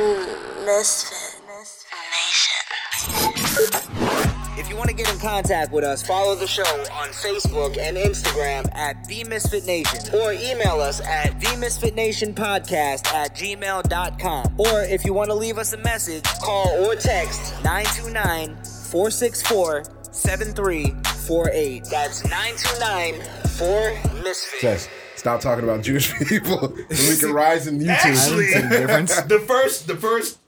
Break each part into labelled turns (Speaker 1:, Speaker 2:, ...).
Speaker 1: Misfit
Speaker 2: If you want to get in contact with us, follow the show on Facebook and Instagram at The Misfit Nation or email us at TheMisfitNationPodcast at gmail.com. Or if you want to leave us a message, call or text 929 464 7348. That's 929 4 Misfit.
Speaker 3: Tess, stop talking about Jewish people. so we can rise in YouTube.
Speaker 4: Actually,
Speaker 5: See the difference?
Speaker 4: the first, the first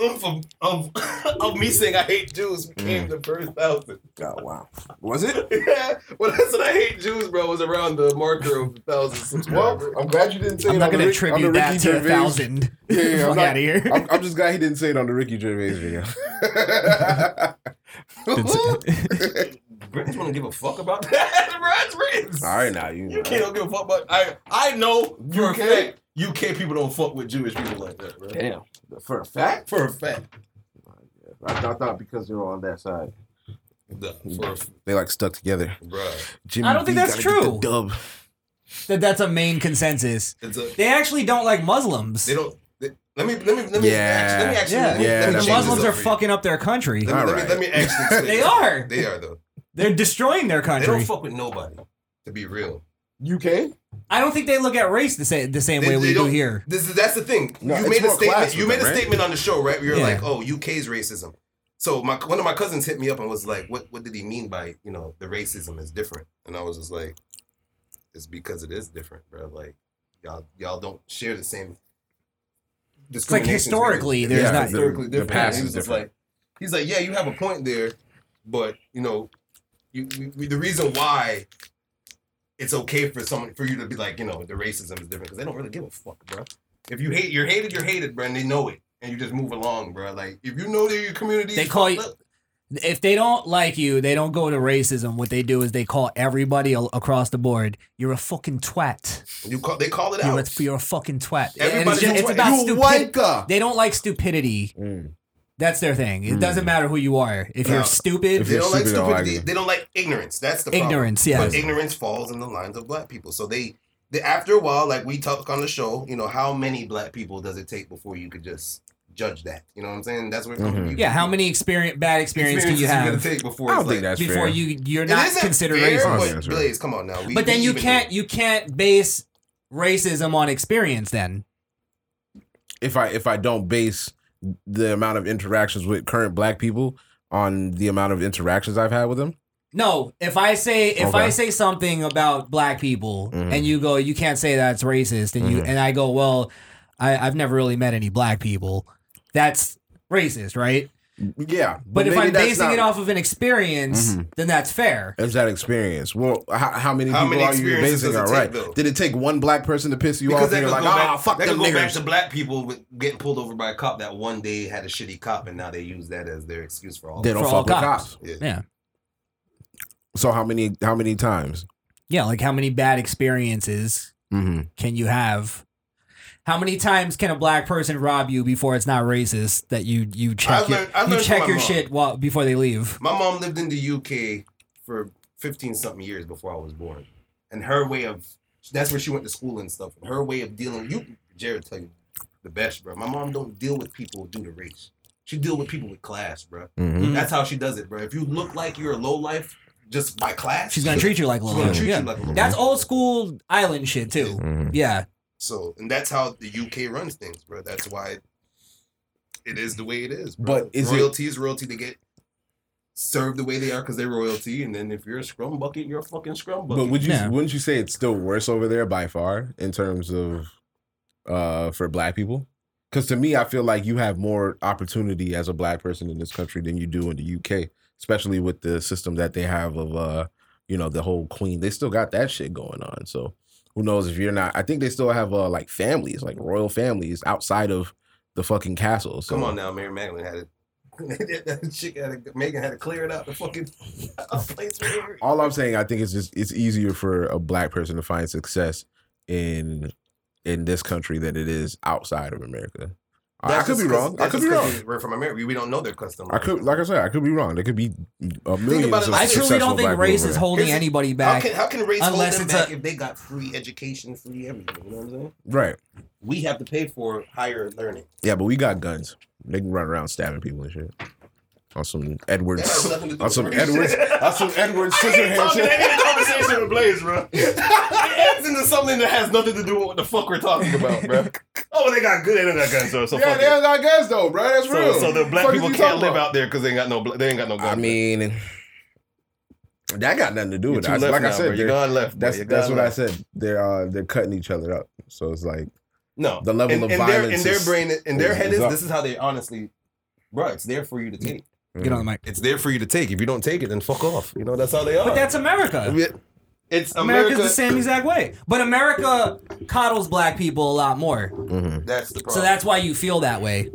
Speaker 4: oomph of of, of me saying I hate Jews became the first thousand.
Speaker 5: Oh, wow. Was it?
Speaker 4: Yeah, when I said I hate Jews, bro, was around the marker of thousand
Speaker 3: well,
Speaker 4: subscribers.
Speaker 3: I'm glad you didn't say
Speaker 5: I'm
Speaker 3: it
Speaker 5: not
Speaker 3: on the
Speaker 5: going to
Speaker 3: Rick- on the
Speaker 5: attribute
Speaker 3: Ricky
Speaker 5: that to a
Speaker 3: Gervais-
Speaker 5: thousand.
Speaker 3: Yeah, yeah, I'm
Speaker 5: Fuck
Speaker 3: not-
Speaker 5: out of here.
Speaker 3: I'm, I'm just glad he didn't say it on the Ricky Gervais video.
Speaker 4: Britons want to give a fuck about that, bro. It's Britons.
Speaker 3: All right, now you.
Speaker 4: You can't don't give a fuck about. I I know for
Speaker 3: UK?
Speaker 4: a fact UK people don't fuck with Jewish people like that, bro.
Speaker 3: Damn, for a fact,
Speaker 4: For a fact,
Speaker 3: I thought, I thought because they were on that side,
Speaker 4: No, for a f-
Speaker 3: they like stuck together.
Speaker 4: bro.
Speaker 3: Jimmy
Speaker 5: I don't think
Speaker 3: B
Speaker 5: that's
Speaker 3: gotta get
Speaker 5: true.
Speaker 3: the dub.
Speaker 5: that that's a main consensus.
Speaker 4: It's a
Speaker 5: They actually don't like Muslims.
Speaker 4: they don't. They, let me let me let me
Speaker 3: Yeah.
Speaker 4: actually, let me actually
Speaker 5: Yeah.
Speaker 4: let me-
Speaker 3: Yeah,
Speaker 4: let
Speaker 3: that
Speaker 4: me
Speaker 5: the
Speaker 4: change
Speaker 3: makes
Speaker 4: this
Speaker 5: Muslims
Speaker 4: up
Speaker 5: are
Speaker 4: for you.
Speaker 5: fucking up their country.
Speaker 4: Let me, let,
Speaker 3: Alright.
Speaker 4: me, let me actually say
Speaker 5: They
Speaker 4: this.
Speaker 5: are.
Speaker 4: They are though.
Speaker 5: They're destroying their
Speaker 4: They don't
Speaker 5: country.
Speaker 4: fuck with nobody. To be real,
Speaker 3: UK.
Speaker 5: I don't think they look at race the same the same
Speaker 4: They-
Speaker 5: way
Speaker 4: they
Speaker 5: we do
Speaker 4: don't-
Speaker 5: here.
Speaker 4: This is that's the thing.
Speaker 3: No,
Speaker 4: you
Speaker 3: it's
Speaker 4: made a
Speaker 3: more class
Speaker 4: statement.
Speaker 3: with
Speaker 4: You made
Speaker 3: them,
Speaker 4: a
Speaker 3: right?
Speaker 4: statement on the show, right? You're
Speaker 5: Yeah.
Speaker 4: like, oh, UK's racism. So my one of my cousins hit me up and was like, what What did he mean by you know the racism is different? And I was just like, it's because it is different, bro. Like y'all y'all don't share the same.
Speaker 5: It's like historically, there's
Speaker 3: Yeah,
Speaker 5: not.
Speaker 3: the-
Speaker 4: historically different.
Speaker 3: past
Speaker 4: he
Speaker 3: is
Speaker 4: was just
Speaker 3: different.
Speaker 4: like, he's like, yeah, you have a point there, but you know, you, we, we, the reason why it's okay for someone for you to be like, you know, the racism is different because they don't really give a fuck, bro. If you hate, you're hated, you're hated, bro, and they know it, and you just move along, bro. Like if you know that your community,
Speaker 5: They
Speaker 4: is
Speaker 5: call
Speaker 4: fucked
Speaker 5: you- If they don't like you, they don't go to racism. What they do is they call everybody al- across the board. You're a fucking twat.
Speaker 4: You call they call it
Speaker 5: You're a,
Speaker 4: out.
Speaker 5: you're a fucking twat. And
Speaker 4: Everybody's
Speaker 5: it's,
Speaker 4: a
Speaker 5: it's
Speaker 4: twat.
Speaker 5: about
Speaker 3: You
Speaker 5: stupid.
Speaker 3: wanker.
Speaker 5: They don't like stupidity. That's their thing. It doesn't matter who you are. Hmm. If you're
Speaker 4: No.
Speaker 5: stupid,
Speaker 3: If
Speaker 4: They don't like
Speaker 3: Stupid, I'll
Speaker 4: stupidity.
Speaker 3: argue.
Speaker 4: They don't like ignorance. That's the problem.
Speaker 5: Ignorance, yes.
Speaker 4: But ignorance falls in the lines of black people. So they, they after a while, like we talk on the show, you know, how many black people does it take before you could just judge that? You know what I'm saying? That's where it comes
Speaker 3: Mm-hmm.
Speaker 4: from. You-
Speaker 5: yeah, how many experience bad experience do you
Speaker 4: experiences
Speaker 5: have
Speaker 4: gonna take before?
Speaker 3: I don't
Speaker 4: it's
Speaker 3: think
Speaker 4: like-
Speaker 3: that's
Speaker 5: before
Speaker 3: fair.
Speaker 5: you you're
Speaker 4: It
Speaker 5: not
Speaker 4: isn't
Speaker 5: considered
Speaker 4: fair,
Speaker 3: I
Speaker 5: racist?
Speaker 4: but
Speaker 3: don't think that's
Speaker 4: Blaze, come on now. We-
Speaker 5: But then
Speaker 4: we
Speaker 5: you
Speaker 4: even
Speaker 5: can't
Speaker 4: do.
Speaker 5: you can't base racism on experience then.
Speaker 3: If I if I don't base the amount of interactions with current black people on the amount of interactions I've had with them,
Speaker 5: No, if I say if
Speaker 3: Okay. Mm-hmm.
Speaker 5: I say something about black people and you go you can't say that's racist and you and I go well I I've never really met any black people. That's racist, right?
Speaker 3: yeah.
Speaker 5: But, if
Speaker 3: maybe
Speaker 5: I'm
Speaker 3: that's
Speaker 5: basing
Speaker 3: not- Mm-hmm.
Speaker 5: it off of an experience, then that's fair.
Speaker 3: It's that experience. Well, how, how many
Speaker 4: How
Speaker 3: people
Speaker 4: many
Speaker 3: are you
Speaker 4: experiences
Speaker 3: basing
Speaker 4: does
Speaker 3: on?
Speaker 4: it
Speaker 3: Right?
Speaker 4: take, though?
Speaker 3: Did it take one black person to piss you
Speaker 4: Because
Speaker 3: off?
Speaker 4: that
Speaker 3: And
Speaker 4: could
Speaker 3: you're like,
Speaker 4: go back,
Speaker 3: ah, fuck
Speaker 4: that
Speaker 3: them
Speaker 4: could go back
Speaker 3: niggers.
Speaker 4: to black people with getting pulled over by a cop that one day had a shitty cop, and now they use that as their excuse for all.
Speaker 3: They
Speaker 4: this.
Speaker 3: don't
Speaker 5: for
Speaker 3: fuck
Speaker 5: all
Speaker 3: with
Speaker 5: cops.
Speaker 3: cops.
Speaker 4: Yeah.
Speaker 5: Yeah.
Speaker 3: So how many? How many times?
Speaker 5: Yeah, like how many bad experiences
Speaker 3: Mm-hmm.
Speaker 5: can you have? How many times can a black person rob you before it's not racist that you you check
Speaker 4: I've
Speaker 5: your,
Speaker 4: learned- I've
Speaker 5: you
Speaker 4: learned
Speaker 5: check
Speaker 4: from
Speaker 5: your
Speaker 4: my mom.
Speaker 5: shit while, before they leave?
Speaker 4: My mom lived in the UK for 15 something years before I was born. And her way of that's where she went to school and stuff. Her way of dealing you Jared tell you the best, bro. My mom don't deal with people due to race. She deal with people with class, bro.
Speaker 3: Mhm.
Speaker 4: That's how she does it, bro. If you look like you're a low life just by class,
Speaker 5: She's gonna treat you like
Speaker 4: she's
Speaker 5: little.
Speaker 4: gonna treat
Speaker 5: yeah.
Speaker 4: you like a low
Speaker 5: That's old school island shit too.
Speaker 3: Mm-hmm.
Speaker 5: Yeah,
Speaker 4: So and that's how the UK runs things, bro. That's why it is the way it is. Bro.
Speaker 3: But is it-
Speaker 4: royalty is royalty. They get served the way they are because they're royalty, and then if you're a scrum bucket, you're a fucking scrum bucket.
Speaker 3: But would you?
Speaker 5: Yeah.
Speaker 3: Wouldn't you say it's still worse over there by far in terms of uh for black people? Because to me, I feel like you have more opportunity as a black person in this country than you do in the UK, especially with the system that they have of uh you know the whole queen. They still got that shit going on. So who knows if you're not? I think they still have uh like families, like royal families outside of the fucking castle. So
Speaker 4: Come on now, Mary Magdalene had it. that chick had to, Megan had to clear it out the fucking place for her.
Speaker 3: all I'm saying, I think it's just it's easier for a black person to find success in in this country than it is outside of America. I could be wrong. I could be wrong.
Speaker 4: We're from America. We, we don't know their customs.
Speaker 3: I could, like I said, I could be wrong. There could be a million.
Speaker 4: about it like
Speaker 5: I
Speaker 4: It's
Speaker 5: truly don't think race is holding
Speaker 4: Here's the-
Speaker 5: anybody
Speaker 4: How
Speaker 5: back.
Speaker 4: can how can race hold
Speaker 5: Unless
Speaker 4: them
Speaker 5: it's
Speaker 4: back
Speaker 5: a-
Speaker 4: if they got free education, free everything? You know what I'm saying?
Speaker 3: right.
Speaker 4: We have to pay for higher learning.
Speaker 3: Yeah, but we got guns. They can run around stabbing people and shit. On some
Speaker 4: That
Speaker 3: Edwards.
Speaker 4: has nothing to do
Speaker 3: on
Speaker 4: with
Speaker 3: some
Speaker 4: race.
Speaker 3: Edwards. on some Edwards. Scissorhands
Speaker 4: Talking-
Speaker 3: shit.
Speaker 4: I need a conversation with Blaze, bro. It adds into something that has nothing to do with what the fuck we're talking about, bro. Oh, they got good internet guns, so, so
Speaker 3: Yeah,
Speaker 4: fuck
Speaker 3: they
Speaker 4: it.
Speaker 3: don't got guns though, bro. That's real.
Speaker 4: So, so the black
Speaker 3: Fuck
Speaker 4: people
Speaker 3: is you talking
Speaker 4: can't live
Speaker 3: about?
Speaker 4: out there because they ain't got no bla- they ain't got no guns.
Speaker 3: I mean, that got nothing to do
Speaker 4: You're
Speaker 3: with
Speaker 4: too
Speaker 3: it.
Speaker 4: left
Speaker 3: Like I
Speaker 4: now,
Speaker 3: said,
Speaker 4: bro.
Speaker 3: they're-
Speaker 4: you're gone left. bro.
Speaker 3: that's
Speaker 4: You're
Speaker 3: that's
Speaker 4: gone
Speaker 3: what I
Speaker 4: left.
Speaker 3: said. They're uh, they're cutting each other up. So it's like
Speaker 4: No,
Speaker 3: The level
Speaker 4: in,
Speaker 3: of
Speaker 4: in Their, in
Speaker 3: violence
Speaker 4: their
Speaker 3: is-
Speaker 4: brain, in their
Speaker 3: is-
Speaker 4: head
Speaker 3: is
Speaker 4: is
Speaker 3: up.
Speaker 4: this is how they honestly, bro. It's there for you to take.
Speaker 5: Get on the mic.
Speaker 4: It's there for you to take. If you don't take it, then fuck off. You know that's how they are.
Speaker 5: But that's America.
Speaker 4: it's
Speaker 5: America's
Speaker 4: America.
Speaker 5: the same exact way. But America coddles black people a lot more.
Speaker 3: mm-hmm,
Speaker 4: That's the problem.
Speaker 5: So that's why you feel that way.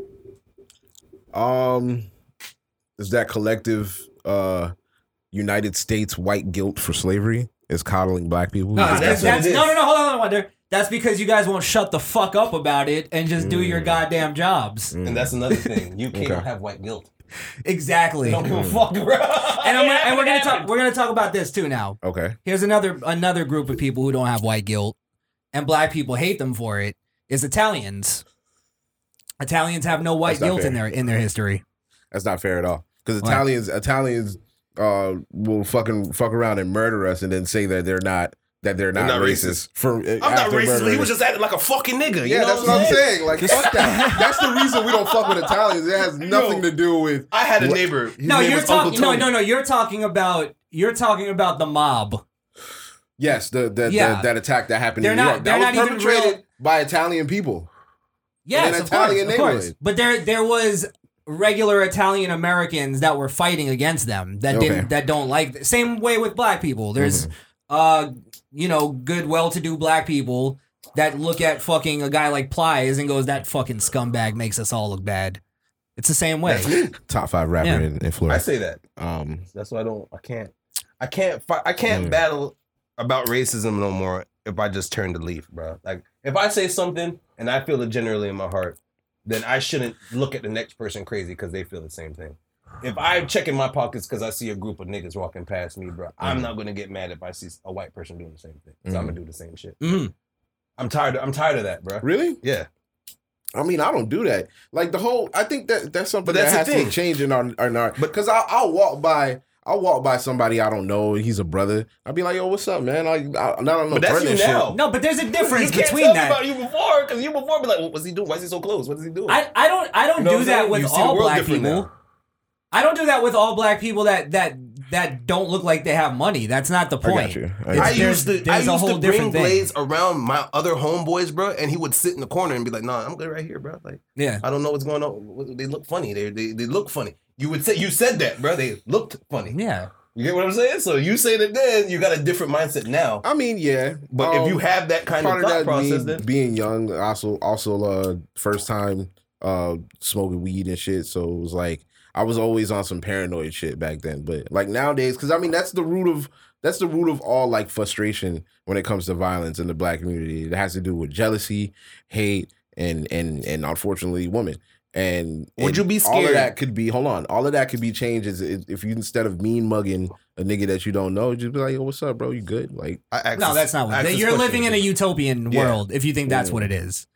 Speaker 3: Um, is that collective uh United States white guilt for slavery is coddling black people?
Speaker 5: No,
Speaker 4: that's
Speaker 5: that's,
Speaker 4: what it is.
Speaker 5: no, no, no. Hold on, Wonder. That's because you guys won't shut the fuck up about it and just
Speaker 4: Mm.
Speaker 5: do your goddamn jobs.
Speaker 3: Mm.
Speaker 4: and that's another thing. You can't
Speaker 3: Okay. Mm.
Speaker 4: have white guilt.
Speaker 5: Exactly.
Speaker 4: Don't
Speaker 5: And
Speaker 4: give a fuck, bro.
Speaker 5: I'm gonna, and we're gonna talk. We're gonna talk about this too now.
Speaker 3: okay.
Speaker 5: Here's another another group of people who don't have white guilt, and black people hate them for it. Is Italians. Italians have no white
Speaker 3: That's not
Speaker 5: guilt
Speaker 3: fair.
Speaker 5: in their in their history.
Speaker 3: That's not fair at all. Because
Speaker 5: Why?
Speaker 3: Italians Italians uh will fucking fuck around and murder us and then say that they're not that they're not,
Speaker 4: not
Speaker 3: racist. For uh, I'm
Speaker 4: I'm not racist. but He was just acting like a fucking nigga. you
Speaker 3: yeah,
Speaker 4: know
Speaker 3: that's what I'm saying. Like, fuck that. That's the reason we don't fuck with Italians. It has nothing to do with.
Speaker 4: I had a neighbor. His
Speaker 5: No,
Speaker 4: name
Speaker 5: you're
Speaker 4: was Uncle
Speaker 5: talking. No,
Speaker 4: Tony.
Speaker 5: no, no. You're talking about. You're talking about the mob.
Speaker 3: Yes, the, the,
Speaker 5: Yeah.
Speaker 3: the that attack that happened.
Speaker 5: They're
Speaker 3: in New
Speaker 5: not-
Speaker 3: York.
Speaker 5: they're
Speaker 3: That
Speaker 5: not
Speaker 3: was
Speaker 5: even
Speaker 3: perpetrated
Speaker 5: real-
Speaker 3: by Italian people.
Speaker 5: Yes,
Speaker 3: In an
Speaker 5: of
Speaker 3: Italian
Speaker 5: course, of course.
Speaker 3: neighborhood.
Speaker 5: But there there was regular Italian Americans that were fighting against them that
Speaker 3: Okay. Mm-hmm.
Speaker 5: didn't that don't like same way with black people. There's uh you know, good well-to-do black people that look at fucking a guy like Plies and goes that fucking scumbag makes us all look bad. It's the same way.
Speaker 3: Top five rapper
Speaker 5: Yeah.
Speaker 3: in, in
Speaker 4: I
Speaker 3: Florida.
Speaker 4: say that.
Speaker 3: Um,
Speaker 4: That's why I don't. I can't. I can't. Fight, I can't
Speaker 3: Mm.
Speaker 4: battle about racism no more. If I just turn the leaf, bro. Like if I say something and I feel it generally in my heart, then I shouldn't look at the next person crazy because they feel the same thing. If I'm checking my pockets because I see a group of niggas walking past me, bro, I'm
Speaker 3: Mhm.
Speaker 4: not gonna get mad if I see a white person doing the same thing. So I'm gonna do the same shit.
Speaker 5: Mm.
Speaker 4: I'm tired. Of, I'm tired of that, bro.
Speaker 3: really?
Speaker 4: Mm-hmm. Yeah.
Speaker 3: I mean, I don't do that. Like the whole, I think that that's something
Speaker 4: But that's
Speaker 3: that
Speaker 4: the
Speaker 3: has to
Speaker 4: thing.
Speaker 3: change in our in our. Because I I'll walk by. I'll walk by somebody I don't know, and he's a brother. I'll be like, "Yo, what's up, man?" I, I, I don't know.
Speaker 4: But that's
Speaker 3: Brendan
Speaker 4: you
Speaker 3: shit.
Speaker 4: now.
Speaker 5: No, but there's a difference
Speaker 4: you can't
Speaker 5: between
Speaker 4: tell me
Speaker 5: that.
Speaker 4: about you before because you before be like, what was he doing? Why is he so close? What is he doing?
Speaker 5: I, I don't I don't
Speaker 4: You know what
Speaker 5: do
Speaker 4: I'm
Speaker 5: that
Speaker 4: saying?
Speaker 5: with
Speaker 4: You see the
Speaker 5: all
Speaker 4: world
Speaker 5: black people.
Speaker 4: different now.
Speaker 5: I don't do that with all black people that that that don't look like they have money. That's not the
Speaker 3: got
Speaker 5: point.
Speaker 3: you. I
Speaker 5: It's-
Speaker 3: got
Speaker 4: I
Speaker 3: you.
Speaker 4: used
Speaker 5: there's-
Speaker 4: to I
Speaker 5: there's a
Speaker 4: used
Speaker 5: whole
Speaker 4: to bring
Speaker 5: different thing.
Speaker 4: Blaze around my other homeboys, bro, and he would sit in the corner and be like, "Nah, I'm good right here, bro. Like,
Speaker 5: Yeah.
Speaker 4: I don't know what's going on. What- They look funny. They they, they look funny." You would say you said that, bro. They looked funny.
Speaker 5: Yeah.
Speaker 4: You get what I'm saying? So you say that then you got a different mindset now.
Speaker 3: I mean, yeah, um,
Speaker 4: But if you have that kind of
Speaker 3: part of
Speaker 4: thought
Speaker 3: that
Speaker 4: process,
Speaker 3: being,
Speaker 4: then
Speaker 3: being young, also also uh, first time uh, smoking weed and shit. So it was like I was always on some paranoid shit back then. But like nowadays, because I mean that's the root of that's the root of all like frustration when it comes to violence in the black community. It has to do with jealousy, hate, and and and unfortunately, women. And
Speaker 4: Would
Speaker 3: and
Speaker 4: you be
Speaker 3: All of
Speaker 4: scared?
Speaker 3: that could be. Hold on, all of that could be changed. Is if if you instead of mean mugging a nigga that you don't know, just be like, "Yo, what's up, bro? You good?" Like,
Speaker 4: I ask
Speaker 5: No,
Speaker 4: this-
Speaker 5: that's not
Speaker 4: I
Speaker 5: what
Speaker 4: ask this
Speaker 5: you're
Speaker 4: question.
Speaker 5: living in a utopian
Speaker 4: Yeah.
Speaker 5: world if you think that's what it is.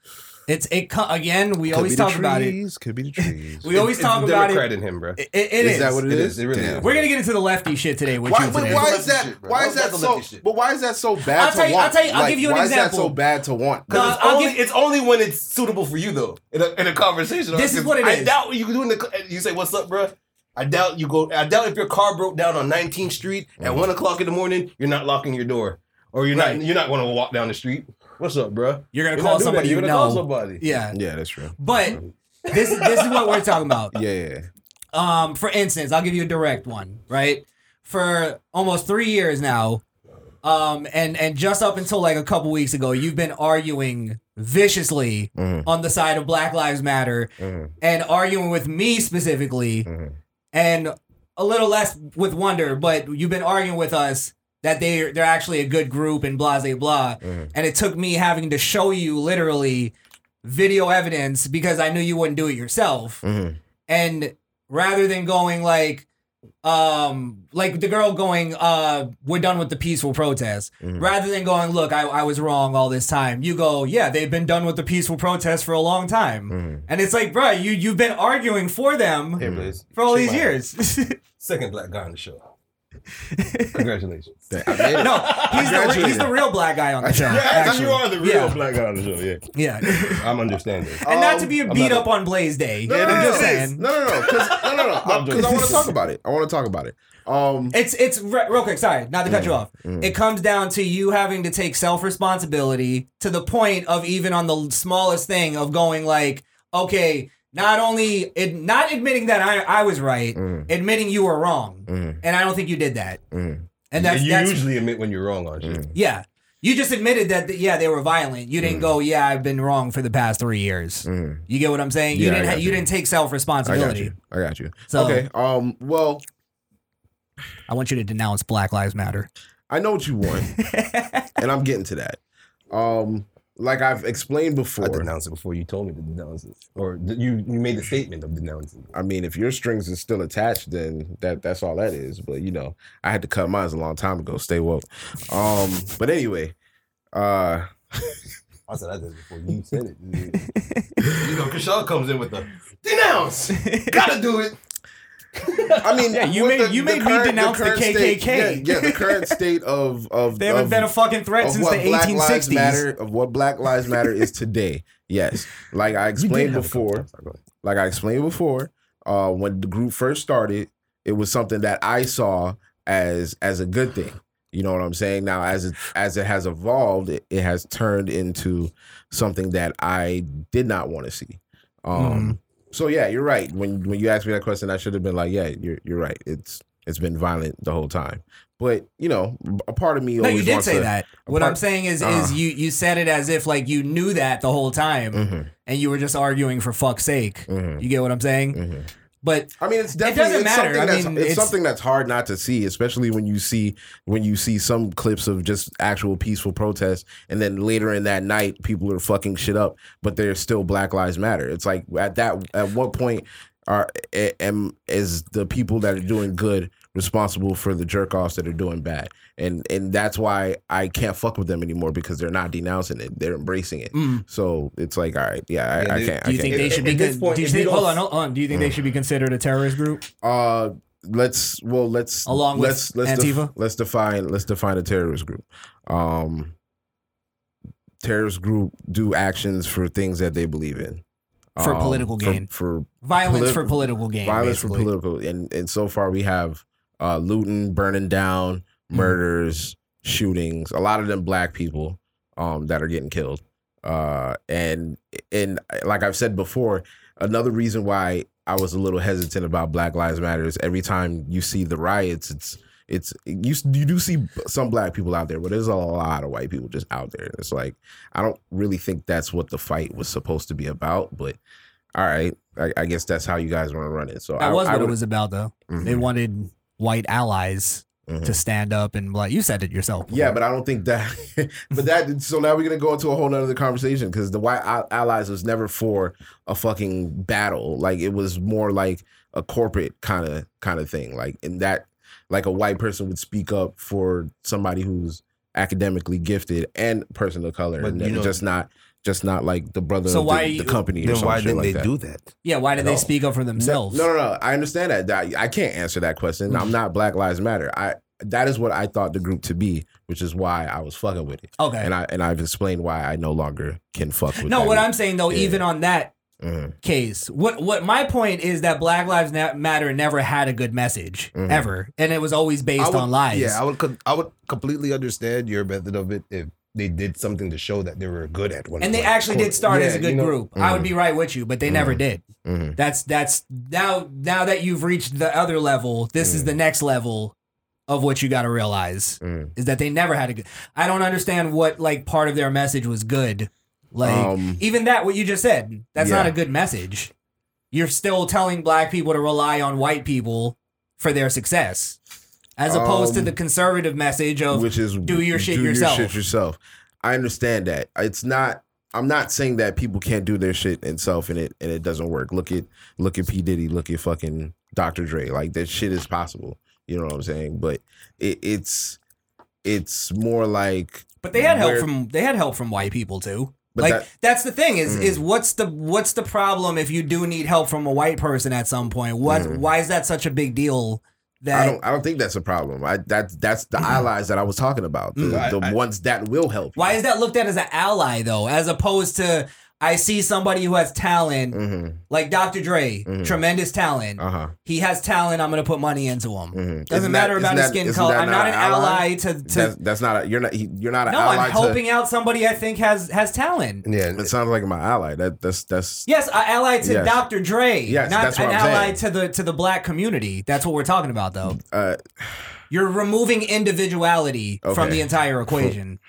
Speaker 5: It's it co- again, we
Speaker 3: could
Speaker 5: always
Speaker 3: be the
Speaker 5: talk about it.
Speaker 3: trees, Could be the trees.
Speaker 5: We always
Speaker 4: It's
Speaker 5: talk
Speaker 4: the
Speaker 5: about
Speaker 4: Democrat
Speaker 5: it.
Speaker 4: in him, bro.
Speaker 5: It, it is.
Speaker 3: Is that what it
Speaker 4: It
Speaker 3: is?
Speaker 4: is. It really
Speaker 3: Damn.
Speaker 4: is.
Speaker 5: We're gonna get into the lefty shit today with
Speaker 3: Why,
Speaker 5: you
Speaker 3: but
Speaker 5: today.
Speaker 3: why
Speaker 4: That's
Speaker 3: is
Speaker 4: the
Speaker 3: that?
Speaker 4: shit, bro.
Speaker 3: Why is
Speaker 4: That's
Speaker 3: that
Speaker 4: the
Speaker 3: so?
Speaker 4: lefty shit.
Speaker 3: But why is that so bad
Speaker 5: I'll
Speaker 3: to
Speaker 5: tell you- I'll
Speaker 3: want?
Speaker 5: tell you- I'll give you an
Speaker 3: why Why is that
Speaker 5: example.
Speaker 3: so bad to want?
Speaker 5: No,
Speaker 4: It's
Speaker 5: I'll
Speaker 4: only,
Speaker 5: give-
Speaker 4: it's only when it's suitable for you though in a, in a conversation.
Speaker 5: This is what it
Speaker 4: I
Speaker 5: is.
Speaker 4: doubt you do in the. You say, "What's up, bro?" I doubt you go. I doubt if your car broke down on 19th Street at one o'clock in the morning, you're not locking your door, or you're
Speaker 5: Mm. Right.
Speaker 4: not you're not going to walk down the street. What's up, bro?
Speaker 5: You're gonna call somebody
Speaker 4: You're
Speaker 5: you
Speaker 4: gonna call
Speaker 5: know.
Speaker 4: somebody.
Speaker 5: Yeah.
Speaker 3: Yeah, that's true.
Speaker 5: But this this is what we're talking about.
Speaker 3: Yeah, yeah, yeah.
Speaker 5: um, for instance, I'll give you a direct one, right? For almost three years now, um, and and just up until like a couple weeks ago, you've been arguing viciously on the side of Black Lives Matter and arguing with me specifically,
Speaker 3: Mm-hmm.
Speaker 5: and a little less with Wonder, but you've been arguing with us that they they're actually a good group and blah blah blah. And it took me having to show you literally video evidence because I knew you wouldn't do it yourself.
Speaker 3: Mm-hmm.
Speaker 6: Mhm.
Speaker 5: And rather than going like, um, like the girl going, uh, we're done with the peaceful protest.
Speaker 3: Mm-hmm.
Speaker 5: Rather than going, look, I, I was wrong all this time. You go, yeah, they've been done with the peaceful protest for a long time.
Speaker 3: Mm-hmm.
Speaker 5: And it's like, bruh, you you've been arguing for them
Speaker 4: Here, Blaze.
Speaker 5: Mm. for all
Speaker 4: Shake
Speaker 5: these
Speaker 4: my-
Speaker 5: years.
Speaker 4: Second black guy on the show. Congratulations.
Speaker 6: I made it.
Speaker 5: no, he's the re- he's the real black guy on the show. actually.
Speaker 6: you are the real
Speaker 5: Yeah.
Speaker 6: black guy on the show. Yeah.
Speaker 5: Yeah.
Speaker 4: I'm understanding.
Speaker 5: And not to be
Speaker 6: Um,
Speaker 5: a
Speaker 6: I'm
Speaker 5: beat
Speaker 6: not-
Speaker 5: up on Blaze Day.
Speaker 3: no,
Speaker 5: I'm
Speaker 3: no,
Speaker 5: just
Speaker 3: no,
Speaker 5: saying.
Speaker 6: No,
Speaker 3: No, no, no, because no, no, no,
Speaker 6: I'm
Speaker 3: because I
Speaker 6: joking.
Speaker 3: want to talk about it. I want to talk about it. Um,
Speaker 5: It's it's re- real quick. Sorry, not to cut you
Speaker 3: Mm,
Speaker 5: off. It comes down to you having to take self responsibility to the point of even on the smallest thing of going like, okay, not only it, not admitting that I I was right,
Speaker 3: Mm. mm-hmm,
Speaker 5: admitting you were wrong, and I don't think you did that.
Speaker 3: mm-hmm,
Speaker 5: And that's
Speaker 4: you
Speaker 5: that's
Speaker 4: usually admit when you're wrong on shit.
Speaker 5: yeah. You just admitted that th- yeah they were violent. You
Speaker 3: Mm.
Speaker 5: didn't go yeah I've been wrong for the past three years. You get what I'm saying?
Speaker 3: Yeah,
Speaker 5: you
Speaker 3: I
Speaker 5: didn't ha-
Speaker 3: got
Speaker 5: you
Speaker 3: you.
Speaker 5: didn't take self
Speaker 3: mm-hmm. I got
Speaker 5: responsibility.
Speaker 3: you. I got you.
Speaker 5: So-
Speaker 3: okay. Um. Well,
Speaker 5: I want you to denounce Black Lives Matter.
Speaker 3: I know what you want, and I'm getting to that. Um, like I've explained before.
Speaker 4: I denounced it before you told me to denounce it, or th- you you made the statement of denouncing. it.
Speaker 3: I mean, if your strings is still attached, then that that's all that is. But you know, I had to cut mine a long time ago. Stay woke. Um, but anyway, uh,
Speaker 4: I said I did it before you said it. you know, Kashal comes in with the denounce. Gotta do it.
Speaker 3: I mean,
Speaker 5: Yeah, you
Speaker 3: with
Speaker 5: made- you made me denounce the
Speaker 3: current state-
Speaker 5: KKK.
Speaker 3: yeah, yeah, the current state of of
Speaker 5: They haven't
Speaker 3: of-
Speaker 5: been a fucking threat
Speaker 3: of
Speaker 5: since the
Speaker 3: what Black Lives
Speaker 5: 1860s.
Speaker 3: Matter of what Black Lives Matter is today. Yes, like I explained before, like I explained before, uh, when the group first started, it was something that I saw as as a good thing. You know what I'm saying? Now, as it, as it has evolved, it, it has turned into something that I did not want to see.
Speaker 5: Mm-hmm.
Speaker 3: Um, So yeah, you're right. When when you asked me that question, I should have been like, yeah, you're you're right. It's it's been violent the whole time. But you know, a part of me
Speaker 5: No,
Speaker 3: always
Speaker 5: you did
Speaker 3: wants
Speaker 5: say
Speaker 3: to-
Speaker 5: that. What
Speaker 3: apart-
Speaker 5: I'm saying is,
Speaker 3: Uh.
Speaker 5: is you you said it as if like you knew that the whole time,
Speaker 3: Mhm.
Speaker 5: and you were just arguing for fuck's sake.
Speaker 3: Mhm.
Speaker 5: You get what I'm saying?
Speaker 3: Mhm.
Speaker 5: But
Speaker 3: I mean, it's definitely
Speaker 5: doesn't
Speaker 3: it's
Speaker 5: matter.
Speaker 3: Something
Speaker 5: I
Speaker 3: that's,
Speaker 5: mean,
Speaker 3: it's,
Speaker 5: it's-
Speaker 3: something that's hard not to see, especially when you see when you see some clips of just actual peaceful protests, and then later in that night, people are fucking shit up, but there's still Black Lives Matter. It's like at that at what point are a- am is the people that are doing good responsible for the jerk offs that are doing bad, and and that's why I can't fuck with them anymore because they're not denouncing it, they're embracing it. So it's like, all right, yeah, I,
Speaker 4: Yeah,
Speaker 3: I
Speaker 4: dude,
Speaker 3: can't.
Speaker 5: do you
Speaker 3: I can't
Speaker 5: mm, think
Speaker 4: At-
Speaker 5: they should
Speaker 4: at
Speaker 5: be?
Speaker 4: this
Speaker 5: good-
Speaker 4: point,
Speaker 5: do you
Speaker 4: if you
Speaker 5: think,
Speaker 4: don't-
Speaker 5: hold on, hold on. Do you
Speaker 3: Mm.
Speaker 5: think they should be considered a terrorist group?
Speaker 3: Uh, let's well, let's
Speaker 5: Along with
Speaker 3: let's let's def-
Speaker 5: Antifa?
Speaker 3: let's define let's define a terrorist group. Um, terrorist group do actions for things that they believe in
Speaker 5: For
Speaker 3: Um,
Speaker 5: political gain.
Speaker 3: for, for
Speaker 5: Violence
Speaker 3: Polit-
Speaker 5: for political gain.
Speaker 3: violence
Speaker 5: basically.
Speaker 3: for political and and so far we have uh looting burning down
Speaker 5: Mm-hmm.
Speaker 3: murders shootings a lot of them black people um that are getting killed uh and and eh, like i've said before another reason why i was a little hesitant about black lives matter is every time you see the riots it's it's you you do see some black people out there but there's a lot of white people just out there it's like i don't really think that's what the fight was supposed to be about but all right i, I guess that's how you guys want to run it so I,
Speaker 5: That was
Speaker 3: I
Speaker 5: what it
Speaker 3: would-
Speaker 5: was about, though. They
Speaker 3: Mhm.
Speaker 5: wanted white allies
Speaker 3: Mhm.
Speaker 5: to stand up and like you said it yourself.
Speaker 3: Yeah, but I don't think that. but that. So now we're gonna go into a whole nother conversation because the white Al- allies was never for a fucking battle. Like it was more like a corporate kind of kind of thing. Like in that, like a white person would speak up for somebody who's academically gifted and person of color,
Speaker 4: But
Speaker 3: and
Speaker 4: you know-
Speaker 3: just not just not like the brother
Speaker 5: So
Speaker 3: of
Speaker 5: why
Speaker 3: the,
Speaker 5: you-
Speaker 3: the company. or
Speaker 4: Then
Speaker 3: some
Speaker 4: why
Speaker 3: shit
Speaker 4: didn't
Speaker 3: like
Speaker 4: they
Speaker 3: that.
Speaker 4: do that?
Speaker 5: yeah. Why did
Speaker 4: No.
Speaker 5: they speak up for themselves? Mm.
Speaker 3: No, no, no. I understand that. that- I can't answer that question. I'm not Black Lives Matter. I that is what I thought the group to be, which is why I was fucking with it.
Speaker 5: Okay.
Speaker 3: And I and I've explained why I no longer can fuck with.
Speaker 5: no,
Speaker 3: that
Speaker 5: what
Speaker 3: group.
Speaker 5: I'm saying though,
Speaker 3: Yeah.
Speaker 5: even on that
Speaker 3: Mhm.
Speaker 5: case, what what my point is that Black Lives Na- Matter never had a good message
Speaker 3: Mhm.
Speaker 5: ever, and it was always
Speaker 4: Mm-hmm. I
Speaker 5: based
Speaker 4: would-
Speaker 5: on lies.
Speaker 4: Yeah, I would. co- I would completely understand your method of it if they did something to show that they were good at one.
Speaker 5: and they
Speaker 4: point.
Speaker 5: actually did start as a good group. I
Speaker 4: mm-hmm.
Speaker 5: would be right with you, but they never did.
Speaker 3: Mhm.
Speaker 5: That's that's now now that you've reached the other level, this
Speaker 4: Mm.
Speaker 5: is the next level of what you got to realize
Speaker 3: Mhm.
Speaker 5: is that they never had a good. I don't understand what like part of their message was good. Like
Speaker 3: Um,
Speaker 5: even that what you just said, that's not
Speaker 3: yeah.
Speaker 5: a good message. You're still telling black people to rely on white people for their success. As opposed to
Speaker 3: Um,
Speaker 5: the conservative message of
Speaker 3: which is
Speaker 5: do your shit
Speaker 3: do
Speaker 5: yourself.
Speaker 3: Your shit yourself. I understand that. It's not. I'm not saying that people can't do their shit and self and it and it doesn't work. Look at look at P Diddy, look at fucking Dr. Dre. Like that shit is possible. You know what I'm saying? But it, it's it's more like
Speaker 5: But they had help
Speaker 3: Where-
Speaker 5: from they had help from white people too.
Speaker 3: But
Speaker 5: like
Speaker 3: that- Mm.
Speaker 5: that's the thing is is what's the what's the problem if you do need help from a white person at some point? What why is that such a big deal?
Speaker 3: Mm.
Speaker 5: That Mm-hmm.
Speaker 3: I don't I don't think that's a problem. I that that's the allies that I was talking about. The,
Speaker 4: I-
Speaker 3: the
Speaker 4: I-
Speaker 3: ones that will help. you.
Speaker 5: why is that looked at as an ally though, as opposed to I see somebody who has talent,
Speaker 3: Mhm.
Speaker 5: like Dr. Dre, tremendous talent.
Speaker 3: Mm. Uh-huh.
Speaker 5: He has talent. I'm gonna put money into him. Doesn't
Speaker 3: Mm-hmm. Isn't that-
Speaker 5: matter about
Speaker 3: isn't
Speaker 5: his
Speaker 3: that-
Speaker 5: skin
Speaker 3: isn't
Speaker 5: color.
Speaker 3: that
Speaker 5: I'm not an ally, to, to
Speaker 3: That's, that's not a, you're not he- you're not an
Speaker 5: no.
Speaker 3: ally
Speaker 5: I'm helping out somebody I think has has talent.
Speaker 4: Yeah,
Speaker 3: to, It sounds like my ally. That that's that's
Speaker 5: Yes, an ally to
Speaker 3: Yes.
Speaker 5: Dr. Dre.
Speaker 3: Yes,
Speaker 5: not
Speaker 3: that's what
Speaker 5: an
Speaker 3: I'm
Speaker 5: ally
Speaker 3: saying.
Speaker 5: to the to the black community. That's what we're talking about though.
Speaker 3: uh
Speaker 5: You're removing individuality from
Speaker 3: Okay.
Speaker 5: the entire equation.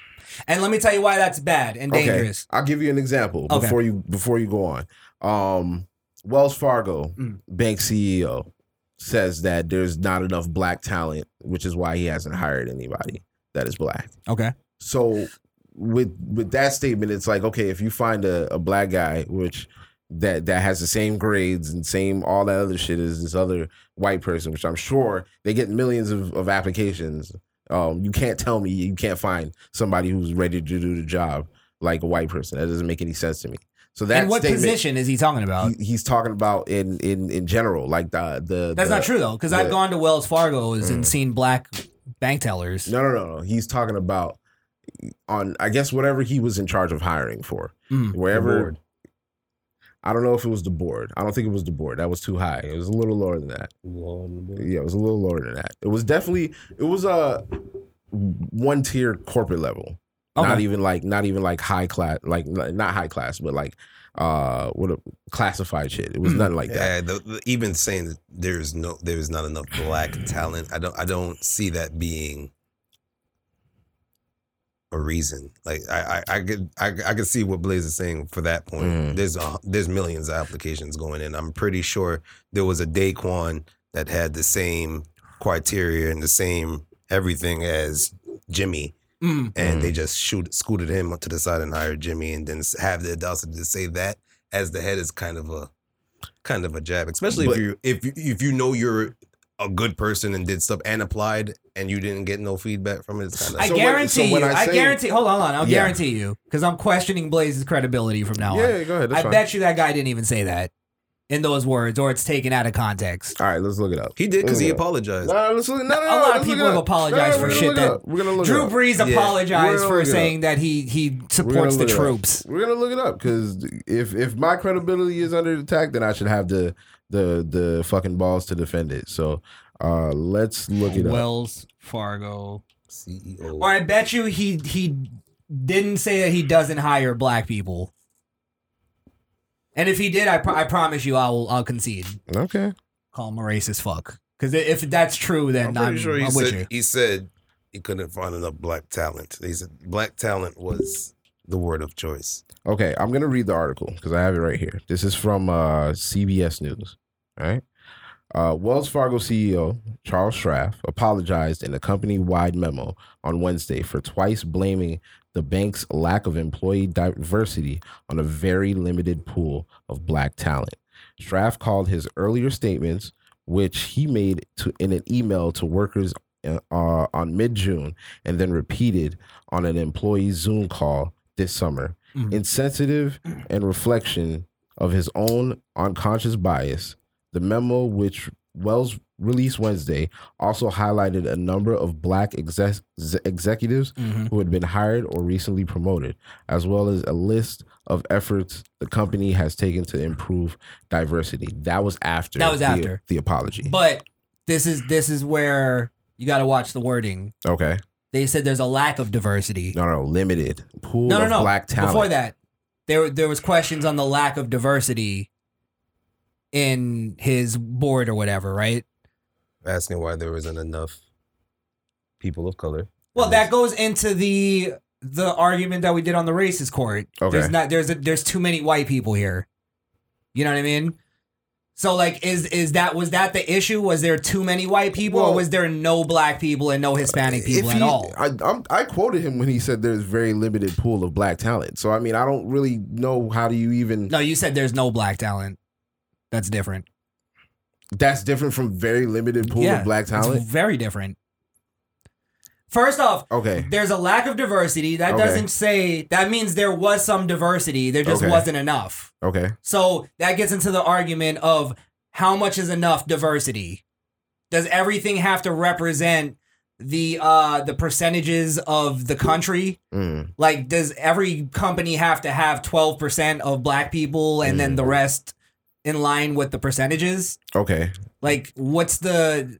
Speaker 5: and let me tell you why that's bad and dangerous.
Speaker 3: Okay. I'll give you an example
Speaker 5: Okay.
Speaker 3: before you before you go on. Um, Wells Fargo
Speaker 5: Mm.
Speaker 3: bank CEO says that there's not enough black talent, which is why he hasn't hired anybody that is black.
Speaker 5: Okay.
Speaker 3: So with with that statement, it's like okay, if you find a, a black guy which that that has the same grades and same all that other shit as this other white person, which I'm sure they get millions of, of applications. Um, you can't tell me you can't find somebody who's ready to do the job like a white person. That doesn't make any sense to me. So that
Speaker 5: and what
Speaker 3: statement,
Speaker 5: position is he talking about?
Speaker 3: he- he's talking about in in in general, like the the
Speaker 5: that's
Speaker 3: the-
Speaker 5: not true though, because I've
Speaker 3: the-
Speaker 5: gone to Wells Fargo's and seen black bank tellers.
Speaker 3: Mm. No, no, no, no. He's talking about on I guess whatever he was in charge of hiring for.
Speaker 5: Mm.
Speaker 3: Wherever I don't know if it was the board. I don't think it was the board. That was too high. It was a little lower than that. Yeah, it was a little lower than that. It was definitely it was a one tier corporate level. Not
Speaker 5: Okay.
Speaker 3: even like not even like high class like not high class, but like uh what a classified shit. It was
Speaker 5: Mm.
Speaker 3: nothing like that.
Speaker 7: Yeah, the, the, even saying that there is no, there is not enough black talent. I don't, I don't see that being a reason. Like I, I, I could, I, I could see what Blaze is saying for that point.
Speaker 3: Mhm.
Speaker 7: There's, a, there's millions of applications going in. I'm pretty sure there was a Daquan that had the same criteria and the same everything as Jimmy.
Speaker 5: Mm.
Speaker 7: and they just shoot scooted him to the side and hired Jimmy, and then s- have the audacity to say that as the head is kind of a kind of a jab, especially
Speaker 3: But-
Speaker 7: if you if you, if you know you're a good person and did stuff and applied and you didn't get no feedback from it. It's kind of
Speaker 5: I
Speaker 3: So when- so
Speaker 5: guarantee
Speaker 3: when
Speaker 5: you.
Speaker 3: I
Speaker 5: I,
Speaker 3: say-
Speaker 5: guarantee. Hold on, hold on. I'll
Speaker 3: Yeah.
Speaker 5: guarantee you because I'm questioning Blaze's credibility from now on.
Speaker 3: Yeah, go ahead. That's
Speaker 5: I
Speaker 3: fine.
Speaker 5: bet you that guy didn't even say that in those words, or it's taken out of context.
Speaker 3: All right, let's look it up.
Speaker 7: he did because he
Speaker 3: Yeah.
Speaker 7: apologized.
Speaker 3: No, let's look, no, no,
Speaker 5: A
Speaker 3: no,
Speaker 5: lot of
Speaker 3: let's look
Speaker 5: people
Speaker 3: it
Speaker 5: have
Speaker 3: up.
Speaker 5: apologized
Speaker 3: we're
Speaker 5: for
Speaker 3: gonna
Speaker 5: shit
Speaker 3: look it
Speaker 5: that-
Speaker 3: up. we're gonna look it
Speaker 5: Drew
Speaker 3: up.
Speaker 5: Brees apologized
Speaker 3: We're
Speaker 5: for
Speaker 3: gonna-
Speaker 5: saying that he he supports
Speaker 3: We're gonna
Speaker 5: the
Speaker 3: look it up.
Speaker 5: troops.
Speaker 3: We're gonna look it up because if if my credibility is under attack, then I should have the the the fucking balls to defend it. So uh let's look it up.
Speaker 5: Wells Fargo.
Speaker 7: CEO.
Speaker 5: Or I bet you he he didn't say that he doesn't hire black people. And if he did, I, pro- I promise you, I will I'll concede.
Speaker 3: Okay.
Speaker 5: Call him a racist fuck. Because if that's true, then
Speaker 7: I'm
Speaker 5: I'm,
Speaker 7: pretty
Speaker 5: I'm,
Speaker 7: sure he
Speaker 5: with
Speaker 7: said
Speaker 5: you.
Speaker 7: he said he couldn't find enough black talent. He said black talent was the word of choice.
Speaker 3: Okay, I'm gonna read the article because I have it right here. This is from uh, CBS News. All right, uh, Wells Fargo CEO Charles Schraff apologized in a company-wide memo on Wednesday for twice blaming the bank's lack of employee diversity on a very limited pool of black talent. Straff called his earlier statements, which he made to, in an email to workers uh, uh, on mid-June, and then repeated on an employee Zoom call this summer insensitive and reflection of his own unconscious bias. The memo, which Wells released Wednesday, also highlighted a number of black exec- executives
Speaker 5: Mhm.
Speaker 3: who had been hired or recently promoted, as well as a list of efforts the company has taken to improve diversity. That was after
Speaker 5: That was
Speaker 3: the-
Speaker 5: after.
Speaker 3: the apology.
Speaker 5: But this is this is where you got to watch the wording.
Speaker 3: okay,
Speaker 5: They said there's a lack of diversity.
Speaker 3: no, no, limited pool
Speaker 5: no, no,
Speaker 3: of
Speaker 5: no.
Speaker 3: black talent.
Speaker 5: Before that, there there was questions on the lack of diversity in his board or whatever, right?
Speaker 7: Asking why there wasn't enough people of color.
Speaker 5: Well, that goes into the the argument that we did on the racist court.
Speaker 3: Okay.
Speaker 5: There's not there's a, there's too many white people here. You know what I mean? So like is is that was that the issue? Was there too many white people or
Speaker 3: Well-
Speaker 5: was there no black people and no Hispanic people
Speaker 3: he,
Speaker 5: at all?
Speaker 3: I, I'm, I quoted him when he said there's very limited pool of black talent. So I mean, I don't really know how do you even.
Speaker 5: No, you said there's no black talent. That's different.
Speaker 3: That's different from very limited pool
Speaker 5: Yeah,
Speaker 3: of black
Speaker 5: It's
Speaker 3: talent.
Speaker 5: very different. First off,
Speaker 3: Okay,
Speaker 5: there's a lack of diversity. That
Speaker 3: Okay.
Speaker 5: doesn't say that means there was some diversity. There just
Speaker 3: Okay.
Speaker 5: wasn't enough.
Speaker 3: okay.
Speaker 5: So that gets into the argument of how much is enough diversity? Does everything have to represent the uh the percentages of the country?
Speaker 3: Mm.
Speaker 5: Like does every company have to have 12% of black people and then the
Speaker 3: Mm.
Speaker 5: rest in line with the percentages?
Speaker 3: Okay.
Speaker 5: Like what's the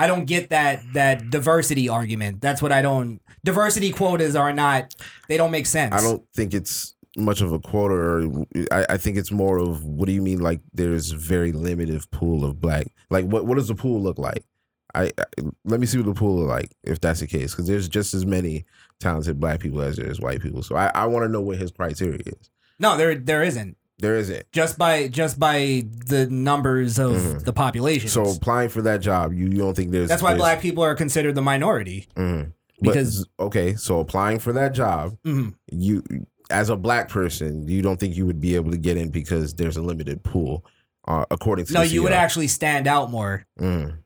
Speaker 5: I don't get that
Speaker 3: Mm.
Speaker 5: that diversity argument. That's what I don't diversity quotas are not they don't make sense.
Speaker 3: I don't think it's much of a quota, or I, I think it's more of what do you mean? Like there's very limited pool of black. Like what what does the pool look like? I, I let me see what the pool look like if that's the case, because there's just as many talented black people as there is white people. So I, I want to know what his criteria is.
Speaker 5: No, there there isn't.
Speaker 3: There isn't.
Speaker 5: just by just by the numbers of
Speaker 3: Mhm.
Speaker 5: the population.
Speaker 3: So applying for that job, you, you don't think there's
Speaker 5: that's why
Speaker 3: there's-
Speaker 5: black people are considered the minority.
Speaker 3: Mhm.
Speaker 5: because-
Speaker 3: but, okay, so applying for that job,
Speaker 5: Mhm.
Speaker 3: you as a black person, you don't think you would be able to get in because there's a limited pool, uh, according to
Speaker 5: No,
Speaker 3: the
Speaker 5: you would
Speaker 3: CEO.
Speaker 5: actually stand out more.
Speaker 3: Mm,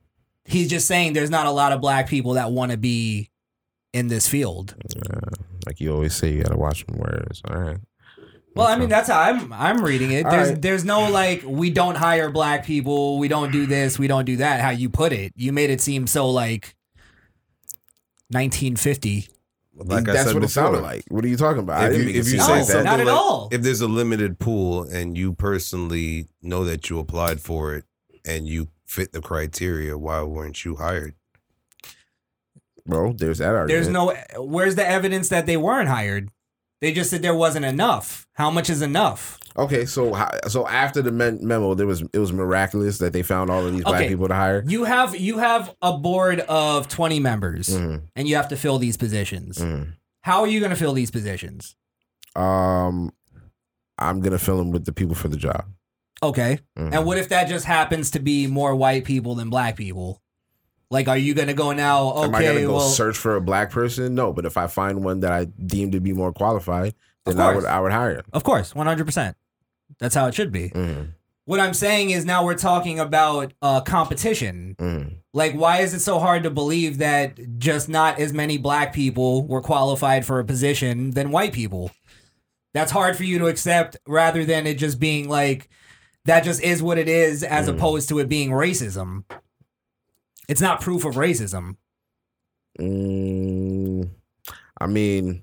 Speaker 5: He's just saying there's not a lot of black people that want to be in this field.
Speaker 3: like you always say, you gotta watch them words. All right.
Speaker 5: Well, I mean that's how I'm I'm reading it.
Speaker 3: All
Speaker 5: There's
Speaker 3: right.
Speaker 5: there's no like we don't hire black people, we don't do this, we don't do that. How you put it? You made it seem so like 1950.
Speaker 7: Like I
Speaker 3: that's
Speaker 7: said
Speaker 3: what
Speaker 7: before,
Speaker 3: it sounded like. What are you talking about? I
Speaker 7: If
Speaker 3: didn't
Speaker 7: you,
Speaker 3: make
Speaker 7: if
Speaker 3: it
Speaker 7: you
Speaker 3: seem
Speaker 7: say
Speaker 5: No,
Speaker 3: like
Speaker 7: something
Speaker 3: that.
Speaker 5: not at
Speaker 7: like-
Speaker 5: all.
Speaker 7: if there's a limited pool and you personally know that you applied for it and you fit the criteria, why weren't you hired?
Speaker 3: bro. There's that argument.
Speaker 5: There's no. Where's the evidence that they weren't hired? They just said there wasn't enough. How much is enough?
Speaker 3: Okay, so how- so after the men- memo, there was it was miraculous that they found all of these black
Speaker 5: Okay.
Speaker 3: people to hire.
Speaker 5: You have you have a board of 20 members,
Speaker 7: Mm.
Speaker 3: Mhm,
Speaker 5: and you have to fill these positions.
Speaker 3: mhm.
Speaker 5: How are you going to fill these positions?
Speaker 3: Um, I'm gonna fill them with the people for the job.
Speaker 5: Okay.
Speaker 3: Mhm.
Speaker 5: And what if that just happens to be more white people than black people? Like, are you going to go now? Okay,
Speaker 3: Am I gonna go
Speaker 5: well,
Speaker 3: search for a black person? No, but if I find one that I deem to be more qualified,
Speaker 5: Of
Speaker 3: then I would
Speaker 5: course.
Speaker 3: I would hire.
Speaker 5: of course, 100. percent That's how it should be.
Speaker 3: him.
Speaker 5: What I'm saying is now we're talking about uh, competition.
Speaker 3: Mhm, mhm.
Speaker 5: Like, why is it so hard to believe that just not as many black people were qualified for a position than white people? That's hard for you to accept rather than it just being like, that just is what it is, as
Speaker 3: Mm.
Speaker 5: opposed to it being racism. It's not proof of racism.
Speaker 3: Mm, I mean,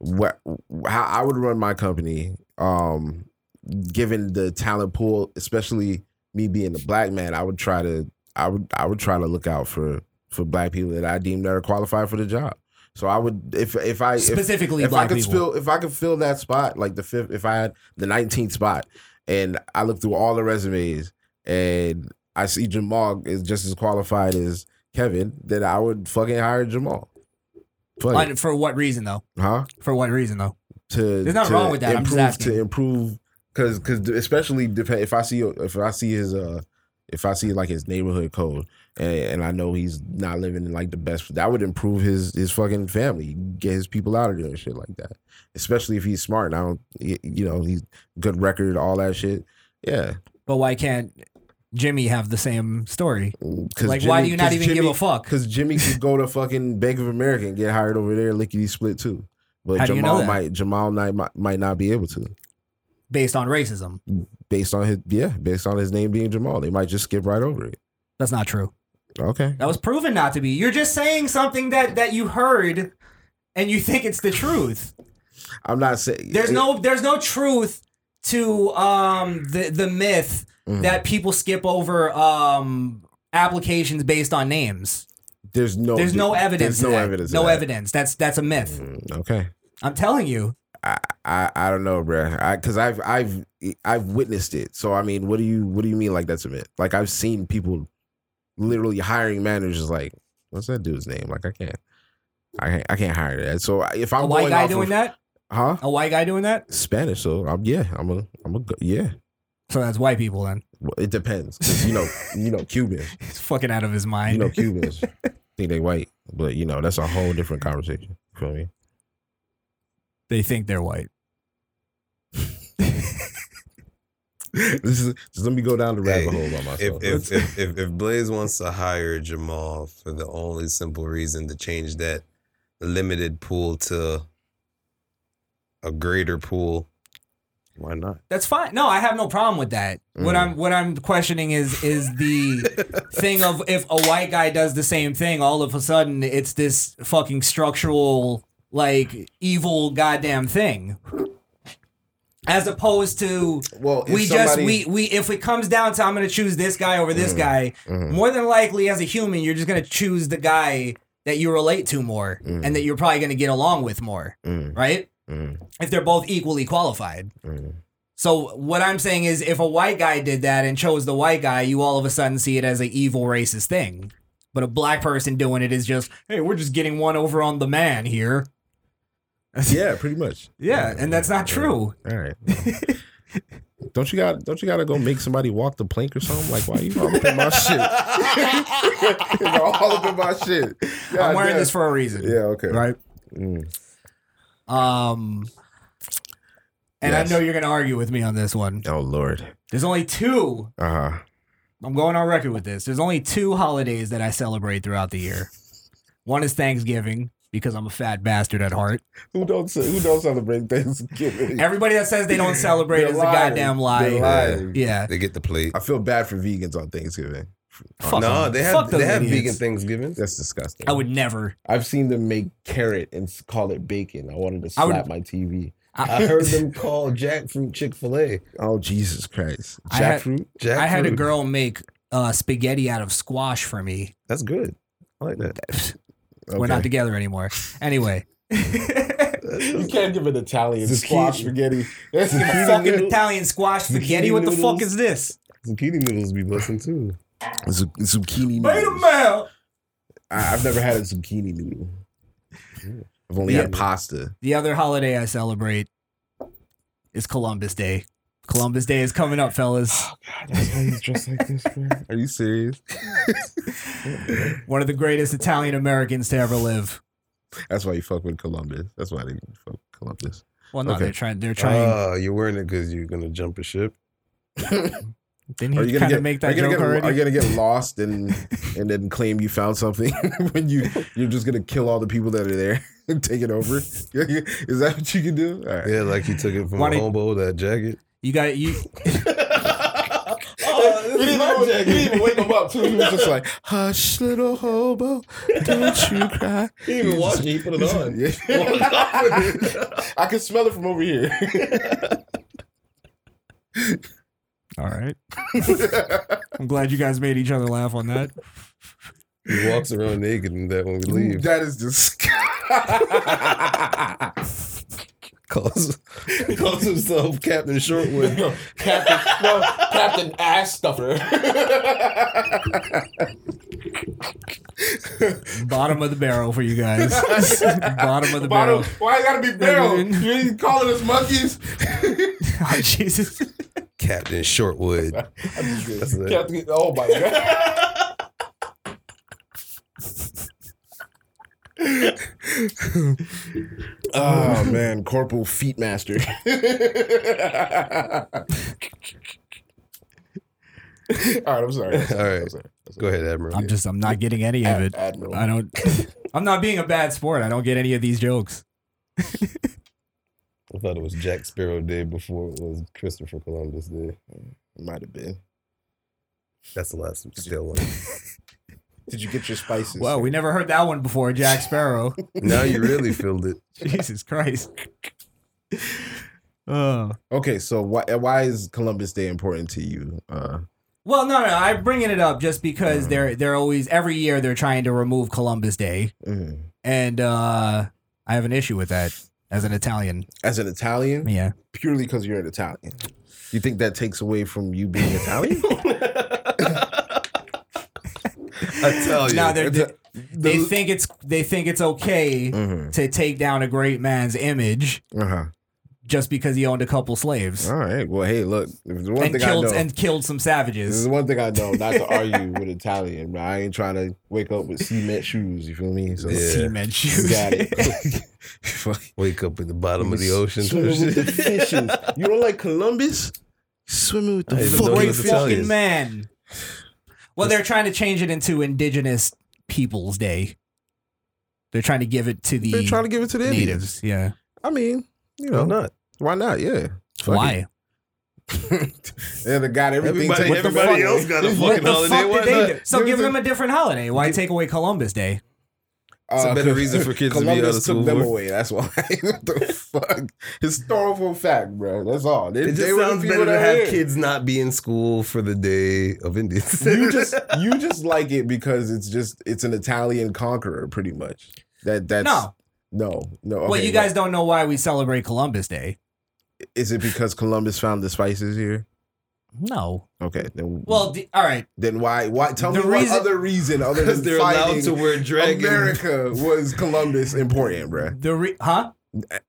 Speaker 3: what how I would run my company, um, given the talent pool, especially me being a black man, I would try to I would I would try to look out for for black people that I deem that are qualified for the job. So I would if if I if,
Speaker 5: Specifically,
Speaker 3: if
Speaker 5: black
Speaker 3: I could
Speaker 5: people.
Speaker 3: fill if I could fill that spot, like the fifth, if I had the nineteenth spot, and I look through all the resumes and I see Jamal is just as qualified as Kevin, then I would fucking hire Jamal. Fuck it.
Speaker 5: On- for what reason, though?
Speaker 3: huh?
Speaker 5: For what reason, though?
Speaker 3: To
Speaker 5: There's nothing
Speaker 3: to
Speaker 5: wrong with that, I'm just
Speaker 3: Improve
Speaker 5: asking.
Speaker 3: to improve because because especially depend if I see if I see his uh if I see like his neighborhood code and, and I know he's not living in like the best, that would improve his his fucking family, get his people out of there and shit like that. Especially if he's smart and I don't, y- you know, he's good record, all that shit. Yeah,
Speaker 5: But why can't Jimmy have the same story?
Speaker 3: because
Speaker 5: Like, why do you not even give a fuck?
Speaker 3: Because Jimmy could go to fucking Bank of America and get hired over there, lickety split too. But
Speaker 5: How do you know
Speaker 3: Jamal
Speaker 5: that?
Speaker 3: might Jamal might might not be able to.
Speaker 5: Based on racism.
Speaker 3: based on his yeah, based on his name being Jamal. They might just skip right over it.
Speaker 5: That's not true.
Speaker 3: Okay.
Speaker 5: That was proven not to be. You're just saying something that that you heard and you think it's the truth.
Speaker 3: I'm not saying
Speaker 5: There's no there's no truth to um the the myth
Speaker 3: Mhm.
Speaker 5: that people skip over um applications based on names.
Speaker 3: there's no
Speaker 5: There's no evidence.
Speaker 3: Oh, There's no
Speaker 5: to that.
Speaker 3: evidence. of
Speaker 5: No
Speaker 3: that.
Speaker 5: evidence. That's that's a myth.
Speaker 3: Mm, Okay.
Speaker 5: I'm telling you.
Speaker 3: I, I don't know, bruh. I Because I've I've I've witnessed it. So I mean, what do you what do you mean? Like that's a myth? Like I've seen people literally hiring managers. Like what's that dude's name? Like I can't. I can't, I can't hire that. So if I'm
Speaker 5: a white
Speaker 3: going
Speaker 5: guy
Speaker 3: off
Speaker 5: doing
Speaker 3: of-
Speaker 5: that?
Speaker 3: huh?
Speaker 5: A white guy doing that?
Speaker 3: Spanish. So I'm yeah. I'm a I'm a go- yeah.
Speaker 5: So that's white people then.
Speaker 3: Well, it depends. 'cause, You know, you know Cubans.
Speaker 5: He's fucking out of his mind.
Speaker 3: You know Cubans. think they white, but you know that's a whole different conversation. You feel me?
Speaker 5: they think they're white.
Speaker 3: This is just let me go down the rabbit
Speaker 7: Hey,
Speaker 3: hole by myself.
Speaker 7: If if, if if if Blaze wants to hire Jamal for the only simple reason to change that limited pool to a greater pool, why not?
Speaker 5: That's fine. No, I have no problem with that. What
Speaker 3: Mm.
Speaker 5: I'm what I'm questioning is is the thing of if a white guy does the same thing, all of a sudden it's this fucking structural like evil goddamn thing. As opposed to
Speaker 8: Well, if
Speaker 5: we just
Speaker 8: somebody- Mm.
Speaker 5: we we if it comes down to I'm gonna choose this guy over this guy,
Speaker 3: Mm. Mm-hmm,
Speaker 5: more than likely as a human you're just gonna choose the guy that you relate to more and that you're probably gonna get along with more,
Speaker 3: Mm,
Speaker 5: right?
Speaker 3: mm,
Speaker 5: If they're both equally qualified.
Speaker 3: mm.
Speaker 5: So what I'm saying is, if a white guy did that and chose the white guy, you all of a sudden see it as an evil racist thing. But a black person doing it is just, hey, we're just getting one over on the man here.
Speaker 3: Yeah, pretty much.
Speaker 5: Yeah, and that's
Speaker 3: Mm.
Speaker 5: not true.
Speaker 3: All right. Don't you got? Don't you gotta go make somebody walk the plank or something? Like, why you all up in my shit? You're all up in my shit.
Speaker 5: I'm
Speaker 3: God
Speaker 5: wearing
Speaker 3: damn.
Speaker 5: this for a reason.
Speaker 3: Yeah. Okay.
Speaker 5: Right.
Speaker 3: Mm.
Speaker 5: Um. And
Speaker 3: Yes.
Speaker 5: I know you're gonna argue with me on this one.
Speaker 3: Oh Lord.
Speaker 5: There's only two.
Speaker 3: Uh huh.
Speaker 5: I'm going on record with this. There's only two holidays that I celebrate throughout the year. One is Thanksgiving because I'm a fat bastard at heart.
Speaker 3: Who don't? ce- Who don't celebrate Thanksgiving?
Speaker 5: Everybody that says they don't celebrate
Speaker 3: They're
Speaker 5: is
Speaker 3: lying.
Speaker 5: a goddamn lie.
Speaker 3: They're lying.
Speaker 5: Yeah.
Speaker 7: They get the plate.
Speaker 3: I feel bad for vegans on Thanksgiving.
Speaker 5: Fuck
Speaker 7: no,
Speaker 5: them.
Speaker 7: Uh, they
Speaker 5: Fuck
Speaker 7: have
Speaker 5: those
Speaker 7: they have
Speaker 5: idiots.
Speaker 7: vegan Thanksgivings.
Speaker 3: That's disgusting.
Speaker 5: I would never.
Speaker 8: I've seen them make carrot and s- call it bacon. I wanted to
Speaker 5: I would-
Speaker 8: slap my TV.
Speaker 5: I,
Speaker 7: I heard them call jackfruit Chick Fil A.
Speaker 3: Oh Jesus Christ!
Speaker 5: I had-
Speaker 3: Jackfruit.
Speaker 7: Jackfruit.
Speaker 5: I had a girl make uh, spaghetti out of squash for me.
Speaker 7: That's good. I like that.
Speaker 5: We're not
Speaker 3: Okay.
Speaker 5: together anymore. Anyway.
Speaker 8: You can't give an Italian
Speaker 3: Zucchini.
Speaker 8: squash spaghetti. That's
Speaker 5: Fucking
Speaker 8: fucking
Speaker 5: Italian squash spaghetti.
Speaker 7: Zucchini
Speaker 5: What the fuck
Speaker 7: noodles.
Speaker 5: is this?
Speaker 7: Zucchini noodles be busting too.
Speaker 3: Z- zucchini. noodles.
Speaker 5: minute.
Speaker 3: I- I've never had a zucchini noodle. I've only had
Speaker 5: Yeah.
Speaker 3: pasta.
Speaker 5: The other holiday I celebrate is Columbus Day. Columbus Day is coming up, fellas.
Speaker 8: That's why he's dressed like this, bro.
Speaker 3: Are you serious?
Speaker 5: One of the greatest Italian Americans to ever live.
Speaker 3: That's why you fuck with Columbus. That's why they fuck with Columbus.
Speaker 5: Well, no,
Speaker 3: Okay. Uh,
Speaker 5: they're trying. They're trying.
Speaker 7: Oh, you're wearing it because you're gonna jump a ship.
Speaker 5: Didn't
Speaker 3: Are
Speaker 5: he
Speaker 3: you gonna
Speaker 5: kind of
Speaker 3: get
Speaker 5: make
Speaker 3: are
Speaker 5: that
Speaker 3: you gonna get,
Speaker 5: joke
Speaker 3: Are
Speaker 5: already?
Speaker 3: you gonna get lost and and then claim you found something when you you're just gonna kill all the people that are there and take it over? Is that what you can do? All right.
Speaker 7: Yeah, like you took it from
Speaker 5: Why
Speaker 7: a
Speaker 5: did-
Speaker 7: hobo that jacket.
Speaker 5: You got you.
Speaker 8: You didn't even- you didn't even wake him up, too.
Speaker 3: He was just like, hush, little hobo, don't you cry.
Speaker 8: He didn't even wash it. He put it on.
Speaker 3: I can smell it from over here.
Speaker 5: All right. I'm glad you guys made each other laugh on that.
Speaker 7: He walks around naked and that when we
Speaker 3: Ooh,
Speaker 7: leave.
Speaker 3: That is disgusting.
Speaker 7: Calls, calls himself Captain Shortwood.
Speaker 8: Captain, no, Captain Ass Stuffer.
Speaker 5: Bottom of the barrel for you guys. Bottom of the
Speaker 3: Bottle-
Speaker 5: barrel.
Speaker 3: why it gotta be barrel? You ain't calling us monkeys.
Speaker 5: Oh, Jesus.
Speaker 7: Captain Shortwood. That's it.
Speaker 8: Captain, oh my God.
Speaker 3: Oh man, Corporal Feet Master. All right, I'm sorry.
Speaker 7: All right. Go ahead, Admiral.
Speaker 5: I'm just. I'm not getting any of it.
Speaker 3: Admiral.
Speaker 5: I don't. I'm not being a bad sport. I don't get any of these jokes.
Speaker 7: I thought it was Jack Sparrow Day before it was Christopher Columbus Day.
Speaker 3: Might have been.
Speaker 7: That's the last still one.
Speaker 3: Did you get your spices?
Speaker 5: Well, we never heard that one before, Jack Sparrow.
Speaker 7: now you really filled it.
Speaker 5: Jesus Christ. Oh.
Speaker 3: okay. So why why is Columbus Day important to you? Uh,
Speaker 5: Well, no, no. I'm bringing it up just because
Speaker 3: Mhm.
Speaker 5: they're they're always every year they're trying to remove Columbus Day,
Speaker 3: mm.
Speaker 5: and uh, I have an issue with that as an Italian.
Speaker 3: as an Italian,
Speaker 5: Yeah.
Speaker 3: purely because you're an Italian. You think that takes away from you being Italian?
Speaker 7: I tell you.
Speaker 5: No, they're, they they
Speaker 3: The-
Speaker 5: think it's they think it's okay
Speaker 3: Mhm.
Speaker 5: to take down a great man's image
Speaker 3: Uh huh.
Speaker 5: just because he owned a couple slaves
Speaker 3: All right. Well, hey, look. There's one
Speaker 5: and
Speaker 3: thing I
Speaker 5: killed
Speaker 3: know.
Speaker 5: and killed some
Speaker 3: This
Speaker 5: savages.
Speaker 3: is one thing I know, not to argue with Italian. But I ain't trying to wake up with cement shoes. You feel me? So
Speaker 7: Yeah.
Speaker 5: Cement
Speaker 3: you
Speaker 5: shoes.
Speaker 3: got it.
Speaker 7: Wake up at the bottom of the ocean.
Speaker 3: Swimming with the fishes. You don't like Columbus? Swimming with the
Speaker 7: I didn't know he
Speaker 5: Great
Speaker 3: fucking
Speaker 7: was
Speaker 5: fucking
Speaker 3: fishes.
Speaker 7: Italian.
Speaker 5: man. Well, they're trying to change it into Indigenous Peoples Day. They're trying to give it to the
Speaker 3: They're trying to give it to the Indians.
Speaker 5: natives. Yeah.
Speaker 3: I mean, you
Speaker 7: Why
Speaker 3: know,
Speaker 7: not?
Speaker 3: why not? Yeah. Fuck
Speaker 5: Why?
Speaker 3: it. They're the god everything.
Speaker 7: Everybody,
Speaker 3: to
Speaker 7: everybody else got a
Speaker 5: What
Speaker 7: fucking
Speaker 5: the
Speaker 7: holiday.
Speaker 5: fuck
Speaker 7: Why
Speaker 5: did they
Speaker 7: not?
Speaker 5: do? So
Speaker 3: Give
Speaker 5: give
Speaker 3: them-
Speaker 5: them a different holiday. Why take away Columbus Day?
Speaker 7: It's a better
Speaker 3: Uh,
Speaker 7: reason for kids to be out
Speaker 3: Columbus
Speaker 7: of school
Speaker 3: Took them
Speaker 7: more.
Speaker 3: away. That's why. what the fuck? Historical fact, bro. That's all. They,
Speaker 7: It just
Speaker 3: they were the
Speaker 7: sounds
Speaker 3: people
Speaker 7: better to
Speaker 3: that
Speaker 7: have
Speaker 3: were here.
Speaker 7: kids not be in school for the day of Indians.
Speaker 3: You just you just like it because it's just it's an Italian conqueror, pretty much. That that's
Speaker 5: No.
Speaker 3: no no.
Speaker 5: well,
Speaker 3: okay,
Speaker 5: you guys don't know why we celebrate Columbus Day.
Speaker 3: but is it because Columbus found the spices here?
Speaker 5: No.
Speaker 3: Okay, then
Speaker 5: Well, the, all right.
Speaker 3: then why why tell
Speaker 5: the
Speaker 3: me what
Speaker 5: reason-
Speaker 3: other reason other
Speaker 7: because
Speaker 3: than
Speaker 7: they're allowed
Speaker 3: fighting
Speaker 7: to wear dragon.
Speaker 3: America was Columbus important, bro.
Speaker 5: The re- huh?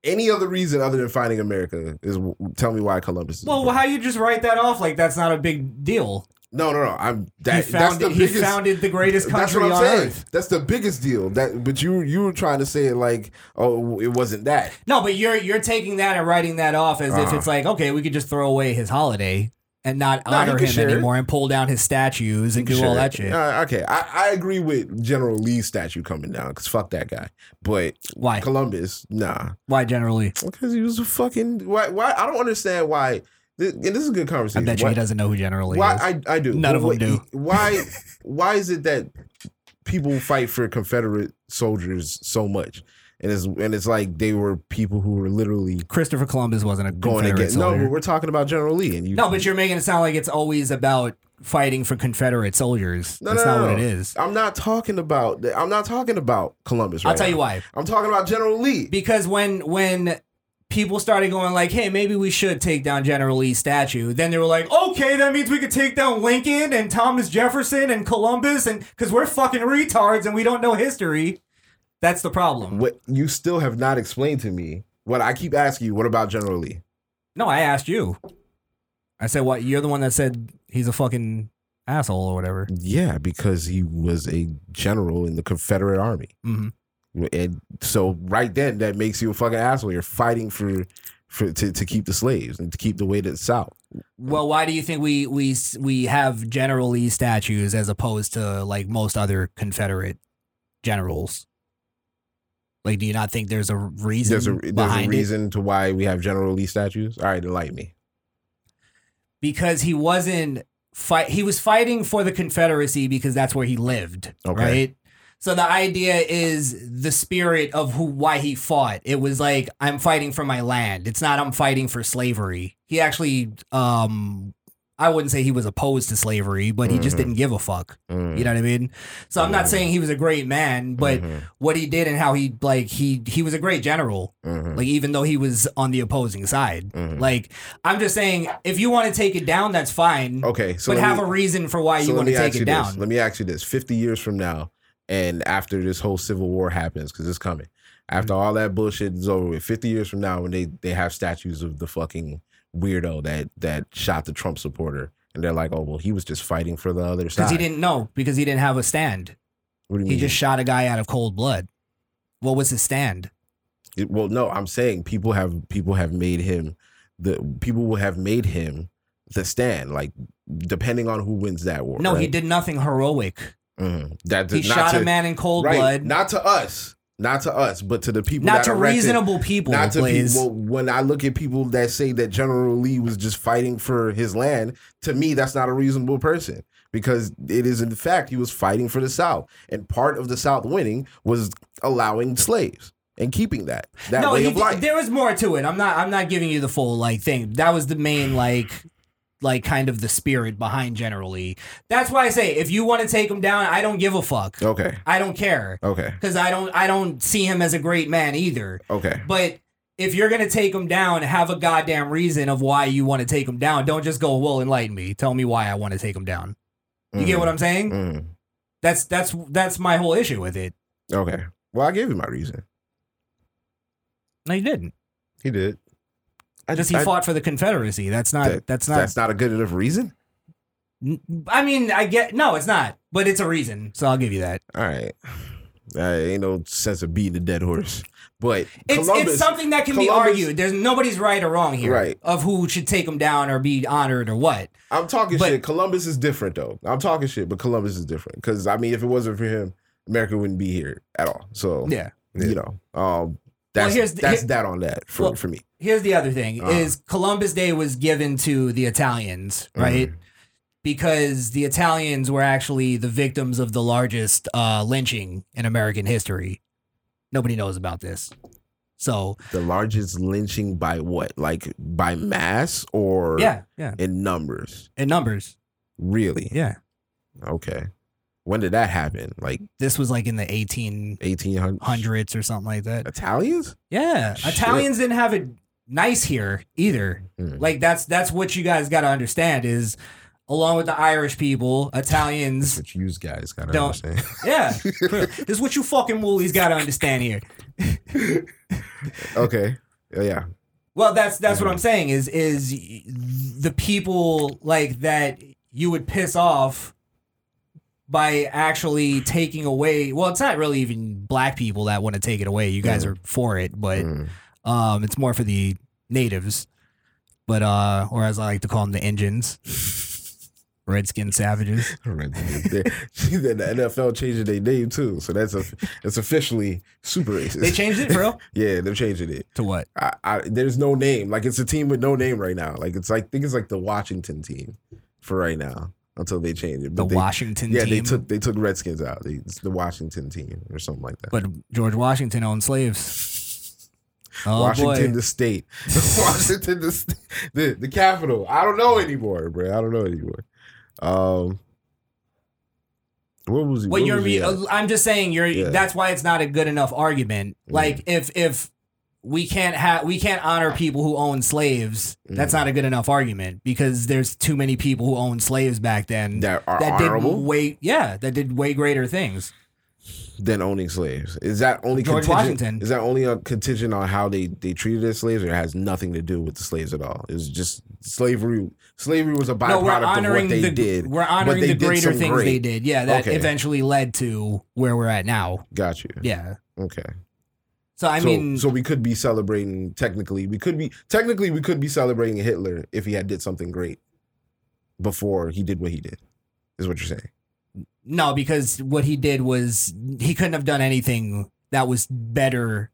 Speaker 3: any other reason other than finding America is tell me why Columbus. Is
Speaker 5: Well,
Speaker 3: important.
Speaker 5: how you just write that off like that's not a big deal?
Speaker 3: no, no, no. I'm
Speaker 5: He
Speaker 3: that. that's
Speaker 5: founded,
Speaker 3: the
Speaker 5: he
Speaker 3: biggest.
Speaker 5: founded the greatest
Speaker 3: that's
Speaker 5: country
Speaker 3: what I'm
Speaker 5: on
Speaker 3: saying.
Speaker 5: earth.
Speaker 3: That's the biggest deal. That, but you you were trying to say it like, oh, it wasn't that.
Speaker 5: No, but you're you're taking that and writing that off as
Speaker 3: Uh-huh.
Speaker 5: if it's like okay, we could just throw away his holiday and not
Speaker 3: Nah, he
Speaker 5: honor
Speaker 3: can
Speaker 5: him
Speaker 3: share it.
Speaker 5: anymore and pull down his statues and do all
Speaker 3: Sure.
Speaker 5: that shit.
Speaker 3: Uh, okay, I, I agree with General Lee's statue coming down because fuck that guy. But
Speaker 5: why?
Speaker 3: Columbus, nah,
Speaker 5: why generally?
Speaker 3: because he was a fucking. Why? Why? I don't understand why. This, and this is a good
Speaker 5: I
Speaker 3: conversation.
Speaker 5: bet you
Speaker 3: Why-
Speaker 5: he doesn't know who generally
Speaker 3: Why
Speaker 5: is.
Speaker 3: I, I do.
Speaker 5: None of
Speaker 3: Why-
Speaker 5: them
Speaker 3: Why why is it that people fight for Confederate soldiers so much? And it's and it's like they were people who were literally
Speaker 5: Christopher Columbus wasn't a
Speaker 3: going
Speaker 5: Confederate
Speaker 3: against. No,
Speaker 5: soldier.
Speaker 3: but we're talking about General Lee, and you.
Speaker 5: No, but you're making it sound like it's always about fighting for Confederate soldiers.
Speaker 3: No,
Speaker 5: That's
Speaker 3: no,
Speaker 5: not
Speaker 3: no,
Speaker 5: what it
Speaker 3: no.
Speaker 5: is.
Speaker 3: I'm not talking about. that- I'm not talking about Columbus. Right
Speaker 5: I'll tell you
Speaker 3: now.
Speaker 5: why.
Speaker 3: I'm talking about General Lee.
Speaker 5: Because when when people started going like, "Hey, maybe we should take down General Lee's statue," then they were like, "Okay, that means we could take down Lincoln and Thomas Jefferson and Columbus, and because we're fucking retards and we don't know history." That's the problem.
Speaker 3: What you still have not explained to me. What I keep asking you. What about General Lee?
Speaker 5: No, I asked you. I said, "What? You're the one that said he's a fucking asshole or whatever."
Speaker 3: Yeah, because he was a general in the Confederate Army.
Speaker 5: Mhm.
Speaker 3: And so right then that makes you a fucking asshole. You're fighting for for to, to keep the slaves and to keep the way to the South.
Speaker 5: Well, why do you think we we we have General Lee statues as opposed to like most other Confederate generals? Like, do you not think there's a reason
Speaker 3: There's a there's a
Speaker 5: behind it?
Speaker 3: reason to why we have General Lee statues. All right, enlighten me.
Speaker 5: Because he wasn't fight. He was fighting for the Confederacy because that's where he lived,
Speaker 3: Okay.
Speaker 5: right? So the idea is the spirit of who why he fought. It was like I'm fighting for my land. It's not I'm fighting for slavery. He actually, um, I wouldn't say he was opposed to slavery, but he just
Speaker 3: Mhm.
Speaker 5: didn't give a fuck.
Speaker 3: Mm,
Speaker 5: You know what I mean? So I'm not saying he was a great man, but
Speaker 3: mhm,
Speaker 5: what he did and how he like he he was a great general.
Speaker 3: mhm,
Speaker 5: Like even though he was on the opposing side.
Speaker 3: mhm.
Speaker 5: Like I'm just saying if you want to take it down, that's fine.
Speaker 3: okay, Oh, so
Speaker 5: but
Speaker 3: let
Speaker 5: have
Speaker 3: me-
Speaker 5: a reason for why
Speaker 3: so
Speaker 5: you
Speaker 3: let
Speaker 5: want to
Speaker 3: me
Speaker 5: take
Speaker 3: ask
Speaker 5: it
Speaker 3: you
Speaker 5: down.
Speaker 3: This. Let me ask you this: Fifty years from now, and after this whole civil war happens, because it's coming, after
Speaker 5: Mm-hmm.
Speaker 3: all that bullshit is over with, fifty years from now, when they they have statues of the fucking weirdo that that shot the Trump supporter, and they're like, oh well, he was just fighting for the other side.
Speaker 5: Because he didn't know, because he didn't have a stand.
Speaker 3: What do you
Speaker 5: He
Speaker 3: mean?
Speaker 5: just shot a guy out of cold blood. What was his stand?
Speaker 3: It- well, no, I'm saying people have people have made him the people will have made him the stand, like depending on who wins that war.
Speaker 5: No, he
Speaker 3: right?
Speaker 5: did nothing heroic.
Speaker 3: Mhm. That
Speaker 5: He
Speaker 3: not
Speaker 5: shot
Speaker 3: to,
Speaker 5: a man in cold
Speaker 3: right,
Speaker 5: blood. Not,
Speaker 3: Not to us. Not to us, but to the people. that
Speaker 5: to
Speaker 3: erected-
Speaker 5: reasonable people,
Speaker 3: Not to
Speaker 5: Blaze.
Speaker 3: people. When I look at people that say that General Lee was just fighting for his land, to me, that's not a reasonable person because it is in fact he was fighting for the South, and part of the South winning was allowing slaves and keeping that that
Speaker 5: no,
Speaker 3: way
Speaker 5: he
Speaker 3: of
Speaker 5: did-
Speaker 3: life.
Speaker 5: there was more to it. I'm not. I'm not giving you the full like thing. That was the main like, like kind of the spirit behind generally. That's why I say if you want to take him down, I don't give a fuck.
Speaker 3: okay,
Speaker 5: I don't care
Speaker 3: okay,
Speaker 5: because I don't. I don't see him as a great man either.
Speaker 3: okay.
Speaker 5: But if you're gonna take him down, have a goddamn reason of why you want to take him down. Don't just go. Well, enlighten me. Tell me why I want to take him down. You get what I'm saying?
Speaker 3: Mm,
Speaker 5: That's that's that's my whole issue with it.
Speaker 3: okay. Well, I gave you my reason.
Speaker 5: No, you didn't.
Speaker 3: He did. I
Speaker 5: Because he
Speaker 3: I-
Speaker 5: fought for the Confederacy. That's not.
Speaker 3: that-
Speaker 5: that's not.
Speaker 3: That's not a good enough reason.
Speaker 5: I mean, I get. No, it's not. But it's a reason. So I'll give you that.
Speaker 3: All right. I ain't no sense of beating a dead horse. But
Speaker 5: It's, it's
Speaker 3: Columbus,
Speaker 5: something that can be
Speaker 3: Columbus-
Speaker 5: argued. There's nobody's right or wrong here
Speaker 3: Right.
Speaker 5: of who should take him down or be honored or what.
Speaker 3: I'm talking
Speaker 5: but-
Speaker 3: shit. Columbus is different though. I'm talking shit, but Columbus is different. Cause I mean, if it wasn't for him, America wouldn't be here at all. So
Speaker 5: Yeah.
Speaker 3: you know, um that's
Speaker 5: here's the-
Speaker 3: that's
Speaker 5: here-
Speaker 3: that on that for,
Speaker 5: Well-
Speaker 3: for me.
Speaker 5: Here's the other thing:
Speaker 3: Uh.
Speaker 5: is Columbus Day was given to the Italians,
Speaker 3: Mm.
Speaker 5: right? Because the Italians were actually the victims of the largest uh, lynching in American history. Nobody knows about this, so
Speaker 3: The largest lynching by what? Like by mass or
Speaker 5: yeah, yeah,
Speaker 3: in numbers?
Speaker 5: in numbers,
Speaker 3: Really?
Speaker 5: yeah.
Speaker 3: Okay. When did that happen? Like
Speaker 5: This was like in the 1800s
Speaker 3: 1800
Speaker 5: or something like that.
Speaker 3: Italians?
Speaker 5: Yeah,
Speaker 3: Shit.
Speaker 5: Italians didn't have it nice here either.
Speaker 3: Mm.
Speaker 5: Like that's that's what you guys got to understand is, along with the Irish people, Italians.
Speaker 3: Which you guys gotta
Speaker 5: Don't-
Speaker 3: understand.
Speaker 5: yeah, this is what you fucking woolies got to understand here.
Speaker 3: okay. Oh, Yeah.
Speaker 5: Well, that's that's what I'm saying is is the people like that you would piss off by actually taking away. Well, it's not really even black people that want to take it away. You guys are for it, but
Speaker 3: Mm.
Speaker 5: um, it's more for the natives, but uh, or as I like to call them, the Indians, redskin savages.
Speaker 3: They- the NFL changed their name too, so that's a that's officially super racist.
Speaker 5: They changed it, bro.
Speaker 3: yeah, they're changing it.
Speaker 5: to what?
Speaker 3: I, I, there's no name. Like it's a team with no name right now. Like it's like I think it's like the Washington team for right now until they change it.
Speaker 5: The
Speaker 3: they,
Speaker 5: Washington
Speaker 3: yeah,
Speaker 5: team.
Speaker 3: they took they took Redskins out. They, it's the Washington team or something like that.
Speaker 5: but George Washington owned slaves. Oh
Speaker 3: Washington
Speaker 5: boy.
Speaker 3: the state, Washington the, st- the the capital. I don't know anymore, bro. I don't know anymore. Um, what was he?
Speaker 5: Well,
Speaker 3: what
Speaker 5: you're.
Speaker 3: was uh, he
Speaker 5: re-
Speaker 3: at?
Speaker 5: I'm just saying you're.
Speaker 3: Yeah.
Speaker 5: That's why it's not a good enough argument.
Speaker 3: Mhm.
Speaker 5: Like if if we can't have we can't honor people who own slaves. That's
Speaker 3: Mm.
Speaker 5: not a good enough argument because there's too many people who owned slaves back then
Speaker 3: that are
Speaker 5: that
Speaker 3: honorable.
Speaker 5: did way yeah that did way greater things.
Speaker 3: than owning slaves. Is that only
Speaker 5: George
Speaker 3: contingent-
Speaker 5: Washington.
Speaker 3: Is that only a contingent on how they they treated their slaves, or it has nothing to do with the slaves at all? It was just slavery. Slavery was a
Speaker 5: No,
Speaker 3: byproduct
Speaker 5: we're
Speaker 3: of what
Speaker 5: honoring
Speaker 3: they
Speaker 5: the
Speaker 3: did.
Speaker 5: we're honoring
Speaker 3: they
Speaker 5: the
Speaker 3: did
Speaker 5: greater
Speaker 3: some
Speaker 5: things
Speaker 3: great.
Speaker 5: they did. Yeah, that
Speaker 3: Okay.
Speaker 5: eventually led to where we're at now.
Speaker 3: Got you.
Speaker 5: Yeah.
Speaker 3: Okay.
Speaker 5: So I
Speaker 3: so,
Speaker 5: mean,
Speaker 3: so we could be celebrating. Technically, we could be technically we could be celebrating Hitler if he had did something great before he did what he did. Is what you're saying?
Speaker 5: No, because what he did was he couldn't have done anything that was better.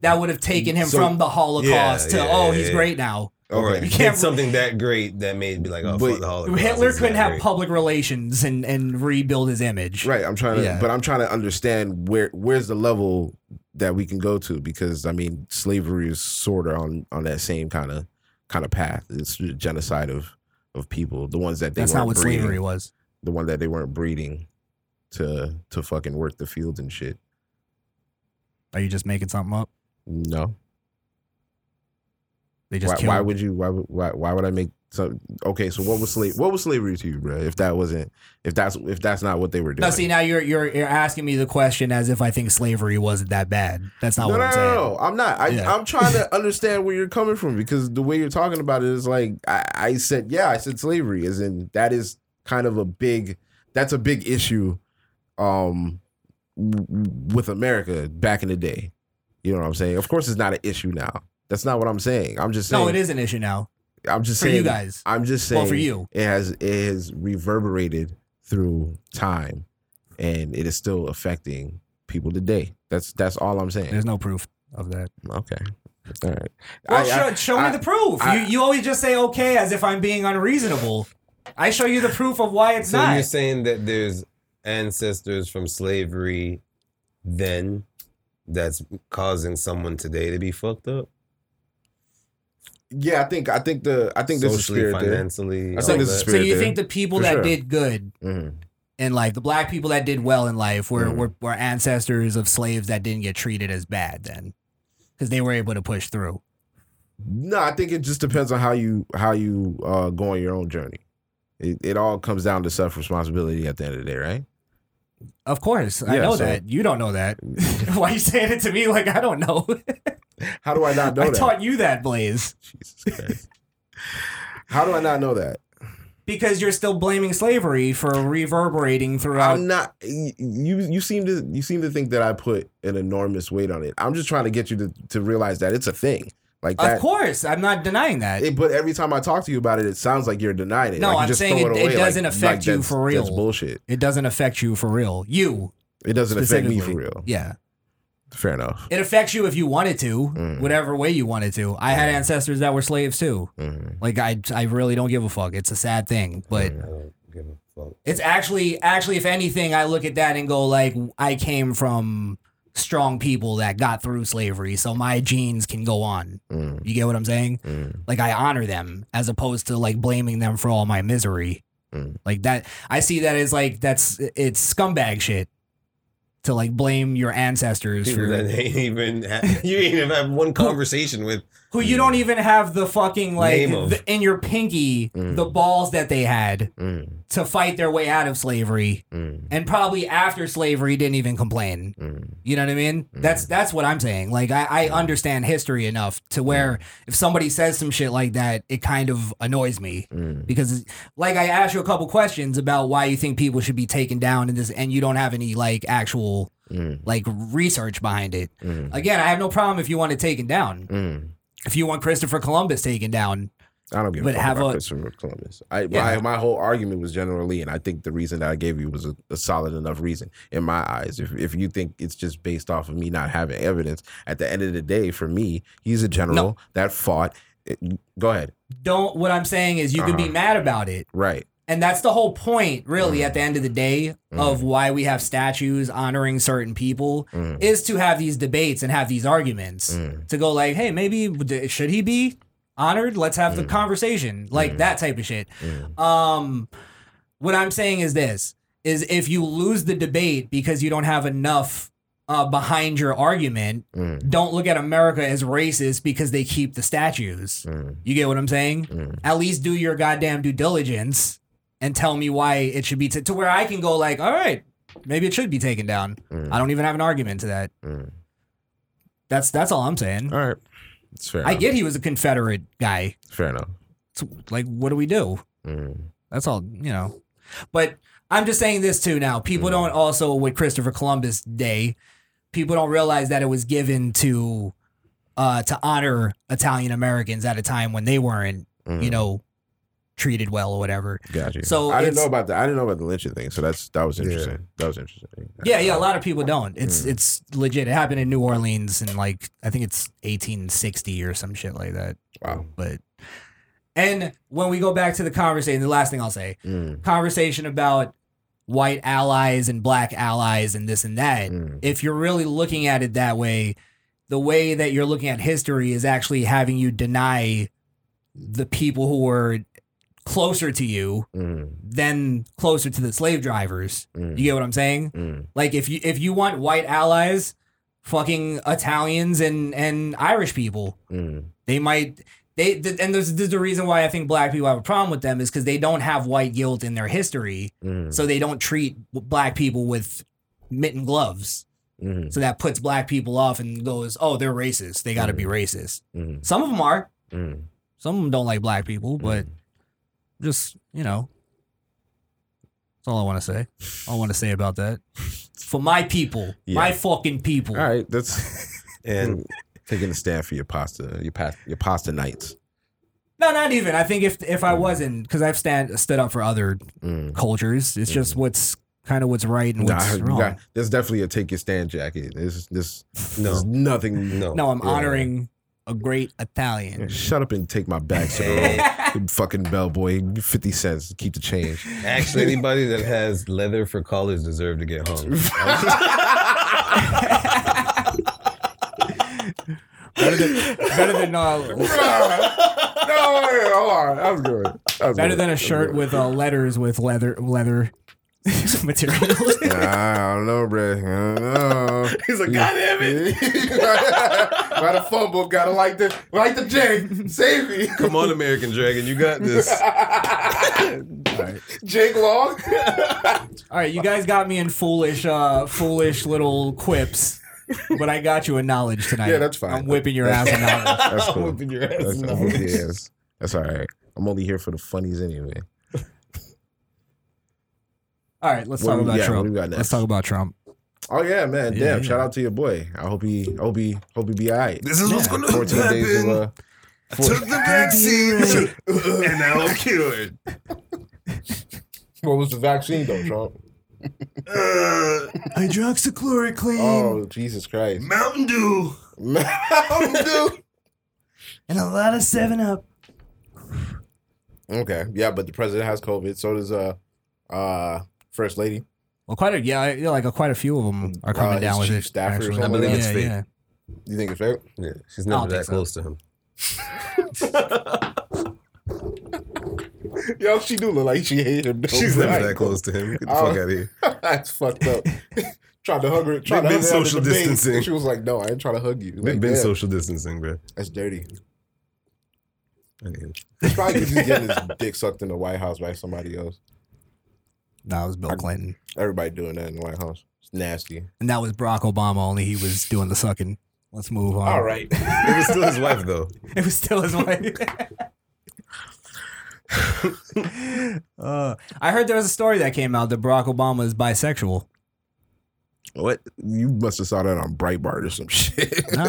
Speaker 5: That would have taken him
Speaker 3: So-
Speaker 5: from the Holocaust
Speaker 7: Yeah,
Speaker 5: to
Speaker 7: yeah,
Speaker 5: oh,
Speaker 7: yeah,
Speaker 5: he's
Speaker 7: yeah.
Speaker 5: great now.
Speaker 7: Or
Speaker 3: Okay.
Speaker 5: You can't-
Speaker 7: did something that great that made be like, oh,
Speaker 3: But
Speaker 7: fuck the Holocaust.
Speaker 5: Hitler
Speaker 7: it's
Speaker 5: couldn't
Speaker 7: not
Speaker 5: have
Speaker 7: great.
Speaker 5: public relations and and rebuild his image.
Speaker 3: Right. I'm trying to,
Speaker 5: Yeah.
Speaker 3: but I'm trying to understand where where's the level that we can go to because I mean slavery is sort of on on that same kind of kind of path. It's the genocide of of people, the ones that they
Speaker 5: That's
Speaker 3: weren't
Speaker 5: not what
Speaker 3: breeding,
Speaker 5: slavery was.
Speaker 3: the one that they weren't breeding to to fucking work the fields and shit.
Speaker 5: Are you just making something up?
Speaker 3: No.
Speaker 5: They just
Speaker 3: Why,
Speaker 5: killed.
Speaker 3: why would you? Why would why, why would I make some? Okay, so what was slave? What was slavery to you, bro? If that wasn't if that's if that's not what they were doing.
Speaker 5: no, see now you're you're you're asking me the question as if I think slavery wasn't that bad. That's
Speaker 3: no,
Speaker 5: not what
Speaker 3: no, no,
Speaker 5: I'm saying.
Speaker 3: no, I'm not. I,
Speaker 5: Yeah.
Speaker 3: I'm trying to understand where you're coming from because the way you're talking about it is like I, I said, yeah, I said slavery, as in that is kind of a big, that's a big issue, um, w- w- with America back in the day. You know what I'm saying? Of course, it's not an issue now. That's not what I'm saying. I'm just saying.
Speaker 5: No, it is an issue now
Speaker 3: I'm just
Speaker 5: for
Speaker 3: saying.
Speaker 5: you guys.
Speaker 3: I'm just saying.
Speaker 5: Well, for you.
Speaker 3: it has it has reverberated through time, and it is still affecting people today. That's that's all I'm saying.
Speaker 5: There's no proof of that.
Speaker 3: Okay. All right.
Speaker 5: Well,
Speaker 3: I- I-
Speaker 5: show, show
Speaker 3: I-
Speaker 5: me the proof.
Speaker 3: I-
Speaker 5: you, you always just say okay as if I'm being unreasonable. I show you the proof of why it's
Speaker 7: So you're
Speaker 5: not.
Speaker 7: saying that there's ancestors from slavery then that's causing someone today to be fucked up?
Speaker 3: yeah, I think I think the I think there's a
Speaker 7: Socially,
Speaker 3: spirit there.
Speaker 7: financially.
Speaker 3: I think
Speaker 7: all
Speaker 3: there's a
Speaker 7: that.
Speaker 5: So
Speaker 3: spirit
Speaker 5: you
Speaker 3: there.
Speaker 5: think the people
Speaker 3: For
Speaker 5: that
Speaker 3: sure.
Speaker 5: did good
Speaker 3: Mhm.
Speaker 5: in life, the black people that did well in life, were
Speaker 3: Mhm.
Speaker 5: were, were ancestors of slaves that didn't get treated as bad then, because they were able to push through.
Speaker 3: No, I think it just depends on how you how you uh, go on your own journey. It, it all comes down to self responsibility at the end of the day, right?
Speaker 5: Of course, I
Speaker 3: Yeah,
Speaker 5: know
Speaker 3: so-
Speaker 5: that you don't know that. why you saying it to me like I don't know?
Speaker 3: How do I not know
Speaker 5: I
Speaker 3: that?
Speaker 5: taught you that, Blaze,
Speaker 7: Jesus Christ.
Speaker 3: How do I not know that?
Speaker 5: because you're still blaming slavery for reverberating throughout.
Speaker 3: I'm not. You you seem to you seem to think that I put an enormous weight on it. I'm just trying to get you to, to realize that it's a thing. Like that.
Speaker 5: of course, I'm not denying that.
Speaker 3: It, but every time I talk to you about it, it sounds like you're denying it.
Speaker 5: No,
Speaker 3: like you
Speaker 5: I'm
Speaker 3: just
Speaker 5: saying
Speaker 3: throw
Speaker 5: it- it
Speaker 3: away,
Speaker 5: doesn't affect you
Speaker 3: that's-
Speaker 5: for real.
Speaker 3: That's bullshit.
Speaker 5: It doesn't affect you for real. You
Speaker 3: It doesn't affect
Speaker 5: specifically.
Speaker 3: me for real.
Speaker 5: Yeah.
Speaker 3: Fair enough.
Speaker 5: It affects you if you wanted to,
Speaker 3: Mm.
Speaker 5: whatever way you wanted to. I had ancestors that were slaves too.
Speaker 3: Mhm.
Speaker 5: Like I, I really don't give a fuck. It's a sad thing, but
Speaker 7: I don't give a fuck.
Speaker 5: it's actually, actually, if anything, I look at that and go like, I came from strong people that got through slavery, so my genes can go on.
Speaker 3: Mm,
Speaker 5: You get what I'm saying?
Speaker 3: mm.
Speaker 5: Like I honor them as opposed to like blaming them for all my misery.
Speaker 3: Mm.
Speaker 5: Like that, I see that as like that's it's scumbag shit to like blame your ancestors
Speaker 7: People
Speaker 5: for
Speaker 7: that ain't even had, you ain't even have one conversation with.
Speaker 5: who you don't even have the fucking like
Speaker 7: Mm. Name of.
Speaker 5: the, in your pinky
Speaker 3: Mm.
Speaker 5: the balls that they had
Speaker 3: Mm,
Speaker 5: to fight their way out of slavery
Speaker 3: mm,
Speaker 5: and probably after slavery didn't even complain
Speaker 3: mm.
Speaker 5: you know what i mean that's that's what i'm saying like i, I understand history enough to where if somebody says some shit like that it kind of annoys me because it's- like i asked you a couple questions about why you think people should be taken down in this and you don't have any like actual
Speaker 3: mm,
Speaker 5: like research behind it
Speaker 3: Mm-hmm.
Speaker 5: again i have no problem if you want it taken down
Speaker 3: mm.
Speaker 5: if you want Christopher Columbus taken down.
Speaker 3: I don't give
Speaker 5: But
Speaker 3: a fuck
Speaker 5: have
Speaker 3: about
Speaker 5: a-
Speaker 3: Christopher Columbus. I,
Speaker 5: Yeah.
Speaker 3: my, my whole argument was generally, and I think the reason that I gave you was a, a solid enough reason in my eyes. If, if you think it's just based off of me not having evidence, at the end of the day, for me, he's a general
Speaker 5: No.
Speaker 3: that fought. It- go ahead.
Speaker 5: Don't what I'm saying is you can be
Speaker 3: Uh-huh.
Speaker 5: mad about it.
Speaker 3: Right.
Speaker 5: And that's the whole point, really, at the end of the day, of why we have statues honoring certain people
Speaker 3: Mm.
Speaker 5: is to have these debates and have these arguments
Speaker 3: Mm.
Speaker 5: to go like, hey, maybe d- should he be honored? Let's have the conversation, like that type of shit.
Speaker 3: Mm.
Speaker 5: Um, what I'm saying is this: is if you lose the debate because you don't have enough uh, behind your argument,
Speaker 3: Mm.
Speaker 5: don't look at America as racist because they keep the statues.
Speaker 3: Mm.
Speaker 5: You get what I'm saying?
Speaker 3: Mm.
Speaker 5: At least do your goddamn due diligence and tell me why it should be t- to where I can go like, all right, maybe it should be taken down.
Speaker 3: Mm.
Speaker 5: I don't even have an argument to that.
Speaker 3: Mm.
Speaker 5: That's that's all I'm saying.
Speaker 3: All right. It's fair.
Speaker 5: I
Speaker 3: enough.
Speaker 5: get he was a Confederate guy.
Speaker 3: Fair enough.
Speaker 5: So, like, what do we do?
Speaker 3: Mm.
Speaker 5: That's all, you know. But I'm just saying this too now. People don't also with Christopher Columbus Day, people don't realize that it was given to uh to honor Italian Americans at a time when they weren't,
Speaker 3: Mm.
Speaker 5: you know, treated well or whatever.
Speaker 3: Got you.
Speaker 5: So
Speaker 3: I didn't
Speaker 5: it's-
Speaker 3: know about that. I didn't know about the lynching thing. So that's that was
Speaker 7: Yeah.
Speaker 3: interesting. That was interesting.
Speaker 5: Yeah, yeah, a lot of people don't. It's
Speaker 3: Mm.
Speaker 5: it's legit. It happened in New Orleans in like I think it's 1860 or some shit like that.
Speaker 3: Wow.
Speaker 5: But and when we go back to the conversation, the last thing I'll say,
Speaker 3: Mm.
Speaker 5: conversation about white allies and black allies and this and that.
Speaker 3: Mm.
Speaker 5: If you're really looking at it that way, the way that you're looking at history is actually having you deny the people who were closer to you
Speaker 3: Mm.
Speaker 5: than closer to the slave drivers.
Speaker 3: Mm.
Speaker 5: You get what I'm saying?
Speaker 3: Mm.
Speaker 5: Like if you if you want white allies, fucking Italians and and Irish people,
Speaker 3: Mm.
Speaker 5: they might they th- and there's this is the reason why I think black people have a problem with them is because they don't have white guilt in their history,
Speaker 3: Mm.
Speaker 5: so they don't treat w- black people with mitten gloves.
Speaker 3: Mm.
Speaker 5: So that puts black people off and goes, oh, they're racist. They got
Speaker 3: Hmm.
Speaker 5: to be racist.
Speaker 3: Mm.
Speaker 5: Some of them are.
Speaker 3: Mm.
Speaker 5: Some of them don't like black people,
Speaker 3: Hmm.
Speaker 5: but just you know, that's all I want to say. All I want to say about that. For my people,
Speaker 3: Yeah.
Speaker 5: my fucking people.
Speaker 3: All right. That's Mm.
Speaker 7: And
Speaker 3: taking a stand for your pasta. Your pasta. Your pasta nights.
Speaker 5: No, not even. I think if if
Speaker 3: Hmm.
Speaker 5: I wasn't, because I've stand stood up for other
Speaker 3: Mm.
Speaker 5: cultures. It's just what's kind of what's right and
Speaker 3: Nah,
Speaker 5: what's
Speaker 3: you
Speaker 5: wrong.
Speaker 3: got- there's definitely a take your stand jacket. This this
Speaker 7: no,
Speaker 3: there's nothing.
Speaker 7: no,
Speaker 5: no, I'm
Speaker 3: Yeah.
Speaker 5: honoring a great Italian.
Speaker 3: Shut up and take my bag, Cigarone. You fucking bellboy. Fifty cents. Keep the change.
Speaker 7: Actually, anybody that has leather for collars deserve to get hung.
Speaker 5: better than better than uh,
Speaker 3: no, wait, hold on. That was good. That was
Speaker 5: better
Speaker 3: good.
Speaker 5: than
Speaker 3: That
Speaker 5: a
Speaker 3: was
Speaker 5: shirt
Speaker 3: good.
Speaker 5: with uh, letters with leather leather material.
Speaker 3: I don't know, bro. I don't know.
Speaker 8: He's like, God damn it.
Speaker 3: Got a fumble. Gotta like the like the J. Save me.
Speaker 7: Come on, American Dragon, you got this.
Speaker 3: Jake Long.
Speaker 5: All right, you guys got me in foolish uh foolish little quips. but I got you in knowledge tonight.
Speaker 8: Yeah, that's fine.
Speaker 5: I'm whipping your ass in knowledge.
Speaker 3: That's
Speaker 8: I'm
Speaker 3: cool.
Speaker 8: whipping your ass
Speaker 3: That's,
Speaker 8: now.
Speaker 3: I'm with the ass. That's all right. I'm only here for the funnies anyway.
Speaker 5: All right, let's
Speaker 3: What
Speaker 5: talk
Speaker 3: do we-
Speaker 5: about
Speaker 3: yeah, what do
Speaker 5: Trump.
Speaker 3: we got
Speaker 5: Let's
Speaker 3: next?
Speaker 5: talk about Trump.
Speaker 3: Oh yeah, man.
Speaker 8: Yeah,
Speaker 3: Damn.
Speaker 8: yeah.
Speaker 3: Shout out to your boy. I hope he hope he hope he be all right.
Speaker 7: This is what's gonna
Speaker 3: 14 days of
Speaker 7: happen.
Speaker 3: uh,
Speaker 7: I took the vaccine and now I'm cured.
Speaker 3: What was the vaccine though, Trump?
Speaker 7: Uh,
Speaker 5: Hydroxychloroquine.
Speaker 3: Oh, Jesus Christ.
Speaker 7: Mountain Dew.
Speaker 3: Dude.
Speaker 5: And a lot of 7 Up.
Speaker 3: okay. Yeah, but the president has COVID. So does uh uh first lady.
Speaker 5: Well, quite a yeah, I- yeah, like a, quite a few of them are coming
Speaker 3: Uh,
Speaker 5: down
Speaker 3: his
Speaker 5: with
Speaker 3: chief
Speaker 5: it.
Speaker 3: staffer or
Speaker 5: actually.
Speaker 3: something
Speaker 7: I believe
Speaker 5: yeah,
Speaker 7: it's fake.
Speaker 5: yeah.
Speaker 3: You think it's fake?
Speaker 7: Yeah, she's
Speaker 5: I
Speaker 7: never
Speaker 5: don't
Speaker 7: that
Speaker 5: think so.
Speaker 7: close to him.
Speaker 3: Yo, she do look like she hated him. though.
Speaker 7: She's never
Speaker 3: Right.
Speaker 7: that close to him. Get the
Speaker 3: Oh.
Speaker 7: fuck out of here.
Speaker 3: That's fucked up. tried to hug her. Tried to hug
Speaker 7: been
Speaker 3: her after
Speaker 7: social
Speaker 3: the debate.
Speaker 7: distancing.
Speaker 3: She was like, "No, I ain't trying to hug you."
Speaker 7: We've
Speaker 3: Like,
Speaker 7: been
Speaker 3: damn,
Speaker 7: social distancing, bro.
Speaker 3: That's dirty.
Speaker 7: I mean,
Speaker 3: It's probably 'cause he's getting his dick sucked in the White House by somebody else.
Speaker 5: No, it was Bill Clinton.
Speaker 3: Everybody doing that in the White House. It's nasty.
Speaker 5: And that was Barack Obama, only he was doing the sucking. Let's move on.
Speaker 3: All right.
Speaker 7: It was still his wife though.
Speaker 5: It was still his wife. uh, I heard there was a story that came out that Barack Obama is bisexual.
Speaker 3: What? You must have saw that on Breitbart or some shit.
Speaker 5: No,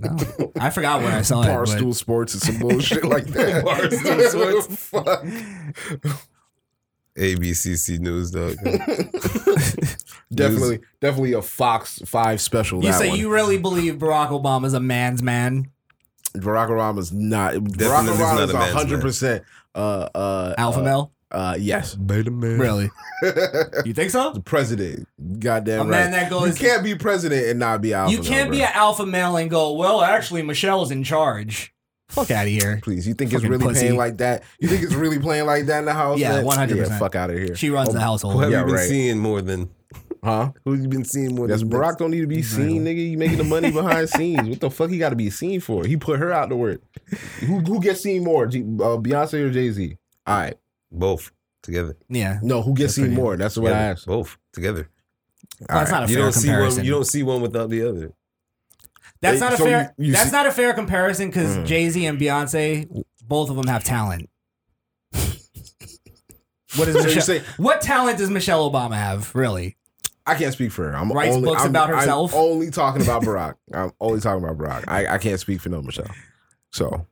Speaker 5: no. I forgot where I saw it. but-
Speaker 3: Barstool Sports and some bullshit like that.
Speaker 7: Barstool
Speaker 3: Fuck.
Speaker 7: ABCC News dog.
Speaker 3: Definitely, definitely a Fox Five special.
Speaker 5: You
Speaker 3: that
Speaker 5: say
Speaker 3: one.
Speaker 5: you really believe Barack Obama's a man's man,
Speaker 3: Barack Obama's not. Barack
Speaker 7: Definitely is not
Speaker 3: Obama's
Speaker 7: a man's man.
Speaker 3: hundred percent. Uh, uh,
Speaker 5: alpha
Speaker 3: uh,
Speaker 5: male?
Speaker 3: Uh, yes,
Speaker 7: Beta man.
Speaker 5: Really?
Speaker 3: the
Speaker 5: You think so?
Speaker 3: president. Goddamn right.
Speaker 5: A man that
Speaker 3: you
Speaker 5: goes. You
Speaker 3: can't be president and not be alpha.
Speaker 5: can't, be
Speaker 3: Male,
Speaker 5: an alpha male and go. Well, actually, Michelle's in charge. Fuck out of here.
Speaker 3: Please, you think it's
Speaker 5: fucking
Speaker 3: really
Speaker 5: pussy.
Speaker 3: playing like that? You think it's really playing like that in the house?
Speaker 5: Yeah,
Speaker 3: man?
Speaker 5: 100%.
Speaker 3: Yeah, Fuck out of here. Oh,
Speaker 5: She runs the
Speaker 7: Who have
Speaker 5: household.
Speaker 3: Yeah,
Speaker 7: you been
Speaker 3: right.
Speaker 7: seeing more than
Speaker 3: huh?
Speaker 7: who you been seeing more
Speaker 3: That's
Speaker 7: than
Speaker 3: Barack don't need to be seen, nigga. You making the money behind scenes. What the fuck he got to be seen for? He put her out to work. Who who gets seen more, G- uh, Beyonce or Jay Z? All right,
Speaker 7: both together.
Speaker 5: Yeah,
Speaker 3: no, who gets
Speaker 5: That's pretty-
Speaker 3: seen more? That's what I
Speaker 7: Together.
Speaker 3: asked.
Speaker 7: Both together.
Speaker 5: Well, that's
Speaker 3: All
Speaker 5: not a
Speaker 7: you
Speaker 5: fair
Speaker 7: don't see
Speaker 5: comparison.
Speaker 7: one. You don't see one without the other.
Speaker 5: that's
Speaker 3: They-
Speaker 5: not a
Speaker 3: so
Speaker 5: fair.
Speaker 3: you- you
Speaker 5: that's
Speaker 3: see-
Speaker 5: not a fair comparison because
Speaker 3: Mm.
Speaker 5: Jay Z and Beyonce, both of them have talent. what is
Speaker 3: So you
Speaker 5: Michelle?
Speaker 3: say
Speaker 5: what talent does Michelle Obama have? Really?
Speaker 3: I can't speak for her. I'm
Speaker 5: Writes
Speaker 3: only,
Speaker 5: books
Speaker 3: I'm-
Speaker 5: about
Speaker 3: I'm
Speaker 5: herself.
Speaker 3: only talking about Barack. I'm only talking about Barack. I, I can't speak for no Michelle. So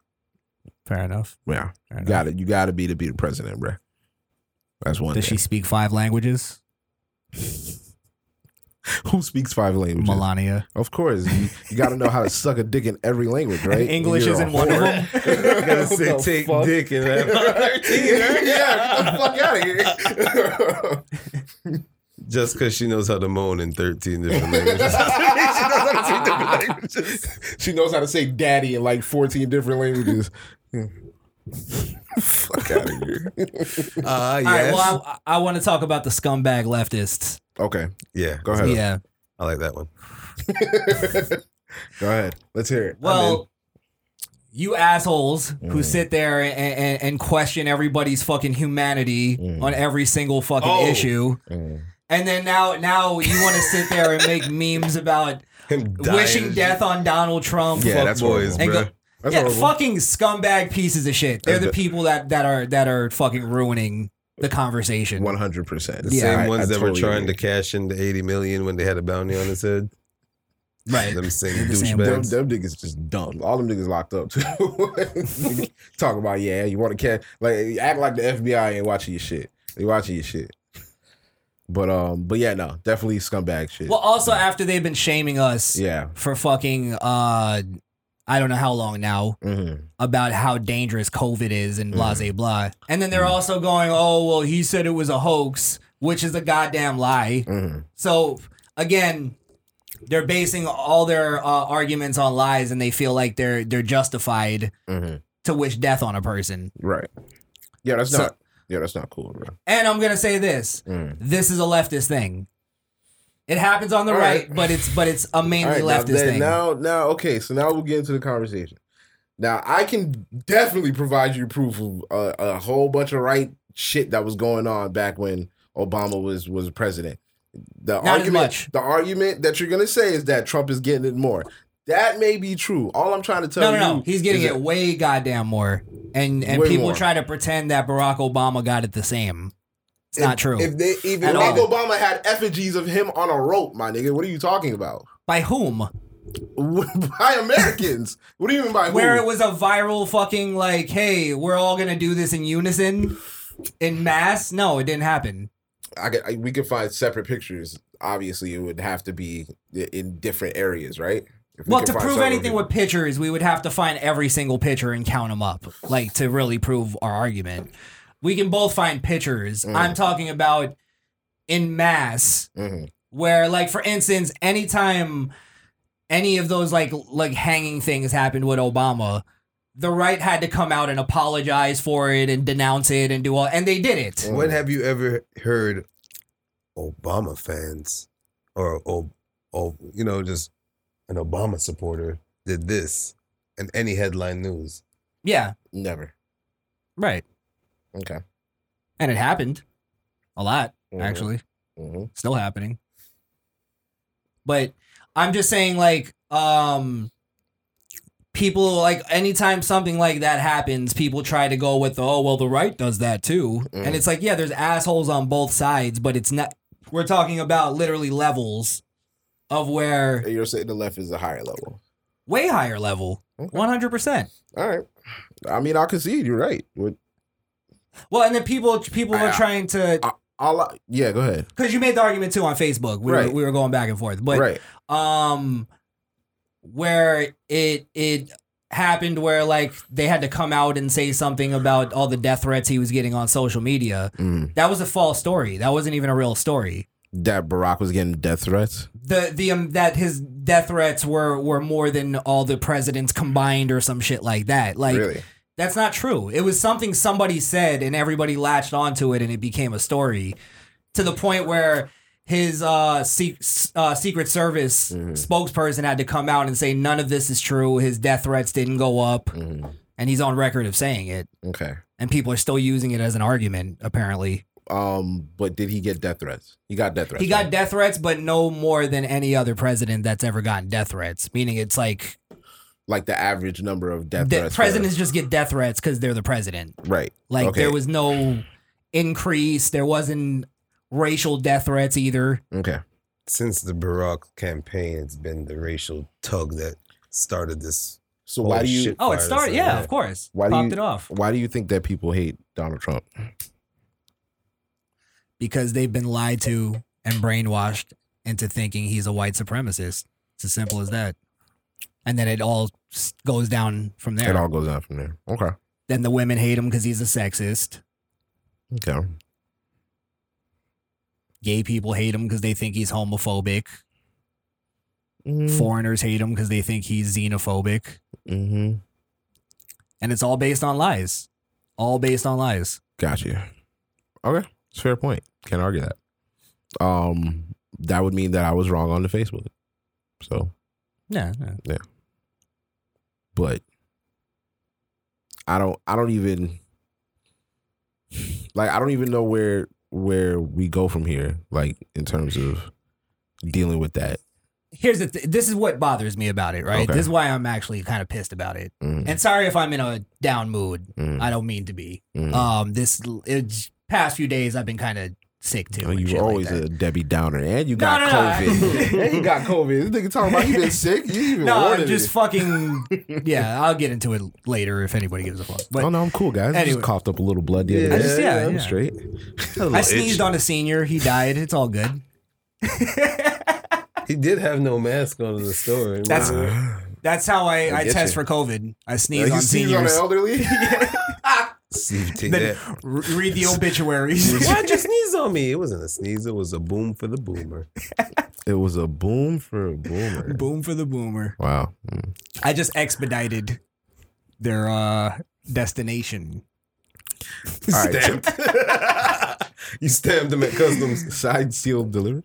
Speaker 5: Fair enough.
Speaker 3: yeah,
Speaker 5: Fair enough.
Speaker 3: got it. You got to be to be the president, bruh. That's one.
Speaker 5: Does
Speaker 3: thing.
Speaker 5: she speak five languages?
Speaker 3: Who speaks five languages?
Speaker 5: Melania.
Speaker 3: Of course, you, got to know how to suck a dick in every language, right?
Speaker 5: And English
Speaker 3: You're a
Speaker 5: isn't one of
Speaker 3: whore.
Speaker 5: them.
Speaker 7: You gotta
Speaker 3: What
Speaker 7: say
Speaker 3: the
Speaker 7: take
Speaker 3: fuck?
Speaker 7: dick and
Speaker 3: yeah, get the fuck out of here.
Speaker 7: just because she knows how to moan in thirteen different languages.
Speaker 3: she knows how to say daddy in like 14 different languages. fuck out of here.
Speaker 7: Ah, yes.
Speaker 5: All right. Well, I, I want to talk about the scumbag leftists.
Speaker 3: Okay,
Speaker 7: yeah,
Speaker 3: go ahead.
Speaker 5: Yeah.
Speaker 7: I like that one.
Speaker 3: Go ahead. Let's hear it.
Speaker 5: Well, you assholes who
Speaker 3: Mm.
Speaker 5: sit there and, and, and question everybody's fucking humanity
Speaker 3: Mm.
Speaker 5: on every single fucking
Speaker 4: Oh.
Speaker 5: issue,
Speaker 3: Mm.
Speaker 5: and then now now you want to sit there and make memes about
Speaker 7: Him
Speaker 5: wishing death on Donald Trump.
Speaker 3: Yeah,
Speaker 7: Yeah,
Speaker 3: that's
Speaker 7: that's boys,
Speaker 3: horrible.
Speaker 5: And
Speaker 7: bro.
Speaker 5: go-
Speaker 3: That's
Speaker 5: yeah,
Speaker 3: horrible.
Speaker 5: fucking scumbag pieces of shit. They're
Speaker 3: That's
Speaker 5: the
Speaker 3: the-
Speaker 5: people that, that are that are fucking ruining the conversation.
Speaker 3: 100%.
Speaker 7: The
Speaker 5: Yeah,
Speaker 7: same
Speaker 3: I-
Speaker 7: ones
Speaker 3: I
Speaker 7: that were
Speaker 3: totally
Speaker 7: trying
Speaker 3: agree.
Speaker 7: to cash in the 80 million when they had a bounty on his head.
Speaker 5: Right.
Speaker 7: Them same
Speaker 5: The same
Speaker 3: Them,
Speaker 5: ones.
Speaker 3: them
Speaker 7: douchebags.
Speaker 3: niggas just dumb. All them niggas locked up too. Talk about yeah, you want to catch like act like the FBI ain't watching your shit. They watching your shit. But um, but yeah, no, definitely scumbag shit.
Speaker 5: Well, also after they've been shaming us
Speaker 3: yeah,
Speaker 5: for fucking uh I don't know how long now
Speaker 3: hmm
Speaker 5: about how dangerous COVID is and blah
Speaker 3: Mm.
Speaker 5: blah blah. And then they're also going, Oh well he said it was a hoax, which is a goddamn lie.
Speaker 3: hmm
Speaker 5: So again, they're basing all their uh, arguments on lies and they feel like they're they're justified
Speaker 3: hmm
Speaker 5: to wish death on a person.
Speaker 3: right. Yeah, that's
Speaker 5: So-
Speaker 3: not. Yeah, that's not cool, bro.
Speaker 5: And I'm gonna say this.
Speaker 3: Mm.
Speaker 5: This is a leftist thing. It happens on the
Speaker 3: All
Speaker 5: right,
Speaker 3: right.
Speaker 5: but it's but it's a
Speaker 3: All
Speaker 5: mainly
Speaker 3: right, now,
Speaker 5: leftist
Speaker 3: then-
Speaker 5: thing.
Speaker 3: now, now, okay, so now we'll get into the conversation. Now, I can definitely provide you proof of a, a whole bunch of right shit that was going on back when Obama was was president. The
Speaker 5: as
Speaker 3: argument,
Speaker 5: much.
Speaker 3: the argument that you're gonna say is that Trump is getting it more. That may be true. All I'm trying to tell
Speaker 5: No,
Speaker 3: you,
Speaker 5: no, no. He's getting
Speaker 3: is
Speaker 5: it way goddamn more, and and
Speaker 3: Way
Speaker 5: people
Speaker 3: more.
Speaker 5: try to pretend that Barack Obama got it the same. It's not true.
Speaker 3: If they even
Speaker 5: At
Speaker 3: Barack
Speaker 5: all.
Speaker 3: Obama had effigies of him on a rope, my nigga. What are you talking about?
Speaker 5: By whom?
Speaker 3: by Americans. What do you mean by who?
Speaker 5: Where it was a viral fucking like, hey, we're all gonna do this in unison, in mass. No, it didn't happen.
Speaker 3: I could, I, we could find separate pictures. Obviously, it would have to be i- in different areas, right? If we
Speaker 5: well,
Speaker 3: could
Speaker 5: to
Speaker 3: find
Speaker 5: prove
Speaker 3: several
Speaker 5: anything
Speaker 3: people.
Speaker 5: with pictures, we would have to find every single picture and count them up, like to really prove our argument. We can both find pictures.
Speaker 3: Mm.
Speaker 5: I'm talking about in mass,
Speaker 3: Mhm.
Speaker 5: where, like, for instance, anytime any of those like like hanging things happened with Obama, the right had to come out and apologize for it and denounce it and do all, and they did it.
Speaker 7: When have you ever heard Obama fans or, or, or you know, just an Obama supporter did this in any headline news?
Speaker 5: Yeah,
Speaker 3: never.
Speaker 5: right.
Speaker 3: Okay.
Speaker 5: And it happened a lot,
Speaker 3: Mhm.
Speaker 5: actually.
Speaker 3: Mhm.
Speaker 5: still happening. But I'm just saying, like, um, people like anytime something like that happens, people try to go with, oh, well, the right does that too, and it's like, yeah, there's assholes on both sides, but it's not. We're talking about literally levels of where
Speaker 3: You're saying the left is a higher level.
Speaker 5: way higher level, one hundred percent.
Speaker 3: All right. I mean, I'll concede. You're right. What-
Speaker 5: Well, and then people people
Speaker 3: I-
Speaker 5: are
Speaker 3: I-
Speaker 5: trying to
Speaker 3: I- I'll, I- yeah, go ahead.
Speaker 5: because you made the argument too on Facebook. We were,
Speaker 3: Right.
Speaker 5: we were going back and forth, but
Speaker 3: right.
Speaker 5: um where it it happened where like they had to come out and say something about all the death threats he was getting on social media
Speaker 3: Mm.
Speaker 5: that was a false story that wasn't even a real story
Speaker 3: That Barack was getting death threats.
Speaker 5: the the um, that his death threats were were more than all the presidents combined or some shit like that like
Speaker 3: really?
Speaker 5: that's not true it was something somebody said and everybody latched onto it and it became a story to the point where his uh, se- uh secret service
Speaker 3: Mm-hmm.
Speaker 5: spokesperson had to come out and say none of this is true his death threats didn't go up
Speaker 3: Mhm.
Speaker 5: and he's on record of saying it
Speaker 3: Okay.
Speaker 5: and people are still using it as an argument apparently
Speaker 3: Um, but did he get death threats? He got death threats.
Speaker 5: he got
Speaker 3: right?
Speaker 5: death threats but no more than any other president that's ever gotten death threats meaning it's like
Speaker 3: like the average number of death
Speaker 5: the
Speaker 3: threats. for-
Speaker 5: presidents just get death threats because they're the president
Speaker 3: right.
Speaker 5: Like
Speaker 3: Okay.
Speaker 5: there was no increase. There wasn't racial death threats either.
Speaker 3: Okay.
Speaker 7: Since the Barack campaign, it's been the racial tug that started this.
Speaker 3: So
Speaker 7: Oh,
Speaker 3: why do you
Speaker 7: shit.
Speaker 5: Oh, it
Speaker 7: Fires,
Speaker 5: started.
Speaker 7: yeah.
Speaker 5: Yeah, of course.
Speaker 3: Why do
Speaker 5: Popped
Speaker 3: you-
Speaker 5: it off
Speaker 3: why do you think that people hate Donald Trump?
Speaker 5: because they've been lied to and brainwashed into thinking he's a white supremacist. It's as simple as that. And then it all s- goes down from
Speaker 3: It
Speaker 5: there.
Speaker 3: all goes down from there. Okay.
Speaker 5: Then the women hate him because he's a sexist.
Speaker 3: Okay.
Speaker 5: Gay people hate him because they think he's homophobic. Foreigners hate him because they think he's xenophobic.
Speaker 3: Mm-hmm.
Speaker 5: And it's all based on lies. All based on lies.
Speaker 3: Got you. Okay. It's a fair point. Can't argue that. Um, that would mean that I was wrong on the Facebook. So,
Speaker 5: Yeah. yeah.
Speaker 3: but I don't. I don't even like. I don't even know where where we go from here. Like in terms of dealing with that.
Speaker 5: here's the th- this is what bothers me about it right
Speaker 3: Okay.
Speaker 5: this is why i'm actually kind of pissed about it
Speaker 3: Mm,
Speaker 5: and sorry if i'm in a down mood
Speaker 3: mm,
Speaker 5: i don't mean to be
Speaker 3: mm.
Speaker 5: um this l- it's past few days i've been kind of sick too
Speaker 3: Oh,
Speaker 5: and
Speaker 3: you
Speaker 5: shit
Speaker 3: were
Speaker 5: like
Speaker 3: always
Speaker 5: that.
Speaker 3: a Debbie Downer, and you
Speaker 5: No,
Speaker 3: got
Speaker 5: no, no, I-
Speaker 3: COVID. and you got COVID. This nigga talking about you been sick. You even
Speaker 5: no
Speaker 3: ordered
Speaker 5: i'm just
Speaker 3: it.
Speaker 5: fucking yeah i'll get into it later if anybody gives a fuck but
Speaker 3: oh no, I'm cool, guys. I just
Speaker 5: Anyway.
Speaker 3: coughed up a little blood the other
Speaker 5: I
Speaker 3: day.
Speaker 5: just- yeah,
Speaker 3: I'm
Speaker 5: yeah.
Speaker 3: straight.
Speaker 5: i sneezed on a senior he died it's all good
Speaker 7: He did have no mask on in the store.
Speaker 5: That's-
Speaker 3: Uh-huh.
Speaker 5: that's how i, I,
Speaker 7: get
Speaker 5: test
Speaker 7: you.
Speaker 5: for covid i sneeze
Speaker 3: You
Speaker 5: on
Speaker 3: sneeze on the
Speaker 5: seniors
Speaker 3: elderly.
Speaker 7: Steve take
Speaker 5: then
Speaker 7: that.
Speaker 5: re- read the obituaries
Speaker 7: Why'd you sneeze on me? It wasn't a sneeze. It was a boom for the boomer.
Speaker 3: it was a boom for a boomer.
Speaker 5: boom for the boomer
Speaker 3: Wow. Mm.
Speaker 5: I just expedited their uh destination.
Speaker 3: All right.
Speaker 7: Stamped. you stamped him at customs.
Speaker 3: Side seal delivered.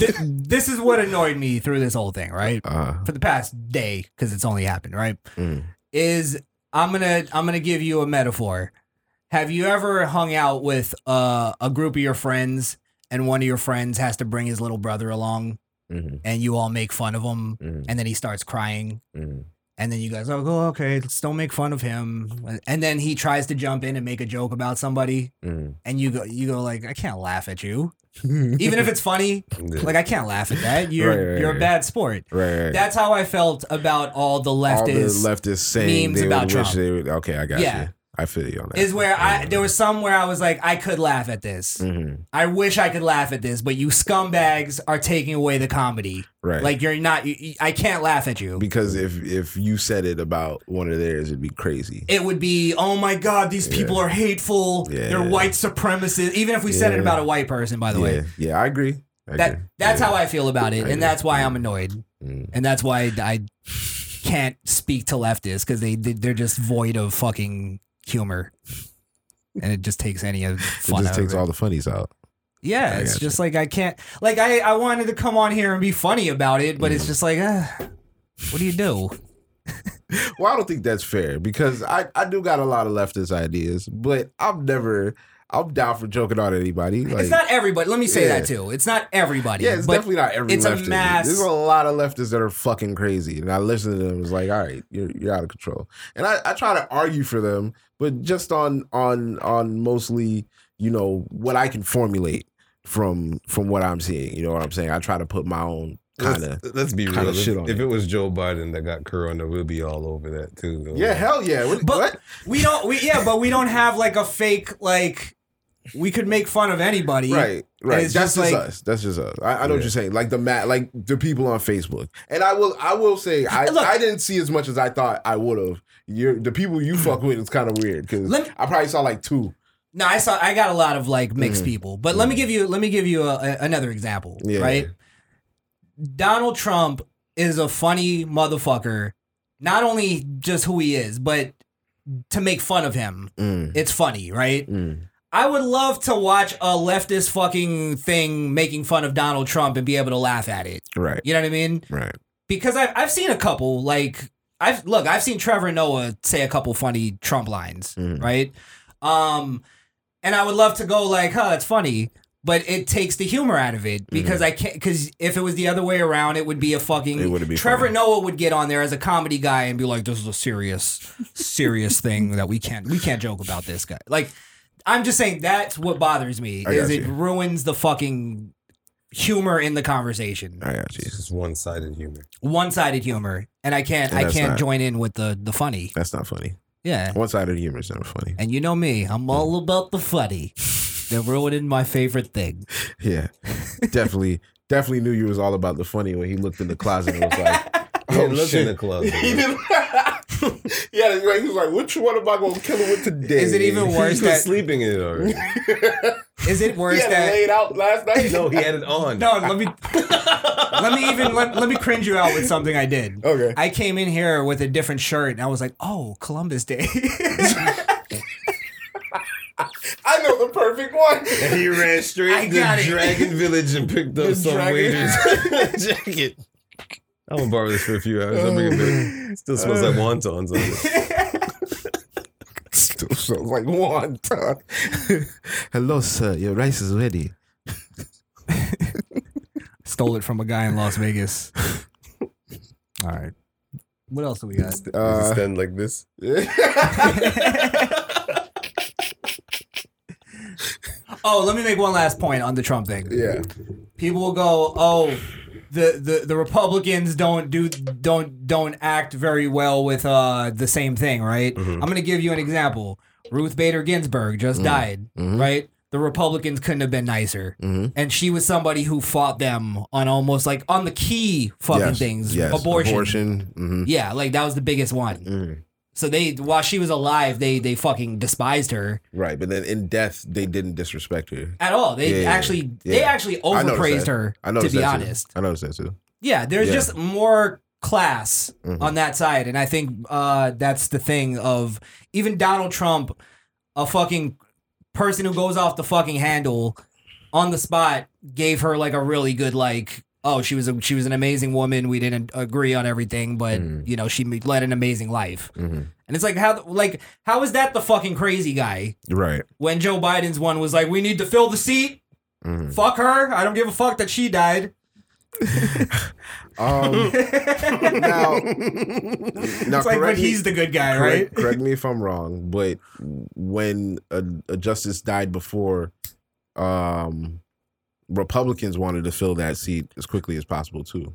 Speaker 5: Th- this is what annoyed me through this whole thing, right?
Speaker 3: Uh,
Speaker 5: For the past day, because it's only happened, right?
Speaker 3: mm.
Speaker 5: Is I'm gonna I'm gonna give you a metaphor. Have you ever hung out with uh, a group of your friends and one of your friends has to bring his little brother along
Speaker 3: Mhm,
Speaker 5: and you all make fun of him
Speaker 3: mhm,
Speaker 5: and then he starts crying
Speaker 3: mhm.
Speaker 5: and then you guys oh go okay let's don't make fun of him and then he tries to jump in and make a joke about somebody
Speaker 3: Mhm.
Speaker 5: and you go you go like I can't laugh at you
Speaker 3: mm.
Speaker 5: even if it's funny like I can't laugh at that you're
Speaker 3: Right, right,
Speaker 5: you're a
Speaker 3: right.
Speaker 5: bad sport
Speaker 3: Right, right.
Speaker 5: that's how I felt about all the
Speaker 3: All the
Speaker 5: leftists
Speaker 3: leftists saying
Speaker 5: memes
Speaker 3: they
Speaker 5: about
Speaker 3: would
Speaker 5: Trump.
Speaker 3: wish they would. Okay, I got
Speaker 5: Yeah.
Speaker 3: you. I feel you on that.
Speaker 5: is where I there was some where I was like I could laugh at this
Speaker 3: hmm
Speaker 5: I wish I could laugh at this but you scumbags are taking away the comedy
Speaker 3: Right.
Speaker 5: like you're not you- you, I can't laugh at you
Speaker 3: because if if you said it about one of theirs, it'd be crazy.
Speaker 5: it would be, oh my God, these people are hateful.
Speaker 3: Yeah.
Speaker 5: They're white supremacists. Even if we said it
Speaker 3: Yeah.
Speaker 5: about a white person, by the
Speaker 3: yeah,
Speaker 5: way.
Speaker 3: yeah, I agree. I
Speaker 5: That
Speaker 3: agree.
Speaker 5: that's
Speaker 3: yeah.
Speaker 5: how I feel about it,
Speaker 3: I
Speaker 5: and
Speaker 3: agree.
Speaker 5: that's why I'm annoyed,
Speaker 3: Mm.
Speaker 5: and that's why I can't speak to leftists because they they- they're just void of fucking humor, and it just takes any of
Speaker 3: It
Speaker 5: fun.
Speaker 3: just
Speaker 5: out
Speaker 3: takes
Speaker 5: of it.
Speaker 3: all the funnies out.
Speaker 5: Yeah,
Speaker 3: I
Speaker 5: it's
Speaker 3: gotcha.
Speaker 5: just like I can't. Like I I wanted to come on here and be funny about it,
Speaker 3: Mm.
Speaker 5: but it's just like, uh, what do you do?
Speaker 3: Well, I don't think that's fair because I, I do got a lot of leftist ideas, but I'm never I'm down for joking on anybody. Like,
Speaker 5: it's not everybody. Let me say
Speaker 3: Yeah.
Speaker 5: that too. It's not everybody.
Speaker 3: yeah, it's
Speaker 5: but
Speaker 3: definitely not every
Speaker 5: it's a
Speaker 3: leftist.
Speaker 5: mass-
Speaker 3: There's a lot of leftists that are fucking crazy, and I listen to them. It's like, all right, you're you're out of control, and I, I try to argue for them, but just on on on mostly you know what I can formulate from from what I'm seeing. You know what I'm saying? I try to put my own kind of.
Speaker 7: Let's, let's be
Speaker 3: kinda
Speaker 7: real. If,
Speaker 3: shit on
Speaker 7: if
Speaker 3: it.
Speaker 7: it was Joe Biden that got corona, we'll be all over that too. though.
Speaker 3: Yeah, hell yeah. What?
Speaker 5: But
Speaker 3: what?
Speaker 5: we don't. We yeah, but we don't have like a fake like. We could make fun of anybody,
Speaker 3: Right, right.
Speaker 5: it's
Speaker 3: That's
Speaker 5: just
Speaker 3: just,
Speaker 5: like-
Speaker 3: us. That's just us. I, I know what
Speaker 7: Yeah.
Speaker 3: you're saying. Like the mat, like the people on Facebook. And I will, I will say, I,
Speaker 5: Look-
Speaker 3: I didn't see as much as I thought I would have. You're the people you fuck with. It's kind of weird because
Speaker 5: Let me-
Speaker 3: I probably saw like two.
Speaker 5: No, I saw. I got a lot of like mixed
Speaker 3: Mhm.
Speaker 5: people, but let me give you. Let me give you a, a- another example.
Speaker 3: Yeah.
Speaker 5: Right, Donald Trump is a funny motherfucker. Not only just who he is, but to make fun of him,
Speaker 3: Mm,
Speaker 5: it's funny, right?
Speaker 3: mm.
Speaker 5: I would love to watch a leftist fucking thing making fun of Donald Trump and be able to laugh at it.
Speaker 3: Right,
Speaker 5: You know what I mean?
Speaker 3: right.
Speaker 5: because I've I've seen a couple like I've look I've seen Trevor Noah say a couple funny Trump lines,
Speaker 3: Mhm.
Speaker 5: right? Um, and I would love to go like, huh, it's funny, but it takes the humor out of
Speaker 3: Mm-hmm.
Speaker 5: it because I can't because if it was the other way around, it would be a fucking
Speaker 3: It wouldn't be
Speaker 5: Trevor
Speaker 3: funny.
Speaker 5: Noah would get on there as a comedy guy and be like, this is a serious serious thing that we can't we can't joke about this guy like. I'm just saying that's what bothers me
Speaker 3: I
Speaker 5: is
Speaker 3: got
Speaker 5: it
Speaker 3: you.
Speaker 5: ruins the fucking humor in the conversation
Speaker 3: I got you.
Speaker 7: It's just one sided humor.
Speaker 5: one-sided humor, and I can't
Speaker 3: Yeah,
Speaker 5: I
Speaker 3: that's
Speaker 5: can't
Speaker 3: not-
Speaker 5: join in with the the funny.
Speaker 3: That's not funny.
Speaker 5: Yeah,
Speaker 3: One sided humor is never funny.
Speaker 5: and you know me, I'm all about the funny. They're ruining my favorite thing.
Speaker 3: Yeah, definitely, definitely knew you was all about the funny when he looked in the closet and was like,
Speaker 7: Oh,
Speaker 3: "Oh
Speaker 7: look
Speaker 3: shit."
Speaker 7: in the club.
Speaker 3: He didn't. yeah, he was like, "Which one am I gonna kill him with today?"
Speaker 5: Is it even
Speaker 7: He's
Speaker 5: worse
Speaker 7: still
Speaker 5: that
Speaker 7: sleeping in it already.
Speaker 5: is it worse that
Speaker 3: out last night.
Speaker 7: no, he had it on.
Speaker 5: no? Let me let me even let, let me cringe you out with something I did.
Speaker 3: Okay.
Speaker 5: I came in here with a different shirt, and I was like, oh, Columbus Day.
Speaker 3: I know the perfect one.
Speaker 7: And he ran
Speaker 5: I
Speaker 7: straight
Speaker 5: got
Speaker 7: to
Speaker 5: it.
Speaker 7: Dragon Village and picked up
Speaker 3: The
Speaker 7: some
Speaker 3: Dragon-
Speaker 7: waiter's jacket. I'm gonna borrow this for a few hours. I'll bring it back. Still smells like wontons on it.
Speaker 3: Still smells like wonton. Hello, sir. Your rice is ready.
Speaker 5: Stole it from a guy in Las Vegas. All right. What else do we got?
Speaker 7: Does it
Speaker 3: Uh,
Speaker 7: stand like this.
Speaker 5: Oh, let me make one last point on the Trump thing.
Speaker 3: yeah.
Speaker 5: people will go, "Oh, the, the the Republicans don't do don't don't act very well with uh the same thing, right?"
Speaker 3: Mm-hmm.
Speaker 5: I'm going to give you an example. Ruth Bader Ginsburg
Speaker 3: Mm.
Speaker 5: just died,
Speaker 3: Mm-hmm.
Speaker 5: right? The Republicans couldn't have been nicer.
Speaker 3: Mhm.
Speaker 5: And she was somebody who fought them on almost like on the key fucking
Speaker 3: Yes,
Speaker 5: things,
Speaker 3: Yes.
Speaker 5: abortion.
Speaker 3: Abortion. Mm. hmm
Speaker 5: Yeah, like that was the biggest one. So they while she was alive, they they fucking despised her
Speaker 3: Right, but then in death they didn't disrespect her.
Speaker 5: at all. They
Speaker 3: Yeah, yeah,
Speaker 5: actually they
Speaker 3: yeah.
Speaker 5: actually
Speaker 3: I noticed
Speaker 5: overpraised
Speaker 3: that.
Speaker 5: her
Speaker 3: I
Speaker 5: to
Speaker 3: noticed
Speaker 5: be
Speaker 3: that too.
Speaker 5: honest.
Speaker 3: I noticed that too.
Speaker 5: Yeah, there's
Speaker 3: Yeah.
Speaker 5: just more class on that side, and I think uh, that's the thing of even Donald Trump, a fucking person who goes off the fucking handle on the spot, gave her like a really good like. Oh, she was a, she was an amazing woman. We didn't agree on everything, but you know she m- led an amazing life. And it's like how like how is that the fucking crazy guy
Speaker 3: Right.
Speaker 5: when Joe Biden's one was like we need to fill the seat
Speaker 3: Mhm.
Speaker 5: Fuck her. I don't give a fuck that she died.
Speaker 3: Um, now, now
Speaker 5: it's like when
Speaker 3: correct me-
Speaker 5: he's the good guy,
Speaker 3: correct,
Speaker 5: right?
Speaker 3: correct me if I'm wrong, but when a, a justice died before, um, Republicans wanted to fill that seat as quickly as possible too.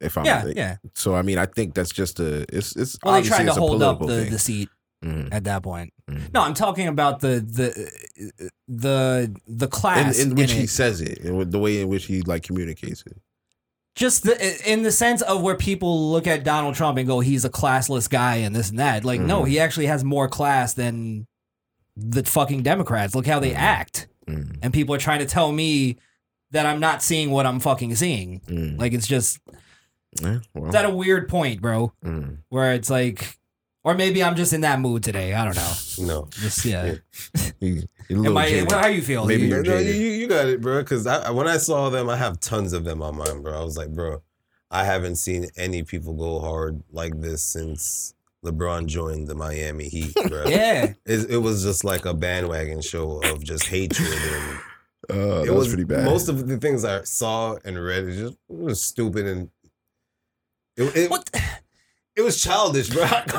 Speaker 3: If I'm
Speaker 5: Yeah, yeah.
Speaker 3: so, I mean, I think that's just a it's it's
Speaker 5: Well, they
Speaker 3: obviously
Speaker 5: tried to
Speaker 3: it's a
Speaker 5: hold up
Speaker 3: political
Speaker 5: the,
Speaker 3: thing.
Speaker 5: the seat
Speaker 3: Mhm.
Speaker 5: at that point.
Speaker 3: Mhm.
Speaker 5: No, I'm talking about the the the the class
Speaker 3: in, in which he
Speaker 5: it.
Speaker 3: says it, in wh- the way in which he like communicates it.
Speaker 5: just the, in the sense of where people look at Donald Trump and go, he's a classless guy and this and that. Like,
Speaker 3: Mm.
Speaker 5: no, he actually has more class than the fucking Democrats. Look how they act,
Speaker 3: Mhm.
Speaker 5: and people are trying to tell me that I'm not seeing what I'm fucking seeing.
Speaker 3: Mm.
Speaker 5: Like, it's just
Speaker 3: Yeah, well,
Speaker 5: it's at a weird point, bro,
Speaker 3: mm.
Speaker 5: where it's like, or maybe I'm just in that mood today. I don't know.
Speaker 7: No.
Speaker 5: Just yeah.
Speaker 3: He- he a
Speaker 5: Am
Speaker 3: little
Speaker 5: I,
Speaker 3: jaded.
Speaker 5: what, how you feel?
Speaker 3: Maybe
Speaker 5: You-
Speaker 7: No,
Speaker 3: you're
Speaker 7: no, you,
Speaker 3: jaded.
Speaker 7: you you got it, bro. Because I, I- when I saw them, I have tons of them on mine, bro. I was like, bro, I haven't seen any people go hard like this since LeBron joined the Miami Heat, bro.
Speaker 5: yeah.
Speaker 7: it, it was just like a bandwagon show of just hatred. And
Speaker 3: Uh,
Speaker 7: it
Speaker 3: that was pretty bad.
Speaker 7: Most of the things I saw and read it just it was stupid and it, it,
Speaker 5: What?
Speaker 7: it was childish, bro.
Speaker 8: Most of it,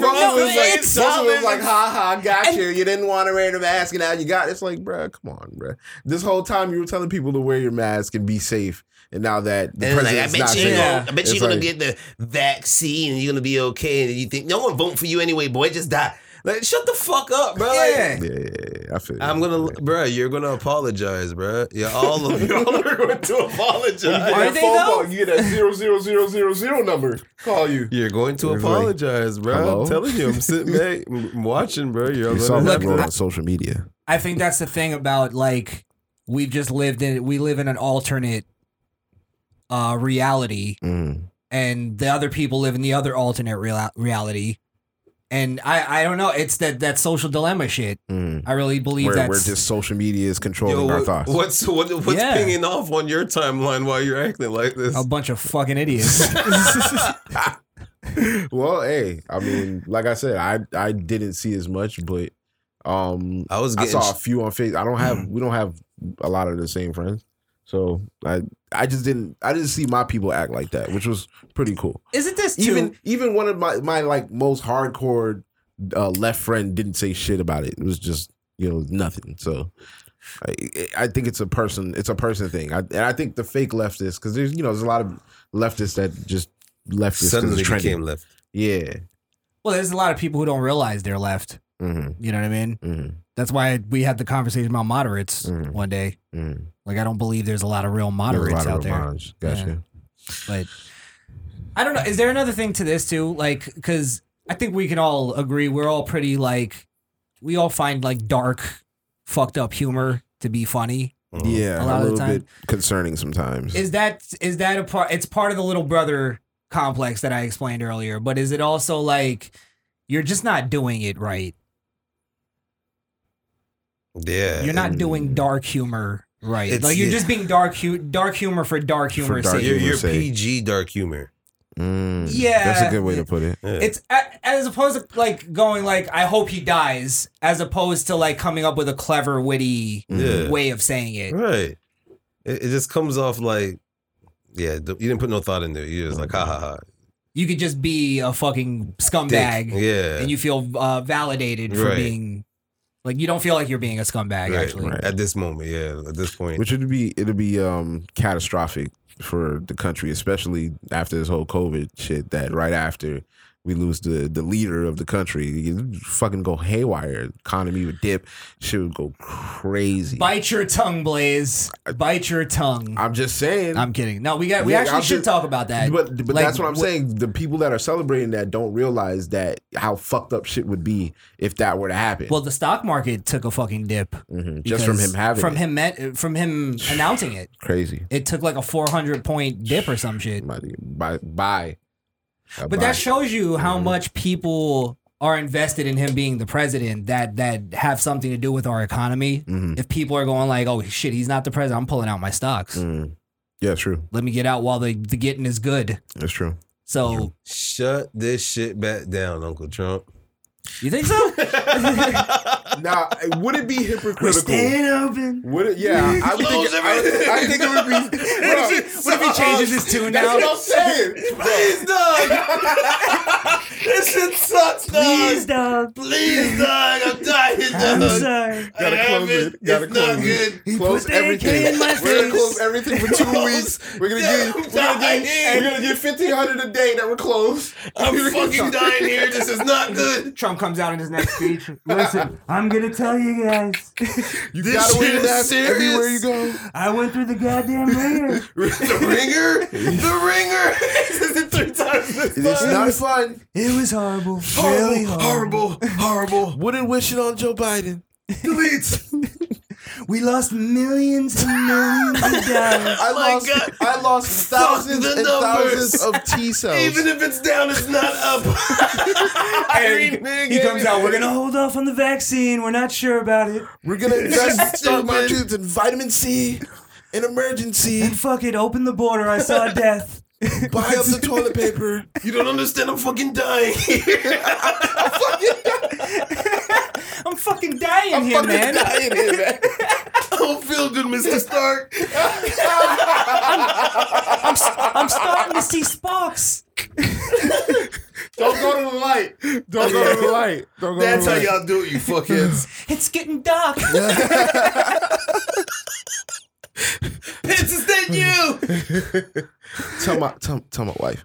Speaker 8: most
Speaker 7: bro,
Speaker 5: No,
Speaker 8: of it's like,
Speaker 5: it's
Speaker 8: most of it's
Speaker 5: solid.
Speaker 8: like, ha ha, got
Speaker 5: And-
Speaker 8: you. You didn't want to random asking out.
Speaker 3: you got it's like, bruh, come on, bruh. This whole time you were telling people to wear your mask and be safe, and now that the
Speaker 7: And like,
Speaker 3: president's not
Speaker 5: you
Speaker 3: safe,
Speaker 5: gonna-
Speaker 7: I bet
Speaker 3: It's like-
Speaker 7: the vaccine and you're gonna be okay. And you think no one vote for you anyway, boy. Just die. Like, shut the fuck up, bro. Like,
Speaker 5: Yeah.
Speaker 3: Yeah, yeah, yeah, I feel.
Speaker 7: I'm
Speaker 3: you.
Speaker 7: gonna, bro. You're gonna apologize, bro. Yeah, all of y'all are going to apologize.
Speaker 5: Are
Speaker 8: That
Speaker 5: they
Speaker 8: phone
Speaker 5: though?
Speaker 8: call, you get that zero zero zero zero zero number. Call you.
Speaker 7: You're going to
Speaker 3: You're like,
Speaker 7: apologize, bro.
Speaker 3: hello?
Speaker 7: I'm telling you, I'm sitting back, I'm watching, bro. You're
Speaker 3: You
Speaker 7: gonna
Speaker 3: saw
Speaker 7: have
Speaker 3: that
Speaker 5: Look,
Speaker 3: girl
Speaker 5: I-
Speaker 3: on social media.
Speaker 5: I think that's the thing about like we've just lived in we live in an alternate uh reality
Speaker 3: Mm.
Speaker 5: and the other people live in the other alternate real- reality. And I I don't know, it's that that social dilemma shit.
Speaker 3: Mm.
Speaker 5: I really believe
Speaker 3: Where,
Speaker 5: that's
Speaker 3: where just social media is controlling
Speaker 7: Yo,
Speaker 3: our
Speaker 7: what-
Speaker 3: thoughts.
Speaker 7: What's what, what's
Speaker 5: Yeah.
Speaker 7: pinging off on your timeline while you're acting like this?
Speaker 5: a bunch of fucking idiots.
Speaker 3: well, hey, I mean, like I said, I I didn't see as much, but um,
Speaker 7: I was
Speaker 3: I
Speaker 7: getting.
Speaker 3: saw a few on Facebook. I don't have we don't have a lot of the same friends, so I I just didn't I didn't see my people act like that, which was pretty cool.
Speaker 5: Isn't this too
Speaker 3: even even one of my my like most hardcore uh, left friend didn't say shit about it. It was just you know nothing. So I, I think it's a person it's a person thing. I, and I think the fake leftists because there's you know there's a lot of leftists that just left this 'cause
Speaker 7: suddenly
Speaker 3: it's trendy.
Speaker 7: became left.
Speaker 3: Yeah.
Speaker 5: Well, there's a lot of people who don't realize they're left.
Speaker 3: hmm
Speaker 5: You know what I mean?
Speaker 3: hmm
Speaker 5: That's why we had the conversation about moderates
Speaker 3: Mhm.
Speaker 5: one day.
Speaker 3: hmm
Speaker 5: Like I don't believe Mm-hmm. there's a lot of real moderates out there.
Speaker 3: Gotcha.
Speaker 5: Yeah. but I don't know. Is there another thing to this too? Like, because I think we can all agree we're all pretty like we all find like dark, fucked up humor to be funny.
Speaker 3: Yeah,
Speaker 5: A
Speaker 3: a,
Speaker 5: lot of the
Speaker 3: little
Speaker 5: time.
Speaker 3: bit concerning sometimes.
Speaker 5: Is that is that a part? It's part of the little brother complex that I explained earlier. But is it also like you're just not doing it right?
Speaker 7: Yeah,
Speaker 5: You're not doing dark humor right.
Speaker 7: It's-
Speaker 5: like you're
Speaker 7: yeah.
Speaker 5: just being dark hu- dark humor for dark humor
Speaker 3: dark
Speaker 5: sake.
Speaker 7: You're,
Speaker 3: humor.
Speaker 7: you're
Speaker 3: Say.
Speaker 7: PG dark humor.
Speaker 3: Mm,
Speaker 5: Yeah.
Speaker 3: that's a good way to put it.
Speaker 7: Yeah.
Speaker 5: It's a- as opposed to like going like I hope he dies, as opposed to like coming up with a clever, witty
Speaker 7: Yeah.
Speaker 5: way of saying it.
Speaker 7: right. It, it just comes off like, yeah, th- you didn't put no thought into it. You're just like, ha ha ha.
Speaker 5: You could just be a fucking
Speaker 7: Dick.
Speaker 5: scumbag,
Speaker 7: Yeah.
Speaker 5: and you feel uh, validated for
Speaker 7: Right.
Speaker 5: being like you don't feel like you're being a scumbag
Speaker 7: Right,
Speaker 5: actually.
Speaker 3: right.
Speaker 7: At this moment, yeah. At this point,
Speaker 3: which would be it'll be um catastrophic for the country especially after this whole covid shit that right after we lose the the leader of the country you fucking go haywire economy would dip shit would go crazy
Speaker 5: Bite your tongue, Blaze. Bite your tongue.
Speaker 3: i'm just saying
Speaker 5: I'm kidding. No, we got we
Speaker 3: Yeah,
Speaker 5: actually
Speaker 3: I'm
Speaker 5: should
Speaker 3: just-
Speaker 5: talk about that.
Speaker 3: but but
Speaker 5: Like,
Speaker 3: that's what i'm saying the people that are celebrating that don't realize that how fucked up shit would be if that were to happen
Speaker 5: Well, the stock market took a fucking dip
Speaker 3: Mhm. just from
Speaker 5: because-
Speaker 3: him having
Speaker 5: from
Speaker 3: it.
Speaker 5: him met, from him announcing it.
Speaker 3: crazy
Speaker 5: It took like a 400 point dip or some shit.
Speaker 3: My nigga, bye bye Uh,
Speaker 5: But
Speaker 3: bye.
Speaker 5: that shows you how much people are invested in him being the president that that have something to do with our economy.
Speaker 3: Mhm.
Speaker 5: If people are going like, "Oh shit, he's not the president. I'm pulling out my stocks.
Speaker 3: Mm. yeah true
Speaker 5: Let me get out while the the getting is good."
Speaker 3: that's true
Speaker 5: So,
Speaker 7: shut this shit back down, Uncle Trump.
Speaker 5: you think so?
Speaker 8: Now, would it be hypocritical?
Speaker 5: open.
Speaker 8: Would it, yeah, I would think, I, I think it would be.
Speaker 5: What
Speaker 8: Bro,
Speaker 5: if he, what if he changes his tune
Speaker 8: that's
Speaker 5: now?
Speaker 8: what I'm saying.
Speaker 7: Please, dog. this shit sucks, dog. Please,
Speaker 5: dog.
Speaker 7: dog. I'm dying,
Speaker 5: Uh,
Speaker 7: dog.
Speaker 5: sorry.
Speaker 8: Gotta
Speaker 7: I
Speaker 8: close
Speaker 7: have
Speaker 8: it. Gotta
Speaker 7: it's
Speaker 8: close
Speaker 7: not
Speaker 8: it.
Speaker 7: good.
Speaker 8: Close
Speaker 5: put that
Speaker 8: everything.
Speaker 5: in my
Speaker 8: We're gonna
Speaker 5: face.
Speaker 8: close everything for two weeks. We're gonna get we're gonna get,
Speaker 7: Dying.
Speaker 8: we're gonna get fifteen hundred a day that we're closed.
Speaker 7: I'm fucking dying here. This is not good.
Speaker 5: Trump comes out in his next speech. Listen, I'm gonna tell you guys,
Speaker 8: You
Speaker 7: This
Speaker 8: gotta wear
Speaker 7: shit
Speaker 8: the
Speaker 7: is
Speaker 8: mask everywhere you
Speaker 7: serious.
Speaker 8: go.
Speaker 5: I went through the goddamn ringer.
Speaker 7: The ringer? The ringer? This is it three times this
Speaker 8: It's
Speaker 7: time.
Speaker 8: not fun.
Speaker 5: It was horrible.
Speaker 7: horrible,
Speaker 5: really
Speaker 7: horrible, horrible.
Speaker 8: Wouldn't wish it on Joe Biden.
Speaker 7: Delete.
Speaker 5: We lost millions and millions of dollars.
Speaker 8: I
Speaker 7: Oh my
Speaker 8: lost.
Speaker 7: God.
Speaker 8: I lost thousands
Speaker 7: the
Speaker 8: and
Speaker 7: numbers.
Speaker 8: thousands of T cells.
Speaker 7: Even if it's down, it's not up. I mean,
Speaker 5: He comes out. We're gonna hold off on the vaccine. We're not sure about it.
Speaker 8: We're gonna invest stock
Speaker 7: Stupid.
Speaker 8: markets in vitamin C, in emergency,
Speaker 5: And fuck it. Open the border. I saw death.
Speaker 8: buy up the toilet paper.
Speaker 7: You don't understand. I'm fucking dying.
Speaker 5: I'm fucking dying here, man.
Speaker 8: Dying here, man.
Speaker 7: I don't feel good, Mr. Stark.
Speaker 5: I'm, s- I'm starting to see sparks.
Speaker 8: Don't go to the light. Don't go to the light. Don't go
Speaker 7: That's
Speaker 8: to
Speaker 7: how
Speaker 8: the light.
Speaker 7: y'all do it, you fuckheads.
Speaker 5: It's getting dark.
Speaker 7: Pits, is that you?
Speaker 8: Tell my tell, tell my wife.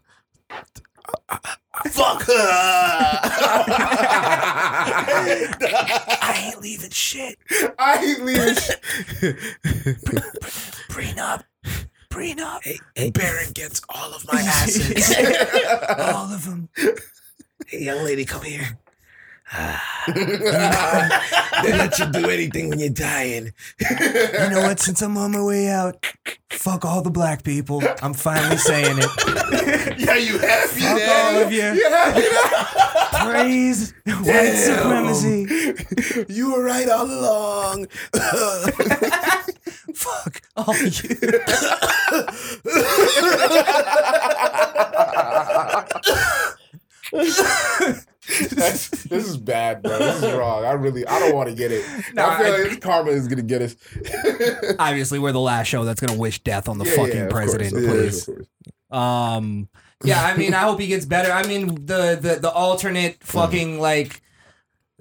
Speaker 7: Fuck her.
Speaker 5: I ain't leaving shit.
Speaker 8: I hate leaving.
Speaker 5: Prenup. Prenup.
Speaker 7: Baron gets all of my assets.
Speaker 5: All of them.
Speaker 7: Hey, young lady, come here. they let you do anything when you're dying.
Speaker 5: You know what? Since I'm on my way out, fuck all the black people. I'm finally saying it.
Speaker 7: Yeah, you happy
Speaker 5: Fuck
Speaker 7: now?
Speaker 5: all of you. Praise white supremacy.
Speaker 8: you were right all along.
Speaker 5: Fuck all of you.
Speaker 8: That's, this is bad, bro. This is wrong. I really, I don't want to get it.
Speaker 5: Nah,
Speaker 8: I feel
Speaker 5: I-
Speaker 8: like this karma is gonna get us.
Speaker 5: Obviously, we're the last show that's gonna wish death on the
Speaker 8: Yeah,
Speaker 5: fucking
Speaker 8: yeah, of course,
Speaker 5: president,
Speaker 8: of course,
Speaker 5: please.
Speaker 8: of course.
Speaker 5: Um, yeah, I mean, I hope he gets better. I mean, the the the
Speaker 8: Mm.
Speaker 5: alternate fucking like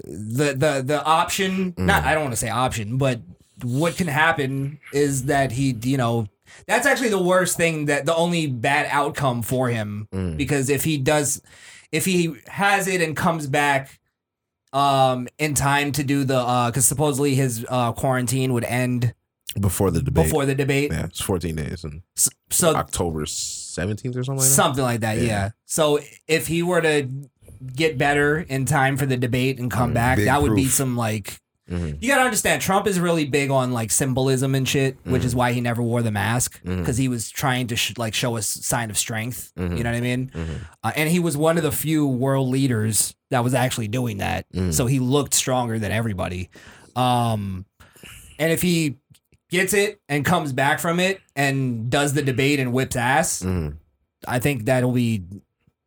Speaker 5: the the the option.
Speaker 8: Mm.
Speaker 5: Not, I don't want to say option, but what can happen is that he, you know, that's actually the worst thing. That the only bad outcome for him
Speaker 8: Mm.
Speaker 5: because if he does, if he has it and comes back um in time to do the uh because supposedly his uh quarantine would end
Speaker 3: Before the debate.
Speaker 5: before the debate
Speaker 3: yeah, it's 14 days and
Speaker 5: S- so
Speaker 3: October 17th or something like that.
Speaker 5: something like that. Yeah. So if he were to get better in time for the debate and come back,
Speaker 7: big
Speaker 5: that would be
Speaker 7: proof.
Speaker 5: some like.
Speaker 3: Mhm.
Speaker 5: You gotta understand, Trump is really big on like symbolism and shit, which
Speaker 3: Mm-hmm.
Speaker 5: is why he never wore the mask
Speaker 3: Mhm.
Speaker 5: because he was trying to sh- like show a s- sign of strength.
Speaker 3: Mhm.
Speaker 5: You know what I mean?
Speaker 3: Mhm.
Speaker 5: Uh, and he was one of the few world leaders that was actually doing that,
Speaker 3: Mhm.
Speaker 5: so he looked stronger than everybody. Um, and if he gets it and comes back from it and does the debate and whips ass,
Speaker 3: Mhm.
Speaker 5: I think that'll be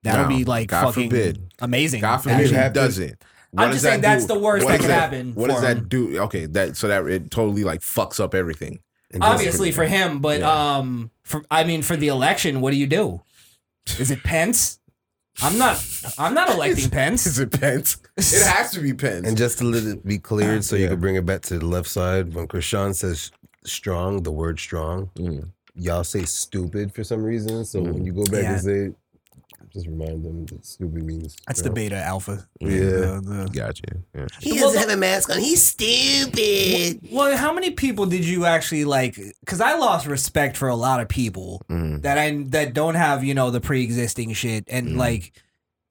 Speaker 5: that'll
Speaker 3: No,
Speaker 5: be like
Speaker 3: God
Speaker 5: fucking
Speaker 3: forbid.
Speaker 5: amazing.
Speaker 3: God forbid
Speaker 5: actually.
Speaker 3: he doesn't. What
Speaker 5: I'm
Speaker 3: does
Speaker 5: just saying
Speaker 3: that
Speaker 5: that's
Speaker 3: do?
Speaker 5: the worst
Speaker 3: What
Speaker 5: that
Speaker 3: does
Speaker 5: could happen.
Speaker 3: What does
Speaker 5: for
Speaker 3: that
Speaker 5: him.
Speaker 3: do? Okay, that so that it totally like fucks up everything.
Speaker 5: Obviously for him, but um, for, I mean for the election, what do you do? Is it Pence? I'm not. I'm not electing Pence.
Speaker 8: Is it Pence? It has to be Pence.
Speaker 7: And just to let it be cleared, so
Speaker 8: Yeah.
Speaker 7: you can bring it back to the left side. When Krishan says strong, the word strong,
Speaker 3: Mm.
Speaker 7: y'all say stupid for some reason. So
Speaker 3: Mm.
Speaker 7: when you go back
Speaker 5: Yeah.
Speaker 7: and say, just remind them that stupid means.
Speaker 5: That's the
Speaker 7: strong.
Speaker 5: beta alpha.
Speaker 7: Yeah.
Speaker 3: Gotcha. Yeah.
Speaker 5: He doesn't have
Speaker 7: a mask on. He's stupid.
Speaker 5: Well, how many people did you actually like? Because I lost respect for a lot of people
Speaker 3: Mhm.
Speaker 5: that I that don't have you know the pre-existing shit and
Speaker 8: Mm.
Speaker 3: Mhm.
Speaker 5: like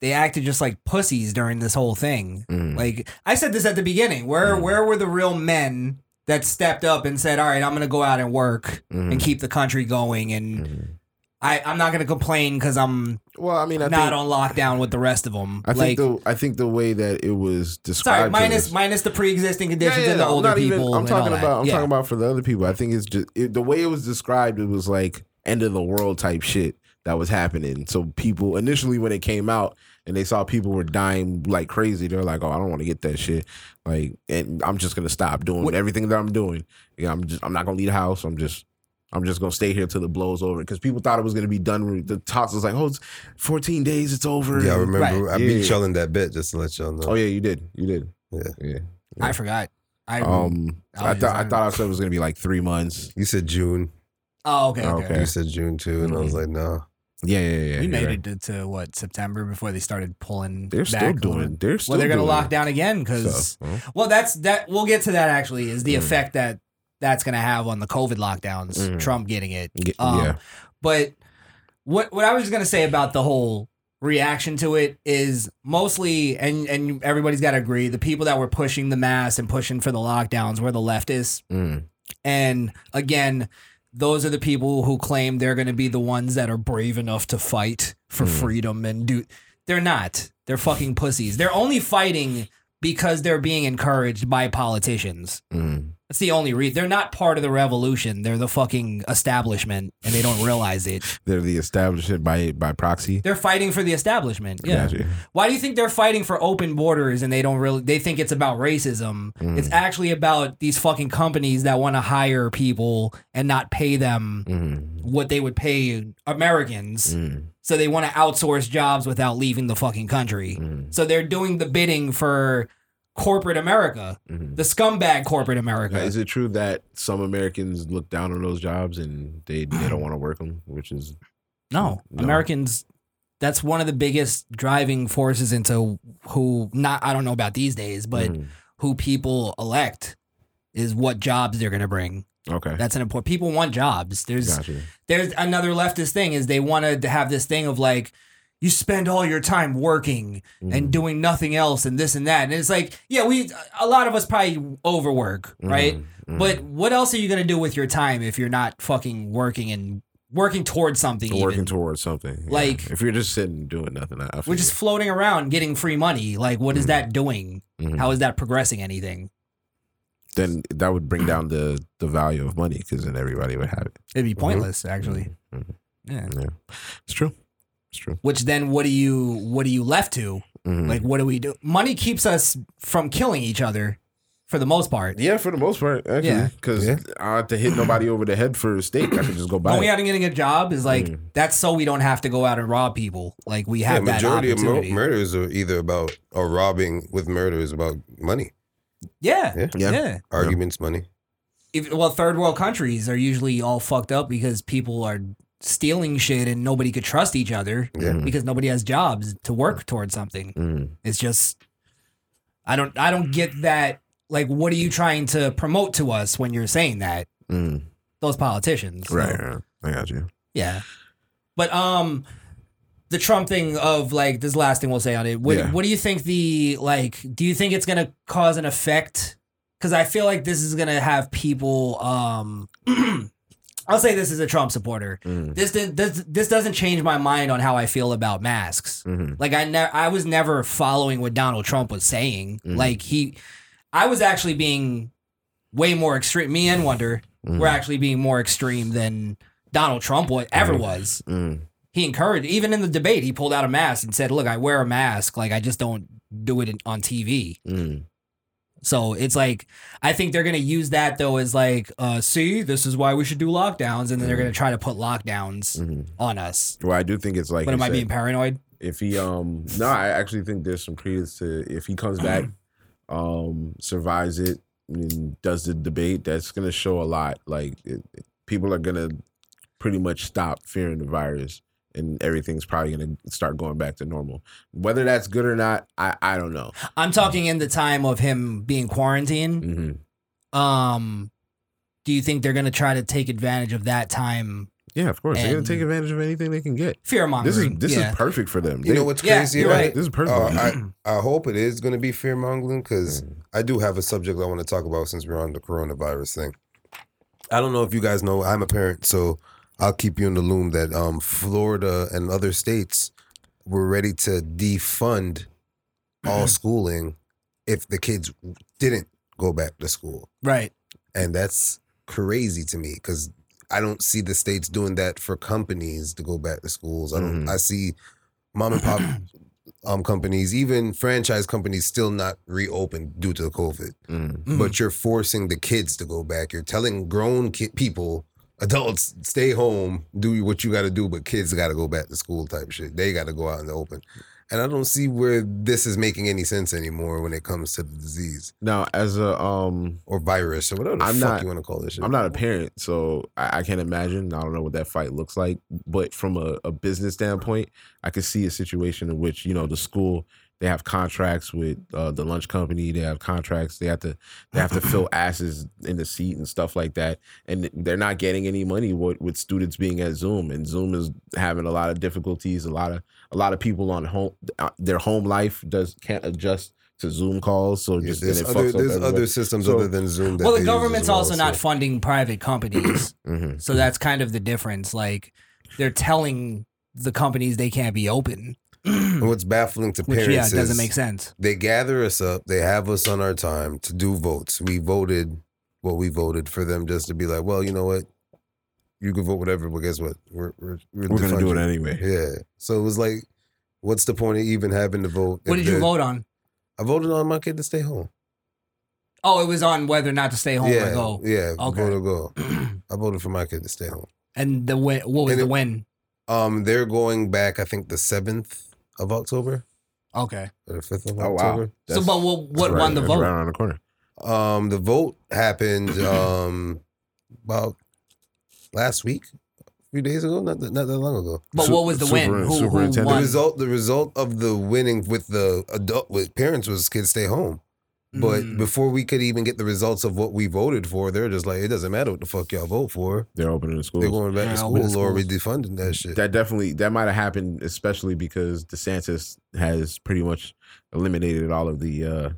Speaker 5: they acted just like pussies during this whole thing.
Speaker 3: Mhm.
Speaker 5: Like I said this at the beginning, where
Speaker 3: Mhm.
Speaker 5: where were the real men that stepped up and said, "All right, I'm going to go out and work
Speaker 3: Mhm.
Speaker 5: and keep the country going and
Speaker 3: Mhm.
Speaker 5: I I'm not going to complain cuz I'm
Speaker 3: Well, I mean, I
Speaker 5: not
Speaker 3: think,
Speaker 5: on lockdown with the rest of them."
Speaker 3: I think
Speaker 5: like
Speaker 3: the I think the way that it was described.
Speaker 5: Sorry,
Speaker 3: to
Speaker 5: minus
Speaker 3: us-
Speaker 5: minus the pre-existing
Speaker 3: Yeah,
Speaker 5: conditions
Speaker 3: yeah,
Speaker 5: and the
Speaker 3: no, I'm
Speaker 5: older
Speaker 3: not even-
Speaker 5: people.
Speaker 3: I'm
Speaker 5: and
Speaker 3: talking
Speaker 5: all that.
Speaker 3: about. I'm
Speaker 5: Yeah.
Speaker 3: talking about for the other people. I think it's just it, the way it was described. It was like end of the world type shit. that was happening. So people initially when it came out and they saw people were dying like crazy, they're like, "Oh, I don't want to get that shit." Like, and I'm just gonna stop doing everything that I'm doing. Yeah, I'm just I'm not gonna leave the house. I'm just I'm just gonna stay here till it blows over because people thought it was gonna be done. with- The toss was like, "Oh, it's 14 days. It's over."
Speaker 7: Yeah, I remember.
Speaker 3: Right.
Speaker 7: I beat
Speaker 3: Yeah.
Speaker 7: y'all in that bit just to let y'all know.
Speaker 3: Oh yeah, you did. You did.
Speaker 5: I forgot. I
Speaker 3: Um,
Speaker 5: Oh,
Speaker 3: I thought
Speaker 5: yeah.
Speaker 3: I thought I said it was gonna be like three months.
Speaker 7: You said June.
Speaker 5: oh okay okay.
Speaker 3: okay.
Speaker 7: You said June too, and I was like, nah.
Speaker 3: Yeah, yeah, yeah.
Speaker 5: we
Speaker 3: you're
Speaker 5: made
Speaker 3: right.
Speaker 5: it to, to, what September before they started pulling.
Speaker 3: They're still
Speaker 5: back a little
Speaker 3: doing.
Speaker 5: bit.
Speaker 3: They're still.
Speaker 5: well, they're gonna
Speaker 3: doing
Speaker 5: lock
Speaker 3: it.
Speaker 5: down again because
Speaker 3: So, huh?
Speaker 5: well, that's that. We'll get to that. Actually, is the
Speaker 3: Mm.
Speaker 5: effect that that's gonna have on the COVID lockdowns.
Speaker 3: Mm.
Speaker 5: Trump getting it.
Speaker 3: Ge-
Speaker 5: Um,
Speaker 3: yeah.
Speaker 5: But what what I was gonna say about the whole reaction to it is mostly and and everybody's got to agree the people that were pushing the mass and pushing for the lockdowns were the leftists
Speaker 3: Mm.
Speaker 5: and again, those are the people who claim they're going to be the ones that are brave enough to fight for
Speaker 3: Mm.
Speaker 5: freedom and do. They're not. They're fucking pussies. They're only fighting because they're being encouraged by politicians.
Speaker 3: Mm.
Speaker 5: That's the only reason. They're not part of the revolution. They're the fucking establishment and they don't realize it.
Speaker 3: They're the establishment by by proxy.
Speaker 5: They're fighting for the establishment. Yeah.
Speaker 3: Gotcha.
Speaker 5: Why do you think they're fighting for open borders and they don't really they think it's about racism?
Speaker 3: Mm.
Speaker 5: It's actually about these fucking companies that want to hire people and not pay them
Speaker 3: Mm.
Speaker 5: what they would pay Americans.
Speaker 3: Mm.
Speaker 5: So they want to outsource jobs without leaving the fucking country.
Speaker 3: Mm.
Speaker 5: So they're doing the bidding for corporate America,
Speaker 3: Mm.
Speaker 5: the scumbag corporate
Speaker 3: Now,
Speaker 5: America.
Speaker 3: Is it true that some Americans look down on those jobs and they, they don't want to work them, which is
Speaker 5: No,
Speaker 3: No.
Speaker 5: Americans. That's one of the biggest driving forces into who not I don't know about these days, but
Speaker 3: Mm.
Speaker 5: who people elect is what jobs they're going to bring.
Speaker 3: okay.
Speaker 5: That's an important. People want jobs. There's
Speaker 3: Gotcha.
Speaker 5: there's another leftist thing is they wanted to have this thing of like you spend all your time working
Speaker 3: Mm,
Speaker 5: and doing nothing else and this and that and it's like yeah we a lot of us probably overwork right
Speaker 3: Mm.
Speaker 5: but what else are you going to do with your time if you're not fucking working and working towards something
Speaker 3: Working
Speaker 5: even?
Speaker 3: towards something. yeah.
Speaker 5: Like-
Speaker 3: if you're just sitting and doing nothing, I, I
Speaker 5: we're
Speaker 3: feel
Speaker 5: just floating around getting free money like what is
Speaker 3: Mhm.
Speaker 5: that doing
Speaker 3: you. Mhm.
Speaker 5: How is that progressing anything
Speaker 3: then that would bring down the the value of money because then everybody would have it.
Speaker 5: it'd be pointless actually
Speaker 3: Mhm.
Speaker 5: yeah
Speaker 3: Yeah, it's true. It's true.
Speaker 5: which then what do you what are you left to
Speaker 3: Mhm.
Speaker 5: Like, what do we do? Money keeps us from killing each other for the most part.
Speaker 3: yeah, for the most part,
Speaker 5: Yeah.
Speaker 3: actually, because
Speaker 7: Yeah.
Speaker 3: I have to hit nobody over the head for a steak. I could just go buy.
Speaker 5: Going
Speaker 3: it.
Speaker 5: out and getting a job is like,
Speaker 3: Mm.
Speaker 5: that's so we don't have to go out and rob people. Like, we
Speaker 7: Yeah,
Speaker 5: have that
Speaker 7: majority of mur-
Speaker 5: opportunity.
Speaker 7: murders are either about or robbing with murder is about money,
Speaker 5: yeah.
Speaker 7: Yeah.
Speaker 5: Yeah.
Speaker 3: Yeah.
Speaker 7: arguments, money.
Speaker 5: If, well, third world countries are usually all fucked up because people are stealing shit and nobody could trust each other
Speaker 7: Yeah.
Speaker 5: because nobody has jobs to work towards something.
Speaker 3: Mm.
Speaker 5: It's just, I don't, I don't get that. Like, what are you trying to promote to us when you're saying that?
Speaker 3: Mm.
Speaker 5: Those politicians. So-
Speaker 3: Right, right. I got you.
Speaker 5: Yeah. But um the Trump thing of like this last thing we'll say on it. What,
Speaker 3: Yeah.
Speaker 5: what do you think the like do you think it's going to cause an effect cuz I feel like this is going to have people um I'll say this as a Trump supporter.
Speaker 3: Mm.
Speaker 5: This did- this this doesn't change my mind on how I feel about masks.
Speaker 3: Mhm.
Speaker 5: Like I ne- I was never following what Donald Trump was saying.
Speaker 3: Mhm.
Speaker 5: Like he I was actually being way more extreme me and Wonder
Speaker 3: Mm-hmm.
Speaker 5: were actually being more extreme than Donald Trump was, ever was.
Speaker 3: Mm.
Speaker 5: He encouraged, even in the debate, he pulled out a mask and said, "Look, I wear a mask. Like I just don't do it in, on TV."
Speaker 3: Mm.
Speaker 5: So it's like I think they're gonna use that though as like, uh, "See, this is why we should do lockdowns," and then they're
Speaker 3: Mm.
Speaker 5: gonna try to put lockdowns
Speaker 3: Mhm.
Speaker 5: on us.
Speaker 3: Well, I do think it's like
Speaker 5: but
Speaker 3: you
Speaker 5: am I
Speaker 3: said,
Speaker 5: being paranoid?
Speaker 3: if he um no, I actually think there's some credence to if he comes back, um, survives it and does the debate, that's gonna show a lot. Like it, it- people are gonna pretty much stop fearing the virus and everything's probably gonna start going back to normal. Whether that's good or not, I, I don't know.
Speaker 5: I'm talking in the time of him being quarantined.
Speaker 3: Mm-hmm.
Speaker 5: Um, do you think they're gonna try to take advantage of that time?
Speaker 3: Yeah, of course. They're gonna
Speaker 5: And-
Speaker 3: take advantage of anything they can get.
Speaker 5: Fear
Speaker 3: This is
Speaker 5: mongering.
Speaker 3: this
Speaker 5: yeah.
Speaker 3: is perfect for them.
Speaker 7: You
Speaker 3: They-
Speaker 7: know what's
Speaker 5: Yeah,
Speaker 7: crazy?
Speaker 5: you're
Speaker 7: about
Speaker 5: right.
Speaker 7: it?
Speaker 3: This is perfect.
Speaker 7: Uh,
Speaker 3: for them.
Speaker 7: I, I hope it is going to be fear mongering because
Speaker 5: Mm.
Speaker 7: I do have a subject I want to talk about since we're on the coronavirus thing. I don't know if you guys know, I'm a parent, so I'll keep you in the loom that um, Florida and other states were ready to defund all schooling if the kids didn't go back to school.
Speaker 5: right.
Speaker 7: And that's crazy to me because I don't see the states doing that for companies to go back to schools. I don't.
Speaker 3: Mhm.
Speaker 7: I see mom and pop um, companies, even franchise companies, still not reopened due to COVID.
Speaker 3: Mm.
Speaker 7: But you're forcing the kids to go back. You're telling grown ki- people, adults, stay home, do what you got to do, but kids got to go back to school type shit. They got to go out in the open. And I don't see where this is making any sense anymore when it comes to the disease
Speaker 3: Now, as a um,
Speaker 7: or virus or whatever the
Speaker 3: I'm
Speaker 7: fuck
Speaker 3: not-
Speaker 7: you want to call this shit.
Speaker 3: I'm not a parent, so I, I can't imagine. I don't know what that fight looks like, but from a, a business standpoint, I could see a situation in which you know the school they have contracts with uh, the lunch company, they have contracts, they have to they have to fill asses in the seat and stuff like that, and they're not getting any money with, with students being at Zoom, and Zoom is having a lot of difficulties, a lot of a lot of people on home uh, their home life does can't adjust to Zoom calls, so
Speaker 7: Yeah,
Speaker 3: just and
Speaker 7: there's
Speaker 3: it fucks
Speaker 7: other,
Speaker 3: up
Speaker 7: there's
Speaker 3: everybody.
Speaker 7: other systems
Speaker 3: So-
Speaker 7: other than Zoom. That
Speaker 5: well,
Speaker 7: they
Speaker 5: the
Speaker 7: use as
Speaker 5: government's
Speaker 7: well,
Speaker 5: also not
Speaker 7: so-
Speaker 5: funding private companies,
Speaker 3: Mhm.
Speaker 5: so that's kind of the difference. Like they're telling the companies they can't be open,
Speaker 7: And what's baffling to
Speaker 5: which
Speaker 7: parents
Speaker 5: yeah, it
Speaker 7: Oh, is
Speaker 5: doesn't make sense.
Speaker 7: they gather us up, they have us on our time to do votes. We voted what we voted for them just to be like, well, you know what, you can vote whatever, but guess what, we're we're
Speaker 3: We're
Speaker 7: we're,
Speaker 3: gonna
Speaker 7: defund
Speaker 3: do
Speaker 7: you.
Speaker 3: it anyway.
Speaker 7: Yeah. So it was like, what's the point of even having to vote?
Speaker 5: What
Speaker 7: if
Speaker 5: did you
Speaker 7: they're-
Speaker 5: vote on?
Speaker 7: I voted on my kid to stay home.
Speaker 5: Oh, it was on whether or not to stay home
Speaker 7: yeah.
Speaker 5: or go.
Speaker 7: Yeah.
Speaker 5: Oh, Okay.
Speaker 7: Vote or go. I voted for my kid to stay home.
Speaker 5: And the win. What was
Speaker 7: And
Speaker 5: the
Speaker 7: it-
Speaker 5: win?
Speaker 7: Um, they're going back. I think the seventh of October
Speaker 5: Okay.
Speaker 7: or the fifth of
Speaker 3: Oh wow!
Speaker 7: October.
Speaker 5: so, but what, what
Speaker 3: That's right-
Speaker 5: won the
Speaker 3: that's
Speaker 5: vote?
Speaker 3: Right around the corner.
Speaker 7: Um, the vote happened um about last week, a few days ago, not that, not that long ago.
Speaker 5: But
Speaker 3: Su-
Speaker 5: what was the
Speaker 3: super-
Speaker 5: win? Who, who
Speaker 3: superintendent.
Speaker 7: The
Speaker 5: won?
Speaker 7: result, the result of the winning with the adult with parents was kids stay home. But
Speaker 5: Mm.
Speaker 7: before we could even get the results of what we voted for, they're just like, it doesn't matter what the fuck y'all vote for.
Speaker 3: They're opening the schools.
Speaker 7: They're going back
Speaker 5: Yeah,
Speaker 7: to
Speaker 5: open
Speaker 7: school or we defunding that shit.
Speaker 3: that definitely that might have happened, especially because DeSantis has pretty much eliminated all of the uh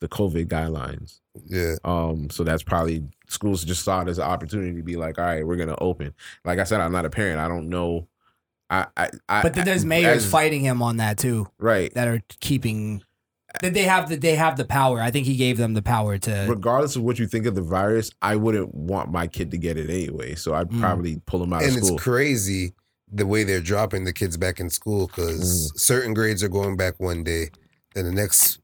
Speaker 3: the COVID guidelines.
Speaker 7: yeah.
Speaker 3: Um, so that's probably schools just saw it as an opportunity to be like, all right, we're gonna open. Like I said, I'm not a parent. I don't know. I, I, I
Speaker 5: but then there's mayors
Speaker 3: as-
Speaker 5: fighting him on that too,
Speaker 3: right.
Speaker 5: that are keeping. That they have the they have the power. I think he gave them the power to.
Speaker 3: Regardless of what you think of the virus, I wouldn't want my kid to get it anyway. So I'd
Speaker 5: Mm.
Speaker 3: probably pull him out
Speaker 7: And
Speaker 3: of
Speaker 7: it's
Speaker 3: school.
Speaker 7: crazy the way they're dropping the kids back in school because
Speaker 3: Mm.
Speaker 7: certain grades are going back one day, then the next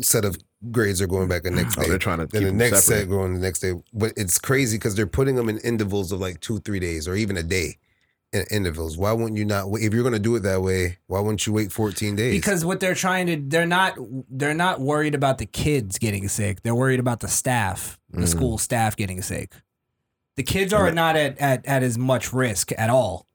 Speaker 7: set of grades are going back the next
Speaker 3: Oh,
Speaker 7: day.
Speaker 3: they're trying to keep
Speaker 7: then the
Speaker 3: him
Speaker 7: next set
Speaker 3: separate.
Speaker 7: going the next day. But it's crazy because they're putting them in intervals of like two, three days or even a day in intervals. Why wouldn't you not? If you're going to do it that way, why wouldn't you wait 14 days?
Speaker 5: because what they're trying to they're not they're not worried about the kids getting sick they're worried about the staff the
Speaker 3: Mm.
Speaker 5: school staff getting sick the kids are not at, at, at as much risk at all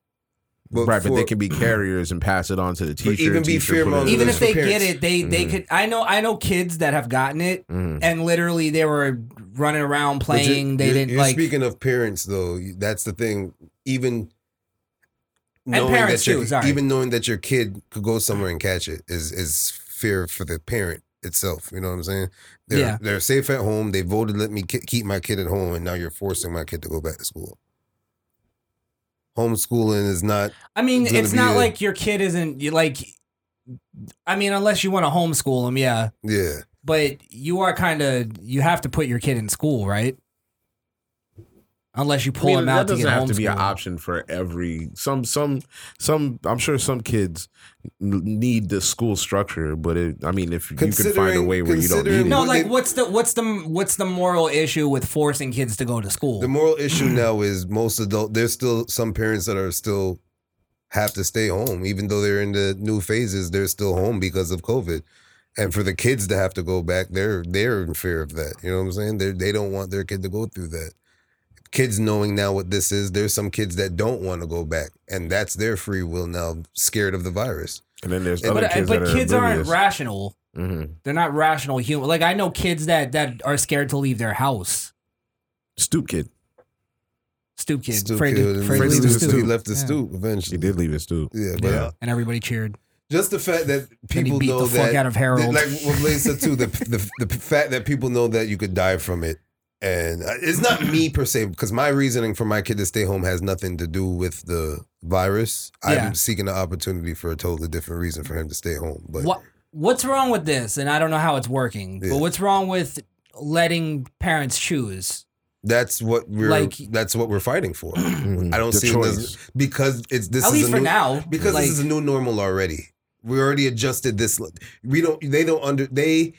Speaker 3: right, but they
Speaker 7: for-
Speaker 3: can be carriers and pass it on to the teacher.
Speaker 7: even be
Speaker 3: teacher put it-
Speaker 7: fearmongers.
Speaker 5: even
Speaker 7: it's
Speaker 5: if
Speaker 7: for
Speaker 5: they get
Speaker 7: parents. Mm.
Speaker 5: it they they
Speaker 3: Mhm.
Speaker 5: could i know i know kids that have gotten it
Speaker 3: Mhm.
Speaker 5: and literally they were running around
Speaker 7: But you're-
Speaker 5: playing they
Speaker 7: you're-
Speaker 5: didn't
Speaker 7: you're
Speaker 5: like
Speaker 7: Speaking of parents, though, you- that's the thing. Even knowing
Speaker 5: parents
Speaker 7: that your,
Speaker 5: too, sorry.
Speaker 7: even knowing that your kid could go somewhere and catch it is is fear for the parent itself. You know what I'm saying? They're,
Speaker 5: Yeah.
Speaker 7: they're safe at home. They voted, let me ki- keep my kid at home, and now you're forcing my kid to go back to school. Homeschooling is not.
Speaker 5: I mean,
Speaker 7: gonna
Speaker 5: it's
Speaker 7: be
Speaker 5: not
Speaker 7: a-
Speaker 5: like your kid isn't you like. I mean, unless you want to homeschool them, yeah.
Speaker 7: Yeah,
Speaker 5: But you are kind of you have to put your kid in school, right? Unless you
Speaker 3: I
Speaker 5: pull
Speaker 3: mean,
Speaker 5: him
Speaker 3: that
Speaker 5: out to
Speaker 3: doesn't
Speaker 5: get
Speaker 3: have to be an
Speaker 5: homeschooled.
Speaker 3: option for every some some some. I'm sure some kids n- need the school structure, but it, I mean, if you can find a
Speaker 7: Considering-
Speaker 3: way where you don't need
Speaker 7: considering
Speaker 3: it,
Speaker 5: No,
Speaker 7: Well,
Speaker 5: like
Speaker 7: they-
Speaker 5: what's the what's the what's the moral issue with forcing kids to go to school?
Speaker 7: the moral issue now is most adult. There's still some parents that are still have to stay home, even though they're in the new phases. They're still home because of COVID, and for the kids to have to go back, they're they're in fear of that. You know what I'm saying? They they don't want their kid to go through that. Kids knowing now what this is, there's some kids that don't want to go back, and that's their free will now, scared of the virus.
Speaker 3: and then there's
Speaker 7: But-
Speaker 3: other
Speaker 5: but uh,
Speaker 3: kids
Speaker 5: but
Speaker 3: that are
Speaker 5: kids aren't
Speaker 3: oblivious.
Speaker 5: rational.
Speaker 3: Mhm.
Speaker 5: They're not rational human. Like I know kids that that are scared to leave their house.
Speaker 3: Stoop kid.
Speaker 5: Stoop kids,
Speaker 7: Stoop
Speaker 5: afraid
Speaker 7: kid,
Speaker 5: to,
Speaker 7: and
Speaker 5: afraid to
Speaker 7: he
Speaker 5: leave the
Speaker 7: left-
Speaker 5: stoop.
Speaker 7: He left the
Speaker 5: Yeah.
Speaker 7: stoop
Speaker 3: He
Speaker 7: eventually.
Speaker 3: did leave his stoop.
Speaker 7: Yeah, but
Speaker 3: Yeah.
Speaker 5: and everybody cheered.
Speaker 7: just the fact that
Speaker 5: And he
Speaker 7: people
Speaker 5: beat
Speaker 7: know
Speaker 5: the
Speaker 7: that
Speaker 5: fuck out of
Speaker 7: They-
Speaker 5: Harold.
Speaker 7: Like what Blaze said too, the, the the fact that people know that you could die from it, and uh, it's not me per se, because my reasoning for my kid to stay home has nothing to do with the virus.
Speaker 5: Yeah.
Speaker 7: I'm seeking an opportunity for a totally different reason for him to stay home. But
Speaker 5: what what's wrong with this? And I don't know how it's working,
Speaker 7: Yeah.
Speaker 5: but what's wrong with letting parents choose?
Speaker 7: That's what we're
Speaker 5: Like-
Speaker 7: that's what we're fighting for. I don't
Speaker 3: The
Speaker 7: see what this- because it's this
Speaker 5: At
Speaker 7: is
Speaker 5: least
Speaker 7: a
Speaker 5: for
Speaker 7: new,
Speaker 5: now,
Speaker 7: because
Speaker 5: like,
Speaker 7: this is a new normal already. We already adjusted this. We don't. They don't under. They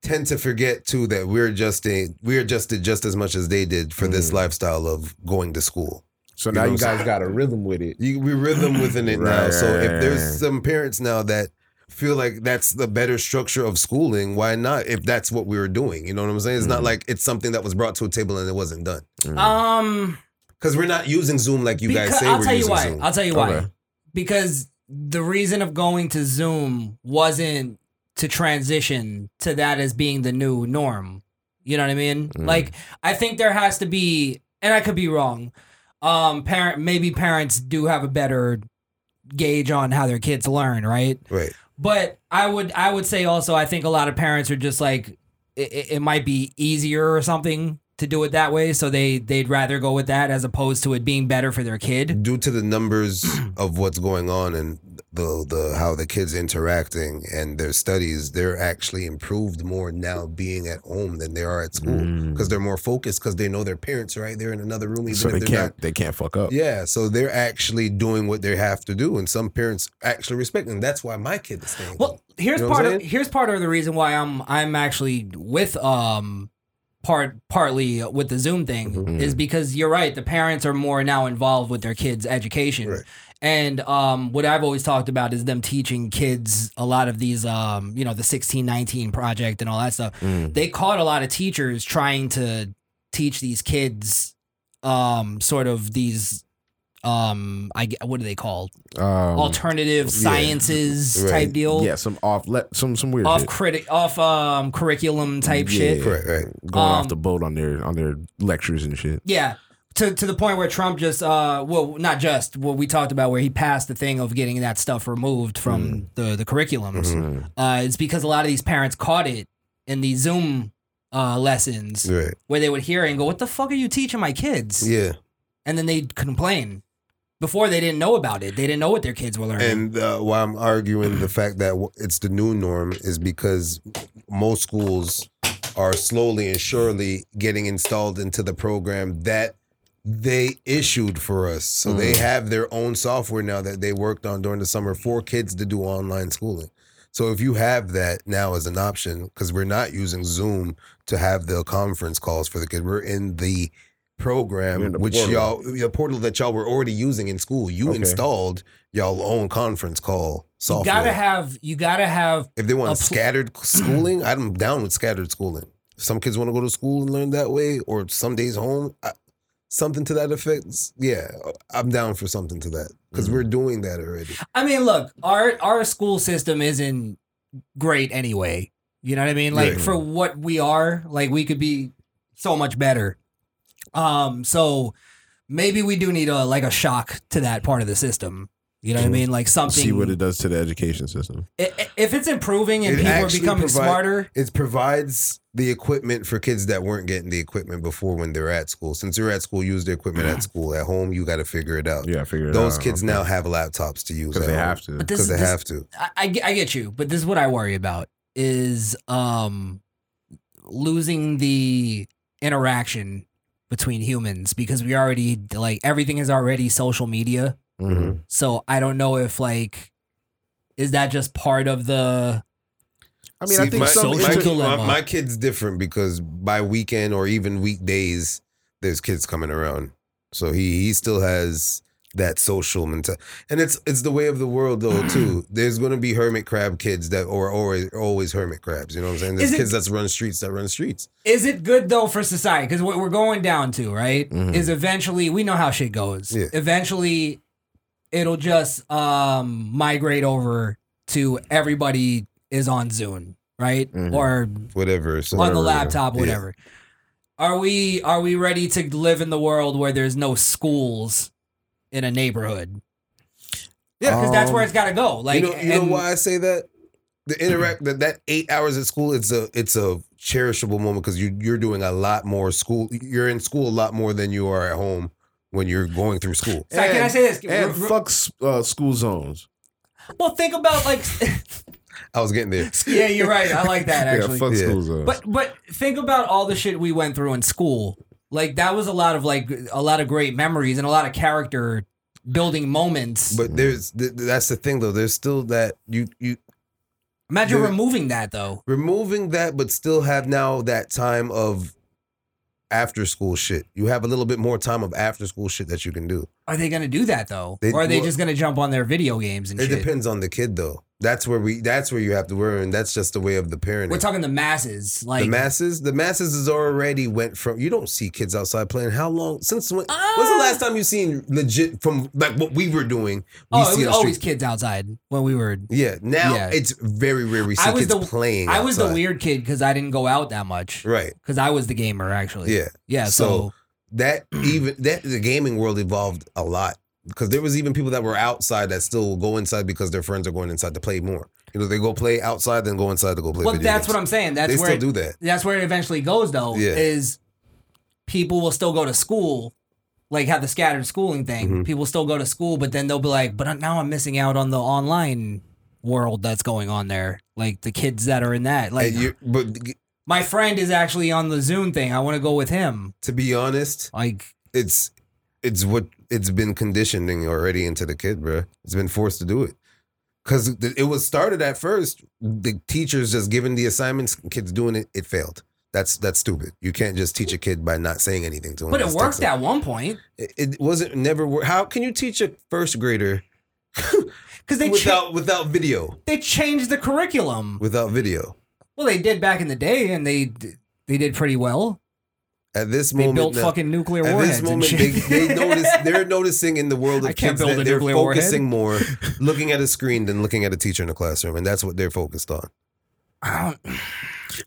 Speaker 7: tend to forget too that we're adjusting. We're adjusted just as much as they did for this lifestyle of going to school.
Speaker 3: So
Speaker 7: know
Speaker 3: now you
Speaker 7: what I'm
Speaker 3: guys
Speaker 7: saying?
Speaker 3: got a rhythm with it.
Speaker 7: You, we rhythm within it now.
Speaker 3: Right,
Speaker 7: So
Speaker 3: right,
Speaker 7: if
Speaker 3: right,
Speaker 7: there's
Speaker 3: right.
Speaker 7: some parents now that feel like that's the better structure of schooling, why not? If that's what we were doing, you know what I'm saying? It's not
Speaker 3: Mhm.
Speaker 7: like it's something that was brought to a table and it wasn't done.
Speaker 3: Mm.
Speaker 5: um,
Speaker 7: Because we're not using Zoom like you
Speaker 5: because-
Speaker 7: guys say
Speaker 5: I'll
Speaker 7: we're
Speaker 5: tell you
Speaker 7: using
Speaker 5: why.
Speaker 7: Zoom.
Speaker 5: I'll tell you why.
Speaker 3: Okay.
Speaker 5: Because the reason of going to Zoom wasn't to transition to that as being the new norm. You know what I mean?
Speaker 3: Mm.
Speaker 5: Like I think there has to be, and I could be wrong. Um, parent maybe parents do have a better gauge on how their kids learn, right?
Speaker 7: right.
Speaker 5: But I would I would say also I think a lot of parents are just like it, it it might be easier or something to do it that way, so they they'd rather go with that as opposed to it being better for their kid.
Speaker 7: Due to the numbers of what's going on and the the how the kids interacting and their studies, they're actually improved more now being at home than they are at school. Because they're more focused because they know their parents are right there in another room, even
Speaker 3: Mm. So
Speaker 7: if
Speaker 3: they
Speaker 7: they're
Speaker 3: can't
Speaker 7: not
Speaker 3: they can't fuck up.
Speaker 7: Yeah, so they're actually doing what they have to do, and some parents actually respect, and that's why my kid is staying.
Speaker 5: Well, here's
Speaker 7: You know what
Speaker 5: part
Speaker 7: I'm
Speaker 5: of
Speaker 7: saying?
Speaker 5: here's part of the reason why I'm I'm actually with um part partly with the Zoom thing
Speaker 7: Mm-hmm.
Speaker 5: is because you're right. The parents are more now involved with their kids' education,
Speaker 7: Right.
Speaker 5: and um, what I've always talked about is them teaching kids a lot of these um you know the sixteen nineteen project and all that stuff.
Speaker 3: Mm.
Speaker 5: They caught a lot of teachers trying to teach these kids um sort of these um I g- what are they called
Speaker 3: Um,
Speaker 5: alternative sciences
Speaker 7: Right.
Speaker 5: type deal
Speaker 3: yeah, some off let some some weird
Speaker 5: off
Speaker 3: shit.
Speaker 5: critic off um curriculum type
Speaker 3: Yeah.
Speaker 5: shit.
Speaker 7: Correct, right.
Speaker 3: going off
Speaker 5: um,
Speaker 3: the boat on their on their lectures and shit.
Speaker 5: Yeah. To, to the point where Trump just uh well not just what we talked about where he passed the thing of getting that stuff removed from
Speaker 3: Mm.
Speaker 5: the the curriculums.
Speaker 3: Mm-hmm.
Speaker 5: Uh it's because a lot of these parents caught it in these Zoom uh lessons
Speaker 7: Right.
Speaker 5: where they would hear it and go, What the fuck are you teaching my kids?
Speaker 7: Yeah.
Speaker 5: And then they'd complain. Before they didn't know about it. They didn't know what their kids were learning.
Speaker 7: And uh, why I'm arguing the fact that w- it's the new norm is because most schools are slowly and surely getting installed into the program that they issued for us. So they have their own software now that they worked on during the summer for kids to do online schooling. So if you have that now as an option, because we're not using Zoom to have the conference calls for the kid, we're in the program
Speaker 3: We're in the
Speaker 7: which
Speaker 3: portal.
Speaker 7: y'all the portal that y'all were already using in school. You
Speaker 3: Okay.
Speaker 7: installed y'all own conference call
Speaker 5: you
Speaker 7: software.
Speaker 5: gotta have you gotta have
Speaker 7: if they want
Speaker 5: a pl-
Speaker 7: scattered schooling, I'm down with scattered schooling. Some kids want to go to school and learn that way, or some days home. I, something to that effect. Yeah, I'm down for something to that because
Speaker 3: Mm.
Speaker 7: we're doing that already.
Speaker 5: I mean, look, our our school system isn't great anyway. You know what I mean? Like
Speaker 7: Yeah.
Speaker 5: for what we are, like we could be so much better. Um, so maybe we do need a like a shock to that part of the system. You know what I mean? Like something.
Speaker 3: See what it does to the education system.
Speaker 5: i- i- if it's improving and
Speaker 7: It
Speaker 5: people are
Speaker 7: actually
Speaker 5: becoming
Speaker 7: provide-
Speaker 5: smarter,
Speaker 7: It provides the equipment for kids that weren't getting the equipment before when they're at school. Since you're at school, use the equipment at school. At home, you got to figure it out.
Speaker 3: Yeah, I figured
Speaker 7: Those kids now have laptops to use
Speaker 3: because they have to.
Speaker 5: but this
Speaker 7: because
Speaker 5: is
Speaker 7: they
Speaker 5: this,
Speaker 7: have to.
Speaker 5: I, I get- I get you, but this is what I worry about is um losing the interaction between humans because we already like everything is already social media.
Speaker 3: Mhm.
Speaker 5: So I don't know if like is that just part of the
Speaker 3: I mean, I
Speaker 7: See,
Speaker 3: think
Speaker 7: my,
Speaker 3: some
Speaker 5: social
Speaker 7: my,
Speaker 3: inter-
Speaker 5: dilemma.
Speaker 7: my, my kid's different because by weekend or even weekdays, there's kids coming around. So he he still has that social mentality, and it's it's the way of the world though too. There's gonna be hermit crab kids that or always always hermit crabs. You know what I'm saying? There's
Speaker 5: Is it-
Speaker 7: kids that's run streets that run streets.
Speaker 5: is it good though for society? Because what we're going down to, right,
Speaker 3: Mhm.
Speaker 5: is eventually we know how shit goes.
Speaker 7: Yeah.
Speaker 5: Eventually, it'll just um, migrate over to everybody is on Zoom, right,
Speaker 3: Mhm.
Speaker 5: or
Speaker 7: Whatever. So
Speaker 5: on the laptop,
Speaker 7: Yeah.
Speaker 5: whatever. Are we are we ready to live in the world where there's no schools in a neighborhood? Yeah, because that's where
Speaker 3: Um,
Speaker 5: it's got to go. Like,
Speaker 7: you know, you know
Speaker 5: and-
Speaker 7: why I say that? The interact that that eight hours at school, it's a it's a cherishable moment because you you're doing a lot more school. You're in school a lot more than you are at home when you're going through school.
Speaker 5: So can I say this?
Speaker 3: and
Speaker 5: R- r-
Speaker 3: fuck s- uh, school zones.
Speaker 5: well, think about like
Speaker 7: I was getting there.
Speaker 5: Yeah, you're right. I like that actually.
Speaker 3: yeah, fuck
Speaker 7: Yeah.
Speaker 3: school zone.
Speaker 5: But but think about all the shit we went through in school. Like that was a lot of like a lot of great memories and a lot of character building moments.
Speaker 7: But there's th- th- that's the thing though. There's still that you you
Speaker 5: Imagine
Speaker 7: there-
Speaker 5: removing that though.
Speaker 7: removing that, but still have now that time of after school shit. You have a little bit more time of after school shit that you can do.
Speaker 5: Are they gonna do that though?
Speaker 7: They-
Speaker 5: or are they
Speaker 7: well-
Speaker 5: just gonna jump on their video games and
Speaker 7: It
Speaker 5: shit?
Speaker 7: depends on the kid though. That's where we. That's where you have to worry, and that's just the way of the parenting.
Speaker 5: We're talking the masses. Like
Speaker 7: the masses, the masses is already went from. You don't see kids outside playing. How long since when? when's the
Speaker 5: Ah.
Speaker 7: last time you seen legit from like what we were doing? We
Speaker 5: oh, it
Speaker 7: see
Speaker 5: was
Speaker 7: on
Speaker 5: always
Speaker 7: street-
Speaker 5: kids outside when we were
Speaker 7: Yeah, now
Speaker 5: Yeah.
Speaker 7: it's very rare we see
Speaker 5: I was
Speaker 7: kids
Speaker 5: the
Speaker 7: playing.
Speaker 5: I was the
Speaker 7: outside.
Speaker 5: weird kid because I didn't go out that much.
Speaker 7: Right.
Speaker 5: Because I was the gamer actually.
Speaker 7: Yeah.
Speaker 5: Yeah.
Speaker 7: So-
Speaker 5: So,
Speaker 7: That even that the gaming world evolved a lot because there was even people that were outside that still go inside because their friends are going inside to play more. You know, they go play outside, then go inside to go play.
Speaker 5: well,
Speaker 7: video
Speaker 5: that's
Speaker 7: games.
Speaker 5: what I'm saying. That's
Speaker 7: they
Speaker 5: where
Speaker 7: still do that.
Speaker 5: that's where it eventually goes though
Speaker 7: Yeah.
Speaker 5: is people will still go to school like have the scattered schooling thing
Speaker 7: Mhm.
Speaker 5: people still go to school but then they'll be like but now i'm missing out on the online world that's going on there like the kids that are in that like
Speaker 7: and you, but
Speaker 5: my friend is actually on the zoom thing i want to go with him
Speaker 7: to be honest,
Speaker 5: like
Speaker 7: it's it's what it's been conditioning already into the kid, bro. It's been forced to do it because it was started at first. The teachers just giving the assignments, kids doing it. It failed. That's that's stupid. You can't just teach a kid by not saying anything to him.
Speaker 5: but it
Speaker 7: Just text
Speaker 5: worked
Speaker 7: him.
Speaker 5: at one point
Speaker 7: It, it wasn't never. wor- How can you teach a first grader
Speaker 5: because they, cha-
Speaker 7: without without video?
Speaker 5: they changed the curriculum
Speaker 7: Without video
Speaker 5: well they did back in the day and they d- they did pretty well
Speaker 7: at this
Speaker 5: they
Speaker 7: moment.
Speaker 5: built
Speaker 7: now-
Speaker 5: fucking nuclear
Speaker 7: at
Speaker 5: warheads
Speaker 7: this moment,
Speaker 5: and
Speaker 7: they,
Speaker 5: shit.
Speaker 7: they notice they're noticing in the world
Speaker 5: I
Speaker 7: of
Speaker 5: can't
Speaker 7: kids
Speaker 5: build a
Speaker 7: that they're
Speaker 5: nuclear warhead.
Speaker 7: focusing more looking at a screen than looking at a teacher in a classroom, and that's what they're focused on.
Speaker 5: I don't,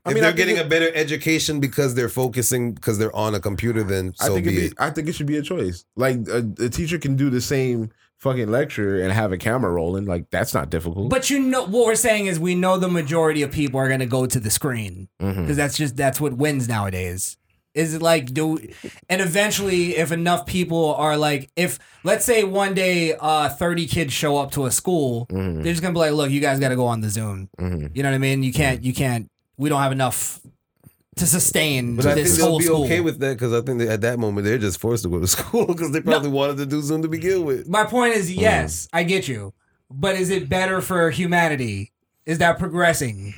Speaker 7: if
Speaker 3: mean, I
Speaker 7: they're
Speaker 3: think
Speaker 7: getting
Speaker 3: it-
Speaker 7: a better education because they're focusing because they're on a computer, then
Speaker 3: I
Speaker 7: so
Speaker 3: think
Speaker 7: be
Speaker 3: it'd
Speaker 7: it.
Speaker 3: be, I think it should be a choice. Like a, a teacher can do the same fucking lecture and have a camera rolling. Like that's not difficult.
Speaker 5: But you know what we're saying is we know the majority of people are going to go to the screen
Speaker 3: Mhm.
Speaker 7: Hmm.
Speaker 5: because that's just that's what wins nowadays. Is it like do and eventually if enough people are like if let's say one day uh 30 kids show up to a school
Speaker 7: Hmm.
Speaker 3: Mhm.
Speaker 5: they're just going to be like look you guys got to go on the Zoom.
Speaker 3: Mhm.
Speaker 5: You know what I mean? You can't you can't we don't have enough to sustain
Speaker 7: But I think
Speaker 5: this
Speaker 7: they'll
Speaker 5: whole
Speaker 7: be
Speaker 5: school.
Speaker 7: okay with that because I think that at that moment they're just forced to go to school because they probably wanted to do Zoom to begin with.
Speaker 5: My point is
Speaker 3: Uh-huh.
Speaker 5: yes, I get you. But is it better for humanity? Is that progressing?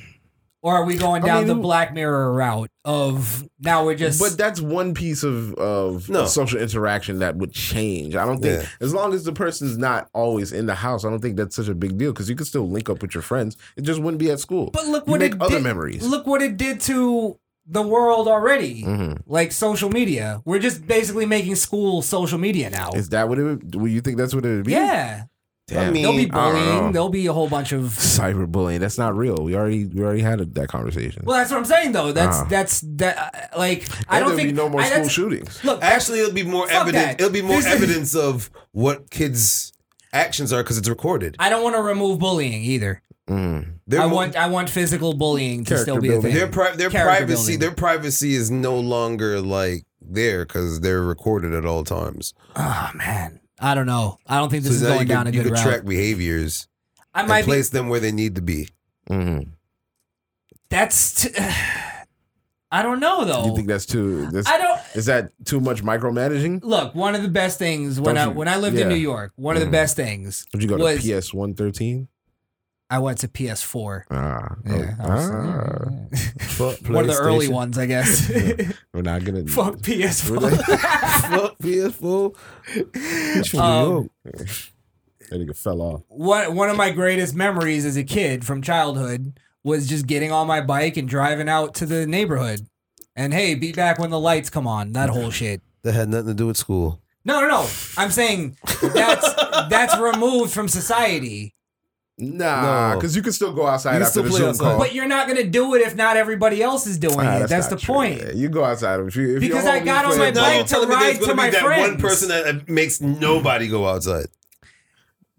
Speaker 5: Or are we going
Speaker 3: I
Speaker 5: down
Speaker 3: mean,
Speaker 5: the
Speaker 3: who-
Speaker 5: Black Mirror route of now we're just
Speaker 3: But that's one piece of of
Speaker 7: No.
Speaker 3: social interaction that would change. I don't think
Speaker 7: Yeah.
Speaker 3: as long as the person's not always in the house, I don't think that's such a big deal because you could still link up with your friends. It just wouldn't be at school.
Speaker 5: But look
Speaker 3: You
Speaker 5: what
Speaker 3: make
Speaker 5: it
Speaker 3: other
Speaker 5: did,
Speaker 3: memories.
Speaker 5: Look what it did to the world already.
Speaker 3: Mhm.
Speaker 5: Like social media. We're just basically making school social media now.
Speaker 3: Is that what it? Would, do you think that's what it would be?
Speaker 5: yeah.
Speaker 3: Damn.
Speaker 7: I mean,
Speaker 5: There'll be
Speaker 3: I don't know.
Speaker 5: bullying. There'll be a whole bunch of
Speaker 3: cyberbullying. That's not real. We already we already had a, that conversation.
Speaker 5: Well, that's what I'm saying though. That's
Speaker 3: Ah.
Speaker 5: that's that uh, like I
Speaker 3: And
Speaker 5: don't
Speaker 3: there'd
Speaker 5: think
Speaker 3: be no more
Speaker 5: I,
Speaker 3: school
Speaker 5: that's-
Speaker 3: shootings.
Speaker 5: Look, that's-
Speaker 7: Actually, it'll be more
Speaker 5: Fuck
Speaker 7: evidence.
Speaker 5: that.
Speaker 7: It'll be more
Speaker 5: These-
Speaker 7: evidence of what kids' actions are because it's recorded.
Speaker 5: I don't want to remove bullying either.
Speaker 3: Mm.
Speaker 7: They're
Speaker 5: I
Speaker 7: more-
Speaker 5: want I want physical bullying to still be a
Speaker 3: building.
Speaker 5: thing.
Speaker 7: their pri- their
Speaker 5: Character
Speaker 7: privacy
Speaker 5: building.
Speaker 7: their privacy is no longer like there because they're recorded at all times.
Speaker 5: oh man, I don't know. I don't think this
Speaker 7: so
Speaker 5: is
Speaker 7: now you
Speaker 5: going
Speaker 7: could,
Speaker 5: down a
Speaker 7: you
Speaker 5: good
Speaker 7: could
Speaker 5: route.
Speaker 7: track behaviors
Speaker 5: I
Speaker 7: and
Speaker 5: might be.
Speaker 7: place them where they need to be.
Speaker 3: Mm.
Speaker 5: That's. T- I don't know though.
Speaker 3: You think that's too? That's,
Speaker 5: Oh. I don't
Speaker 3: is that too much micromanaging?
Speaker 5: look. One of the best things when
Speaker 3: Don't
Speaker 5: I
Speaker 3: you-
Speaker 5: when I lived in
Speaker 3: yeah.
Speaker 5: New York, one of the
Speaker 3: Mhm.
Speaker 5: best things
Speaker 3: Would you go
Speaker 5: Was-
Speaker 3: to PS one thirteen?
Speaker 5: I went to PS4.
Speaker 3: Ah,
Speaker 5: Yeah,
Speaker 3: oh,
Speaker 5: I was-
Speaker 3: ah.
Speaker 5: one of the early ones, I guess.
Speaker 3: we're not gonna
Speaker 5: Fuck
Speaker 3: Really?
Speaker 5: PS4.
Speaker 7: Fuck PS4.
Speaker 5: um,
Speaker 3: That nigga fell off.
Speaker 5: one one of my greatest memories as a kid from childhood was just getting on my bike and driving out to the neighborhood. And hey, be back when the lights come on. That whole shit.
Speaker 7: That had nothing to do with school.
Speaker 5: No, no, no. I'm saying that's that's removed from society.
Speaker 3: Nah,
Speaker 7: No.
Speaker 3: because you can still go outside
Speaker 7: You can
Speaker 3: after
Speaker 7: still
Speaker 3: the
Speaker 7: play
Speaker 3: Zoom
Speaker 7: outside.
Speaker 3: call.
Speaker 5: But you're not gonna do it if not everybody else is doing
Speaker 3: Nah,
Speaker 5: it. That's, the
Speaker 3: Ah, not true.
Speaker 5: point.
Speaker 3: Yeah, You go outside if you if
Speaker 5: Because
Speaker 3: you're
Speaker 5: I
Speaker 3: home,
Speaker 5: got
Speaker 3: you
Speaker 5: on
Speaker 3: play-
Speaker 5: my bike to
Speaker 7: telling me there's
Speaker 5: ride
Speaker 7: gonna
Speaker 5: to
Speaker 7: be
Speaker 5: my
Speaker 7: that one
Speaker 5: friends.
Speaker 7: person that makes nobody go outside.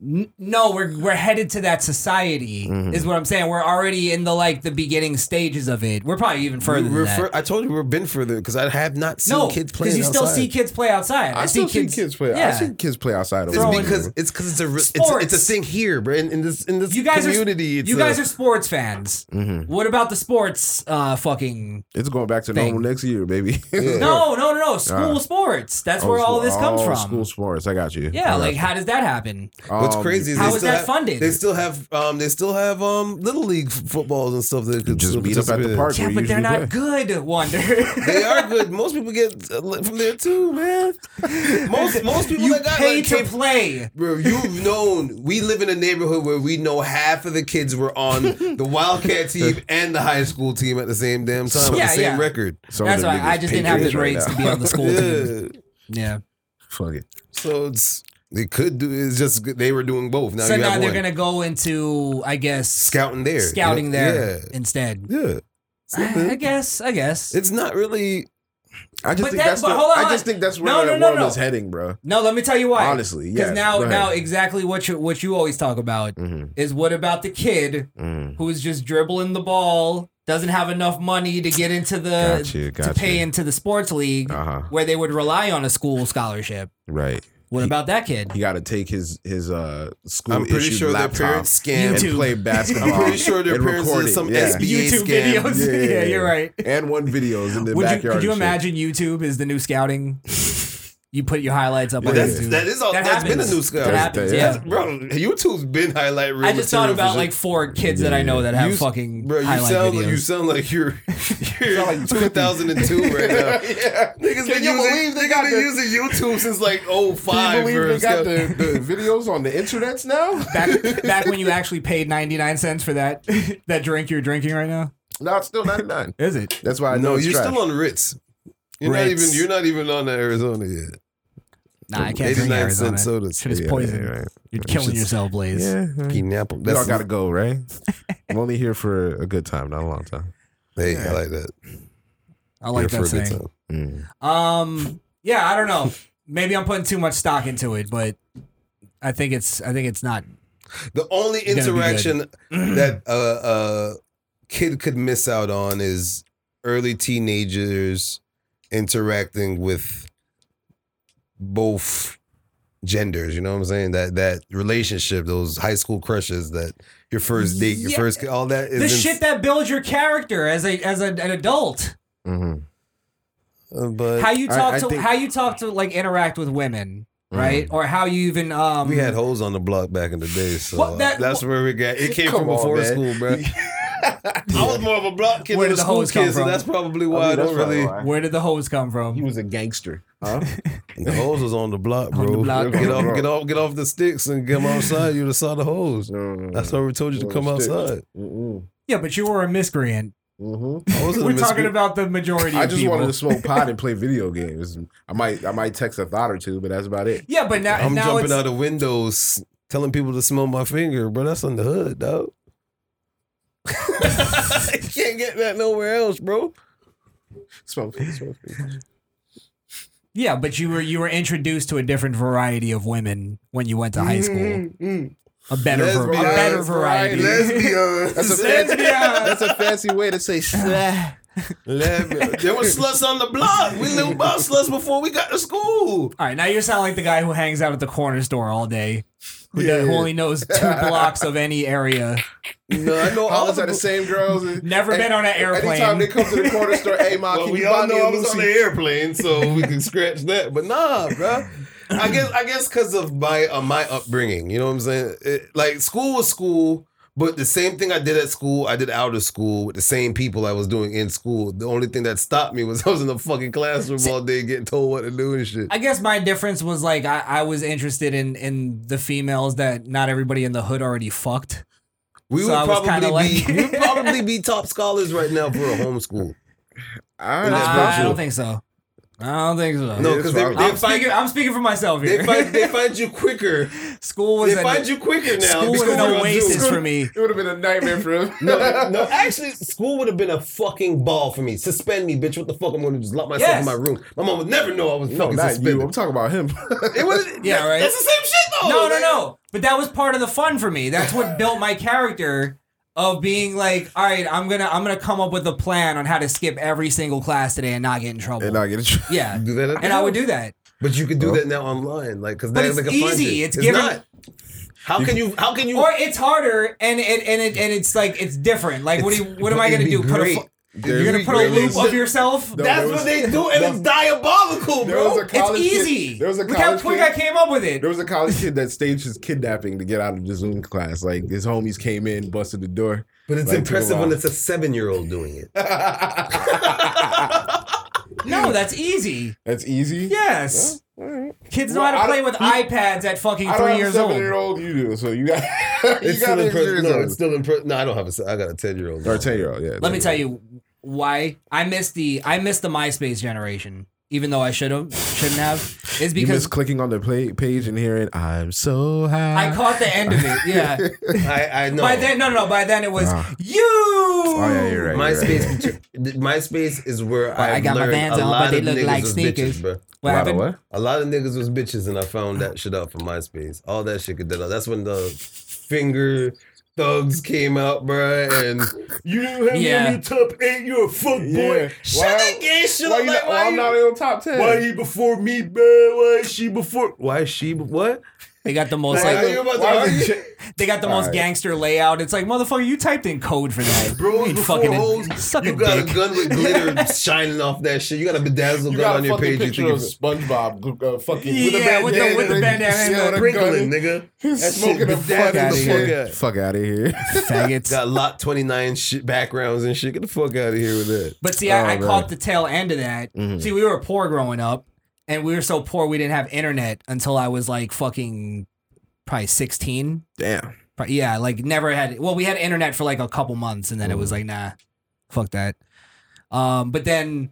Speaker 5: N- no, we're we're headed to that society
Speaker 3: Mm-hmm.
Speaker 5: is what I'm saying. We're already in the like the beginning stages of it. We're probably even further than
Speaker 7: We're
Speaker 5: that.
Speaker 7: fur- I told you we've been further because I have not seen
Speaker 5: no,
Speaker 7: kids
Speaker 5: because
Speaker 7: playing.
Speaker 5: you still
Speaker 7: outside.
Speaker 5: see kids play outside.
Speaker 3: I, still see kids play.
Speaker 5: Yeah.
Speaker 3: I see kids play outside. of
Speaker 7: It's
Speaker 3: the
Speaker 5: throwing-
Speaker 7: because
Speaker 3: room.
Speaker 7: it's because it's a re- it's, a-
Speaker 5: Sports.
Speaker 7: it's a thing here, bro. In, in this in this
Speaker 5: you guys
Speaker 7: community,
Speaker 5: are
Speaker 7: it's
Speaker 5: you
Speaker 7: a-
Speaker 5: guys are sports fans.
Speaker 7: Mm-hmm.
Speaker 5: What about the sports uh, fucking?
Speaker 3: it's going back to
Speaker 5: Thing.
Speaker 3: normal next year, baby.
Speaker 5: No, no, no, no.
Speaker 7: Ah.
Speaker 5: School sports. That's where
Speaker 3: Oh,
Speaker 5: all
Speaker 3: school-
Speaker 5: this comes
Speaker 3: oh,
Speaker 5: from.
Speaker 3: School sports. I got you. I
Speaker 5: Yeah,
Speaker 3: got
Speaker 5: like
Speaker 3: you.
Speaker 5: how does that happen?
Speaker 7: What's
Speaker 3: Um,
Speaker 7: crazy is
Speaker 5: How
Speaker 7: they
Speaker 5: is
Speaker 7: still
Speaker 5: that
Speaker 7: have,
Speaker 5: funded?
Speaker 7: They still have um they still have um little league f- footballs and stuff that could
Speaker 3: Just
Speaker 7: still
Speaker 3: meet up at the
Speaker 7: participate.
Speaker 3: park.
Speaker 5: Yeah,
Speaker 3: we
Speaker 5: but they're
Speaker 3: usually
Speaker 5: not
Speaker 3: play. Oh
Speaker 5: good. Wonder.
Speaker 7: They are good. Most people get uh, li- from there too, man. Most most people
Speaker 5: you
Speaker 7: that got
Speaker 5: pay
Speaker 7: like,
Speaker 5: to
Speaker 7: came-
Speaker 5: play.
Speaker 7: Bro, you've known we live in a neighborhood where we know half of the kids were on the Wildcat team and the high school team at the same damn time with
Speaker 5: Yeah,
Speaker 7: the same
Speaker 5: yeah.
Speaker 7: record.
Speaker 3: Some of
Speaker 5: That's
Speaker 3: the
Speaker 5: why I
Speaker 3: niggas
Speaker 5: just didn't have the
Speaker 3: Patriots right
Speaker 5: grades
Speaker 3: now.
Speaker 5: to be on the school team.
Speaker 7: Yeah.
Speaker 5: Yeah.
Speaker 3: Fuck it.
Speaker 7: So it's they could do. It's just good- they were doing both. Now
Speaker 5: so
Speaker 7: you
Speaker 5: now
Speaker 7: have
Speaker 5: they're
Speaker 7: one.
Speaker 5: gonna go into, I guess,
Speaker 7: scouting there,
Speaker 5: scouting
Speaker 7: you know?
Speaker 5: there instead.
Speaker 7: Yeah, yeah. It's not,
Speaker 5: I, I guess. I guess.
Speaker 7: it's not really.
Speaker 3: I just think
Speaker 5: But that-
Speaker 3: that's.
Speaker 5: but
Speaker 3: the-
Speaker 5: hold on.
Speaker 3: I just think that's where
Speaker 5: No,
Speaker 3: the
Speaker 5: no, no,
Speaker 3: world
Speaker 5: no.
Speaker 3: is heading, bro.
Speaker 5: no, let me tell you why.
Speaker 3: Honestly, yeah.
Speaker 5: Because now,
Speaker 3: Go ahead.
Speaker 5: now exactly what you what you always talk about
Speaker 3: Mhm.
Speaker 5: is what about the kid
Speaker 3: Mm.
Speaker 5: who's just dribbling the ball, doesn't have enough money to get into the
Speaker 3: Gotcha,
Speaker 5: Uh, to
Speaker 3: gotcha.
Speaker 5: pay into the sports league
Speaker 3: Uh-huh.
Speaker 5: where they would rely on a school scholarship.
Speaker 3: Right.
Speaker 5: What about that kid?
Speaker 3: He got to take his his uh school.
Speaker 7: I'm pretty
Speaker 3: issued
Speaker 7: sure their
Speaker 3: laptop
Speaker 7: parents scam.
Speaker 3: and
Speaker 5: YouTube.
Speaker 3: play basketball.
Speaker 7: I'm pretty sure their
Speaker 3: and
Speaker 7: parents
Speaker 3: record
Speaker 7: did
Speaker 3: it,
Speaker 7: some
Speaker 3: yeah.
Speaker 7: SBA
Speaker 5: YouTube
Speaker 7: scam.
Speaker 5: videos. Yeah, you're right.
Speaker 3: And one videos in the
Speaker 5: Would you,
Speaker 3: backyard.
Speaker 5: could you
Speaker 3: and shit.
Speaker 5: imagine YouTube is the new scouting? you put your highlights up on
Speaker 7: That's,
Speaker 5: YouTube.
Speaker 7: that is all.
Speaker 5: That
Speaker 7: That has been a
Speaker 5: happens.
Speaker 7: new scout.
Speaker 5: That happens,
Speaker 7: That's-
Speaker 5: yeah.
Speaker 7: bro. YouTube's been highlight reel.
Speaker 5: I just thought
Speaker 7: material for
Speaker 5: about
Speaker 7: shit.
Speaker 5: like four kids that I know that have
Speaker 7: You-
Speaker 5: fucking
Speaker 7: Bro, you
Speaker 5: highlight
Speaker 7: sound
Speaker 5: videos.
Speaker 7: like you sound like you're, you're like 2002 right now. Niggas been
Speaker 3: you
Speaker 7: using
Speaker 3: believe
Speaker 7: they got been using YouTube since like 05
Speaker 3: Can you believe
Speaker 7: bro.
Speaker 3: they got
Speaker 7: Scout-
Speaker 3: the, the videos on the internets now?
Speaker 5: back, back when you actually paid 99 cents for that that drink you're drinking right now
Speaker 3: no, it's still ninety nine.
Speaker 5: is it
Speaker 3: That's why I know
Speaker 7: No,
Speaker 3: it's
Speaker 7: you're
Speaker 3: trash.
Speaker 7: still on Ritz. You're
Speaker 5: Ritz.
Speaker 7: not even you're not even on the Arizona yet.
Speaker 5: nah i can't drink
Speaker 7: 89 cent
Speaker 5: Arizona
Speaker 7: sodas.
Speaker 5: shit is
Speaker 3: Yeah,
Speaker 5: poison
Speaker 3: yeah, right.
Speaker 5: you're killing yourself blaze
Speaker 3: Yeah, right.
Speaker 7: Pineapple.
Speaker 3: we all
Speaker 7: That's
Speaker 3: gotta go, right? I'm only here for a good time, not a long time.
Speaker 7: Hey, I like that.
Speaker 5: i like
Speaker 7: Here
Speaker 5: that
Speaker 7: for a good
Speaker 5: saying
Speaker 7: time.
Speaker 3: Mm.
Speaker 5: um yeah i don't know maybe i'm putting too much stock into it but i think it's i think it's not
Speaker 7: The only
Speaker 5: gotta be good.
Speaker 7: interaction that a uh, uh, kid could miss out on is early teenagers interacting with both genders. You know what I'm saying? That that relationship, those high school crushes, that your first date, your
Speaker 5: Yeah.
Speaker 7: first all that is
Speaker 5: the
Speaker 7: in-
Speaker 5: shit that builds your character as a as a, an adult
Speaker 3: hmm
Speaker 7: Uh, but
Speaker 5: how you
Speaker 3: I-
Speaker 5: talk
Speaker 3: I
Speaker 5: to
Speaker 3: think-
Speaker 5: how you talk to like interact with women right or how you even um
Speaker 7: Mm. we had hoes on the block back in the day, so
Speaker 5: What that-
Speaker 7: that's where we got. It came
Speaker 3: Come
Speaker 7: from
Speaker 3: on,
Speaker 7: before
Speaker 3: man.
Speaker 7: school, bro. I was more of a block kid
Speaker 5: Where
Speaker 7: than a
Speaker 5: did the
Speaker 7: school
Speaker 5: hoes come
Speaker 7: kid, so
Speaker 5: from?
Speaker 7: that's probably why I,
Speaker 3: mean, that's
Speaker 7: don't really.
Speaker 3: probably
Speaker 5: where did the hose come from
Speaker 3: was a gangster. Huh?
Speaker 7: The hose was on the block, bro.
Speaker 5: the block.
Speaker 7: Get off, get off, get off the sticks and come outside. You'd have saw the hose.
Speaker 3: no, no,
Speaker 7: That's why we told you to come outside.
Speaker 3: Mm-hmm.
Speaker 5: yeah but you were a miscreant
Speaker 7: I wasn't a
Speaker 5: We're talking
Speaker 7: miscreant.
Speaker 5: about the majority.
Speaker 3: I
Speaker 5: of
Speaker 3: just
Speaker 5: people.
Speaker 3: wanted to smoke pot and play video games. I might I might text a thought or two, but that's about it.
Speaker 5: Yeah, but now
Speaker 7: I'm
Speaker 5: now
Speaker 7: jumping
Speaker 5: it's,
Speaker 7: out of windows, telling people to smell my finger, bro. That's on the hood, dog. you can't get that nowhere else, bro.
Speaker 3: Smoke, smoke.
Speaker 5: yeah, but you were you were introduced to a different variety of women when you went to high school. A better, var- a
Speaker 7: Lesbians,
Speaker 5: better variety.
Speaker 7: Lesbians.
Speaker 3: That's a fancy, that's a fancy way to say slut.
Speaker 7: Lesbian. There were sluts on the block. We lived by sluts before we got to school.
Speaker 5: all right, now you sound like the guy who hangs out at the corner store all day, who, does- who only knows two blocks of any area.
Speaker 7: No, I know all
Speaker 3: All
Speaker 7: of
Speaker 3: are the same girls. and-
Speaker 5: Never been on an airplane.
Speaker 3: Anytime they come to the corner store, hey, ma,
Speaker 7: Well,
Speaker 3: can
Speaker 7: we
Speaker 3: you
Speaker 7: all
Speaker 3: buy me
Speaker 7: know
Speaker 3: a
Speaker 7: I was on the
Speaker 3: Lucy?
Speaker 7: airplane, so we can scratch that. But nah, bro. I guess I guess because of my uh, my upbringing, you know what I'm saying. It, like school was school, but the same thing I did at school, I did out of school with the same people I was doing in school. The only thing that stopped me was I was in the fucking classroom all day getting told what to do and shit.
Speaker 5: I guess my difference was like I, I was interested in in the females that not everybody in the hood already fucked.
Speaker 7: We
Speaker 5: So
Speaker 7: would
Speaker 5: I was
Speaker 7: probably
Speaker 5: kinda
Speaker 7: be
Speaker 5: like-
Speaker 7: we would probably be top scholars right now for a homeschool.
Speaker 3: I,
Speaker 7: That's
Speaker 5: I, I
Speaker 7: virtual.
Speaker 5: don't think so. I don't think so.
Speaker 7: No, because they,
Speaker 3: I'm
Speaker 7: they
Speaker 5: I'm,
Speaker 7: find
Speaker 5: speaking, I'm speaking for myself here.
Speaker 7: they find they find you quicker.
Speaker 5: school was
Speaker 7: They
Speaker 5: an-
Speaker 7: find you quicker now.
Speaker 5: school was
Speaker 7: because
Speaker 5: an
Speaker 7: you're on Zoom.
Speaker 5: oasis for me.
Speaker 3: It would have been a nightmare for him.
Speaker 4: No, no, actually, school would have been a fucking ball for me. Suspend me, bitch. What the fuck? I'm going to just lock myself
Speaker 5: Yes.
Speaker 4: in my room. My mom would never know I was
Speaker 3: No,
Speaker 4: fucking
Speaker 3: not you.
Speaker 4: suspended.
Speaker 3: I'm talking about him.
Speaker 4: It was,
Speaker 5: Yeah, right.
Speaker 4: That's the same shit though.
Speaker 5: No, no,
Speaker 4: Like,
Speaker 5: no. But that was part of the fun for me. That's what built my character of being like, all right, I'm gonna I'm gonna come up with a plan on how to skip every single class today and not get in trouble.
Speaker 3: and uh, I get a
Speaker 5: yeah.
Speaker 7: Do that at
Speaker 5: And I would do that.
Speaker 7: But you could do that now online, like because
Speaker 5: But
Speaker 7: they,
Speaker 5: it's
Speaker 7: they can find
Speaker 5: easy.
Speaker 7: you.
Speaker 5: It's given-
Speaker 7: not.
Speaker 4: How can you? How can you?
Speaker 5: Or it's harder and and and, it, and it's like it's different. Like what do you what am I gonna
Speaker 7: It'd be
Speaker 5: do? Put a
Speaker 7: great.
Speaker 5: fu- you're gonna put a loop
Speaker 7: There's-
Speaker 5: of yourself?
Speaker 4: that's what they do, and it's diabolical,
Speaker 3: There was
Speaker 4: bro.
Speaker 3: a
Speaker 5: It's
Speaker 3: college
Speaker 5: easy.
Speaker 3: Kid, there was a
Speaker 5: Look how
Speaker 3: college
Speaker 5: quick
Speaker 3: kid.
Speaker 5: I came up with it.
Speaker 3: there was a college kid that staged his kidnapping to get out of the Zoom class. Like his homies came in, busted the door.
Speaker 7: But it's
Speaker 3: Like,
Speaker 7: impressive
Speaker 3: people
Speaker 7: when
Speaker 3: are-
Speaker 7: it's a seven-year-old doing it.
Speaker 5: No, that's easy.
Speaker 3: That's easy.
Speaker 5: Yes. Kids know
Speaker 3: Well,
Speaker 5: how to
Speaker 3: I
Speaker 5: play
Speaker 3: don't-
Speaker 5: with iPads at fucking
Speaker 3: I don't
Speaker 5: three
Speaker 3: have
Speaker 5: years
Speaker 3: a seven
Speaker 5: old.
Speaker 3: year old. You do so you got you
Speaker 7: It's
Speaker 3: got
Speaker 7: still
Speaker 3: an
Speaker 7: impressive.
Speaker 3: years
Speaker 7: No, it's
Speaker 3: old
Speaker 7: still impressive. No, I don't have a. se- I got a ten-year-old.
Speaker 3: or ten year old. Yeah.
Speaker 5: Let me tell you why I missed the I missed the MySpace generation, even though I should have shouldn't have. Is
Speaker 3: You
Speaker 5: because
Speaker 3: miss clicking on the play, page and hearing "I'm so high." Oh,
Speaker 5: I caught the end of it. Yeah.
Speaker 7: I, I know.
Speaker 5: By then, no, no, no. By then it was
Speaker 3: Ah.
Speaker 5: you.
Speaker 3: oh yeah, you're right. you're right.
Speaker 7: MySpace, th- MySpace is where I,
Speaker 5: I got my
Speaker 7: learned
Speaker 5: Vans
Speaker 7: a
Speaker 5: on,
Speaker 7: lot
Speaker 5: but they
Speaker 7: of
Speaker 5: look
Speaker 7: niggas
Speaker 5: like
Speaker 7: was
Speaker 5: sneakers.
Speaker 7: bitches, bro.
Speaker 5: What
Speaker 3: Wow,
Speaker 5: happened?
Speaker 3: what?
Speaker 7: A lot of niggas was bitches, and I found that shit out from MySpace. All that shit could that. That's when the finger thugs came out, bro. And you have
Speaker 5: Yeah.
Speaker 7: you top eight, you're a fuck
Speaker 3: Yeah.
Speaker 7: boy. Shut
Speaker 3: Why-
Speaker 7: that gay shit
Speaker 3: Why you
Speaker 7: up. Like,
Speaker 3: not, oh,
Speaker 7: why,
Speaker 3: I'm
Speaker 7: you,
Speaker 3: not in the top ten.
Speaker 7: why you before me, man? Why is she before? Why is she? be- What?
Speaker 5: They got the most
Speaker 7: Why-
Speaker 5: like
Speaker 7: you about to
Speaker 3: Why is
Speaker 7: argue?
Speaker 3: it-
Speaker 5: they got the most
Speaker 3: Alright.
Speaker 5: gangster layout. It's like motherfucker, you typed in code for that.
Speaker 7: Bros
Speaker 5: You ain't
Speaker 7: before
Speaker 5: fucking
Speaker 7: hoes.
Speaker 5: suck
Speaker 7: You
Speaker 5: a
Speaker 7: got a
Speaker 5: dick.
Speaker 7: gun with glitter shining off that shit. You got a bedazzled
Speaker 3: You
Speaker 7: gun
Speaker 3: got
Speaker 7: on
Speaker 3: a
Speaker 7: your
Speaker 3: fucking
Speaker 7: page. You
Speaker 3: picture
Speaker 7: think
Speaker 3: of
Speaker 7: it's
Speaker 3: SpongeBob uh, fucking
Speaker 5: Yeah, with the- with the bandana and the-
Speaker 7: sprinkling, nigga.
Speaker 3: He's
Speaker 7: That shit
Speaker 3: smoking a
Speaker 7: bedazzled
Speaker 3: fuck out of
Speaker 7: the fuck
Speaker 3: here.
Speaker 7: out.
Speaker 3: Fuck out of here.
Speaker 5: faggots.
Speaker 7: Got lot 29 shit backgrounds and shit. Get the fuck out of here with that.
Speaker 5: But see, I, I
Speaker 3: Oh, man.
Speaker 5: caught the tail end of that. See, we were poor growing up, and we were so poor we didn't have internet until I was like fucking probably sixteen.
Speaker 3: Damn.
Speaker 5: Pro- Yeah, like never had. Well, we had internet for like a couple months, and then it was like, nah, fuck that. Um, but then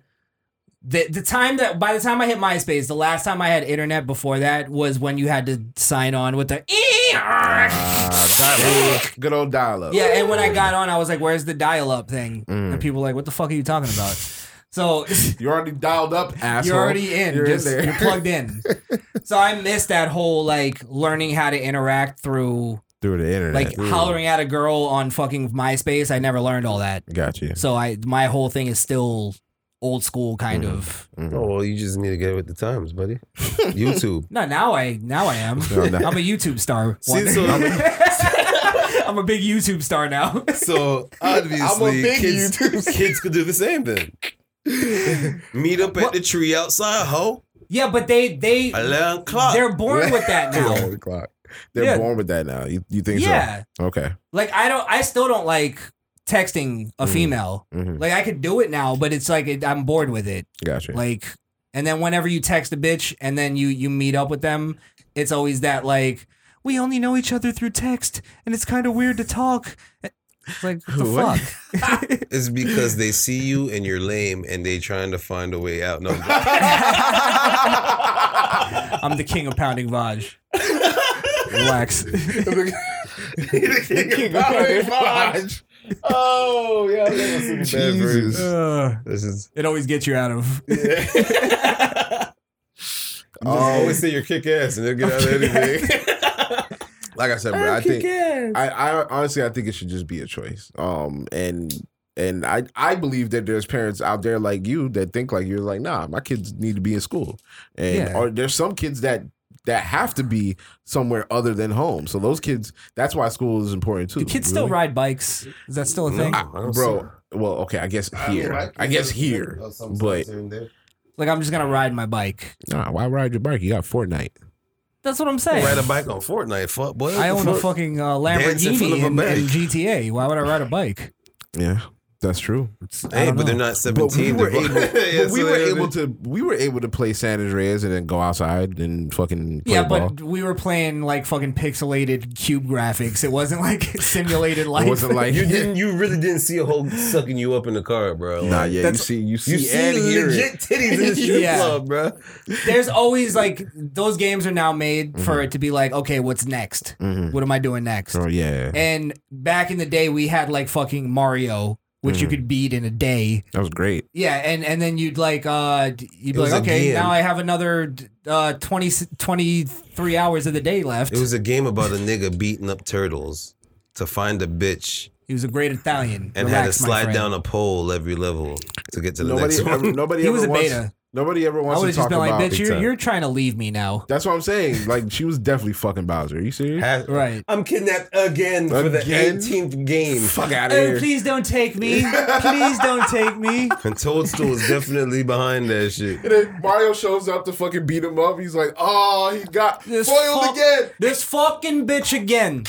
Speaker 5: the the time that by the time I hit MySpace, the last time I had internet before that was when you had to sign on with the. E
Speaker 3: Ah, Good old dial up.
Speaker 5: Yeah, and when I got on, I was like, "Where's the dial-up thing?" And
Speaker 3: Mm.
Speaker 5: people were like, "What the fuck are you talking about?" So
Speaker 3: You're already dialed up, asshole.
Speaker 5: you're already in.
Speaker 3: You're
Speaker 5: just,
Speaker 3: in there.
Speaker 5: You're plugged in. so I missed that whole like learning how to interact through
Speaker 3: Through the internet.
Speaker 5: like hollering at a girl on fucking MySpace. I never learned all that.
Speaker 3: Got you.
Speaker 5: So I my whole thing is still old school kind
Speaker 3: Mm.
Speaker 5: of.
Speaker 7: Oh, well, you just need to get with the times, buddy. YouTube.
Speaker 5: No, now I now I am. I'm a YouTube star.
Speaker 7: See, so,
Speaker 5: I'm a big YouTube star now.
Speaker 7: so obviously,
Speaker 3: big
Speaker 7: kids, kids could do the same thing. Meet up at the tree outside, ho.
Speaker 5: yeah, but they they
Speaker 7: 11 o'clock.
Speaker 5: they're born with that now.
Speaker 3: Holy clock. They're
Speaker 5: Yeah.
Speaker 3: born with that now. You, you think
Speaker 5: Yeah.
Speaker 3: so? Okay.
Speaker 5: Like I don't I still don't like texting a female.
Speaker 3: Mhm.
Speaker 5: Like I could do it now, but it's like it, I'm bored with it.
Speaker 3: Got you.
Speaker 5: Like and then whenever you text a bitch and then you you meet up with them, it's always that like we only know each other through text and it's kind of weird to talk. It's like what the
Speaker 3: What?
Speaker 5: fuck?
Speaker 7: It's because they see you and you're lame and they trying to find a way out. No, I'm-
Speaker 5: I'm the king of pounding vaj. Relax.
Speaker 4: Oh yeah, I've never seen that.
Speaker 3: Jesus.
Speaker 7: this is
Speaker 5: it always gets you out of
Speaker 3: Oh,
Speaker 7: always say you're kick ass and they'll get out of anything.
Speaker 3: like I said, bro, I think I, I honestly I think it should just be a choice. Um and and I I believe that there's parents out there like you that think like you're like, nah, my kids need to be in school. And
Speaker 5: Yeah.
Speaker 3: or there's some kids that that have to be somewhere other than home. So those kids that's why school is important too.
Speaker 5: Do kids still
Speaker 3: really.
Speaker 5: ride bikes? Is that still a thing?
Speaker 3: I- bro, well, okay, I guess here. I, guess here. But
Speaker 5: Like I'm just gonna ride my bike.
Speaker 3: nah, why ride your bike? You got Fortnite.
Speaker 5: That's what I'm saying.
Speaker 7: Ride a bike on Fortnite, fuck boy.
Speaker 5: I own a
Speaker 7: Fuck.
Speaker 5: fucking uh,
Speaker 7: Dance in
Speaker 5: Lamborghini
Speaker 7: front of a
Speaker 5: in, in
Speaker 7: bike.
Speaker 5: GTA. Why would I ride a bike?
Speaker 3: Yeah. That's true.
Speaker 7: Hey, but they're not
Speaker 3: But we
Speaker 7: seventeen.
Speaker 3: were
Speaker 7: they're
Speaker 3: able,
Speaker 7: black. Yeah,
Speaker 3: but we
Speaker 7: so
Speaker 3: were
Speaker 7: they-
Speaker 3: able to we were able to play San Andreas and then go outside and fucking play
Speaker 5: yeah,
Speaker 3: ball.
Speaker 5: but we were playing like fucking pixelated cube graphics. It wasn't like simulated life.
Speaker 3: it wasn't like
Speaker 9: You didn't. You really didn't see a hoe sucking you up in the car, bro.
Speaker 3: nah,
Speaker 9: Like,
Speaker 3: yeah. You
Speaker 5: That's-
Speaker 3: see, you see,
Speaker 9: You see
Speaker 3: and hear it.
Speaker 9: legit titties in the strip
Speaker 5: Yeah.
Speaker 9: club, bro.
Speaker 5: There's always like those games are now made
Speaker 7: Mm-hmm.
Speaker 5: for it to be like, okay, what's next?
Speaker 3: Mhm.
Speaker 5: What am I doing next?
Speaker 3: Oh yeah,
Speaker 5: And back in the day, we had like fucking Mario, which
Speaker 7: Mm-hmm.
Speaker 5: you could beat in a day.
Speaker 3: that was great.
Speaker 5: Yeah, and and then you'd like uh d- you'd
Speaker 7: It
Speaker 5: be
Speaker 7: was
Speaker 5: like,
Speaker 7: a
Speaker 5: okay,
Speaker 7: game.
Speaker 5: now I have another d- uh 20, 23 hours of the day left.
Speaker 7: It was a game about a nigga beating up turtles to find a bitch
Speaker 5: he was a great Italian.
Speaker 7: and had to
Speaker 5: Relax, my
Speaker 7: slide
Speaker 5: friend.
Speaker 7: down a pole every level to get to the
Speaker 3: Nobody,
Speaker 7: next
Speaker 3: ever,
Speaker 7: one.
Speaker 3: nobody
Speaker 5: He
Speaker 3: ever
Speaker 5: was a
Speaker 3: wants,
Speaker 5: beta.
Speaker 3: Nobody ever
Speaker 5: I
Speaker 3: wants to
Speaker 5: would have
Speaker 3: talk
Speaker 5: just been
Speaker 3: about.
Speaker 5: like, bitch,
Speaker 3: Big
Speaker 5: you're,
Speaker 3: Time.
Speaker 5: you're trying to leave me now.
Speaker 3: That's what I'm saying. Like she was definitely fucking Bowser. Are you serious?
Speaker 7: Had-
Speaker 5: Right.
Speaker 9: I'm kidnapped again, for the
Speaker 3: Again?
Speaker 9: 18th game.
Speaker 3: Fuck out of
Speaker 5: Oh,
Speaker 3: here.
Speaker 5: please don't take me. Please don't take me.
Speaker 7: And Toadstool was definitely behind that shit.
Speaker 8: And then Mario shows up to fucking beat him up. He's like, oh, he got
Speaker 5: This
Speaker 8: foiled
Speaker 5: fuck-
Speaker 8: again.
Speaker 5: This fucking bitch again.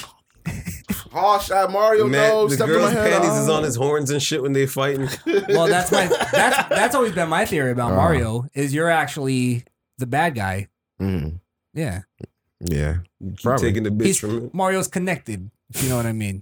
Speaker 8: Oh, shot Mario,
Speaker 7: Man,
Speaker 8: no,
Speaker 7: the
Speaker 8: step in my
Speaker 7: girl's
Speaker 8: head.
Speaker 7: panties is
Speaker 3: uh,
Speaker 8: ah.
Speaker 7: on his horns and shit when they fighting.
Speaker 5: Well, that's my that's that's always been my theory
Speaker 3: Uh-huh.
Speaker 5: about Mario is you're actually the bad guy.
Speaker 7: Mm-hmm.
Speaker 3: Mm,
Speaker 5: Yeah,
Speaker 3: yeah,
Speaker 7: Keep
Speaker 3: Probably.
Speaker 7: taking the bitch
Speaker 5: he's
Speaker 7: from him.
Speaker 5: Mario's connected. If you know what I mean.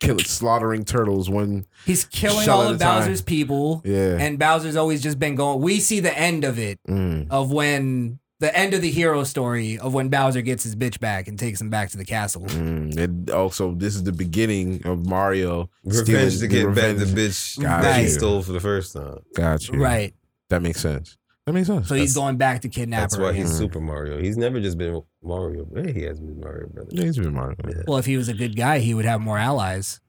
Speaker 3: killing, slaughtering turtles. When
Speaker 5: He's killing
Speaker 3: Shell
Speaker 5: all
Speaker 3: at
Speaker 5: of
Speaker 3: a time.
Speaker 5: Bowser's people,
Speaker 3: yeah,
Speaker 5: and Bowser's always just been going. We see the end of it
Speaker 3: Mm,
Speaker 5: of when the end of the hero story of when Bowser gets his bitch back and takes him back to the castle.
Speaker 3: mm. And also, this is the beginning of Mario
Speaker 7: Revenge to
Speaker 3: stealing-
Speaker 7: get back
Speaker 3: revenge.
Speaker 7: the bitch
Speaker 3: Got
Speaker 7: that he
Speaker 3: you.
Speaker 7: stole for the first time.
Speaker 3: Got you.
Speaker 5: Right.
Speaker 3: That makes sense. That makes sense.
Speaker 5: So he's going back to kidnap
Speaker 7: That's
Speaker 5: her.
Speaker 7: why he's
Speaker 3: Mhm.
Speaker 7: Super Mario. He's never just been Mario. Hey, he has been Mario, brother.
Speaker 3: Yeah, he's been Mario.
Speaker 7: Yeah.
Speaker 5: well, if he was a good guy, he would have more allies.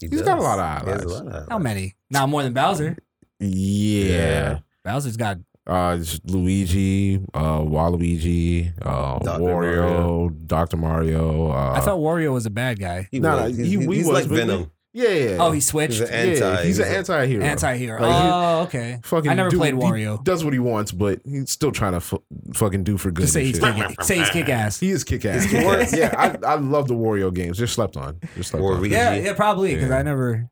Speaker 7: He
Speaker 3: He's got a
Speaker 7: does.
Speaker 3: lot of
Speaker 7: He has a
Speaker 3: allies.
Speaker 7: lot of
Speaker 5: How
Speaker 7: allies.
Speaker 5: many? Not more than Bowser.
Speaker 3: Yeah.
Speaker 5: Bowser's got
Speaker 3: Uh, it's Luigi, uh, Waluigi, uh, Wario,
Speaker 7: Dr. Mario.
Speaker 3: Dr. Mario. Uh,
Speaker 5: I thought Wario was a bad guy.
Speaker 7: He
Speaker 3: Nah,
Speaker 7: was.
Speaker 3: nah,
Speaker 7: He's,
Speaker 3: he- we
Speaker 7: he's
Speaker 3: was,
Speaker 7: like
Speaker 3: but we-
Speaker 7: Venom.
Speaker 3: yeah, yeah.
Speaker 5: Oh, he's
Speaker 7: He's
Speaker 5: switched.
Speaker 7: an anti.
Speaker 3: yeah, he's an anti-hero.
Speaker 5: Anti-hero.
Speaker 3: Like, he-
Speaker 5: oh, okay.
Speaker 3: Fucking
Speaker 5: I never
Speaker 3: do-
Speaker 5: played
Speaker 3: he
Speaker 5: Wario.
Speaker 3: does what he wants, but he's still trying to fu- fucking do for good.
Speaker 5: Just
Speaker 3: and
Speaker 5: say he's
Speaker 3: shit.
Speaker 5: kick, say he's kick ass.
Speaker 3: He is kick ass.
Speaker 7: kick-ass.
Speaker 3: yeah, I, I love the Wario games. They're slept on. They're slept
Speaker 7: Or
Speaker 3: on.
Speaker 7: we-
Speaker 5: Yeah, yeah, probably because
Speaker 3: Yeah.
Speaker 5: I never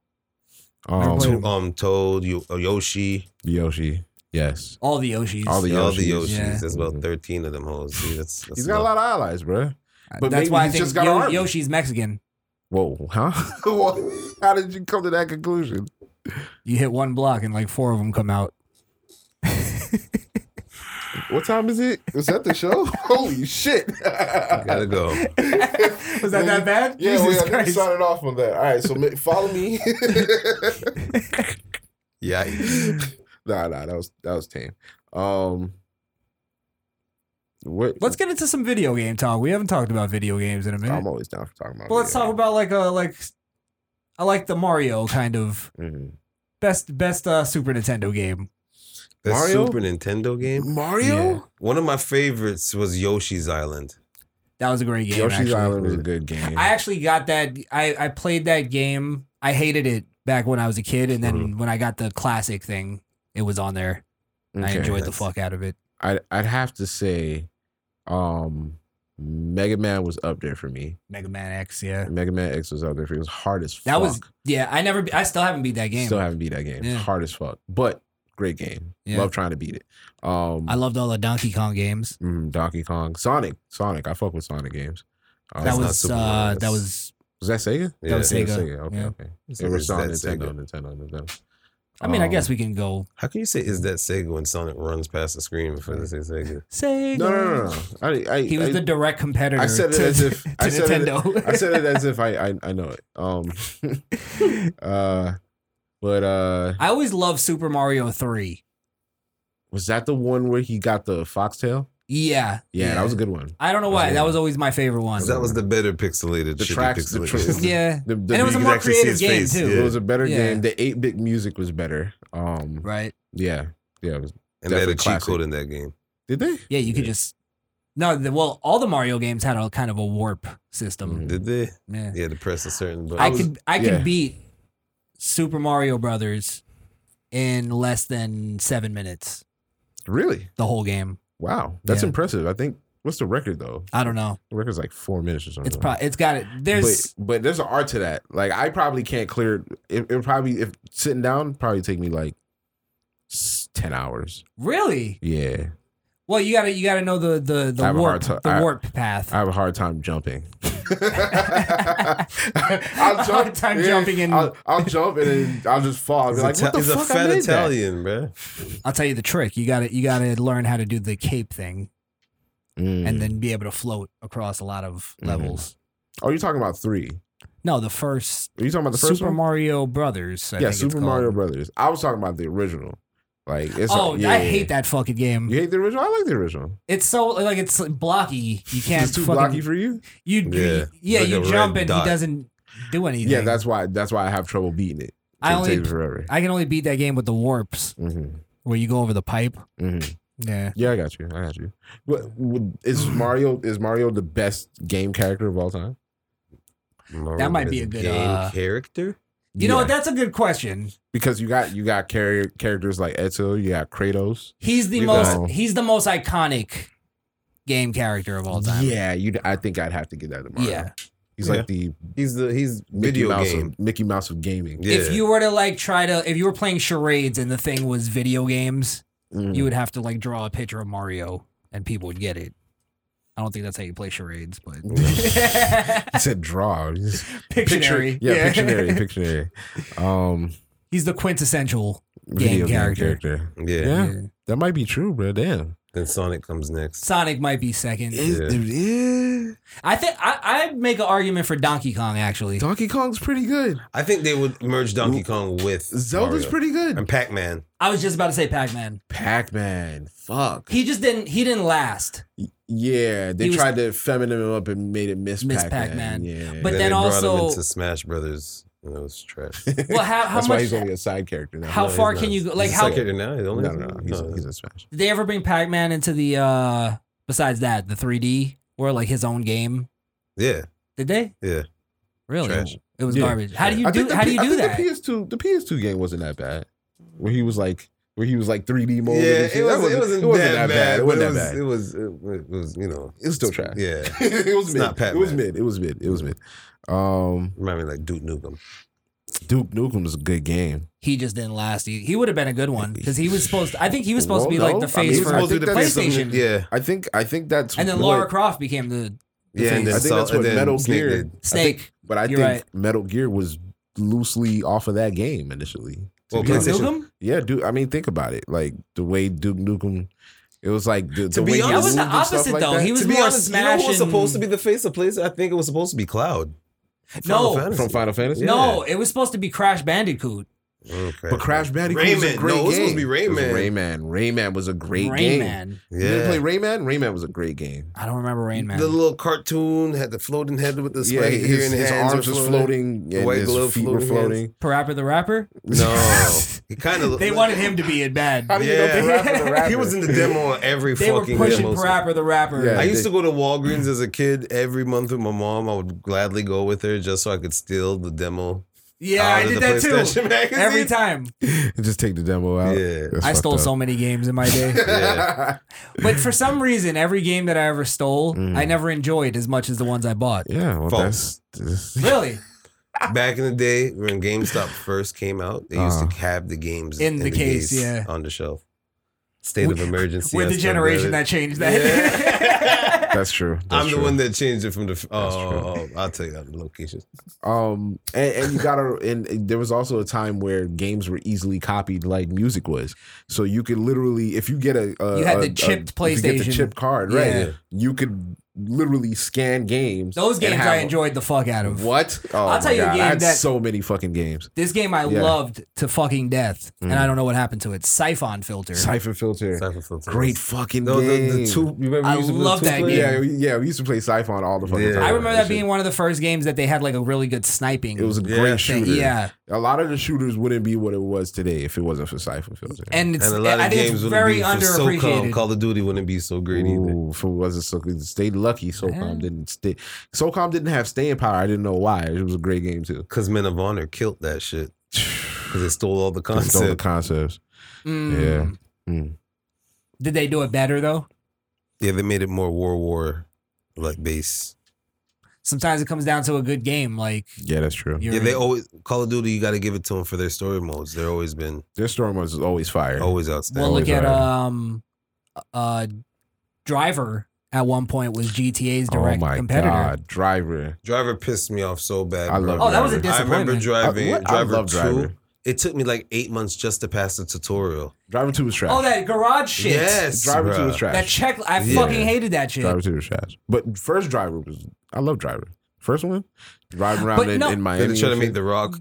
Speaker 3: Um,
Speaker 5: Never
Speaker 7: To- um, Toad, Yo- uh, Yoshi,
Speaker 3: Yoshi. Yes.
Speaker 5: all the Yoshis.
Speaker 3: All the
Speaker 7: all the
Speaker 3: Yoshis.
Speaker 7: Yoshis.
Speaker 5: Yeah.
Speaker 7: There's about thirteen of them hoes. See, that's, that's
Speaker 3: He's got a lot of allies, bruh. but
Speaker 5: Uh, That's
Speaker 3: maybe
Speaker 5: why I
Speaker 3: he's
Speaker 5: think
Speaker 3: just got
Speaker 5: Yo-
Speaker 3: an army.
Speaker 5: Yoshi's Mexican.
Speaker 3: Whoa, huh? What? How did you come to that conclusion?
Speaker 5: You hit one block and like four of them come out.
Speaker 3: What time is it?
Speaker 8: Is that the show? Holy shit.
Speaker 7: Gotta go.
Speaker 5: Was that that bad?
Speaker 8: Yeah, we
Speaker 5: Jesus
Speaker 8: are
Speaker 5: Christ.
Speaker 8: signing off on that. All right, so ma- follow me.
Speaker 7: Yeah.
Speaker 8: nah, nah, that was that was tame. Um, what?
Speaker 5: Let's get into some video game talk. We haven't talked about video games in a minute.
Speaker 8: I'm always down for talking about.
Speaker 5: But let's talk about like a like I like the Mario kind of
Speaker 8: Mhm.
Speaker 3: Mm-hmm.
Speaker 5: best best uh, Super Nintendo game.
Speaker 7: That
Speaker 8: Mario?
Speaker 7: Super Nintendo game.
Speaker 8: Mario.
Speaker 5: Yeah.
Speaker 7: One of my favorites was Yoshi's Island.
Speaker 5: That was a great game.
Speaker 3: Yoshi's
Speaker 5: actually.
Speaker 3: Island was a good game.
Speaker 5: I actually got that. I, I played that game. I hated it back when I was a kid, and then
Speaker 3: Mm-hmm.
Speaker 5: when I got the classic thing, it was on there. and I
Speaker 3: Okay.
Speaker 5: enjoyed the
Speaker 7: that's-
Speaker 5: fuck out of it.
Speaker 3: I'd, I'd have to say, um, Mega Man was up there for me.
Speaker 5: Mega Man X, yeah,
Speaker 3: Mega Man X was up there for me. It was hard as fuck.
Speaker 5: that was yeah. I never, I still haven't beat that game.
Speaker 3: Still haven't beat that game.
Speaker 5: Yeah.
Speaker 3: Hard as fuck, but great game.
Speaker 5: Yeah.
Speaker 3: Love trying to beat it. Um,
Speaker 5: I loved all the Donkey Kong games.
Speaker 3: mm, Donkey Kong, Sonic, Sonic. I fuck with Sonic games. Uh,
Speaker 5: That
Speaker 7: not
Speaker 5: was
Speaker 7: Super
Speaker 5: uh,
Speaker 7: Mario,
Speaker 5: that was.
Speaker 3: was that Sega?
Speaker 5: That was
Speaker 3: It
Speaker 5: Sega.
Speaker 3: Okay,
Speaker 5: Yeah.
Speaker 3: okay.
Speaker 7: Sega
Speaker 3: It was
Speaker 7: is that
Speaker 3: on Nintendo,
Speaker 7: Sega.
Speaker 3: Nintendo, Nintendo.
Speaker 5: I mean, I
Speaker 3: Um,
Speaker 5: guess we can go
Speaker 7: How can you say is that Sega when Sonic runs past the screen before they say Sega?
Speaker 5: Sega.
Speaker 3: No, no, no, no. I, I,
Speaker 5: He was
Speaker 3: I,
Speaker 5: the direct competitor.
Speaker 3: I said it
Speaker 5: to,
Speaker 3: as if-
Speaker 5: to
Speaker 3: I said it-
Speaker 5: Nintendo.
Speaker 3: I said it as if I, I, I know it. Um, uh, but uh,
Speaker 5: I always loved Super Mario Three.
Speaker 3: was that the one where he got the foxtail?
Speaker 5: Yeah,
Speaker 3: Yeah, that was a good one.
Speaker 5: I don't know why.
Speaker 3: was a-
Speaker 5: That was always my favorite one.
Speaker 7: 'Cause that was the better pixelated.
Speaker 3: The
Speaker 7: shitty
Speaker 3: tracks, the
Speaker 7: pixelated.
Speaker 3: tracks.
Speaker 5: yeah,
Speaker 3: The, the
Speaker 5: and it was
Speaker 3: music-
Speaker 5: a
Speaker 7: could
Speaker 5: more
Speaker 7: actually see
Speaker 5: creative
Speaker 7: his
Speaker 5: game
Speaker 7: face,
Speaker 5: too.
Speaker 7: yeah.
Speaker 3: it was a better
Speaker 5: Yeah.
Speaker 3: game. The eight bit music was better. Um,
Speaker 5: Right?
Speaker 3: yeah, yeah. It was,
Speaker 7: and they had a
Speaker 3: Definitely
Speaker 7: cheat code in that game.
Speaker 3: did they?
Speaker 5: Yeah, you could just no. The, well, all the Mario games had a kind of a warp system.
Speaker 3: Mhm.
Speaker 7: Did they?
Speaker 5: Yeah.
Speaker 7: Yeah, to press a certain button.
Speaker 5: I could I could
Speaker 3: yeah.
Speaker 5: beat Super Mario Brothers in less than seven minutes.
Speaker 3: Really?
Speaker 5: The whole game.
Speaker 3: Wow, that's
Speaker 5: Yeah.
Speaker 3: impressive. I think What's the record though?
Speaker 5: I don't know.
Speaker 3: The record's like four minutes or something.
Speaker 5: It's probably it's got it. There's
Speaker 3: Mm. but, but there's an art to that. Like I probably can't clear it. It would probably if sitting down probably take me like s- ten hours.
Speaker 5: really
Speaker 3: Yeah,
Speaker 5: well. You gotta you gotta know the the
Speaker 3: I
Speaker 5: the
Speaker 3: have a
Speaker 5: warp
Speaker 3: hard ti-
Speaker 5: the
Speaker 3: I-
Speaker 5: warp path.
Speaker 3: I have a hard time jumping.
Speaker 5: A hard time jumping and-
Speaker 3: I'll, I'll jump and then I'll just fall. I'll be
Speaker 7: He's,
Speaker 3: like,
Speaker 7: Ita-
Speaker 3: what the
Speaker 7: he's a
Speaker 3: fuck? I
Speaker 7: fat
Speaker 3: made that?"
Speaker 7: Italian, bruh.
Speaker 5: I'll tell you the trick. You gotta you gotta learn how to do the cape thing
Speaker 3: Mm.
Speaker 5: and then be able to float across a lot of
Speaker 3: Mhm.
Speaker 5: levels.
Speaker 3: oh, you're talking about three?
Speaker 5: No, the first
Speaker 3: Are you talking about Oh, the first
Speaker 5: Super
Speaker 3: one?
Speaker 5: Mario Brothers. I
Speaker 3: yeah,
Speaker 5: think it's
Speaker 3: Super
Speaker 5: called.
Speaker 3: Mario Brothers. I was talking about the original. Like, it's
Speaker 5: Oh,
Speaker 3: yeah,
Speaker 5: I
Speaker 3: yeah, yeah.
Speaker 5: hate that fucking game.
Speaker 3: You hate the original? I like the original.
Speaker 5: It's so like it's blocky. You can't
Speaker 3: it's too
Speaker 5: fucking
Speaker 3: blocky for you.
Speaker 5: you.
Speaker 7: Yeah.
Speaker 5: Yeah, yeah
Speaker 7: Like a
Speaker 5: you
Speaker 7: red
Speaker 5: jump and
Speaker 7: dot.
Speaker 5: he doesn't do anything.
Speaker 3: Yeah, that's why. That's why I have trouble beating it.
Speaker 5: I
Speaker 3: It
Speaker 5: only
Speaker 3: takes forever.
Speaker 5: I can only beat that game with the warps
Speaker 3: Mm-hmm,
Speaker 5: where you go over the pipe.
Speaker 3: mm-hmm.
Speaker 5: Yeah,
Speaker 3: Yeah, I got you. I got you. What, would- is Mario is Mario the best game character of all time?
Speaker 7: Mario
Speaker 5: might
Speaker 7: is
Speaker 5: be a good,
Speaker 7: game
Speaker 5: uh,
Speaker 7: character.
Speaker 5: you know
Speaker 3: Yeah.
Speaker 5: what? That's a good question.
Speaker 3: because you got you got char- characters like Eto, you got Kratos.
Speaker 5: He's the
Speaker 3: You
Speaker 5: most
Speaker 3: know.
Speaker 5: he's the most iconic game character of all time.
Speaker 3: Yeah, you. I think I'd have to give that to Mario.
Speaker 5: Yeah.
Speaker 3: he's
Speaker 7: Yeah.
Speaker 3: like the
Speaker 7: He's the he's
Speaker 3: Mickey
Speaker 7: video
Speaker 3: Mouse
Speaker 7: game.
Speaker 3: Of, Mickey Mouse of gaming.
Speaker 7: Yeah.
Speaker 5: If you were to like try to if you were playing charades and the thing was video games,
Speaker 3: Mm.
Speaker 5: you would have to like draw a picture of Mario and people would get it. I don't think that's how you play charades, but
Speaker 3: I said draw. Just picture-
Speaker 5: Pictionary.
Speaker 3: yeah, Pictionary. Pictionary. Um,
Speaker 5: He's the quintessential.
Speaker 3: video game
Speaker 5: character.
Speaker 3: character.
Speaker 7: Yeah.
Speaker 3: Yeah. That might be true, bro. Damn.
Speaker 7: Then Sonic comes next.
Speaker 5: Sonic might be second.
Speaker 3: Is-
Speaker 7: Yeah.
Speaker 3: dude, yeah.
Speaker 5: I think I, I make an argument for Donkey Kong actually.
Speaker 3: Donkey Kong's pretty good.
Speaker 7: I think they would merge Donkey Kong with
Speaker 3: Zelda's
Speaker 7: Mario.
Speaker 3: pretty good.
Speaker 7: and Pac Man.
Speaker 5: I was just about to say Pac-Man.
Speaker 3: Pac Man. Fuck.
Speaker 5: He just didn't he didn't last.
Speaker 3: Yeah, they
Speaker 5: He was-
Speaker 3: tried to feminine him up and made it Miss,
Speaker 5: Miss
Speaker 3: Pac-Man.
Speaker 5: Pac-Man.
Speaker 3: Yeah.
Speaker 5: But- then
Speaker 7: they brought
Speaker 5: also-
Speaker 7: him into Smash Brothers. And it was trash.
Speaker 5: Well, how how
Speaker 3: That's why
Speaker 5: much
Speaker 3: he's only a side character now.
Speaker 5: how
Speaker 7: No,
Speaker 5: far
Speaker 7: he's
Speaker 5: can
Speaker 7: not.
Speaker 5: you go?
Speaker 7: He's
Speaker 5: Like
Speaker 7: a
Speaker 5: how
Speaker 7: side
Speaker 5: did
Speaker 7: character now? He's only
Speaker 3: no, no, no. He's,
Speaker 7: no.
Speaker 3: A, he's a smash.
Speaker 5: they ever bring Pac-Man into the uh besides that, the 3D or like his own game?
Speaker 7: yeah,
Speaker 5: Did they?
Speaker 7: yeah.
Speaker 5: Really?
Speaker 7: Trash.
Speaker 5: It was
Speaker 3: Yeah.
Speaker 5: garbage. How do you
Speaker 3: I
Speaker 5: do
Speaker 3: think the
Speaker 5: how do
Speaker 3: P-
Speaker 5: you do
Speaker 3: I
Speaker 5: that?
Speaker 3: think The PS2, the PS2 game wasn't that bad. Where he was like, where he was like 3D mode. and
Speaker 7: yeah,
Speaker 3: shit.
Speaker 7: it,
Speaker 3: That
Speaker 7: was, it wasn't that, bad.
Speaker 3: It
Speaker 7: but
Speaker 3: wasn't that
Speaker 7: It
Speaker 3: bad.
Speaker 7: was, it was, it was, you know,
Speaker 3: It was still trash.
Speaker 7: yeah.
Speaker 3: It was
Speaker 7: It's
Speaker 3: mid.
Speaker 7: not
Speaker 3: It was
Speaker 7: Pac-Man.
Speaker 3: mid. It was mid. It was mid. Um,
Speaker 7: Remind me like Duke Nukem.
Speaker 3: Duke Nukem is a good game.
Speaker 5: He just didn't last. He, he would have been a good one because he was supposed. I think he was supposed to be
Speaker 3: Well,
Speaker 5: like
Speaker 3: no.
Speaker 5: the
Speaker 3: I mean,
Speaker 5: face
Speaker 3: he was
Speaker 5: for
Speaker 3: supposed to be the face
Speaker 7: Something-
Speaker 5: PlayStation.
Speaker 7: Yeah,
Speaker 3: I think. I think that's.
Speaker 5: And then
Speaker 3: what-
Speaker 5: Laura Croft became the
Speaker 7: yeah. And then
Speaker 3: I think that's
Speaker 7: Sol-
Speaker 3: what
Speaker 7: and then
Speaker 3: Metal
Speaker 7: Snake
Speaker 3: Gear.
Speaker 7: did.
Speaker 3: I think-
Speaker 5: snake.
Speaker 3: but I
Speaker 5: You're
Speaker 3: think
Speaker 5: right.
Speaker 3: Metal Gear was loosely off of that game initially. to
Speaker 7: Well,
Speaker 3: be
Speaker 7: PlayStation
Speaker 3: honest.
Speaker 5: Nukem?
Speaker 3: Yeah, dude. I mean, think about it. Like the way Duke Nukem, it was like the, the
Speaker 7: be
Speaker 3: way he
Speaker 7: honest-
Speaker 5: That was
Speaker 3: moved
Speaker 5: the
Speaker 3: and stuff
Speaker 5: opposite
Speaker 3: like
Speaker 5: though.
Speaker 3: that.
Speaker 5: He was
Speaker 7: to be
Speaker 5: more
Speaker 7: honest, you know who was
Speaker 5: smashing-
Speaker 7: supposed to be the face of PlayStation? I think it was supposed to be Cloud.
Speaker 5: No.
Speaker 7: Fantasy.
Speaker 3: from Final Fantasy.
Speaker 5: No, it was supposed to be Crash Bandicoot.
Speaker 7: Okay.
Speaker 3: But Crash Bandicoot was a
Speaker 7: Rayman.
Speaker 3: great
Speaker 7: No, it
Speaker 3: game.
Speaker 7: was supposed to be
Speaker 3: It was
Speaker 7: Rayman.
Speaker 3: Rayman. Rayman was a great
Speaker 5: Rain
Speaker 3: game.
Speaker 5: Man.
Speaker 3: You didn't
Speaker 7: yeah.
Speaker 3: play Rayman? Rayman was a great game.
Speaker 5: I don't remember Rain Man.
Speaker 7: The little cartoon had the floating head with the
Speaker 3: yeah,
Speaker 7: spiky
Speaker 3: his,
Speaker 7: ear and the
Speaker 3: his
Speaker 7: hands
Speaker 3: arms
Speaker 7: were
Speaker 3: was floating,
Speaker 7: The
Speaker 3: and
Speaker 7: white
Speaker 3: his
Speaker 7: glove
Speaker 3: feet were
Speaker 7: floating
Speaker 3: floating.
Speaker 5: Parappa the Rapper?
Speaker 7: No, he kind of.
Speaker 5: They wanted him to be in bad.
Speaker 3: How do you
Speaker 7: Yeah.
Speaker 3: know Parappa the Rapper?
Speaker 7: He was in the demo on every
Speaker 5: They were
Speaker 7: fucking
Speaker 5: pushing
Speaker 7: demo.
Speaker 5: Parappa the Rapper.
Speaker 3: Yeah.
Speaker 7: I used to go to Walgreens as a kid every month with my mom. I would gladly go with her just so I could steal the demo.
Speaker 5: Yeah,
Speaker 7: out
Speaker 5: I
Speaker 3: Oh,
Speaker 7: of
Speaker 5: did
Speaker 7: the
Speaker 5: that too.
Speaker 7: PlayStation magazine.
Speaker 5: Every time.
Speaker 3: just take the demo out.
Speaker 7: Yeah.
Speaker 3: That's
Speaker 5: I
Speaker 3: fucked
Speaker 5: stole
Speaker 3: up.
Speaker 5: so many games in my day.
Speaker 7: Yeah.
Speaker 5: but for some reason, every game that I ever stole, I never enjoyed as much as the ones I bought.
Speaker 3: Yeah, well,
Speaker 7: False.
Speaker 3: that's that's-
Speaker 5: Really?
Speaker 7: Back in the day, when GameStop first came out, they used
Speaker 3: Uh.
Speaker 7: to have the games
Speaker 5: In the case, yeah.
Speaker 7: on the shelf. State of emergency.
Speaker 5: We're
Speaker 7: I
Speaker 5: the
Speaker 7: still
Speaker 5: generation
Speaker 7: got
Speaker 5: that
Speaker 7: it.
Speaker 5: changed that.
Speaker 3: that's true. That's
Speaker 7: I'm
Speaker 3: true.
Speaker 7: the one that changed it from the. Oh,
Speaker 3: true.
Speaker 7: oh, oh, I'll tell you the location.
Speaker 3: Um, and, and you gotta, and, and there was also a time where games were easily copied, like music was. So you could literally, if you get a, a
Speaker 5: You had the
Speaker 3: a- a-
Speaker 5: chipped
Speaker 3: if you get the
Speaker 5: PlayStation.
Speaker 3: chip card,
Speaker 5: Yeah.
Speaker 3: right? You could literally scan games.
Speaker 5: Those
Speaker 3: and
Speaker 5: games
Speaker 3: have-
Speaker 5: I enjoyed the fuck out of.
Speaker 3: What? Oh
Speaker 5: I'll tell
Speaker 3: my
Speaker 5: you a
Speaker 3: God, I
Speaker 5: game
Speaker 3: had
Speaker 5: that-
Speaker 3: so many fucking games.
Speaker 5: This game I
Speaker 3: Yeah.
Speaker 5: loved to fucking death, and
Speaker 3: Mm.
Speaker 5: I don't know what happened to it. Siphon Filter.
Speaker 3: Cipher Filter,
Speaker 7: Cypher Filter.
Speaker 3: great fucking
Speaker 7: No, the,
Speaker 3: game.
Speaker 7: the two. You remember
Speaker 5: I
Speaker 7: we used to play the
Speaker 5: love
Speaker 7: two
Speaker 5: that
Speaker 7: player?
Speaker 5: game.
Speaker 3: yeah, we- yeah, we used to play Siphon all the fucking
Speaker 7: Yeah.
Speaker 3: time.
Speaker 5: I remember that
Speaker 3: Shit.
Speaker 5: being one of the first games that they had like a really good sniping.
Speaker 3: It was a
Speaker 7: Yeah.
Speaker 3: great
Speaker 5: thing.
Speaker 3: shooter.
Speaker 5: Yeah,
Speaker 3: a lot of the shooters wouldn't be what it was today if it wasn't for Cipher Filter.
Speaker 5: and it's
Speaker 7: and a lot
Speaker 5: I
Speaker 7: of
Speaker 5: think
Speaker 7: games
Speaker 5: it's
Speaker 7: would
Speaker 5: very
Speaker 7: be for SOCOM.
Speaker 5: underappreciated.
Speaker 7: Call of Duty wouldn't be so great either.
Speaker 3: Ooh, if it wasn't SOCOM, stay lucky. SOCOM didn't stay. SOCOM didn't have staying power. I didn't know why. It was a great game too.
Speaker 7: Because Men of Honor killed that shit. Because they stole all the
Speaker 3: Just Stole the
Speaker 7: concept.
Speaker 3: concepts.
Speaker 5: Mm.
Speaker 3: Yeah. Mm.
Speaker 5: Did they do it better though?
Speaker 7: Yeah, they made it more war war like base.
Speaker 5: Sometimes it comes down to a good game. Like
Speaker 3: Yeah, that's true.
Speaker 5: you're,
Speaker 7: Yeah, they always Call of Duty. You got to give it to them for their story modes. They're always been
Speaker 3: Their storm was always fire.
Speaker 7: always
Speaker 5: well
Speaker 7: outstanding.
Speaker 5: look
Speaker 3: always
Speaker 5: at
Speaker 3: are.
Speaker 5: um, uh, Driver at one point was GTA's direct
Speaker 3: oh my
Speaker 5: competitor.
Speaker 3: god, driver!
Speaker 7: Driver pissed me off so bad.
Speaker 3: I
Speaker 7: bro.
Speaker 3: love.
Speaker 5: Oh, that was a
Speaker 3: Driver.
Speaker 5: dis-
Speaker 7: I remember
Speaker 5: disappointment.
Speaker 7: driving
Speaker 3: I- what- I
Speaker 7: Driver
Speaker 3: love
Speaker 7: Two.
Speaker 3: Driver.
Speaker 7: It took me like eight months just to pass the tutorial.
Speaker 3: driver two was trash.
Speaker 5: Oh, that garage shit.
Speaker 7: Yes,
Speaker 3: driver two
Speaker 7: bruh.
Speaker 3: was trash.
Speaker 5: That check. I
Speaker 7: Yeah.
Speaker 5: fucking hated that shit.
Speaker 3: Driver two was trash. But first driver was. I love driver. First one, driving around
Speaker 5: But
Speaker 3: in,
Speaker 5: no-
Speaker 3: in
Speaker 7: They
Speaker 3: Miami.
Speaker 7: try to
Speaker 3: and
Speaker 7: make
Speaker 3: shit.
Speaker 7: the Rock.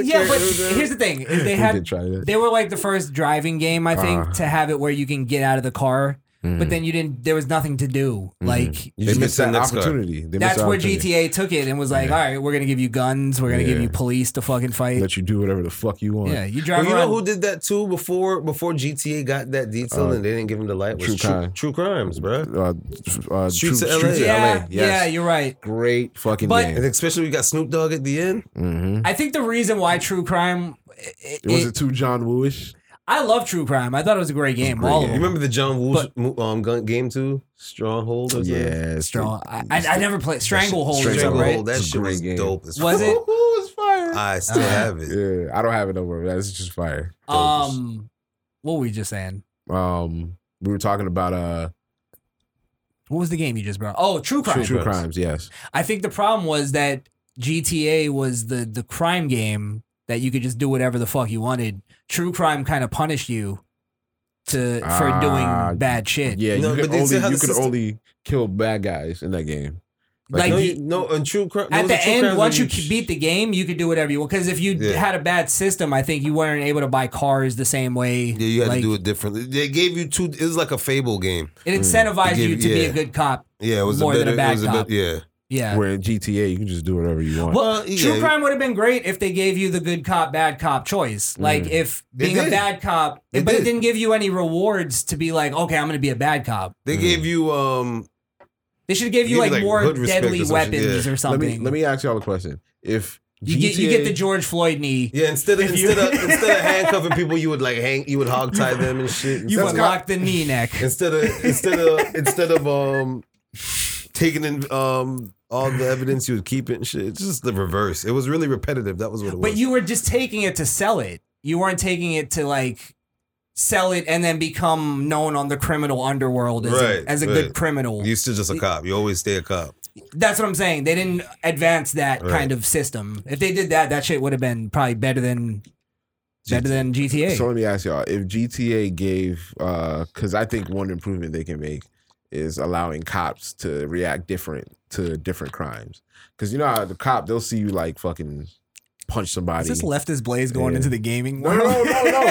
Speaker 5: yeah, but here's the thing: is they
Speaker 3: We
Speaker 5: had
Speaker 3: did try that.
Speaker 5: they were like the first driving game I think
Speaker 3: Uh.
Speaker 5: to have it where you can get out of the car,
Speaker 7: Mm-hmm.
Speaker 3: Mm.
Speaker 5: but then you didn't. There was nothing to do. Like
Speaker 7: You
Speaker 3: they
Speaker 7: just
Speaker 3: Mm. missed
Speaker 7: get to the
Speaker 3: that
Speaker 7: next car.
Speaker 3: opportunity. They missed
Speaker 5: that's
Speaker 3: the
Speaker 5: where
Speaker 3: opportunity.
Speaker 5: GTA took it and was like, all right, we're gonna give you guns, we're gonna give
Speaker 3: Yeah.
Speaker 5: you police to fucking fight.
Speaker 3: Let you do whatever the fuck you want.
Speaker 5: yeah, you
Speaker 7: But
Speaker 5: drive
Speaker 7: you know
Speaker 5: around.
Speaker 7: who did that too before before GTA got that detail and they didn't give him the light
Speaker 3: Uh,
Speaker 7: was
Speaker 3: True
Speaker 7: true,
Speaker 3: Crime.
Speaker 7: true crimes, bro.
Speaker 3: Uh, uh,
Speaker 7: Streets
Speaker 3: True-
Speaker 7: of LA.
Speaker 3: Streets
Speaker 5: yeah,
Speaker 3: LA. Yes.
Speaker 5: yeah, you're right.
Speaker 3: Great fucking
Speaker 5: But-
Speaker 3: game.
Speaker 7: And especially we got Snoop Dogg at the end.
Speaker 3: Mm-hmm.
Speaker 5: I think the reason why true crime, it, it-
Speaker 3: was it too John Wooish?
Speaker 5: I love true crime. I thought it was a great game.
Speaker 3: great
Speaker 5: all
Speaker 3: game.
Speaker 5: of
Speaker 7: You
Speaker 5: them.
Speaker 7: remember the John Woo mo- um, gun game too? Stronghold. Or something?
Speaker 3: it's
Speaker 5: Strong. I, I, I never played Stranglehold. or something, Right?
Speaker 7: Stranglehold. That
Speaker 3: It's a
Speaker 7: shit
Speaker 3: great
Speaker 7: was
Speaker 3: game.
Speaker 7: dope. As
Speaker 5: Was
Speaker 7: fuck.
Speaker 5: it?
Speaker 3: was fire.
Speaker 7: I still
Speaker 5: Uh,
Speaker 7: have it.
Speaker 3: yeah, I don't have it no more. That's just fire.
Speaker 5: Um, what were we just saying?
Speaker 3: Um, we were talking about uh
Speaker 5: What was the game you just brought? Oh, True Crime.
Speaker 3: true, true crimes. Yes,
Speaker 5: I think the problem was that GTA was the the crime game that you could just do whatever the fuck you wanted. True Crime kind of punished you to for
Speaker 3: Ah,
Speaker 5: doing bad shit.
Speaker 3: yeah.
Speaker 7: No,
Speaker 3: you
Speaker 7: but
Speaker 3: could
Speaker 7: they
Speaker 3: only
Speaker 7: still had
Speaker 3: you
Speaker 7: the
Speaker 3: could
Speaker 7: system.
Speaker 3: only kill bad guys in that game.
Speaker 5: Like,
Speaker 7: no,
Speaker 5: you-
Speaker 7: you, no, and true crime.
Speaker 5: at the end, once you
Speaker 7: beat.
Speaker 5: beat the game, you could do whatever you want. Because if you
Speaker 7: Yeah.
Speaker 5: had a bad system, I think you weren't able to buy cars the same way.
Speaker 7: Yeah, you had
Speaker 5: Like,
Speaker 7: to do it differently. They gave you two. It was like a fable game.
Speaker 5: It incentivized
Speaker 7: Mm. They gave-
Speaker 5: you to be
Speaker 7: yeah.
Speaker 5: a good cop.
Speaker 7: Yeah, it was
Speaker 5: More
Speaker 7: a
Speaker 5: than
Speaker 7: better,
Speaker 5: a bad
Speaker 7: it was a
Speaker 5: cop.
Speaker 7: bit- yeah,
Speaker 5: Yeah.
Speaker 3: Where in GTA you can just do whatever you want.
Speaker 5: Well,
Speaker 7: Well, yeah.
Speaker 5: True crime would have been great if they gave you the good cop, bad cop choice. Like if
Speaker 7: Mm. They
Speaker 5: being a
Speaker 7: did.
Speaker 5: bad cop,
Speaker 7: They
Speaker 5: but it
Speaker 7: did.
Speaker 5: didn't give you any rewards to be like, okay, I'm going to be a bad cop.
Speaker 7: they gave you um.
Speaker 5: They should give you
Speaker 7: Give you,
Speaker 5: like,
Speaker 7: like,
Speaker 5: more
Speaker 7: hood respect
Speaker 5: deadly
Speaker 7: or some shit,
Speaker 5: weapons
Speaker 7: yeah.
Speaker 5: or
Speaker 3: let
Speaker 5: something.
Speaker 3: me let me ask y'all a question. If
Speaker 5: you get you
Speaker 3: GTA
Speaker 5: get the George Floyd knee.
Speaker 7: Yeah, instead of
Speaker 5: If you-
Speaker 7: instead of instead of handcuffing people, you would like hang, you would hog tie them and shit.
Speaker 5: You
Speaker 7: That's
Speaker 5: unlock
Speaker 7: got-
Speaker 5: the knee neck.
Speaker 7: instead of instead of instead of um taking in um all the evidence, you would keep it and shit. It's just the reverse. It was really repetitive. That was what it was.
Speaker 5: But you were just taking it to sell it. You weren't taking it to like sell it and then become known on the criminal underworld as
Speaker 7: Right,
Speaker 5: a, as a
Speaker 7: right.
Speaker 5: good criminal.
Speaker 7: you still just a cop. You always stay a cop.
Speaker 5: That's what I'm saying. They didn't advance that
Speaker 7: Right.
Speaker 5: kind of system. If they did that, that shit would have been probably better than better than GTA.
Speaker 3: So let me ask y'all if GTA gave because I think one improvement they can make is allowing cops to react different to different crimes. Because you know how the cop they'll see you like fucking punch somebody.
Speaker 5: Is this leftist blaze going
Speaker 3: Yeah.
Speaker 5: into the gaming
Speaker 3: no,
Speaker 5: world?
Speaker 3: no, no, no, no,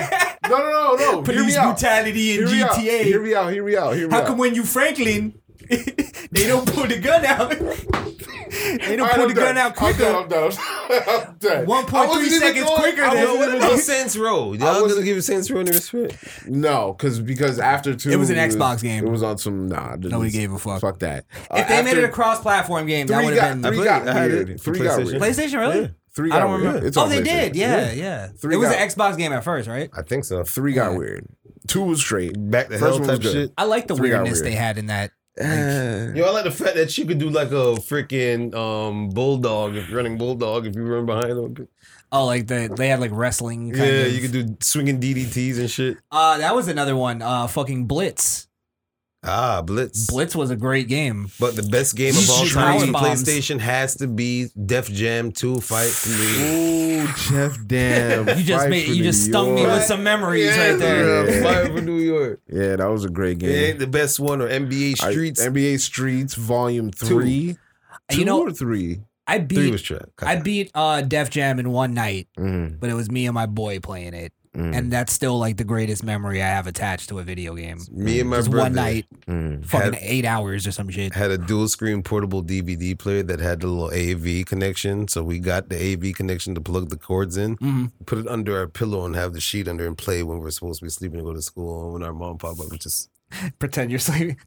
Speaker 3: no, no, no. Hear me
Speaker 5: Police
Speaker 3: out.
Speaker 5: brutality in
Speaker 3: Hear me out. Hear
Speaker 5: GTA.
Speaker 3: me out. Hear me out. Hear me
Speaker 5: How
Speaker 3: out.
Speaker 5: come when you Franklin, they don't pull the gun out? they
Speaker 3: All
Speaker 5: don't
Speaker 3: right,
Speaker 5: pull
Speaker 3: I'm
Speaker 5: the gun
Speaker 3: done.
Speaker 5: out quicker.
Speaker 3: I'm done. I'm done. I'm done. I
Speaker 5: 1.3
Speaker 3: wasn't even
Speaker 5: seconds
Speaker 3: going-
Speaker 5: quicker
Speaker 3: I
Speaker 5: than-
Speaker 3: wasn't even
Speaker 7: No,
Speaker 3: going-
Speaker 7: Saints Row.
Speaker 3: I
Speaker 7: Y'all
Speaker 3: wasn't-
Speaker 7: gonna give Saints Row any respect?
Speaker 3: No, because because after two,
Speaker 5: It was an Xbox game.
Speaker 3: It was on some nah.
Speaker 5: Nobody gave a fuck.
Speaker 3: Fuck that. Uh,
Speaker 5: If they made it
Speaker 3: after-
Speaker 5: a cross-platform game, that
Speaker 3: Three
Speaker 5: would have
Speaker 3: got-
Speaker 5: been
Speaker 3: three
Speaker 7: I
Speaker 3: got
Speaker 7: played- I had it
Speaker 3: weird.
Speaker 7: for
Speaker 3: Three got
Speaker 7: PlayStation.
Speaker 3: weird.
Speaker 5: PlayStation, really?
Speaker 3: Three
Speaker 5: I
Speaker 3: got
Speaker 5: don't
Speaker 3: weird.
Speaker 5: remember.
Speaker 3: It's
Speaker 5: oh,
Speaker 3: on
Speaker 5: they
Speaker 3: PlayStation.
Speaker 5: did. Yeah, yeah.
Speaker 3: Three
Speaker 5: it was
Speaker 3: got-
Speaker 5: an Xbox game at first, right?
Speaker 7: I think so.
Speaker 3: Three got weird. Two was straight.
Speaker 7: Back to
Speaker 3: First
Speaker 7: hell
Speaker 3: one was
Speaker 7: type
Speaker 3: good.
Speaker 7: shit.
Speaker 5: I like the
Speaker 3: Three got
Speaker 5: weirdness
Speaker 3: weird. Eh.
Speaker 5: they had in that.
Speaker 7: Yo, I like the fact that you could do like a freaking um, bulldog, if running bulldog, if you run behind them.
Speaker 5: Oh, like the they had like wrestling. Kind
Speaker 7: yeah,
Speaker 5: of.
Speaker 7: you could do swinging DDTs and shit.
Speaker 5: Uh, that was another one. Uh, fucking Blitz.
Speaker 7: Ah, Blitz.
Speaker 5: Blitz was a great game.
Speaker 7: But the best game of all
Speaker 5: Shoot
Speaker 7: time
Speaker 5: power
Speaker 7: on
Speaker 5: bombs.
Speaker 7: PlayStation has to be Def Jam 2 Fight 3.
Speaker 3: Ooh, Jeff Dam.
Speaker 5: You just
Speaker 3: Fight
Speaker 5: made
Speaker 3: for
Speaker 5: you
Speaker 3: New
Speaker 5: just stung me
Speaker 3: York.
Speaker 5: with some memories right there.
Speaker 3: Yeah.
Speaker 7: Fight for New York.
Speaker 3: Yeah, that was a great
Speaker 7: It
Speaker 3: game.
Speaker 7: ain't the best one or NBA
Speaker 3: I-
Speaker 7: Streets.
Speaker 3: NBA Streets Volume Three. Two
Speaker 5: You know,
Speaker 3: or three.
Speaker 5: I
Speaker 7: 3
Speaker 5: beat
Speaker 7: was trash.
Speaker 5: I beat uh Def Jam in one night,
Speaker 3: Mm,
Speaker 5: but it was me and my boy playing it,
Speaker 3: mm,
Speaker 5: and that's still like the greatest memory I have attached to a video game.
Speaker 7: Me and my
Speaker 5: Just
Speaker 7: brother
Speaker 5: one night,
Speaker 3: mm.
Speaker 5: fucking eight hours or some shit.
Speaker 7: had a dual screen portable DVD player that had the little AV connection. So we got the AV connection to plug the cords in.
Speaker 5: Mhm.
Speaker 7: put it under our pillow and have the sheet under and play when we're supposed to be sleeping and go to school. And when our mom pop up, we just,
Speaker 5: Pretend you're sleeping.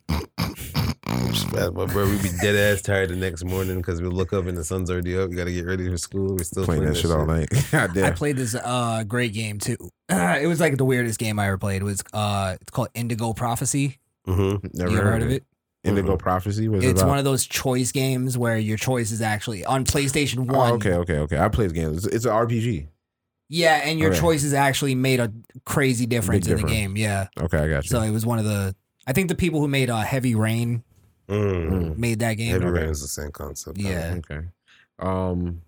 Speaker 7: just my bro, we'd be dead ass tired the next morning because we look up and the sun's already up. We got to get ready for school. We're still
Speaker 3: Playing that shit all night. God
Speaker 5: I
Speaker 3: damn.
Speaker 5: played this uh great game too. it was like the weirdest game I ever played. It was uh it's called Indigo Prophecy.
Speaker 7: Mm-hmm.
Speaker 3: Never
Speaker 5: you ever heard of it?
Speaker 3: Indigo Prophecy was
Speaker 5: Mm-hmm. It's
Speaker 3: about.
Speaker 5: one of those choice games where your choice is actually on PlayStation
Speaker 3: Oh,
Speaker 5: One.
Speaker 3: okay, okay, okay. I played games. It's, it's an RPG.
Speaker 5: Yeah, and your
Speaker 3: Okay.
Speaker 5: choices actually made a crazy difference in the
Speaker 3: difference.
Speaker 5: game. Yeah.
Speaker 3: Okay, I got you.
Speaker 5: So it was one of the. I think the people who made uh, Heavy Rain
Speaker 7: Mm.
Speaker 5: made that game.
Speaker 7: Heavy Rain is the same concept.
Speaker 5: Yeah.
Speaker 3: okay. Um,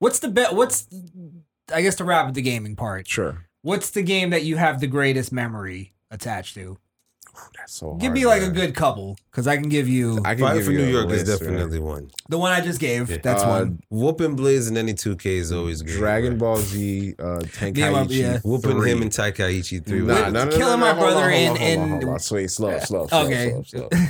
Speaker 5: What's the bet? What's I guess to wrap up the gaming part.
Speaker 3: sure.
Speaker 5: What's the game that you have the greatest memory attached to?
Speaker 3: That's so.
Speaker 5: Give
Speaker 3: hard,
Speaker 5: me like a
Speaker 3: man.
Speaker 5: good couple, because I can give you
Speaker 3: I can
Speaker 7: Fight
Speaker 3: give
Speaker 7: for
Speaker 3: you
Speaker 7: New
Speaker 3: a
Speaker 7: York is
Speaker 3: list, right?
Speaker 7: definitely one.
Speaker 5: the one I just gave.
Speaker 7: Yeah.
Speaker 5: That's
Speaker 3: Uh,
Speaker 5: one.
Speaker 7: Whooping Blaze in any 2K is always good.
Speaker 3: Dragon
Speaker 7: bro.
Speaker 3: Ball Z, uh,
Speaker 5: Yeah, well,
Speaker 3: Tenkaichi.
Speaker 5: yeah.
Speaker 7: Whooping
Speaker 3: three.
Speaker 7: him and Taikaichi 3 was
Speaker 3: Nah,
Speaker 5: With
Speaker 3: no, no, no,
Speaker 5: killing
Speaker 3: no,
Speaker 5: my
Speaker 3: hold on, hold
Speaker 5: brother
Speaker 3: on, hold
Speaker 5: in-
Speaker 3: on,
Speaker 5: in-
Speaker 3: hold on. Sweet, slow, slow, slow,
Speaker 5: Okay.
Speaker 3: slow, slow.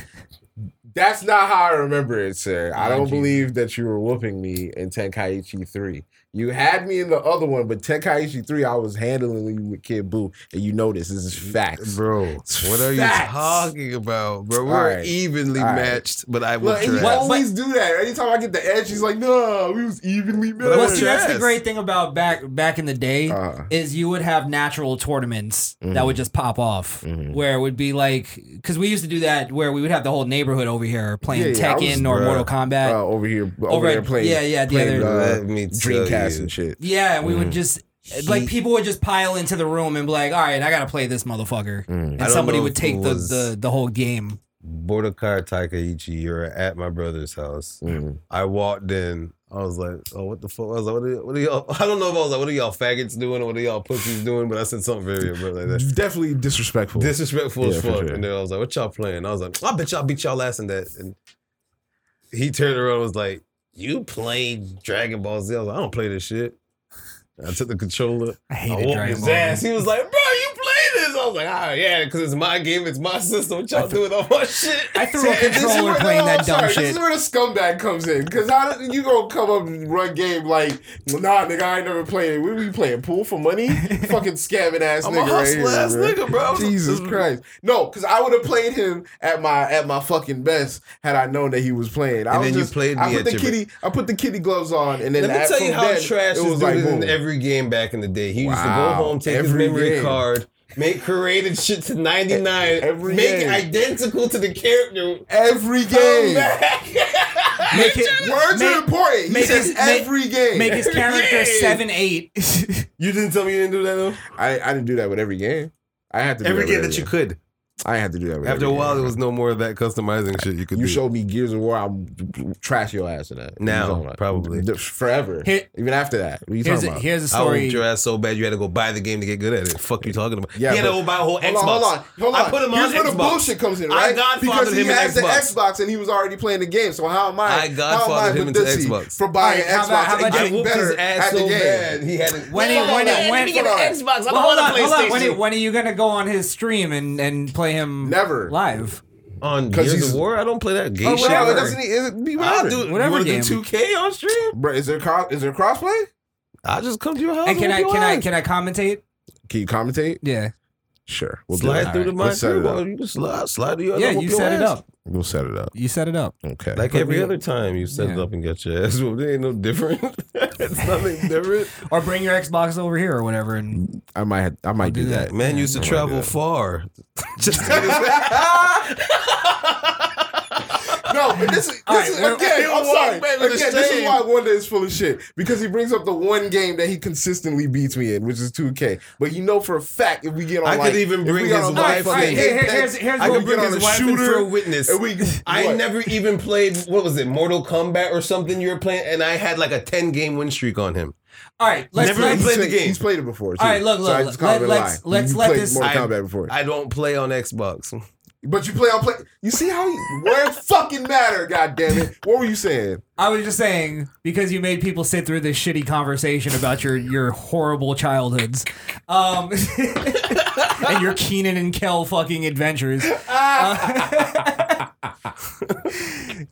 Speaker 3: That's not how I remember it, sir. I don't believe that you were whooping me in Tenkaichi 3. You had me in the other one, but Tenkaichi 3, I was handling you with Kid Boo. And you know this. This is facts.
Speaker 7: Bro, what are you
Speaker 3: Facts.
Speaker 7: talking about, bro? We're
Speaker 3: All right.
Speaker 7: evenly
Speaker 3: All right.
Speaker 7: matched, but I
Speaker 3: Look,
Speaker 7: whooped
Speaker 3: and
Speaker 7: your
Speaker 3: you
Speaker 7: ass.
Speaker 3: always do that. Anytime I get the edge, he's like, no, we was evenly matched.
Speaker 7: But
Speaker 5: Well,
Speaker 7: I
Speaker 5: see, that's the
Speaker 7: Yes.
Speaker 5: great thing about back back in the day
Speaker 3: Uh, Mm-hmm.
Speaker 5: is you would have natural tournaments that would just pop off,
Speaker 3: Mhm.
Speaker 5: where it would be like because we used to do that where we would have the whole neighborhood over here playing
Speaker 3: Yeah, yeah, I was-
Speaker 5: Tekken or
Speaker 7: Bruh.
Speaker 5: Mortal Kombat.
Speaker 3: uh, over here, over,
Speaker 5: Over-
Speaker 3: there playing,
Speaker 5: yeah, yeah, the
Speaker 3: playing,
Speaker 5: other-
Speaker 3: uh,
Speaker 7: Let me tell
Speaker 3: Dreamcast
Speaker 7: you.
Speaker 3: and shit.
Speaker 5: Yeah, and we
Speaker 3: Mm-hmm.
Speaker 5: would just like people would just pile into the room and be like, "All right, I gotta play this motherfucker,"
Speaker 3: Mm.
Speaker 7: I
Speaker 5: and
Speaker 7: don't
Speaker 5: somebody
Speaker 7: know
Speaker 5: would
Speaker 7: if
Speaker 5: take
Speaker 7: it
Speaker 5: the,
Speaker 7: was-
Speaker 5: the the whole game.
Speaker 7: Bordekai Taikaichi, you're at my brother's house.
Speaker 3: Mm.
Speaker 7: I walked in. I was like, oh, what the fuck? I was like, what are, y- what are y'all? I don't know if I was like, what are y'all faggots doing or what are y'all pussies doing? But I said something very abrupt like that.
Speaker 3: Definitely disrespectful.
Speaker 7: Disrespectful
Speaker 3: Yeah,
Speaker 7: as
Speaker 3: for
Speaker 7: fuck.
Speaker 3: sure.
Speaker 7: And then I was like, what y'all playing? I was like, I bet y'all beat y'all ass in that. And he turned around and was like, you play Dragon Ball Z? I was like, I don't play this shit. I took the controller.
Speaker 5: I
Speaker 7: I
Speaker 5: hated
Speaker 7: whooped
Speaker 5: Dragon
Speaker 7: his
Speaker 5: Ball.
Speaker 7: ass. He was like, bro, you play this? I was like, ah, yeah, because it's my game, it's my system. What y'all doing on my shit?
Speaker 5: I threw a
Speaker 3: And this is
Speaker 5: controller
Speaker 3: where-
Speaker 5: playing
Speaker 3: no,
Speaker 5: that
Speaker 3: I'm
Speaker 5: dumb
Speaker 3: sorry, This
Speaker 5: shit.
Speaker 3: is where the scumbag comes in. Cause how do- you gonna come up and run game like, nah, nigga, I ain't never played. We be playing pool for money. Fucking scamming ass
Speaker 7: I'm a
Speaker 3: nigga right
Speaker 7: hustler
Speaker 3: here,
Speaker 7: ass
Speaker 3: bro.
Speaker 7: nigga, bro. I was-
Speaker 3: Jesus
Speaker 7: this was-
Speaker 3: Christ. No, cause I would have played him at my at my fucking best had I known that he was playing. I
Speaker 7: And
Speaker 3: was
Speaker 7: then you
Speaker 3: just-
Speaker 7: played
Speaker 3: I
Speaker 7: me
Speaker 3: put
Speaker 7: at
Speaker 3: the
Speaker 7: your-
Speaker 3: kitty. I put the kitty gloves on, and then
Speaker 7: Let me
Speaker 3: at-
Speaker 7: tell you
Speaker 3: from
Speaker 7: how
Speaker 3: then,
Speaker 7: trash
Speaker 3: it
Speaker 7: this
Speaker 3: was
Speaker 7: dude
Speaker 3: like
Speaker 7: is in
Speaker 3: boom.
Speaker 7: every game back in the day. He used to
Speaker 3: Wow.
Speaker 7: go home, take his
Speaker 3: Every
Speaker 7: memory
Speaker 3: game.
Speaker 7: card, make created shit to 99,
Speaker 3: every
Speaker 7: make
Speaker 3: game.
Speaker 7: it identical to the character.
Speaker 3: every
Speaker 7: Come
Speaker 3: game.
Speaker 7: back.
Speaker 5: Make it
Speaker 3: Words
Speaker 5: make-
Speaker 3: are important. He
Speaker 5: make
Speaker 3: says
Speaker 5: his- make-
Speaker 3: every game.
Speaker 5: make his character seven eight.
Speaker 7: you didn't tell me you didn't do that though?
Speaker 3: I, I didn't do that with every game. I had to do
Speaker 7: Every
Speaker 3: with
Speaker 7: game that you could.
Speaker 3: I had to do that. With
Speaker 7: After a
Speaker 3: every
Speaker 7: while,
Speaker 3: game.
Speaker 7: there was no more of that customizing shit you could
Speaker 3: You
Speaker 7: do.
Speaker 3: showed me Gears of War. I'm trash your ass in that. What you
Speaker 7: Now,
Speaker 3: talking about?
Speaker 7: probably.
Speaker 3: D- forever.
Speaker 5: Here-
Speaker 3: Even after that, what you
Speaker 5: here's,
Speaker 3: talking
Speaker 5: a,
Speaker 3: about?
Speaker 5: here's a
Speaker 7: I whooped
Speaker 5: story.
Speaker 7: your ass so bad you had to go buy the game to get good at it. Fuck you talking about?
Speaker 3: Yeah,
Speaker 7: he had to
Speaker 3: but-
Speaker 7: go buy a whole
Speaker 3: Hold
Speaker 7: Xbox.
Speaker 3: on, hold on, hold on.
Speaker 7: I put him
Speaker 3: Here's
Speaker 7: on
Speaker 3: where
Speaker 7: Xbox.
Speaker 3: the bullshit comes in,
Speaker 7: I
Speaker 3: right?
Speaker 7: godfathered
Speaker 3: because he
Speaker 7: him in
Speaker 3: has
Speaker 7: Xbox.
Speaker 3: the Xbox and he was already playing the game. So how am I?
Speaker 7: I
Speaker 3: how am
Speaker 7: godfathered him into
Speaker 3: Badisi
Speaker 7: Xbox.
Speaker 3: for buying
Speaker 5: Alright, how about-
Speaker 3: Xbox
Speaker 5: how
Speaker 3: and
Speaker 5: about
Speaker 7: I
Speaker 3: getting
Speaker 7: whooped his
Speaker 3: better
Speaker 7: ass
Speaker 3: at the
Speaker 7: so bad.
Speaker 3: game.
Speaker 7: He had to.
Speaker 5: When it,
Speaker 3: Hold on,
Speaker 5: when
Speaker 3: man,
Speaker 5: it,
Speaker 3: let
Speaker 5: when
Speaker 3: me get an
Speaker 5: hold
Speaker 9: Xbox. I
Speaker 5: on. Well, hold
Speaker 9: don't want
Speaker 5: on,
Speaker 9: a
Speaker 5: hold on. When,
Speaker 9: PlayStation.
Speaker 5: it, when are you gonna go on his stream and, and play him
Speaker 3: Never.
Speaker 5: live?
Speaker 7: on
Speaker 3: 'Cause
Speaker 7: Gears
Speaker 3: he's-
Speaker 7: of War, I don't play that game.
Speaker 3: No,
Speaker 7: shit.
Speaker 3: it
Speaker 7: Whatever.
Speaker 3: doesn't need- it- be
Speaker 7: I'll
Speaker 3: modern.
Speaker 7: do
Speaker 5: Whatever
Speaker 7: whatever. You
Speaker 5: game.
Speaker 7: want to do 2K on stream?
Speaker 3: Bro, is there cross? Is there crossplay?
Speaker 7: I'll just come to your house.
Speaker 5: And can I
Speaker 7: whoop your
Speaker 5: can I
Speaker 7: ass.
Speaker 5: can I commentate?
Speaker 3: Can you commentate?
Speaker 5: Yeah,
Speaker 3: Sure, we'll do
Speaker 7: slide
Speaker 3: that.
Speaker 7: through the
Speaker 3: Alright,
Speaker 7: mine
Speaker 3: We'll set
Speaker 7: too,
Speaker 3: it
Speaker 7: bro.
Speaker 3: up.
Speaker 7: You can slide, slide to your
Speaker 5: yeah.
Speaker 7: other,
Speaker 5: You
Speaker 7: whoop your
Speaker 5: set it
Speaker 7: ass.
Speaker 5: up.
Speaker 3: We'll set it up.
Speaker 5: You set it up.
Speaker 3: Okay.
Speaker 7: Like
Speaker 5: Put
Speaker 7: every
Speaker 5: me-
Speaker 7: other time, you set it
Speaker 5: Yeah.
Speaker 7: up and got your ass whooped. It ain't no different. it's nothing different.
Speaker 5: Or bring your Xbox over here or whatever. And
Speaker 3: I might. I might do,
Speaker 5: do
Speaker 3: that.
Speaker 5: that.
Speaker 7: Man used to
Speaker 3: I might do
Speaker 7: travel
Speaker 3: that.
Speaker 7: far. just to get his-
Speaker 3: No, but this is, this
Speaker 5: Alright,
Speaker 3: is
Speaker 5: well,
Speaker 3: again.
Speaker 7: you
Speaker 3: I'm
Speaker 7: walk
Speaker 3: sorry.
Speaker 7: back with a
Speaker 3: Again, this is
Speaker 7: shame.
Speaker 3: why Wonder is full of shit because he brings up the one game that he consistently beats me in, which is 2K. But you know for a fact if we get on,
Speaker 7: I could
Speaker 3: like-
Speaker 7: even
Speaker 3: if we
Speaker 7: bring
Speaker 3: get
Speaker 7: his
Speaker 3: on, like,
Speaker 7: wife in.
Speaker 3: fucking
Speaker 7: Here,
Speaker 5: here,
Speaker 3: Apex,
Speaker 5: here's- here's
Speaker 3: I
Speaker 7: I
Speaker 3: could
Speaker 5: what
Speaker 7: could
Speaker 3: get
Speaker 7: bring
Speaker 3: on
Speaker 7: his
Speaker 3: a
Speaker 7: wife in for a witness.
Speaker 3: and we-
Speaker 7: I
Speaker 3: what?
Speaker 7: never even played what was it, Mortal Kombat or something you were playing, and I had like a ten game win streak on him.
Speaker 5: all right, let's
Speaker 7: Never
Speaker 5: let's,
Speaker 3: He's
Speaker 7: played the
Speaker 3: played-
Speaker 7: game.
Speaker 3: He's played it before. Too.
Speaker 5: Alright, look,
Speaker 3: So I
Speaker 5: look,
Speaker 3: just
Speaker 5: look.
Speaker 3: can't
Speaker 5: Let-
Speaker 3: really lie.
Speaker 5: let's-
Speaker 3: You-
Speaker 5: let's
Speaker 3: you
Speaker 5: let
Speaker 3: played
Speaker 5: this-
Speaker 3: Mortal
Speaker 7: I-
Speaker 3: Kombat before.
Speaker 7: I don't play on Xbox.
Speaker 3: but you play on play. You see how you, where it fucking matter? God damn it! What were you saying?
Speaker 5: I was just saying because you made people sit through this shitty conversation about your your horrible childhoods, um, and your Keenan and Kel fucking adventures. Uh,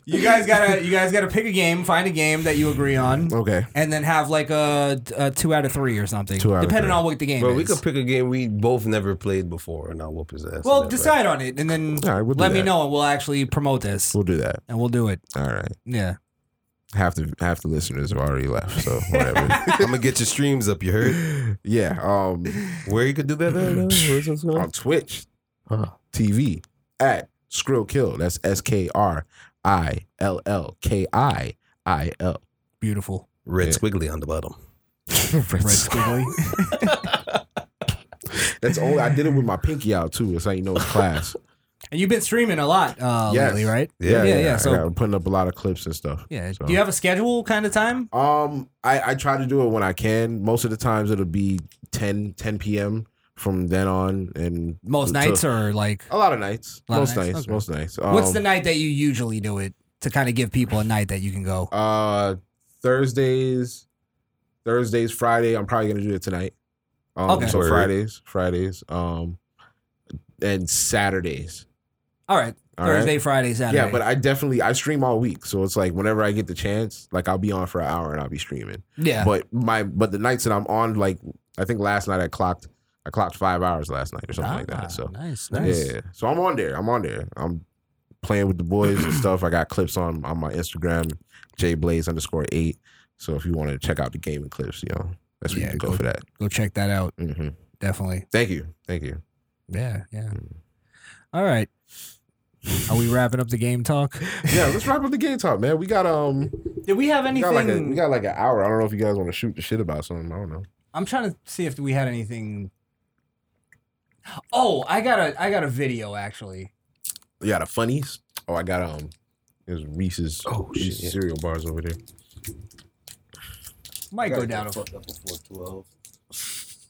Speaker 5: you guys gotta you guys gotta pick a game, find a game that you agree on,
Speaker 3: Okay.
Speaker 5: and then have like a, a two out of three or something,
Speaker 3: Two out of
Speaker 5: depending
Speaker 3: three.
Speaker 5: on what the game
Speaker 7: Bro,
Speaker 5: is.
Speaker 7: we could pick a game we both never played before, and I'll whoop his ass.
Speaker 5: well,
Speaker 7: in that,
Speaker 5: decide on it, and then
Speaker 3: All right, we'll do
Speaker 5: let me
Speaker 3: that.
Speaker 5: know, and we'll actually promote this,
Speaker 3: We'll do that.
Speaker 5: and we'll do it.
Speaker 3: All right.
Speaker 5: Yeah.
Speaker 3: Half the half the listeners have already left, so whatever.
Speaker 7: bro. I'm gonna get your streams up. You heard?
Speaker 3: yeah. Um.
Speaker 7: Where you could do that? at, uh, where's this going?
Speaker 3: on Twitch TV. at Skrill Kill. That's S K R I L L K I I L.
Speaker 5: Beautiful.
Speaker 7: Red squiggly on the bottom.
Speaker 5: Red squiggly.
Speaker 3: That's only I did it with my pinky out too. That's how you know it's class.
Speaker 5: and you've been streaming a lot uh,
Speaker 3: Yes.
Speaker 5: lately, right?
Speaker 7: Yeah,
Speaker 5: yeah, yeah,
Speaker 3: I
Speaker 5: so-
Speaker 3: got- I'm putting up a lot of clips and stuff.
Speaker 5: Yeah.
Speaker 3: So-
Speaker 5: Do you have a schedule kind of time?
Speaker 3: Um, I, I try to do it when I can. Most of the times it'll be 10, 10 p.m. from then on, and
Speaker 5: Most
Speaker 3: to-
Speaker 5: nights or like
Speaker 3: a lot of nights,
Speaker 5: A lot of
Speaker 3: most
Speaker 5: nights,
Speaker 3: nights,
Speaker 5: okay.
Speaker 3: most nights.
Speaker 5: what's the
Speaker 3: Oh, Um,
Speaker 5: night that you usually do it to kind of give people a night that you can go?
Speaker 3: Uh, Thursdays, Thursdays, Friday. I'm probably gonna do it tonight. Um,
Speaker 5: Okay.
Speaker 3: So
Speaker 7: Word.
Speaker 3: Fridays, Fridays, um, and Saturdays.
Speaker 5: All right.
Speaker 3: All right?
Speaker 5: Thursday, Friday, Saturday.
Speaker 3: Yeah, but I definitely I stream all week, so it's like whenever I get the chance, like I'll be on for an hour and I'll be streaming.
Speaker 5: yeah.
Speaker 3: But my but the nights that I'm on, like I think last night I clocked I clocked five hours last night or something like
Speaker 5: Ah,
Speaker 3: that. So
Speaker 5: nice, nice.
Speaker 3: yeah, so I'm on there. I'm on there. I'm playing with the boys and stuff. I got clips on on my Instagram, jblaze underscore eight. So if you want to check out the gaming clips, you know that's where
Speaker 5: Yeah,
Speaker 3: you can go
Speaker 5: go-
Speaker 3: for that.
Speaker 5: Go check that out.
Speaker 3: hmm
Speaker 5: Definitely.
Speaker 3: Thank you, thank you.
Speaker 5: Yeah, yeah.
Speaker 3: Hmm.
Speaker 5: All right. Are we wrapping up the game talk?
Speaker 3: Yeah, let's wrap up the game talk, man. We got um,
Speaker 5: Did we have
Speaker 3: we
Speaker 5: anything?
Speaker 3: got like a, we got like an hour. I don't know if you guys want to shoot the shit about something. I don't know.
Speaker 5: I'm trying to see if we had anything. Oh, I got a I got a video actually.
Speaker 3: You got a funnies? Oh, I got um, there's Reese's
Speaker 7: Oh, shit,
Speaker 3: Reese's
Speaker 7: yeah.
Speaker 3: cereal bars over there.
Speaker 5: Might go down a
Speaker 4: Fucked up before twelve.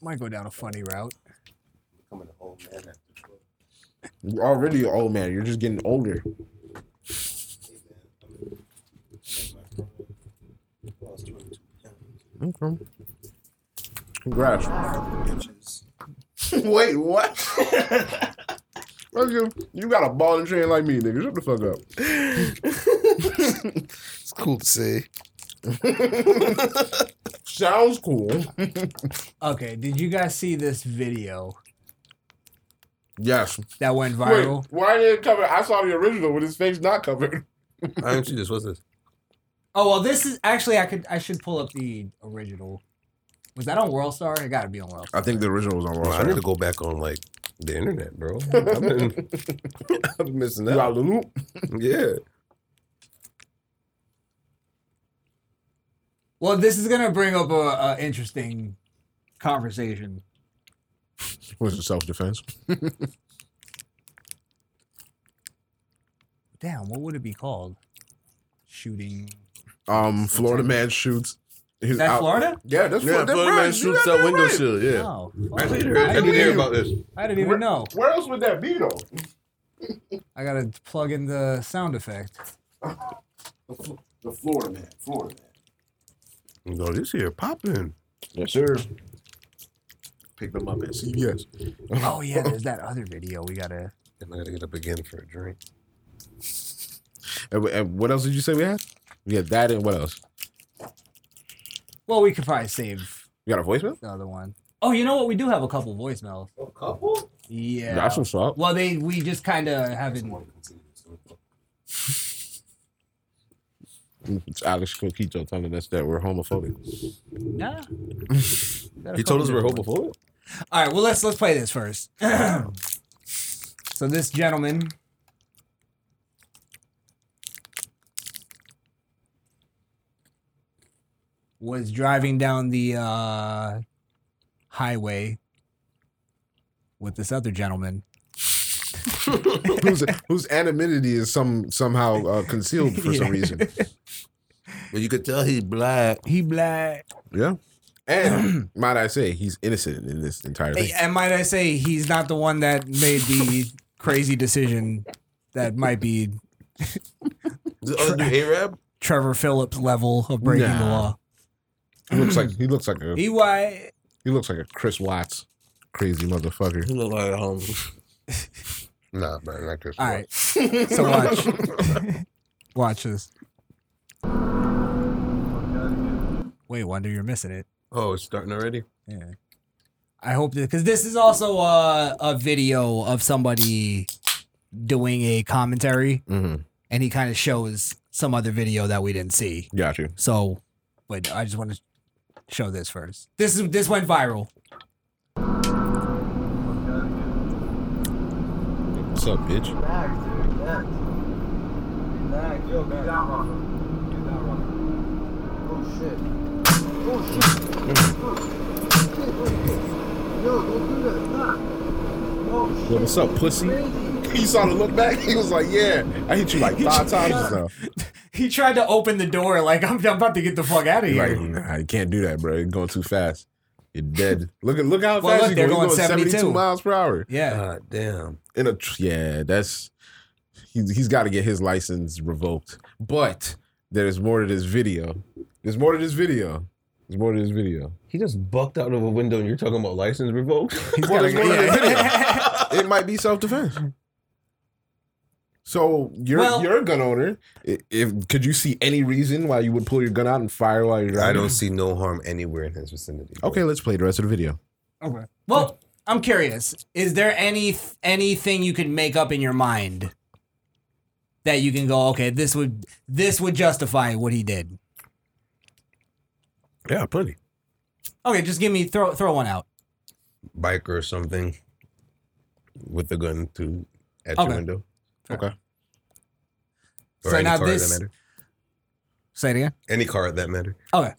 Speaker 5: might go down a funny route.
Speaker 4: Becoming an old man after twelve.
Speaker 3: You're already an old man. You're just getting older.
Speaker 4: Well, I was 22 pounds.
Speaker 3: Okay. Congrats.
Speaker 4: Bitches.
Speaker 3: Wait, what? Fuck you. You got a ball and chain like me, nigga. Shut the fuck up.
Speaker 7: It's cool to say.
Speaker 3: Sounds cool.
Speaker 5: Okay, did you guys see this video
Speaker 3: Yes.
Speaker 5: that went
Speaker 3: Wait,
Speaker 5: viral?
Speaker 3: why did it cover? I saw the original with his face not covered.
Speaker 7: I don't see this. What's this?
Speaker 5: Oh well, this is actually I could I should pull up the original. Was that on World Star? It got to be on World Star.
Speaker 3: I think the original was on
Speaker 7: Bro, I need to go back on like the internet, bro. I've been, I've been missing
Speaker 3: You out
Speaker 7: out.
Speaker 3: of the loop?
Speaker 7: Yeah.
Speaker 5: Well, this is gonna bring up a, a interesting conversation.
Speaker 3: Was it self defense?
Speaker 5: Damn, what would it be called? Shooting.
Speaker 3: Um, Florida man shoots.
Speaker 5: Is that Florida?
Speaker 3: Yeah, that's
Speaker 8: Yeah,
Speaker 3: Florida,
Speaker 8: Florida man shoots out window shield. Yeah.
Speaker 5: Oh,
Speaker 7: I
Speaker 5: fuck.
Speaker 7: didn't hear, I didn't hear about this.
Speaker 5: I didn't even know.
Speaker 3: Where else would that be though?
Speaker 5: I gotta plug in the sound effect.
Speaker 4: The, Fl- the Florida man. Florida man.
Speaker 7: No, this here popping.
Speaker 3: Yes, sir. Picked them up at CBS.
Speaker 5: Oh yeah, there's that other video we gotta.
Speaker 7: And I gotta get up again for a drink.
Speaker 3: And, and what else did you say we had? We had that and what else?
Speaker 5: Well, we could probably save
Speaker 3: You got a voicemail?
Speaker 5: the other one. Oh, you know what? We do have a couple voicemails.
Speaker 4: A couple?
Speaker 5: Yeah.
Speaker 3: That's what's up.
Speaker 5: well, they we just kind of haven't.
Speaker 4: One continues.
Speaker 3: It's Alex Coquito telling us that we're homophobic.
Speaker 5: Nah.
Speaker 7: He told us we're homophobic.
Speaker 5: All right. Well, let's let's play this first. so this gentleman. Was driving down the uh, highway with this other gentleman.
Speaker 3: whose whose anonymity is some somehow uh, concealed for
Speaker 5: Yeah.
Speaker 3: some reason.
Speaker 7: But you could tell he's black.
Speaker 5: He black.
Speaker 3: Yeah. And might I say, he's innocent in this entire thing.
Speaker 5: And might I say, he's not the one that made the crazy decision that might be
Speaker 7: This other dude, Arab.
Speaker 5: Trevor Phillips level of breaking the
Speaker 3: Nah.
Speaker 5: law.
Speaker 3: He looks like he looks like a
Speaker 5: He white.
Speaker 3: he looks like a Chris Watts crazy motherfucker.
Speaker 7: He look like um. nah, man, like this.
Speaker 5: All right. So watch. watch this. Wait, Wonder, you're missing it.
Speaker 7: Oh, it's starting already.
Speaker 5: Yeah. I hope that because this is also a, a video of somebody doing a commentary,
Speaker 3: Mm-hmm.
Speaker 5: and he kind of shows some other video that we didn't see.
Speaker 3: Got you.
Speaker 5: So, but I just want to show this first. This is this went viral.
Speaker 3: What's up, bitch?
Speaker 10: Relax, dude. Relax. Relax. Yo, get that rocker. Get that rocker. Oh shit. Oh shit. Oh shit. Oh, shit. Yo, don't do that. Stop. Oh shit.
Speaker 3: Yo, what's up, pussy?
Speaker 10: Crazy.
Speaker 3: You saw the look back. He was like, "Yeah, I hit you like five times just now."
Speaker 5: He tried to open the door like I'm, I'm about to get the fuck out of
Speaker 3: He's
Speaker 5: here.
Speaker 3: like, nah, you can't do that, bro. You're going too fast. You're dead. Look at look how
Speaker 5: Well,
Speaker 3: fast
Speaker 5: look,
Speaker 3: you
Speaker 5: they're
Speaker 3: go. You're
Speaker 5: going 72
Speaker 3: miles per hour
Speaker 5: yeah.
Speaker 7: God damn.
Speaker 3: in a tr- yeah. That's he's he's got to get his license revoked. But there's more to this video. There's more to this video. There's more to this video.
Speaker 9: He just bucked out of a window, and you're talking about license revoked.
Speaker 3: He's got it might be self defense. So you're
Speaker 5: Well-
Speaker 3: you're a gun owner. I- If could you see any reason why you would pull your gun out and fire while you're driving?
Speaker 7: I don't see no harm anywhere in his vicinity. bro.
Speaker 3: Okay, let's play the rest of the video.
Speaker 5: Well, I'm curious. Is there any anything you can make up in your mind that you can go, okay, this would this would justify what he did?
Speaker 3: Yeah, plenty.
Speaker 5: Okay, just give me throw throw one out.
Speaker 7: Bike or something with a gun to at
Speaker 5: Okay.
Speaker 7: your window.
Speaker 3: Okay.
Speaker 7: Or
Speaker 5: So
Speaker 7: any
Speaker 5: now
Speaker 7: car
Speaker 5: this-
Speaker 7: that matter.
Speaker 5: Say it again.
Speaker 7: Any car that matter.
Speaker 5: Okay.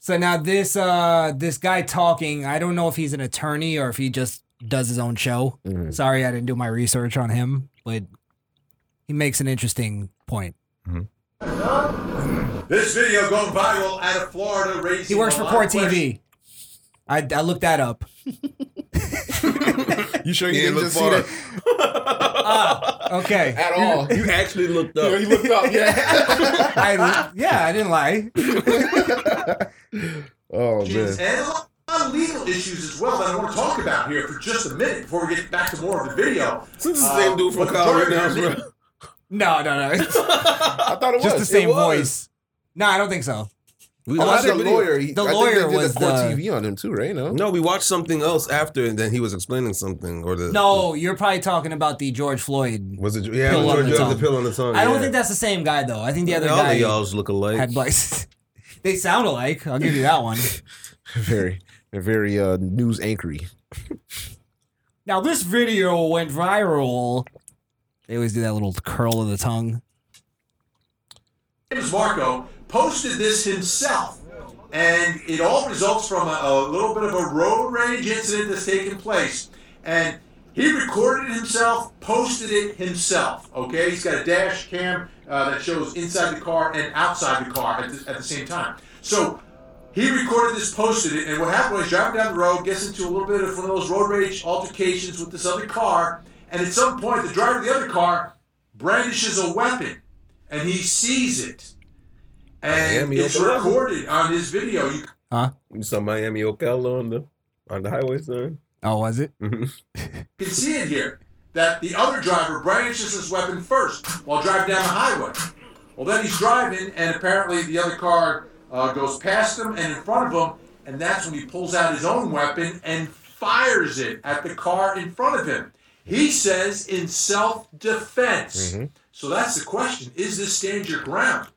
Speaker 5: So now this uh this guy talking, I don't know if he's an attorney or if he just does his own show.
Speaker 3: Mhm.
Speaker 5: Sorry, I didn't do my research on him, but he makes an interesting point.
Speaker 11: This video going viral out of Florida. Raising
Speaker 5: He works
Speaker 11: a
Speaker 5: for
Speaker 11: lot
Speaker 5: Core
Speaker 11: of questions.
Speaker 5: TV. I, I looked that up.
Speaker 3: You sure
Speaker 7: He
Speaker 3: you didn't
Speaker 7: didn't look
Speaker 3: just see
Speaker 7: far.
Speaker 3: that
Speaker 5: Ah, Okay.
Speaker 3: at all?
Speaker 9: you actually looked up.
Speaker 3: he looked up. Yeah.
Speaker 5: I, yeah, I didn't lie.
Speaker 3: oh man.
Speaker 11: And a lot of legal issues as well that I want to talk about here for just a minute before we get back to more of the video.
Speaker 9: This is the
Speaker 5: Uh,
Speaker 9: same dude from
Speaker 11: But
Speaker 9: Colorado
Speaker 11: during
Speaker 9: now,
Speaker 11: the-
Speaker 9: bro.
Speaker 5: No, no, no.
Speaker 3: I thought it
Speaker 5: Just the
Speaker 3: was.
Speaker 5: same
Speaker 3: It was.
Speaker 5: voice. No, I don't think so.
Speaker 7: We
Speaker 3: Oh, that's
Speaker 7: watched
Speaker 3: the
Speaker 7: a
Speaker 3: lawyer. He,
Speaker 5: The
Speaker 3: I think
Speaker 5: lawyer
Speaker 3: they did
Speaker 5: was
Speaker 3: the court
Speaker 5: the-
Speaker 3: TV on him too, right? No.
Speaker 7: No, we watched something else after, and then he was explaining something or the
Speaker 5: No, you're probably talking about the George Floyd.
Speaker 7: Was it yeah?
Speaker 5: Pill
Speaker 7: it was
Speaker 5: on
Speaker 7: George
Speaker 5: the
Speaker 7: Jones, the
Speaker 5: tongue.
Speaker 7: pill on the tongue.
Speaker 5: I don't
Speaker 7: yeah.
Speaker 5: think that's the same guy though. I think the other
Speaker 7: all of
Speaker 5: guy
Speaker 7: y'all's look alike.
Speaker 5: had like they sound alike. I'll give you that one.
Speaker 3: Very, very uh, news anchory.
Speaker 5: Now this video went viral. They always do that little curl of the tongue.
Speaker 11: James Marco posted this himself, and it all results from a, a little bit of a road rage incident that's taken place. And he recorded himself, posted it himself. Okay, he's got a dash cam uh, that shows inside the car and outside the car at the, at the same time. So he recorded this, posted it, and what happened was driving down the road, gets into a little bit of one of those road rage altercations with this other car, and at some point, the driver of the other car brandishes a weapon, and he sees it, and
Speaker 7: Miami
Speaker 11: it's
Speaker 7: open up.
Speaker 11: recorded on his video. You
Speaker 7: You saw Miami Ocala on the on the highway sign.
Speaker 5: Oh, was it?
Speaker 11: can see it here that the other driver brandishes his weapon first while driving down the highway. Well, then he's driving, and apparently the other car uh, goes past him and in front of him, and that's when he pulls out his own weapon and fires it at the car in front of him. He says in self defense. So that's the question is this stand your ground?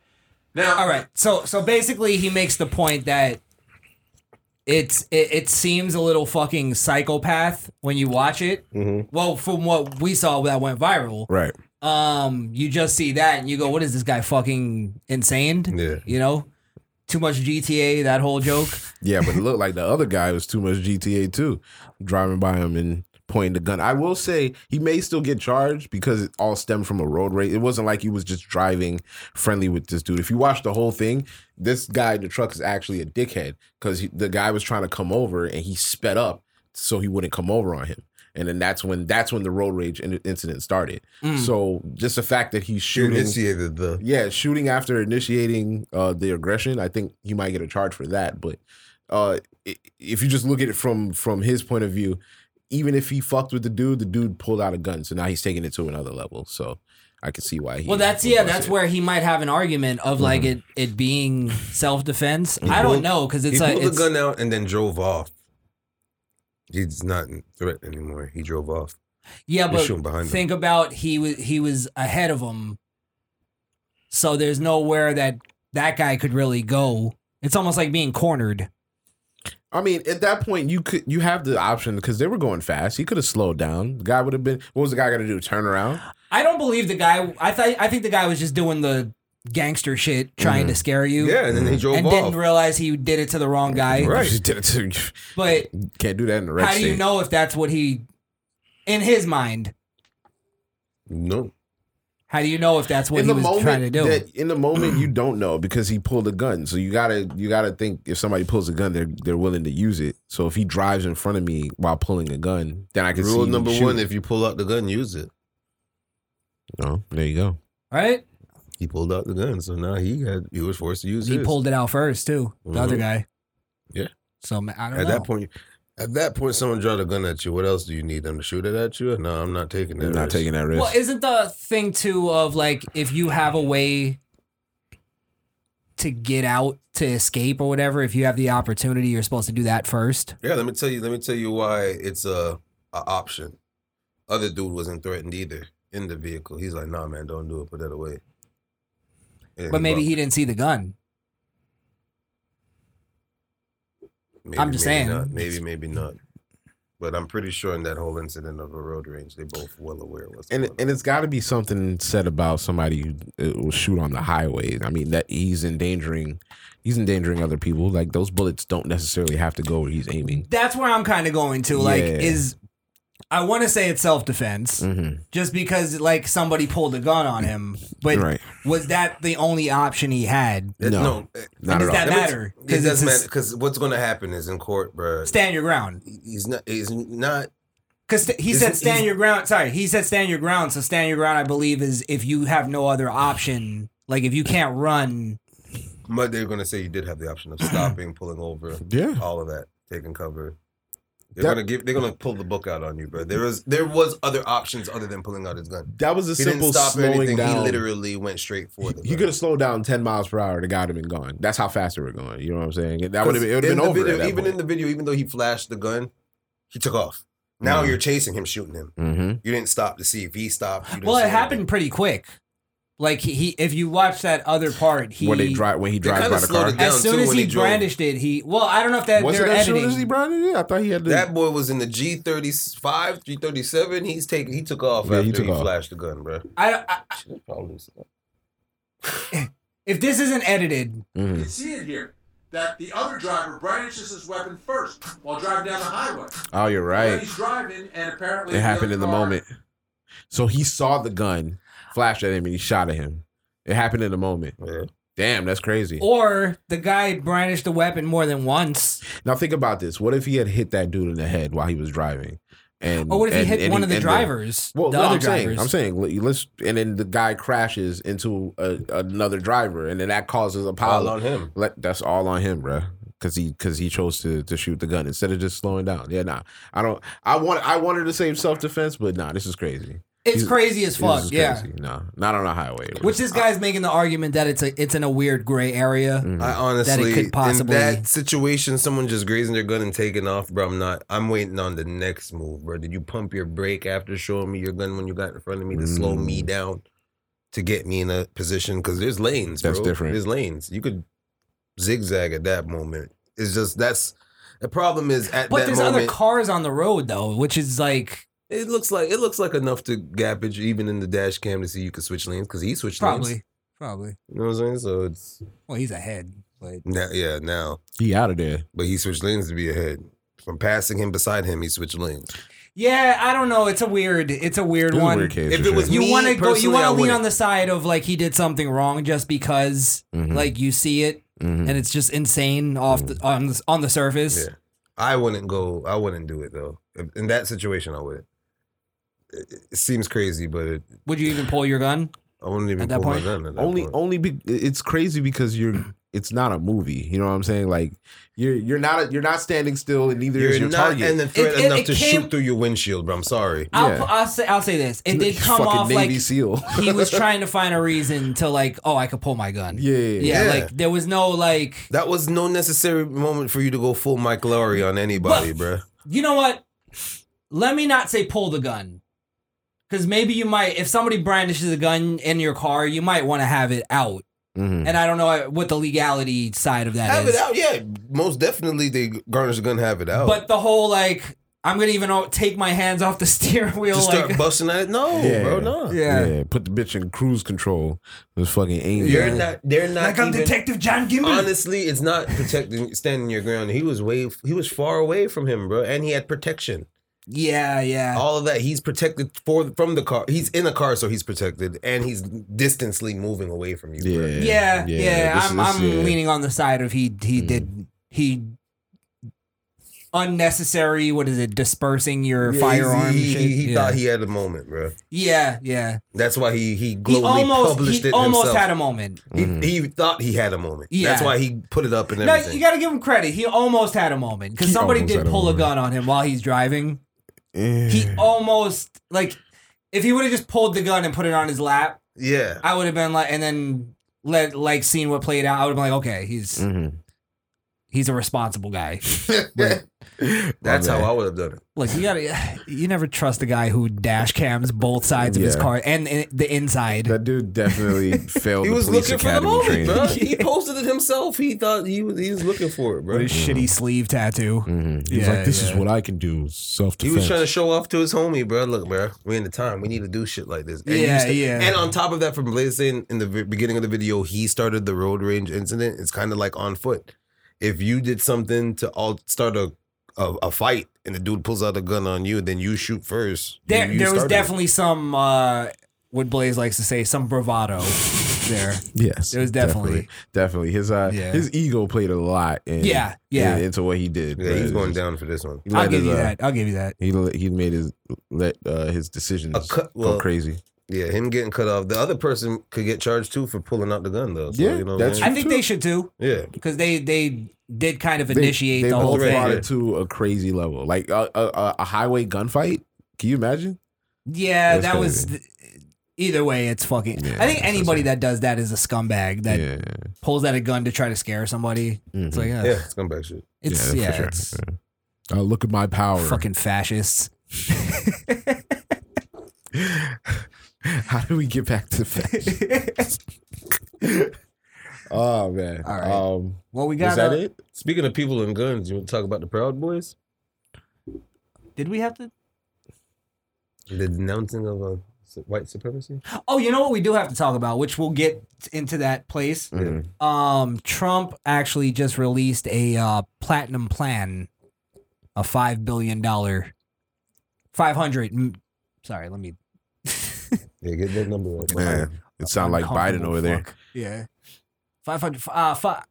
Speaker 11: Now,
Speaker 5: All right. So so basically, he makes the point that it's it, it seems a little fucking psychopath when you watch it.
Speaker 7: Mm-hmm.
Speaker 5: Well, from what we saw that went viral,
Speaker 3: Right.
Speaker 5: um, you just see that and you go, "What is this guy fucking insane?"
Speaker 7: Yeah.
Speaker 5: You know, too much GTA. That whole joke.
Speaker 3: Yeah, but it looked like the other guy was too much GTA too, driving by him and pointing the gun. I will say he may still get charged because it all stemmed from a road rage. It wasn't like he was just driving friendly with this dude. If you watch the whole thing, this guy in the truck is actually a dickhead because the guy was trying to come over and he sped up so he wouldn't come over on him. And then that's when that's when the road rage in- incident started.
Speaker 7: Mm.
Speaker 5: Hmm.
Speaker 3: So just the fact that he's
Speaker 7: You
Speaker 3: shooting
Speaker 7: initiated the
Speaker 3: yeah, shooting after initiating uh, the aggression, I think he might get a charge for that. But uh, i- if you just look at it from from his point of view, even if he fucked with the dude, the dude pulled out a gun, so now he's taking it to another level. So I can see why he.
Speaker 5: Well, that's
Speaker 3: would
Speaker 5: yeah.
Speaker 3: do
Speaker 5: That's
Speaker 3: it.
Speaker 5: where he might have an argument of like it it being self defense. I don't
Speaker 7: Mm-hmm. pulled-
Speaker 5: know because it's
Speaker 7: he
Speaker 5: like
Speaker 7: pulled
Speaker 5: it's,
Speaker 7: the gun out and then drove off. He's not in threat anymore. He drove off.
Speaker 5: Yeah,
Speaker 7: You're shooting
Speaker 5: but
Speaker 7: behind
Speaker 5: think about he was he was ahead of him, so there's nowhere that that guy could really go. It's almost like being cornered.
Speaker 3: I mean, at that point, you could you have the option because they were going fast. He could have slowed down. The guy would have been. What was the guy going to do? Turn around?
Speaker 5: I don't believe the guy. I thought I think the guy was just doing the gangster shit, trying to scare you. Mm-hmm.
Speaker 4: Yeah, and then he drove
Speaker 5: and
Speaker 4: off.
Speaker 5: didn't realize he did it to the wrong guy.
Speaker 4: Right.
Speaker 3: Just did it to-
Speaker 5: But
Speaker 3: Can't do that in the red
Speaker 5: how do
Speaker 3: state.
Speaker 5: you know if that's what he, in his mind,
Speaker 4: no.
Speaker 5: how do you know if that's what
Speaker 3: in
Speaker 5: he
Speaker 3: the
Speaker 5: was trying to
Speaker 3: moment
Speaker 5: do?
Speaker 3: that in the moment you don't know because he pulled a gun. So you gotta you gotta think if somebody pulls a gun, they're they're willing to use it. So if he drives in front of me while pulling a gun, then I can see
Speaker 4: Rule
Speaker 3: him
Speaker 4: number
Speaker 3: shoot.
Speaker 4: one: if you pull out the gun, use it.
Speaker 3: no, there you go.
Speaker 5: right?
Speaker 4: He pulled out the gun, so now he had he was forced to use
Speaker 5: He
Speaker 4: his.
Speaker 5: pulled it out first too. The other guy.
Speaker 4: Yeah.
Speaker 5: So ma- I don't
Speaker 4: at
Speaker 5: know.
Speaker 4: that point. At that point, someone draw the gun at you. What else do you need them to shoot it at you? No, I'm not taking that.
Speaker 3: I'm not
Speaker 4: risk.
Speaker 3: taking that risk.
Speaker 5: Well, isn't the thing too of like if you have a way to get out to escape or whatever, if you have the opportunity, you're supposed to do that first.
Speaker 4: Yeah, let me tell you. Let me tell you why it's a, a option. Other dude wasn't threatened either in the vehicle. He's like, "Nah, man, don't do it. Put that away." And
Speaker 5: But maybe
Speaker 4: bucked.
Speaker 5: he didn't see the gun.
Speaker 4: Maybe,
Speaker 5: I'm just
Speaker 4: maybe
Speaker 5: saying.
Speaker 4: Not. Maybe, maybe not. But I'm pretty sure in that whole incident of a road range, they both well aware what's
Speaker 3: and
Speaker 4: going
Speaker 3: and it's got to be something said about somebody who uh, will shoot on the highway. I mean that he's endangering, he's endangering other people. Like those bullets don't necessarily have to go where he's aiming.
Speaker 5: That's where I'm kind of going to. Like,
Speaker 3: Yeah.
Speaker 5: is I want to say it's self defense,
Speaker 4: Mm.
Speaker 3: Mm-hmm.
Speaker 5: just because like somebody pulled a gun on him, but
Speaker 3: Right.
Speaker 5: was that the only option he had?
Speaker 4: on.
Speaker 3: no, Not at
Speaker 5: does
Speaker 3: all.
Speaker 5: that
Speaker 4: Let me-
Speaker 5: matter?
Speaker 4: It
Speaker 5: Because it's
Speaker 4: doesn't
Speaker 5: a
Speaker 4: matter because what's going to happen is in court, bro.
Speaker 5: stand your ground.
Speaker 4: He's not. He's not.
Speaker 5: Because he
Speaker 4: Is
Speaker 5: said
Speaker 4: it-
Speaker 5: stand
Speaker 4: is-
Speaker 5: your ground. Sorry, he said stand your ground. So stand your ground, I believe, is if you have no other option. Like if you can't run,
Speaker 4: But they're going to say you did have the option of stopping, pulling over,
Speaker 3: Yeah.
Speaker 4: all of that, taking cover. They're
Speaker 3: That-
Speaker 4: gonna give. They're gonna pull the book out on you, bro. There was there was other options other than pulling out his gun.
Speaker 3: That was a
Speaker 4: He
Speaker 3: simple
Speaker 4: didn't stop or anything.
Speaker 3: slowing down.
Speaker 4: He literally went straight for the.
Speaker 3: He
Speaker 4: gun.
Speaker 3: could have slowed down ten miles per hour. The guy would have been gone. That's how fast they were going. You know what I'm saying? That would have been. It would have
Speaker 4: In
Speaker 3: been
Speaker 4: the
Speaker 3: over.
Speaker 4: video-
Speaker 3: at that
Speaker 4: even in the video, even though he flashed the gun, he took off. Now
Speaker 3: Mhm.
Speaker 4: you're chasing him, shooting him.
Speaker 3: mm-hmm.
Speaker 4: You didn't stop to see if he stopped. You didn't
Speaker 5: well,
Speaker 4: see
Speaker 5: it
Speaker 4: anything.
Speaker 5: happened pretty quick. Like he, he if you watch that other part, he
Speaker 3: when they drive when he
Speaker 4: They
Speaker 3: drives
Speaker 4: kinda
Speaker 3: by the
Speaker 4: slowed
Speaker 3: car.
Speaker 4: it down
Speaker 5: as soon
Speaker 4: too
Speaker 5: as
Speaker 4: when
Speaker 5: he,
Speaker 4: he drove.
Speaker 5: brandished it, he well, I don't know if that
Speaker 3: Was it
Speaker 5: they're
Speaker 3: as soon
Speaker 5: editing.
Speaker 3: as he brought it? in? I thought he had the,
Speaker 4: That boy was in the G thirty five, G thirty seven. He's taking. He took off
Speaker 3: Yeah,
Speaker 4: after
Speaker 3: he
Speaker 4: he,
Speaker 3: took off.
Speaker 4: flashed the gun, bro.
Speaker 5: I, I,
Speaker 4: Probably.
Speaker 5: if this isn't edited,
Speaker 3: Mm-hmm.
Speaker 11: You can see it here that the other driver brandishes his weapon first while driving down the highway.
Speaker 3: Oh, you're
Speaker 11: But
Speaker 3: right.
Speaker 11: He's driving, and apparently
Speaker 3: It happened in the
Speaker 11: other car-
Speaker 3: moment. So he saw the gun flash at him and he shot at him. It happened in the moment. Damn, that's crazy.
Speaker 5: or the guy brandished the weapon more than once,
Speaker 3: Now think about this. What if he had hit that dude in the head while he was driving? And
Speaker 5: or what if
Speaker 3: and-
Speaker 5: he hit
Speaker 3: and
Speaker 5: one of the
Speaker 3: and
Speaker 5: drivers,
Speaker 3: well,
Speaker 5: the
Speaker 3: no,
Speaker 5: other
Speaker 3: I'm saying,
Speaker 5: drivers?
Speaker 3: I'm saying, let- let's, and then the guy crashes into a, another driver, and then that causes a
Speaker 4: All
Speaker 3: pile.
Speaker 4: on him.
Speaker 3: Let, that's all on him, bruh. Cause he, cause he chose to to shoot the gun instead of just slowing down. Yeah, nah. I don't. I want. I wanted to save self defense, but nah. This is crazy.
Speaker 5: it's
Speaker 3: he's-
Speaker 5: crazy as fuck.
Speaker 3: This is
Speaker 5: yeah.
Speaker 3: crazy. No, not on a highway.
Speaker 5: Which this guy's making the argument that it's a it's in a weird gray area.
Speaker 3: Mm. Mm-hmm.
Speaker 4: I honestly,
Speaker 5: could possibly-
Speaker 4: in that situation, someone just grazing their gun and taking off, bro. I'm not. I'm waiting on the next move, bro. Did you pump your brake after showing me your gun when you got in front of me to slow me
Speaker 3: Mm.
Speaker 4: down to get me in a position? Because there's lanes,
Speaker 3: That's
Speaker 4: bro.
Speaker 3: different.
Speaker 4: There's lanes. You could zigzag at that moment. It's just that's the problem is at
Speaker 5: But
Speaker 4: that
Speaker 5: there's
Speaker 4: moment.
Speaker 5: other cars on the road though, which is like
Speaker 4: it looks like it looks like enough to gappage even in the dash cam to see you could switch lanes because he switched lanes.
Speaker 5: probably, probably.
Speaker 4: You know what I'm saying? So it's
Speaker 5: Well, he's ahead, but
Speaker 4: now, yeah now.
Speaker 3: he out of there.
Speaker 4: But he switched lanes to be ahead. From passing him beside him, he switched lanes.
Speaker 5: yeah, I don't know. It's a weird, it's a weird
Speaker 3: This is a
Speaker 5: one.
Speaker 3: weird case
Speaker 4: If
Speaker 3: for
Speaker 4: it was-
Speaker 5: You
Speaker 4: Me,
Speaker 5: want to go, you
Speaker 4: personally,
Speaker 5: want
Speaker 4: I
Speaker 5: to lean
Speaker 4: wouldn't.
Speaker 5: on the side of like he did something wrong just because
Speaker 3: Mhm.
Speaker 5: like you see it
Speaker 3: Mhm.
Speaker 5: and it's just insane off the on the, on the surface.
Speaker 4: Yeah. I wouldn't go. I wouldn't do it though. In that situation, I wouldn't. It, it seems crazy, but it,
Speaker 5: Would you even pull your gun?
Speaker 4: I wouldn't even
Speaker 5: At that
Speaker 4: pull
Speaker 5: point?
Speaker 4: my gun. At that
Speaker 3: only
Speaker 4: point.
Speaker 3: only be, it's crazy because you're it's not a movie you know what i'm saying like you're you're not you're not standing still and neither is your
Speaker 4: you're not
Speaker 3: target
Speaker 4: and the threat
Speaker 5: It- it-
Speaker 4: enough
Speaker 5: it
Speaker 4: to
Speaker 5: came-
Speaker 4: shoot through your windshield, bro. I'm sorry.
Speaker 3: Yeah.
Speaker 5: I'll, I'll say I'll say this. It did come
Speaker 3: fucking
Speaker 5: off
Speaker 3: Navy
Speaker 5: like
Speaker 3: seal
Speaker 5: he was trying to find a reason to like, oh, I could pull my gun.
Speaker 3: yeah,
Speaker 5: yeah,
Speaker 4: Yeah.
Speaker 5: like there was no like
Speaker 4: That was no necessary moment for you to go full Mike Lowry on anybody,
Speaker 5: But-
Speaker 4: bro.
Speaker 5: you know what? Let me not say pull the gun. Because maybe you might, if somebody brandishes a gun in your car, you might want to have it out
Speaker 3: Mhm.
Speaker 5: and I don't know what the legality side of that
Speaker 4: Have
Speaker 5: is.
Speaker 4: it out, yeah. Most definitely, they Garner's gonna have it out.
Speaker 5: But the whole like, I'm gonna even o- take my hands off the steering wheel.
Speaker 4: to start
Speaker 5: like,
Speaker 4: busting at it, no,
Speaker 3: Yeah.
Speaker 4: bro, no.
Speaker 5: yeah.
Speaker 3: Put the bitch in cruise control. This fucking angel.
Speaker 4: You're not. They're not.
Speaker 5: like I'm
Speaker 4: even-
Speaker 5: Detective John Gimbel.
Speaker 4: honestly, it's not protecting, standing your ground. He was way, he was far away from him, bro, and he had protection.
Speaker 5: yeah, yeah.
Speaker 4: All of that, he's protected for from the car. He's in the car, so he's protected, and he's distantly moving away from you. bro.
Speaker 3: Yeah,
Speaker 5: yeah, yeah.
Speaker 3: This-
Speaker 5: I'm,
Speaker 3: this-
Speaker 5: I'm
Speaker 3: yeah.
Speaker 5: leaning on the side of he he
Speaker 4: Mm.
Speaker 5: did he unnecessary. What is it? Dispersing your
Speaker 4: Yeah,
Speaker 5: firearm.
Speaker 4: He,
Speaker 5: shit.
Speaker 4: he, he
Speaker 5: yeah.
Speaker 4: thought he had a moment, bro.
Speaker 5: yeah, yeah.
Speaker 4: That's why he he
Speaker 5: He
Speaker 4: glowingly
Speaker 5: almost
Speaker 4: published
Speaker 5: he
Speaker 4: it
Speaker 5: almost
Speaker 4: himself.
Speaker 5: had a moment.
Speaker 3: Mm.
Speaker 4: he, he thought he had a moment. That's
Speaker 5: Yeah.
Speaker 4: why he put it up and
Speaker 5: No,
Speaker 4: everything.
Speaker 5: you got to give him credit. He almost had a moment because
Speaker 3: He
Speaker 5: somebody
Speaker 3: almost
Speaker 5: did
Speaker 3: had a
Speaker 5: pull a
Speaker 3: moment.
Speaker 5: gun on him while he's driving. He almost like if he would have just pulled the gun and put it on his lap,
Speaker 4: yeah,
Speaker 5: I would have been like, and then let like seen what played out. I would have been like, okay, he's
Speaker 3: Mhm.
Speaker 5: he's a responsible guy.
Speaker 4: that's
Speaker 3: My
Speaker 4: how
Speaker 3: bad.
Speaker 4: I would have done it.
Speaker 5: Look, you gotta you never trust a guy who dash cams both sides of his
Speaker 3: Yeah.
Speaker 5: car and, and the inside.
Speaker 3: That dude definitely failed.
Speaker 4: He
Speaker 3: Oh, the
Speaker 4: was
Speaker 3: police
Speaker 4: looking for the
Speaker 3: academy
Speaker 4: moment,
Speaker 3: training.
Speaker 4: bro. He posted it himself. He thought he was he was looking for it, bro.
Speaker 5: with his shitty sleeve tattoo.
Speaker 3: Mhm. He was
Speaker 5: Yeah,
Speaker 3: like, "This is
Speaker 5: yeah.
Speaker 3: what I can do." Self
Speaker 4: He
Speaker 3: defense.
Speaker 4: was trying to show off to his homie, bro. Look, bro, we in the time. We need to do shit like this. And you
Speaker 5: Yeah,
Speaker 4: sta-
Speaker 5: yeah.
Speaker 4: And on top of that, from Blaze saying in the v- beginning of the video, he started the road range incident. It's kind of like on foot. If you did something to all start a, a a fight, and the dude pulls out a gun on you, then you shoot first.
Speaker 5: There,
Speaker 4: You- you
Speaker 5: there was
Speaker 4: started it.
Speaker 5: definitely some uh, what Blaze likes to say, some bravado there.
Speaker 3: Yes,
Speaker 5: It was definitely-
Speaker 3: definitely, definitely. his uh,
Speaker 5: Yeah.
Speaker 3: his ego played a lot. In,
Speaker 5: Yeah, yeah.
Speaker 3: in- into what he did.
Speaker 4: Yeah,
Speaker 3: bruh.
Speaker 4: he's
Speaker 3: It
Speaker 4: going
Speaker 3: was-
Speaker 4: down for this one.
Speaker 3: he
Speaker 5: I'll
Speaker 3: let
Speaker 5: give
Speaker 3: his,
Speaker 5: you
Speaker 3: uh,
Speaker 5: that. I'll give you that.
Speaker 3: He let- he made his let uh, his decisions
Speaker 4: A cu-
Speaker 3: go
Speaker 4: well,
Speaker 3: crazy.
Speaker 4: Yeah, him getting cut off. The other person could get charged too for pulling out the gun, though. So,
Speaker 3: Yeah,
Speaker 4: you know what
Speaker 3: that's
Speaker 4: I
Speaker 5: I
Speaker 4: mean?
Speaker 5: think
Speaker 3: true.
Speaker 5: they should too,
Speaker 4: yeah.
Speaker 5: because they they did kind of
Speaker 3: They-
Speaker 5: initiate
Speaker 3: they
Speaker 5: the whole
Speaker 3: both
Speaker 4: thing.
Speaker 3: brought it to a crazy level, like a, a- a, a highway gunfight. Can you imagine?
Speaker 5: Yeah,
Speaker 3: That's
Speaker 5: that was. Either way, it's fucking.
Speaker 3: Yeah,
Speaker 5: I think
Speaker 3: that's
Speaker 5: anybody
Speaker 3: awesome.
Speaker 5: that does that is a scumbag that
Speaker 3: yeah,
Speaker 5: pulls out a gun to try to scare somebody. It's
Speaker 3: Mhm.
Speaker 5: like, uh,
Speaker 4: Yeah, it's come back shit.
Speaker 5: it's
Speaker 3: for
Speaker 5: yeah,
Speaker 3: sure.
Speaker 5: it's
Speaker 3: Yeah. Uh, look at my power.
Speaker 5: fucking fascists.
Speaker 3: How do we get back to the facts? oh man.
Speaker 5: All right.
Speaker 3: Um
Speaker 5: Well, we got.
Speaker 3: is that
Speaker 5: uh,
Speaker 3: it?
Speaker 4: Speaking of people and guns, you want to talk about the Proud Boys?
Speaker 5: Did we have to?
Speaker 4: The denouncing of uh, su- white supremacy?
Speaker 5: Oh, you know what we do have to talk about, which we'll get into that place.
Speaker 3: Mhm.
Speaker 5: Um, Trump actually just released a uh, platinum plan, a five billion dollar, five hundred. Sorry, let me.
Speaker 4: Yeah, get that number right.
Speaker 3: Man, it sounded like Biden
Speaker 5: Uncomfortable
Speaker 3: over there.
Speaker 5: fuck. Yeah, five hundred. Uh, five.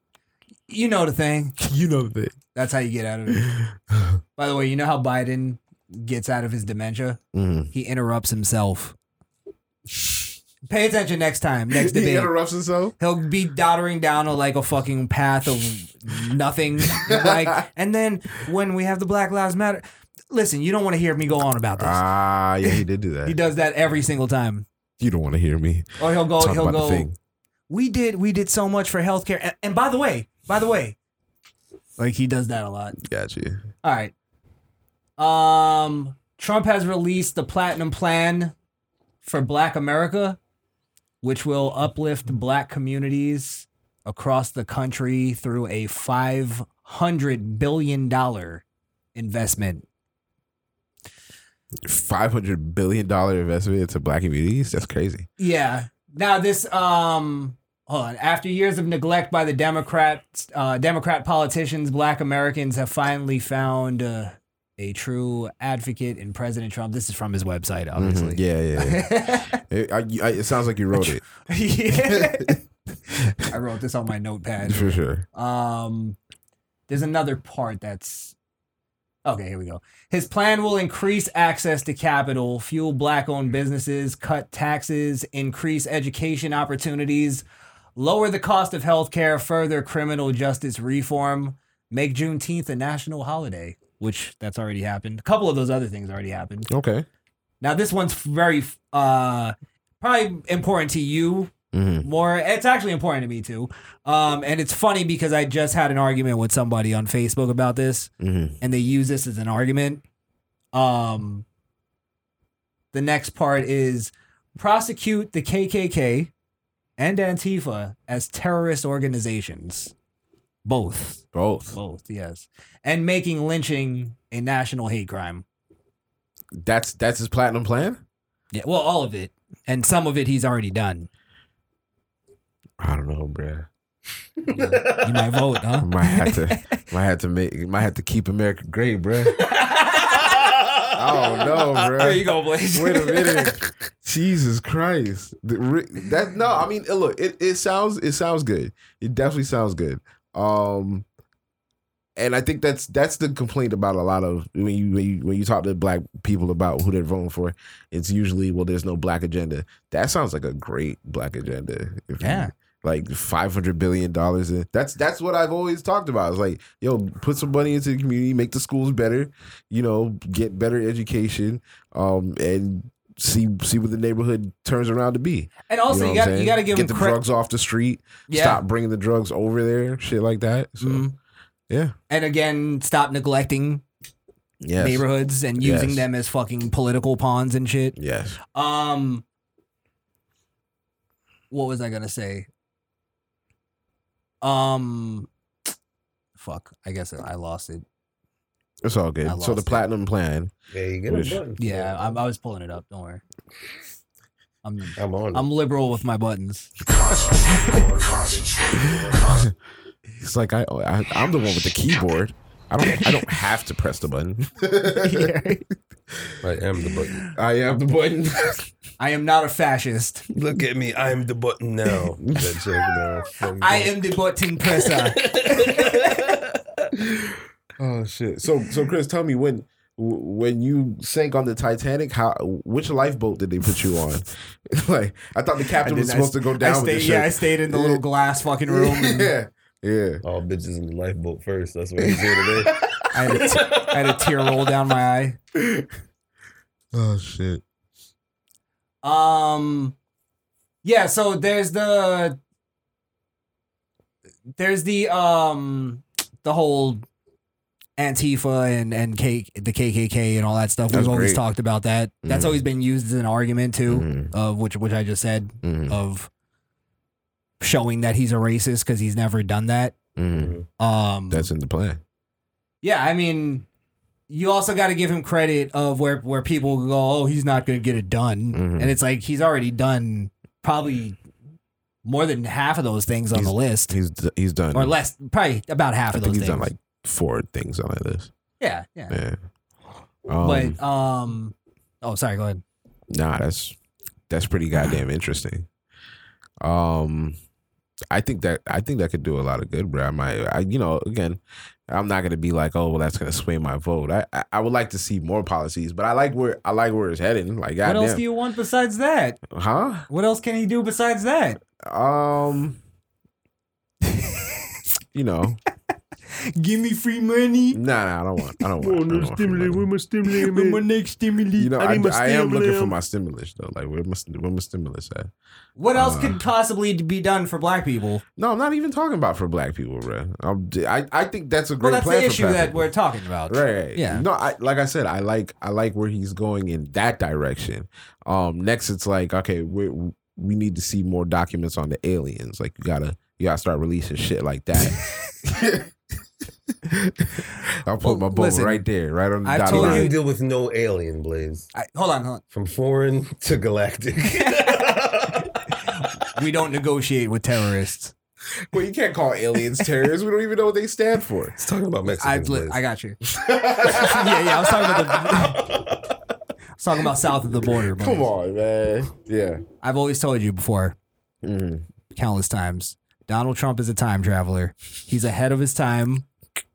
Speaker 5: You know the thing.
Speaker 3: You know that. Mm-hmm.
Speaker 5: That's how you get out of it. By the way, you know how Biden gets out of his dementia?
Speaker 3: Mhm.
Speaker 5: He interrupts himself. Pay attention next time, next
Speaker 3: He
Speaker 5: debate.
Speaker 3: interrupts himself.
Speaker 5: He'll be doddering down a, like a fucking path of nothing. like, and then when we have the Black Lives Matter, listen, you don't want to hear me go on about this.
Speaker 3: Ah, yeah, he did do that.
Speaker 5: he does that every single time.
Speaker 3: You don't want to hear me
Speaker 5: Or he'll go.
Speaker 3: talk
Speaker 5: he'll
Speaker 3: about
Speaker 5: go.
Speaker 3: the thing.
Speaker 5: We did. We did so much for healthcare. And, and by the way, by the way, like he does that a lot.
Speaker 3: Gotcha.
Speaker 5: All right. Um, Trump has released the platinum plan for Black America, which will uplift Black communities across the country through a five hundred billion dollar investment.
Speaker 3: Five hundred billion dollar investment into black communities? That's crazy.
Speaker 5: Yeah. Now this um hold on. After years of neglect by the Democrats, uh, Democrat politicians, Black Americans have finally found uh, a true advocate in President Trump. This is from his website, obviously.
Speaker 3: Mhm. Yeah, yeah. yeah. it, I, I, it sounds like you wrote it
Speaker 5: Yeah. I wrote this on my notepad.
Speaker 3: for sure.
Speaker 5: Um, there's another part that's okay. Here we go. His plan will increase access to capital, fuel black-owned businesses, cut taxes, increase education opportunities, lower the cost of healthcare, further criminal justice reform, make Juneteenth a national holiday, which that's already happened. A couple of those other things already happened.
Speaker 3: Okay.
Speaker 5: Now this one's very uh probably important to you
Speaker 3: Mhm.
Speaker 5: more. It's actually important to me too. Um, and it's funny because I just had an argument with somebody on Facebook about this,
Speaker 3: Mhm.
Speaker 5: and they use this as an argument. Um, the next part is prosecute the KKK and Antifa as terrorist organizations. Both.
Speaker 3: Both.
Speaker 5: Both, yes. And making lynching a national hate crime.
Speaker 3: That's that's his platinum plan.
Speaker 5: Yeah, well, all of it. And some of it he's already done.
Speaker 3: I don't know, bruh.
Speaker 5: You might vote, huh?
Speaker 3: Might have to, might have to make, might have to keep America great, bruh. I don't know, bruh.
Speaker 5: There you go, Blaze.
Speaker 3: Wait a minute. Jesus Christ. The ri- That no, I mean, look, it, it sounds it sounds good. It definitely sounds good. Um and I think that's that's the complaint about a lot of when you when you, when you talk to black people about who they're voting for, it's usually well there's no black agenda. That sounds like a great black agenda. If you-
Speaker 5: Yeah.
Speaker 3: like five hundred billion dollars. in- That's that's what I've always talked about. It's like, yo, put some money into the community, make the schools better, you know, get better education, um, and see see what the neighborhood turns around to be.
Speaker 5: And also,
Speaker 3: know
Speaker 5: you
Speaker 3: what I'm
Speaker 5: got you
Speaker 3: saying?
Speaker 5: got to give
Speaker 3: get
Speaker 5: him
Speaker 3: the
Speaker 5: credit.
Speaker 3: drugs off the street. Stop bringing the drugs over there, shit like that. So
Speaker 5: Mhm.
Speaker 3: yeah,
Speaker 5: And again, stop neglecting
Speaker 3: yes,
Speaker 5: neighborhoods and using
Speaker 3: Yes.
Speaker 5: them as fucking political pawns and shit.
Speaker 3: yes.
Speaker 5: Um, what was I gonna say? Um, fuck. I guess I lost it.
Speaker 3: It's all good.
Speaker 5: I
Speaker 3: So the
Speaker 5: lost it.
Speaker 3: platinum plan.
Speaker 7: Yeah, you get
Speaker 3: Which-
Speaker 7: a button.
Speaker 5: Yeah, I, I was pulling it up. Don't worry. I'm
Speaker 7: I'm on.
Speaker 5: I'm liberal with my buttons.
Speaker 3: It's like I, I I'm the one with the keyboard. I don't I don't have to press the button.
Speaker 7: it. I am the button.
Speaker 3: I have the button.
Speaker 5: I am not a fascist.
Speaker 7: Look at me. I'm the button now. That joke, man. Fucking
Speaker 5: I am the button presser.
Speaker 3: Oh shit! So so Chris, tell me when w- when you sank on the Titanic, how which lifeboat did they put you on? like I thought the captain
Speaker 5: And
Speaker 3: was
Speaker 5: then
Speaker 3: supposed
Speaker 5: I,
Speaker 3: to go
Speaker 5: I
Speaker 3: down
Speaker 5: stayed,
Speaker 3: with the
Speaker 5: yeah, I
Speaker 3: ship.
Speaker 5: stayed in the little glass fucking room. and
Speaker 3: yeah, yeah.
Speaker 7: All bitches in the lifeboat first. That's what he's here today.
Speaker 5: I, had a t- I had a tear roll down my
Speaker 3: Oh shit!
Speaker 5: eye. Um, yeah. So there's the there's the um the whole Antifa and and K, the KKK and all that stuff.
Speaker 3: That's
Speaker 5: We've always
Speaker 3: great.
Speaker 5: talked about that. That's
Speaker 3: Mhm.
Speaker 5: always been used as an argument too,
Speaker 3: Mhm.
Speaker 5: of which which I just said
Speaker 3: Mhm.
Speaker 5: of showing that he's a racist because he's never done that.
Speaker 3: Mhm.
Speaker 5: Um,
Speaker 3: That's in the plan.
Speaker 5: Yeah, I mean, you also got to give him credit of where where people go, oh, he's not going to get it done,
Speaker 3: Mhm.
Speaker 5: and it's like he's already done probably more than half of those things on the list,
Speaker 3: He's d- he's done.
Speaker 5: or less, probably about half
Speaker 3: I think
Speaker 5: of those
Speaker 3: he's
Speaker 5: things.
Speaker 3: done like four things on that list.
Speaker 5: yeah, yeah,
Speaker 3: Yeah. Um,
Speaker 5: but um, oh, sorry, go ahead.
Speaker 3: Nah, that's that's pretty goddamn interesting. Um, I think that I think that could do a lot of good, bro. I might, I you know, again, I'm not gonna be like, oh, well, that's gonna sway my vote. I I, I would like to see more policies, but I like where I like where it's heading. Like,
Speaker 5: what else
Speaker 3: goddamn,
Speaker 5: do you want besides that?
Speaker 3: huh?
Speaker 5: What else can he do besides that?
Speaker 3: Um, you know,
Speaker 5: Give me free money.
Speaker 3: nah, nah, I don't want, I don't want, I don't want free money.
Speaker 5: With my next stimulus.
Speaker 3: You know, I, I am looking for my stimulus though. Like, where my st- where my stimulus at?
Speaker 5: What else
Speaker 3: Uh,
Speaker 5: could possibly be done for black people?
Speaker 3: No, I'm not even talking about for black people, bro. I'm, I I think that's a great
Speaker 5: Well, that's
Speaker 3: plan
Speaker 5: the
Speaker 3: for
Speaker 5: issue
Speaker 3: black
Speaker 5: that
Speaker 3: people.
Speaker 5: we're talking about.
Speaker 3: Right, right.
Speaker 5: Yeah.
Speaker 3: No, I like I said, I like I like where he's going in that direction. Um, next, it's like okay, we we need to see more documents on the aliens. Like you gotta you gotta start releasing shit like that. I'll put
Speaker 5: Well,
Speaker 3: my boat
Speaker 5: listen,
Speaker 3: right there, right on the
Speaker 5: I've
Speaker 3: dotted
Speaker 5: told
Speaker 3: line.
Speaker 7: You deal with no alien, Blaze.
Speaker 5: I, hold on, hold
Speaker 7: From foreign to galactic.
Speaker 5: on. We don't negotiate with terrorists.
Speaker 3: Well, you can't call aliens terrorists. We don't even know what they stand for.
Speaker 7: Let's talk about
Speaker 5: I,
Speaker 7: Mexicans,
Speaker 5: li-
Speaker 7: Blaze.
Speaker 5: I got you. yeah, yeah. I was talking about the. I was talking about south of the border. But
Speaker 3: Come on, man. Yeah.
Speaker 5: I've always told you before,
Speaker 3: Mhm.
Speaker 5: countless times. Donald Trump is a time traveler. He's ahead of his time.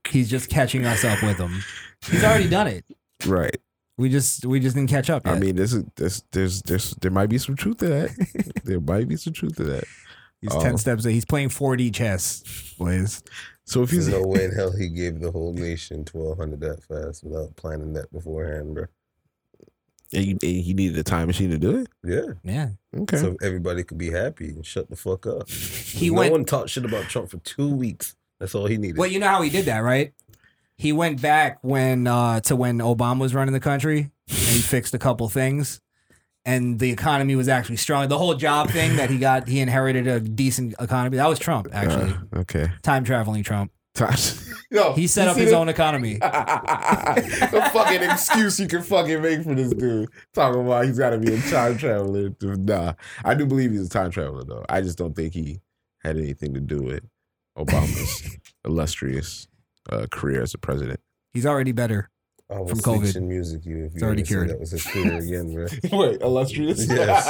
Speaker 5: He's just catching us up with him. He's already done it.
Speaker 3: Right.
Speaker 5: We just we just didn't catch up. Yet.
Speaker 3: I mean, this is this there's there's there might be some truth to that. there might be some truth to that.
Speaker 5: he's
Speaker 3: oh.
Speaker 5: ten steps. He's playing 4D chess, Blaze.
Speaker 3: So if
Speaker 7: There's
Speaker 3: he's
Speaker 7: no way in hell he gave the whole nation 1200 that fast without planning that beforehand, bro.
Speaker 3: And you, and you needed a time machine to do it.
Speaker 7: Yeah.
Speaker 5: Yeah.
Speaker 3: Okay. Uh,
Speaker 7: So everybody could be happy and shut the fuck up.
Speaker 5: He
Speaker 7: no
Speaker 5: went-
Speaker 7: one talked shit about Trump for two weeks. That's all he needed.
Speaker 5: Well, you know how he did that, right? He went back when uh, to when Obama was running the country, and he fixed a couple things, and the economy was actually strong. The whole job thing that he got, he inherited a decent economy. That was
Speaker 3: Uh,
Speaker 5: Trump, actually.
Speaker 12: Okay.
Speaker 5: Time traveling Trump.
Speaker 3: Yo,
Speaker 5: He set
Speaker 3: you
Speaker 5: up
Speaker 3: see
Speaker 5: his
Speaker 3: the-
Speaker 5: own economy.
Speaker 3: the fucking excuse you can fucking make for this dude talking about he's got to be a time traveler. Nah, I do believe he's a time traveler though. I just don't think he had anything to do with Obama's illustrious uh, career as a president.
Speaker 5: He's already better.
Speaker 4: I was
Speaker 5: From COVID.
Speaker 4: fiction music you if you
Speaker 5: already
Speaker 4: ever say
Speaker 5: cured.
Speaker 4: That was his career again, bro.
Speaker 3: Wait, illustrious? Yes.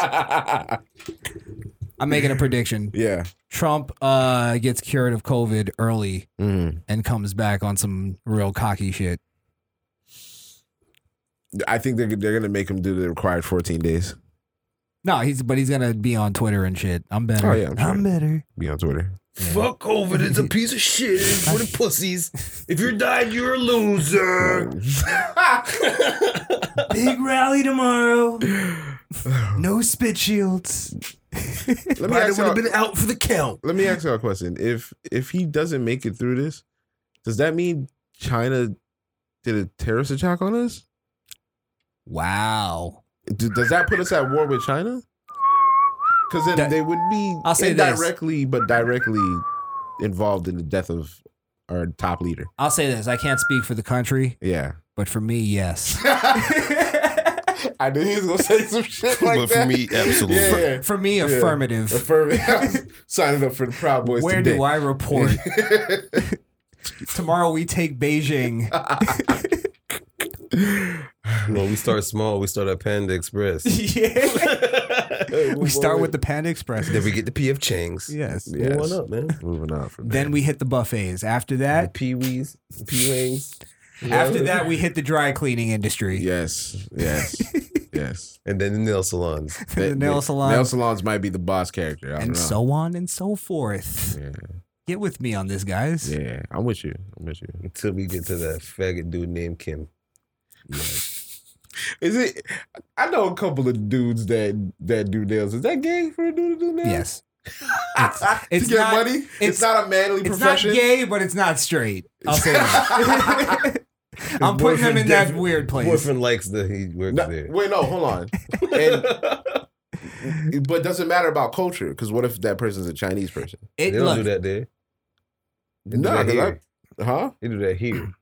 Speaker 5: I'm making a prediction.
Speaker 3: yeah.
Speaker 5: Trump uh, gets cured of COVID early
Speaker 12: Mm.
Speaker 5: and comes back on some real cocky shit.
Speaker 3: I think they're they're gonna make him do the required 14 days.
Speaker 5: No, he's but he's gonna be on Twitter and shit. I'm better.
Speaker 3: Oh, yeah, I'm sure.
Speaker 5: better.
Speaker 3: Be on Twitter.
Speaker 4: Fuck over it's a piece of shit for the pussies. If you died, you're a loser.
Speaker 5: Big rally tomorrow. No spit shields.
Speaker 3: Let me ask y'all,
Speaker 4: out for the count.
Speaker 3: let me ask y'all a question. If if he doesn't make it through this, does that mean China did a terrorist attack on us?
Speaker 5: Wow.
Speaker 3: D- does that put us at war with China? Because then
Speaker 5: That-
Speaker 3: they would be
Speaker 5: I'll say this.
Speaker 3: indirectly, but directly involved in the death of our top leader.
Speaker 5: I'll say this. I can't speak for the country,
Speaker 3: Yeah,
Speaker 5: but for me, yes.
Speaker 3: I knew he was gonna say some shit like
Speaker 4: but
Speaker 3: that.
Speaker 4: for me, absolutely.
Speaker 3: yeah, yeah.
Speaker 5: For me, affirmative.
Speaker 3: Affirmative. Signing up for the Proud Boys
Speaker 5: Where
Speaker 3: today.
Speaker 5: do I report? Tomorrow we take Beijing.
Speaker 4: No, we start small. We start at Panda Express.
Speaker 5: we start with the Panda Express.
Speaker 4: then we get the PF Chang's.
Speaker 5: Yes.
Speaker 4: Move
Speaker 3: Yes.
Speaker 4: on up, man.
Speaker 3: Moving on from
Speaker 5: Then we hit the buffets. After that,
Speaker 4: Pee Wees, Pee Wings.
Speaker 5: after that we hit the dry cleaning industry.
Speaker 3: Yes, yes, yes.
Speaker 4: And then the nail salons.
Speaker 5: The nail salon.
Speaker 3: Nail salons might be the boss character. I don't
Speaker 5: and
Speaker 3: know.
Speaker 5: so on and so forth.
Speaker 3: Yeah.
Speaker 5: Get with me on this, guys.
Speaker 3: yeah, I'm with you. I'm with you.
Speaker 4: Until we get to that faggot dude named Kim.
Speaker 3: Is it? I know a couple of dudes that that do nails. Is that gay for a dude to do nails?
Speaker 5: Yes.
Speaker 3: to
Speaker 5: it's
Speaker 3: get
Speaker 5: not-
Speaker 3: money. It's,
Speaker 5: it's-
Speaker 3: not a manly
Speaker 5: It's not
Speaker 3: profession.
Speaker 5: gay, but it's not straight. I'll say that. I'm putting them in that weird place.
Speaker 4: Boyfriend likes the he works
Speaker 3: No,
Speaker 4: there.
Speaker 3: wait, no, hold on. And, but does it matter about culture? Because what if that person's a Chinese person?
Speaker 4: They
Speaker 5: It,
Speaker 4: don't do
Speaker 5: look,
Speaker 4: that there. They do
Speaker 3: No,
Speaker 4: that
Speaker 3: 'cause I-
Speaker 4: here.
Speaker 3: Huh?
Speaker 4: They do that here.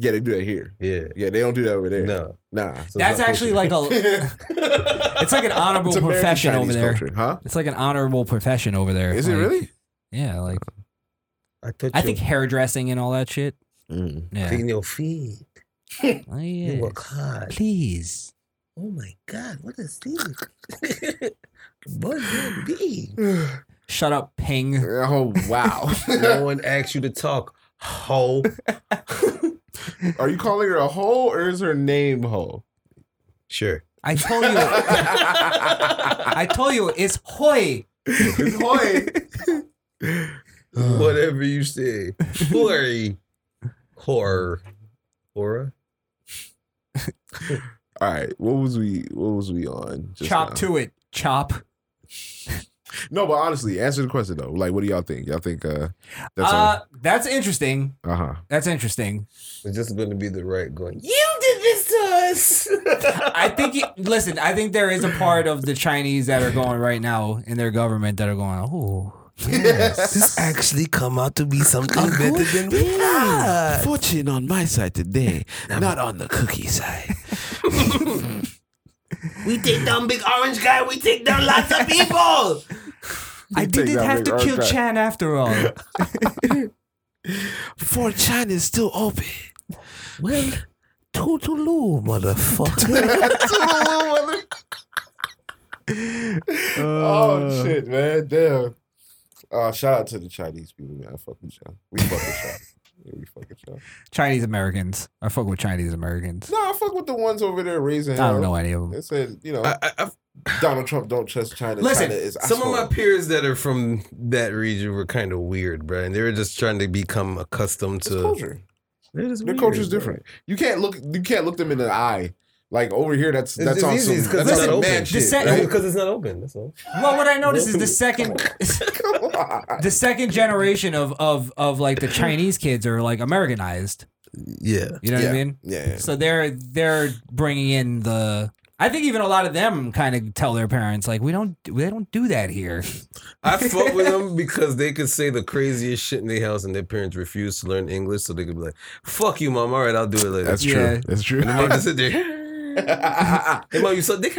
Speaker 3: Yeah, they do that here.
Speaker 4: Yeah.
Speaker 3: Yeah, they don't do that over there.
Speaker 4: No.
Speaker 3: Nah.
Speaker 4: So it's
Speaker 5: that's
Speaker 4: not
Speaker 5: actually
Speaker 4: culture.
Speaker 5: like a. It's like an honorable
Speaker 3: It's American
Speaker 5: profession over
Speaker 3: Chinese
Speaker 5: there.
Speaker 3: culture, huh?
Speaker 5: It's like an honorable profession over there.
Speaker 3: Is it
Speaker 5: Like,
Speaker 3: really?
Speaker 5: Yeah, like
Speaker 4: I touch
Speaker 5: I think hairdressing and all that shit.
Speaker 3: Mm.
Speaker 4: your,
Speaker 5: Yeah.
Speaker 4: clean your feet.
Speaker 5: Oh,
Speaker 4: You
Speaker 5: yeah.
Speaker 4: work hard.
Speaker 5: Please.
Speaker 4: Oh my God, what is this? Buzz B.
Speaker 5: mm. Shut up, Ping.
Speaker 3: Oh wow!
Speaker 4: No one asked you to talk. Ho.
Speaker 3: Are you calling her a hoe or is her name hoe?
Speaker 4: Sure.
Speaker 5: I told you. I told you it's Hoi.
Speaker 3: It's hoy.
Speaker 4: Whatever you say. Horror. Horror. Horror.
Speaker 3: All right, what was we? What was we on? just
Speaker 5: Chop
Speaker 4: uh,
Speaker 3: now?
Speaker 5: to it. Chop.
Speaker 3: No, but honestly, answer the question though. Like, what do y'all think? Y'all think uh, that's
Speaker 5: uh, that's interesting.
Speaker 3: uh huh.
Speaker 5: That's interesting.
Speaker 4: It's just going to be the right going.
Speaker 5: I think. He, listen, I think there is a part of the Chinese that are going right now in their government that are going. Oh,
Speaker 4: This actually come out to be something better than
Speaker 12: Fortune on my side today, not on the cookie side.
Speaker 4: We take down big orange guy. We take down lots of people.
Speaker 5: I
Speaker 3: take
Speaker 5: didn't
Speaker 3: that big
Speaker 5: have to kill
Speaker 3: archive.
Speaker 5: Chan after all.
Speaker 12: For China is still open.
Speaker 4: well, toodaloo, motherfucker.
Speaker 3: oh shit, man! Damn. Uh, shout out to the Chinese people, man. I fuck with y'all. We fuck with y'all. Yeah, we fuck with y'all.
Speaker 5: Chinese Americans. I fuck with Chinese Americans.
Speaker 3: No, I fuck with the ones over there raising.
Speaker 5: I don't
Speaker 3: hell.
Speaker 5: know any of them.
Speaker 3: They said, you know,
Speaker 4: I, I, I've-
Speaker 3: Donald Trump don't trust China.
Speaker 5: Listen,
Speaker 3: China is
Speaker 4: some of
Speaker 3: asshole.
Speaker 4: my peers that are from that region were kind of weird, bro, and they were just trying to become accustomed
Speaker 3: It's
Speaker 4: to.
Speaker 3: culture.
Speaker 4: They're just
Speaker 3: Their
Speaker 4: weird,
Speaker 3: culture's
Speaker 4: bro.
Speaker 3: different. You can't look. You can't look them in the eye. Like over here, that's
Speaker 4: It's-
Speaker 3: that's
Speaker 4: it's
Speaker 3: on
Speaker 4: easy, it's
Speaker 3: some
Speaker 4: 'cause
Speaker 3: that's
Speaker 4: it's
Speaker 3: on
Speaker 4: not
Speaker 3: some
Speaker 4: open.
Speaker 3: mad shit.
Speaker 5: Just say-
Speaker 4: Right?
Speaker 3: right?
Speaker 4: Because it's not open. That's all.
Speaker 5: Well, what I noticed is the second,
Speaker 3: Come on.
Speaker 5: the second generation of of of like the Chinese kids are like Americanized.
Speaker 4: Yeah.
Speaker 5: You know what I mean?
Speaker 3: Yeah, yeah.
Speaker 5: So they're they're bringing in the I think even a lot of them kind of tell their parents like we don't they don't do that here.
Speaker 7: I fuck with them because they could say the craziest shit in their house, and their parents refuse to learn English, so they could be like, "Fuck you, mom. All right, I'll do it later."
Speaker 3: That's
Speaker 5: Yeah.
Speaker 3: true. That's true.
Speaker 7: And the mom just sit there. hey, mom, you suck dick.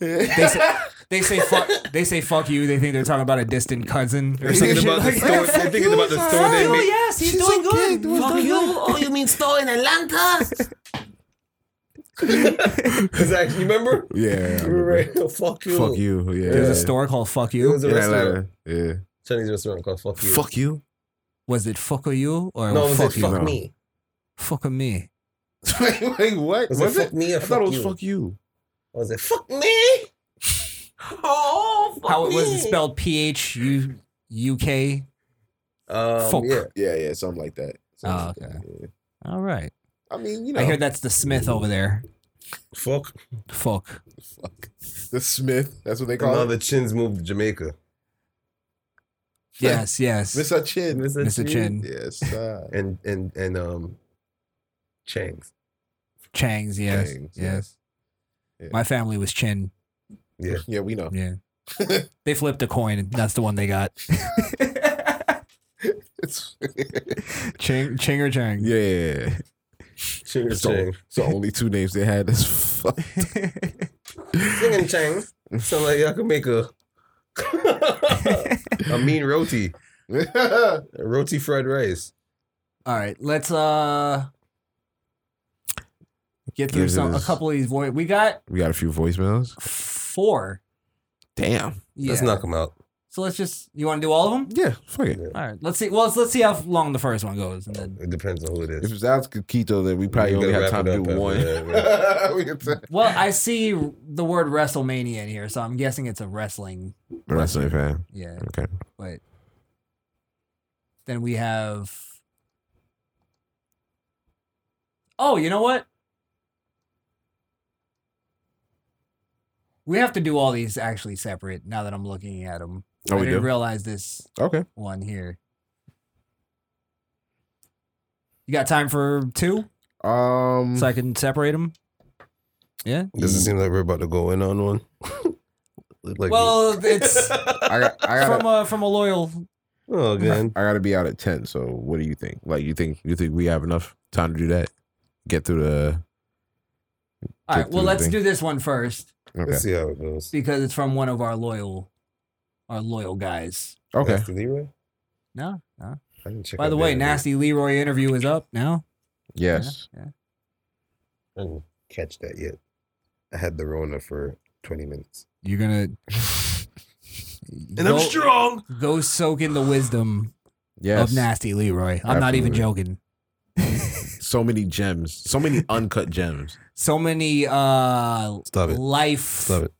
Speaker 5: They say, they say fuck they say fuck you. They think they're talking about a distant cousin or something.
Speaker 7: thinking about the
Speaker 5: like
Speaker 7: store-
Speaker 5: that.
Speaker 7: they're thinking about the
Speaker 5: Fuck
Speaker 7: store they
Speaker 5: you,
Speaker 7: made-
Speaker 5: yes, he's doing good. Fuck you.
Speaker 7: Oh, you mean store in Atlanta? exactly. You remember?
Speaker 3: Yeah.
Speaker 7: Right. Fuck you.
Speaker 3: Fuck you. Yeah.
Speaker 5: There's a store called Fuck
Speaker 7: It
Speaker 5: You.
Speaker 7: was a
Speaker 3: in
Speaker 7: restaurant.
Speaker 3: Atlanta. Yeah.
Speaker 7: Chinese restaurant called Fuck You.
Speaker 3: Fuck you.
Speaker 5: Was it fuck you or
Speaker 7: No, was
Speaker 5: fuck
Speaker 7: it
Speaker 5: you?
Speaker 7: Fuck
Speaker 3: no.
Speaker 7: Me?
Speaker 5: Fuck me.
Speaker 3: wait, wait, what?
Speaker 7: Was,
Speaker 3: Was
Speaker 7: it, Fuck Me or
Speaker 3: I
Speaker 7: Fuck
Speaker 3: thought it was
Speaker 7: You?
Speaker 3: fuck you.
Speaker 7: Or was it Fuck Me? Oh, fuck
Speaker 5: How
Speaker 7: me.
Speaker 5: was it spelled? P H U U K.
Speaker 7: Um,
Speaker 5: Fuck.
Speaker 7: Yeah.
Speaker 3: Yeah, yeah, something like that.
Speaker 5: Oh, okay. All right.
Speaker 3: I mean, you
Speaker 5: I
Speaker 3: know,
Speaker 5: hear that's the Smith over there.
Speaker 7: Fuck.
Speaker 5: Fuck.
Speaker 3: the Smith. That's what they call
Speaker 7: Now
Speaker 3: it.
Speaker 7: the chins moved to Jamaica.
Speaker 5: Yes, yes.
Speaker 3: Mr. Chin.
Speaker 5: Mr. Chin.
Speaker 3: Yes. Uh,
Speaker 7: And and and um, Chang's.
Speaker 5: Chang's, yes.
Speaker 3: Chang's,
Speaker 5: yes.
Speaker 3: yes. Yeah.
Speaker 5: My family was Chin.
Speaker 3: yeah, we know.
Speaker 5: Yeah. they flipped a coin and that's the one they got.
Speaker 3: It's
Speaker 5: Ching Ching or Chang.
Speaker 3: yeah.
Speaker 7: Ching or
Speaker 3: It's the,
Speaker 7: Chang.
Speaker 3: it's the only two names they had. That's fuck.
Speaker 7: Ching and Chang. Sound like y'all could make a a mean roti, a roti fried rice.
Speaker 5: All right, let's uh get through
Speaker 3: Give
Speaker 5: some a
Speaker 3: us-
Speaker 5: couple of these voice. We got
Speaker 3: we got a few voicemails.
Speaker 5: four.
Speaker 3: Damn.
Speaker 5: Yeah.
Speaker 7: Let's knock them out.
Speaker 5: so let's just you want to do all of them?
Speaker 3: Yeah. Fuck it.
Speaker 5: All right, let's see. Well, let's, let's see how long the first one goes, and then.
Speaker 7: It depends on who it
Speaker 3: If
Speaker 7: is.
Speaker 3: it's Alex Coquito, then we probably
Speaker 7: You
Speaker 3: only
Speaker 7: gotta
Speaker 3: have
Speaker 7: wrap
Speaker 3: time
Speaker 7: it
Speaker 3: to do
Speaker 7: up after
Speaker 3: one.
Speaker 7: that,
Speaker 3: we can say-
Speaker 5: Well, I see the word WrestleMania in here, so I'm guessing it's a wrestling.
Speaker 3: Wrestling fan.
Speaker 5: Yeah.
Speaker 3: Okay.
Speaker 5: But then we have. Oh, you know what? We have to do all these actually separate. Now that I'm looking at them,
Speaker 3: Oh,
Speaker 5: I
Speaker 3: we
Speaker 5: didn't
Speaker 3: do?
Speaker 5: realize this
Speaker 3: Okay.
Speaker 5: one here. You got time for two?
Speaker 3: Um.
Speaker 5: so I can separate them. Yeah.
Speaker 7: Does it seem like we're about to go in on one? Look like
Speaker 5: Well, it's
Speaker 3: I got. I got.
Speaker 5: from a from a loyal.
Speaker 7: oh god,
Speaker 3: I gotta be out at ten. So what do you think? Like you think you think we have enough time to do that? Get through the.
Speaker 5: All right.
Speaker 3: Get
Speaker 5: Well,
Speaker 3: through
Speaker 5: let's
Speaker 3: the
Speaker 5: do this one first
Speaker 3: Okay.
Speaker 7: let's see how it goes.
Speaker 5: because it's from one of our loyal, our loyal guys.
Speaker 3: Okay.
Speaker 7: Nasty Leroy.
Speaker 5: No, no.
Speaker 7: I didn't check
Speaker 5: By
Speaker 7: out
Speaker 5: the way,
Speaker 7: that.
Speaker 5: nasty Leroy interview is up now.
Speaker 3: Yes.
Speaker 7: I didn't catch that yet. I had the Rona for twenty minutes.
Speaker 5: You're gonna.
Speaker 7: And
Speaker 5: go,
Speaker 7: I'm strong.
Speaker 5: Go soak in the wisdom
Speaker 3: Yes.
Speaker 5: of nasty Leroy. I'm not even joking.
Speaker 3: so many gems. So many uncut gems.
Speaker 5: So many uh
Speaker 7: Stop it.
Speaker 5: life
Speaker 7: Stop it.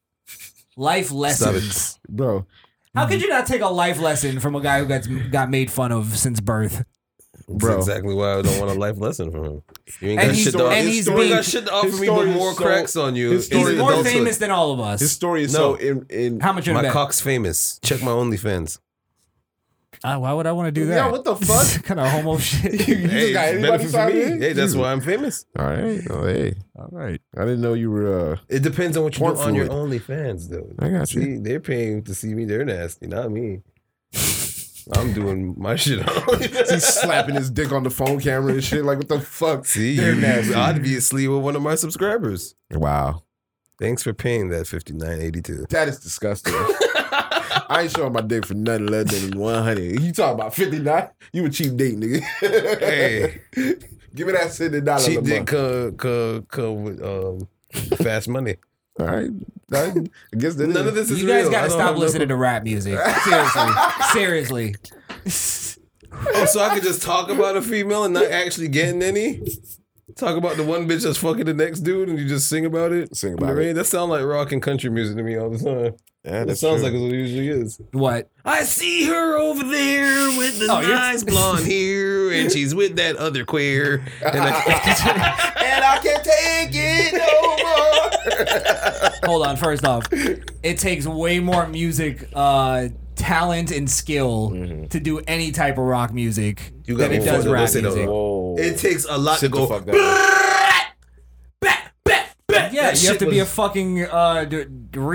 Speaker 5: life
Speaker 7: Stop it.
Speaker 5: lessons.
Speaker 3: Bro.
Speaker 5: How could you not take a life lesson from a guy who got got made fun of since birth?
Speaker 7: That's
Speaker 3: Bro.
Speaker 7: exactly why I don't want a life lesson from him. You ain't
Speaker 5: And
Speaker 7: got
Speaker 5: he's-
Speaker 7: shit to offer.
Speaker 5: and
Speaker 7: You
Speaker 5: he's
Speaker 7: ain't
Speaker 5: being-
Speaker 7: got shit to offer me but
Speaker 3: story is
Speaker 7: more
Speaker 3: so-
Speaker 7: cracks on you.
Speaker 3: his
Speaker 5: He's
Speaker 3: story
Speaker 7: in
Speaker 3: is
Speaker 5: more
Speaker 7: adulthood.
Speaker 5: famous than all of us.
Speaker 3: His story is
Speaker 7: No.
Speaker 3: so in, in
Speaker 5: How much in
Speaker 7: My
Speaker 5: bet?
Speaker 7: cock's famous. Check my OnlyFans.
Speaker 5: Uh, why would I want to do that?
Speaker 3: Yeah, what the fuck?
Speaker 5: kind of homo shit.
Speaker 7: Hey,
Speaker 3: got
Speaker 7: it's
Speaker 3: anybody
Speaker 7: benefit for
Speaker 3: signed
Speaker 7: me.
Speaker 3: in?
Speaker 7: Hey, that's
Speaker 3: You.
Speaker 7: why I'm famous.
Speaker 3: All right. Oh, hey.
Speaker 5: all right.
Speaker 3: I didn't know you were. uh
Speaker 7: It depends on what you
Speaker 3: Porn
Speaker 7: do on your OnlyFans, though.
Speaker 3: I got you.
Speaker 7: See, they're paying to see me. They're nasty, not me. I'm doing my shit on
Speaker 3: He's
Speaker 7: OnlyFans.
Speaker 3: slapping his dick on the phone camera and shit. Like what the fuck?
Speaker 7: See,
Speaker 3: They're
Speaker 7: you
Speaker 3: nasty.
Speaker 7: obviously were one of my subscribers.
Speaker 3: Wow.
Speaker 7: Thanks for paying that fifty nine eighty two.
Speaker 3: That is disgusting. I ain't showing my dick for nothing less than 100. You talking about 59? You a cheap date, nigga.
Speaker 7: Hey.
Speaker 3: Give me that $70
Speaker 7: She
Speaker 3: a
Speaker 7: did
Speaker 3: month.
Speaker 7: come come come with um, fast money.
Speaker 3: All right. I guess that
Speaker 7: None of this is
Speaker 5: You guys
Speaker 7: real.
Speaker 5: got
Speaker 7: I
Speaker 5: to
Speaker 7: don't
Speaker 5: stop
Speaker 7: have no-
Speaker 5: listening to rap music. Seriously. Seriously.
Speaker 7: Oh, so I could just talk about a female and not actually getting any? Talk about the one bitch that's fucking the next dude and you just sing about it?
Speaker 3: Sing
Speaker 7: In
Speaker 3: about
Speaker 7: the
Speaker 3: it.
Speaker 7: rain? That sounds like rock and country music to me all the time.
Speaker 3: Yeah,
Speaker 7: That
Speaker 3: that's
Speaker 7: sounds
Speaker 3: true.
Speaker 7: like what it usually is.
Speaker 5: What?
Speaker 7: I see her over there with the
Speaker 5: Oh, you're-
Speaker 7: nice blonde hair and she's with that other queer. And I,
Speaker 3: And I can't take it no more.
Speaker 5: Hold on. First off, it takes way more music uh, talent and skill to do any type of rock music
Speaker 7: You got
Speaker 5: than it
Speaker 7: me
Speaker 5: does
Speaker 7: fucked up. Don't
Speaker 5: rap
Speaker 7: say no.
Speaker 5: music.
Speaker 3: Whoa.
Speaker 7: it takes a lot to
Speaker 3: Sit the
Speaker 7: go.
Speaker 3: fuck down.
Speaker 7: "Brrrr, bat, bat, bat, bat."
Speaker 5: Yeah, that. You have
Speaker 9: shit
Speaker 5: to be a
Speaker 9: was-
Speaker 5: fucking uh, d- d-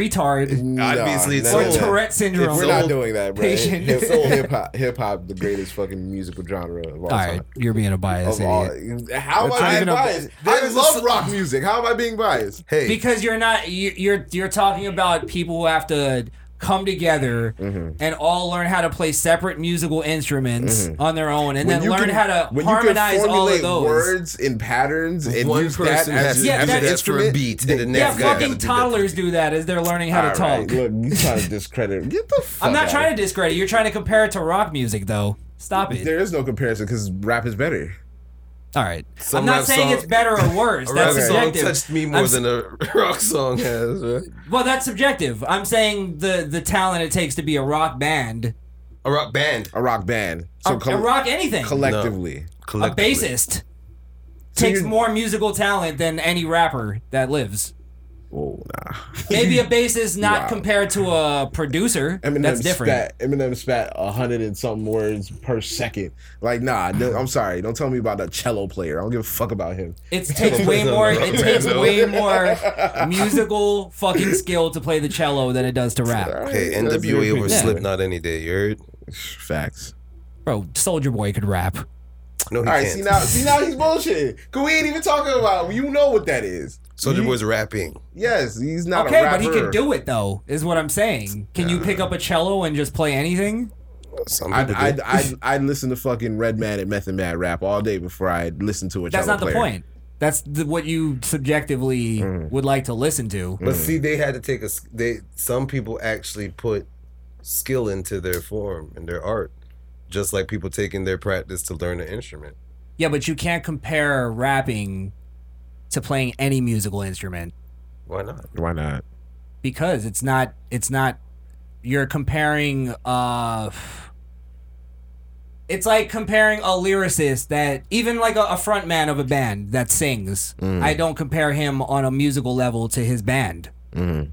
Speaker 5: retard
Speaker 7: Obviously, it's
Speaker 5: or
Speaker 7: old.
Speaker 5: Tourette syndrome.
Speaker 3: We're not doing that, bro.
Speaker 5: patient.
Speaker 3: Hip hip hop, hip hop, the greatest fucking musical genre of all
Speaker 5: All
Speaker 3: time.
Speaker 5: right, you're being a biased
Speaker 3: Of
Speaker 5: idiot.
Speaker 3: all, how am
Speaker 5: That's not
Speaker 3: I being
Speaker 5: even a-
Speaker 3: biased?
Speaker 5: There
Speaker 3: I
Speaker 5: is a
Speaker 3: love
Speaker 5: s-
Speaker 3: rock music. How am I being biased?
Speaker 7: Hey,
Speaker 5: because you're not you, you're you're talking about people who have to come together
Speaker 3: Mm-hmm.
Speaker 5: and all learn how to play separate musical instruments on their own
Speaker 3: When
Speaker 5: and then
Speaker 3: you
Speaker 5: learn
Speaker 3: can-
Speaker 5: how to
Speaker 3: when
Speaker 5: harmonize
Speaker 3: you can
Speaker 5: all of
Speaker 3: formulate
Speaker 5: those.
Speaker 3: words in patterns and
Speaker 7: one
Speaker 3: use that
Speaker 7: person has
Speaker 3: as,
Speaker 7: to
Speaker 5: Yeah,
Speaker 7: do
Speaker 3: as
Speaker 5: that-
Speaker 3: an
Speaker 7: that for a
Speaker 3: instrument,
Speaker 7: beat, and the
Speaker 5: Yeah,
Speaker 7: next guy
Speaker 5: fucking
Speaker 7: gotta do that.
Speaker 5: toddlers do that as they're learning how to
Speaker 3: All right,
Speaker 5: talk.
Speaker 3: Look, you trying to discredit? Get the fuck
Speaker 5: I'm not
Speaker 3: out
Speaker 5: trying
Speaker 3: of
Speaker 5: to discredit. You're trying to compare it to rock music, though. Stop it.
Speaker 3: There is no comparison because rap is better.
Speaker 5: All right.
Speaker 7: Some
Speaker 5: I'm not
Speaker 7: rap
Speaker 5: saying
Speaker 7: song-
Speaker 5: it's better or worse.
Speaker 7: A
Speaker 5: That's
Speaker 7: rap song
Speaker 5: subjective.
Speaker 7: touched me more
Speaker 5: I'm s-
Speaker 7: than a rock song has. Right?
Speaker 5: well, that's subjective. I'm saying the the talent it takes to be a rock band,
Speaker 7: A rock band.
Speaker 3: A rock band,
Speaker 5: a,
Speaker 3: so col-
Speaker 5: a rock anything,
Speaker 3: collectively.
Speaker 5: a
Speaker 7: collectively.
Speaker 5: bassist takes
Speaker 3: you're-
Speaker 5: more musical talent than any rapper that lives.
Speaker 7: Oh,
Speaker 3: Whoa, nah.
Speaker 5: Maybe a bassist not
Speaker 3: Wow.
Speaker 5: compared to a producer.
Speaker 3: Eminem
Speaker 5: that's different.
Speaker 3: spat. Eminem spat a hundred and something words per second. Like, nah, no, I'm sorry. Don't tell me about a cello player. I don't give a fuck about him.
Speaker 5: It takes way more. It takes way more musical fucking skill to play the cello than it does to rap.
Speaker 7: Hey,
Speaker 3: That's
Speaker 7: NWA
Speaker 3: your
Speaker 7: over
Speaker 3: opinion.
Speaker 7: Slipknot any day. You heard?
Speaker 3: Facts.
Speaker 5: Bro, Soldier Boy could rap.
Speaker 7: No, he
Speaker 3: All right,
Speaker 7: can't.
Speaker 3: see now, see now he's bullshitting. Cause we ain't even talking about. You know what that is?
Speaker 7: Soldier Boy's rapping.
Speaker 3: Yes, he's not
Speaker 5: Okay,
Speaker 3: a rapper.
Speaker 5: but he could do it though, is what I'm saying. Can you pick up a cello and just play anything?
Speaker 7: Some
Speaker 3: I'd,
Speaker 7: people do.
Speaker 3: I'd, I'd, I'd listen to fucking Redman and Method Man rap all day before I'd listen to a
Speaker 5: That's
Speaker 3: cello
Speaker 5: not the
Speaker 3: player. Mm.
Speaker 5: point. That's the, what you subjectively would like to listen to.
Speaker 7: But see, they had to take a. s- They some people actually put skill into their form and their art, just like people taking their practice to learn an instrument.
Speaker 5: Yeah, but you can't compare rapping to playing any musical instrument
Speaker 7: Why not?
Speaker 3: Why not?
Speaker 5: because it's not it's not you're comparing uh it's like comparing a lyricist that even like a, a front man of a band that sings.
Speaker 7: Mm.
Speaker 5: I don't compare him on a musical level to his band.
Speaker 7: Mm.
Speaker 3: Mhm.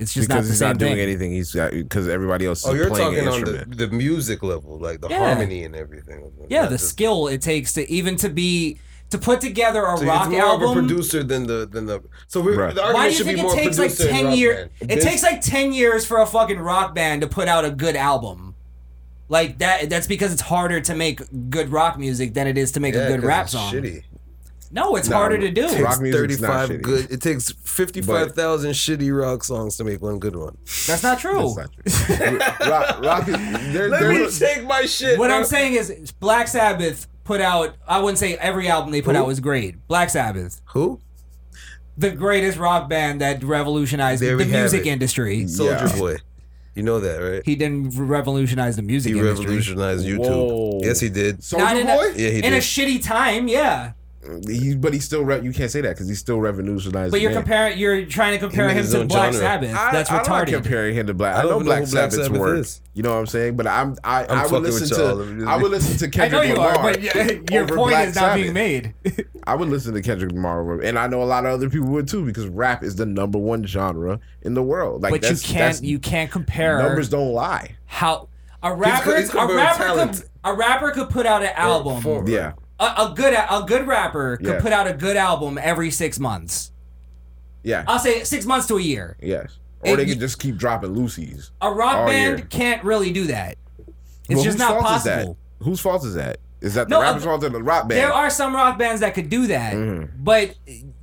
Speaker 5: It's just
Speaker 3: Because
Speaker 5: not the
Speaker 3: he's
Speaker 5: same
Speaker 3: not doing
Speaker 5: thing.
Speaker 3: anything. He's got because everybody else is
Speaker 7: Oh, you're
Speaker 3: playing
Speaker 7: talking
Speaker 3: an
Speaker 7: on
Speaker 3: instrument.
Speaker 7: the, the music level, like the
Speaker 5: Yeah.
Speaker 7: harmony and everything.
Speaker 5: Yeah,
Speaker 7: Not
Speaker 5: the
Speaker 7: just-
Speaker 5: skill it takes to even to be to put together a
Speaker 7: So
Speaker 5: rock
Speaker 7: it's more
Speaker 5: album.
Speaker 7: of a producer than the than the. So we're,
Speaker 3: Right.
Speaker 7: the
Speaker 5: Why do
Speaker 7: argument
Speaker 5: you
Speaker 7: should
Speaker 5: think
Speaker 7: be
Speaker 5: it
Speaker 7: more
Speaker 5: takes like
Speaker 7: producer and
Speaker 5: ten
Speaker 7: rock
Speaker 5: years?
Speaker 7: band.
Speaker 5: It takes like ten years for a fucking rock band to put out a good album. Like that. That's because it's harder to make good rock music than it is to make
Speaker 7: Yeah,
Speaker 5: a good
Speaker 7: 'cause
Speaker 5: rap
Speaker 7: it's
Speaker 5: song.
Speaker 7: Shitty.
Speaker 5: No, it's harder to do.
Speaker 3: rock-
Speaker 7: It's
Speaker 3: music's not
Speaker 7: 35
Speaker 3: shitty.
Speaker 7: good. It takes 55,000 shitty rock songs to make one good one.
Speaker 5: That's not true.
Speaker 3: rock, rock is, there,
Speaker 7: Let me
Speaker 3: there's,
Speaker 7: take my shit.
Speaker 5: what I'm
Speaker 7: bro.
Speaker 5: saying is, Black Sabbath put out. I wouldn't say every album they put out was great. Black Sabbath,
Speaker 7: Who?
Speaker 5: the greatest rock band that revolutionized
Speaker 7: There
Speaker 5: the
Speaker 7: we have
Speaker 5: music
Speaker 7: it.
Speaker 5: industry.
Speaker 7: Soldier
Speaker 3: Yeah.
Speaker 7: Boy. You know that, right?
Speaker 5: He didn't revolutionize the music
Speaker 7: He
Speaker 5: industry.
Speaker 7: revolutionized YouTube.
Speaker 3: Whoa.
Speaker 7: Yes, he did.
Speaker 5: Not
Speaker 3: Soldier
Speaker 5: in a-
Speaker 3: Boy.
Speaker 7: Yeah, he
Speaker 5: in a
Speaker 7: did.
Speaker 5: shitty time, yeah.
Speaker 3: He, but he's still re- you can't say that because he's still revolutionized.
Speaker 5: But you're
Speaker 3: man.
Speaker 5: comparing. You're trying to compare
Speaker 7: made
Speaker 5: him
Speaker 7: his
Speaker 5: to
Speaker 7: own
Speaker 5: Black
Speaker 7: genre.
Speaker 5: Sabbath.
Speaker 3: I,
Speaker 5: That's
Speaker 3: I'm not
Speaker 5: retarded.
Speaker 3: comparing him to Black. I,
Speaker 7: I don't
Speaker 3: know
Speaker 7: even know
Speaker 3: Black
Speaker 7: who Black
Speaker 3: Sabbath's
Speaker 7: Sabbath
Speaker 3: work.
Speaker 7: is.
Speaker 3: You know what I'm saying? But I'm I, I would
Speaker 7: fucking with
Speaker 3: listen to
Speaker 7: y'all.
Speaker 3: I would listen to
Speaker 5: I
Speaker 3: Kendrick
Speaker 5: know you
Speaker 3: Lamar.
Speaker 5: are, but y- your
Speaker 3: over
Speaker 5: point
Speaker 3: Black
Speaker 5: is not being
Speaker 3: Sabbath.
Speaker 5: made.
Speaker 3: I would listen to Kendrick Lamar, and I know a lot of other people would too because rap is the number one genre in the world. Like,
Speaker 5: but you
Speaker 3: that's,
Speaker 5: can't.
Speaker 3: that's-
Speaker 5: You can't compare
Speaker 3: numbers don't lie.
Speaker 5: how a rapper.
Speaker 7: he's
Speaker 5: a
Speaker 7: comparing
Speaker 5: rapper could.
Speaker 7: talent.
Speaker 5: A rapper could put out an album.
Speaker 7: form.
Speaker 3: Yeah,
Speaker 5: A, a good. A good rapper could
Speaker 3: Yeah.
Speaker 5: put out a good album every six months.
Speaker 3: yeah,
Speaker 5: I'll say six months to a year.
Speaker 3: yes. Or
Speaker 5: Uh, it-
Speaker 3: they could just keep dropping Lucy's.
Speaker 5: A rock
Speaker 3: All
Speaker 5: band
Speaker 3: year.
Speaker 5: can't really do that. It's
Speaker 3: Well, whose
Speaker 5: just not
Speaker 3: fault is
Speaker 5: possible.
Speaker 3: that? Whose fault is that? Is that the
Speaker 5: No,
Speaker 3: rapper's
Speaker 5: uh,
Speaker 3: fault or the rock band? Mm-hmm.
Speaker 5: There are some rock bands that could do that, but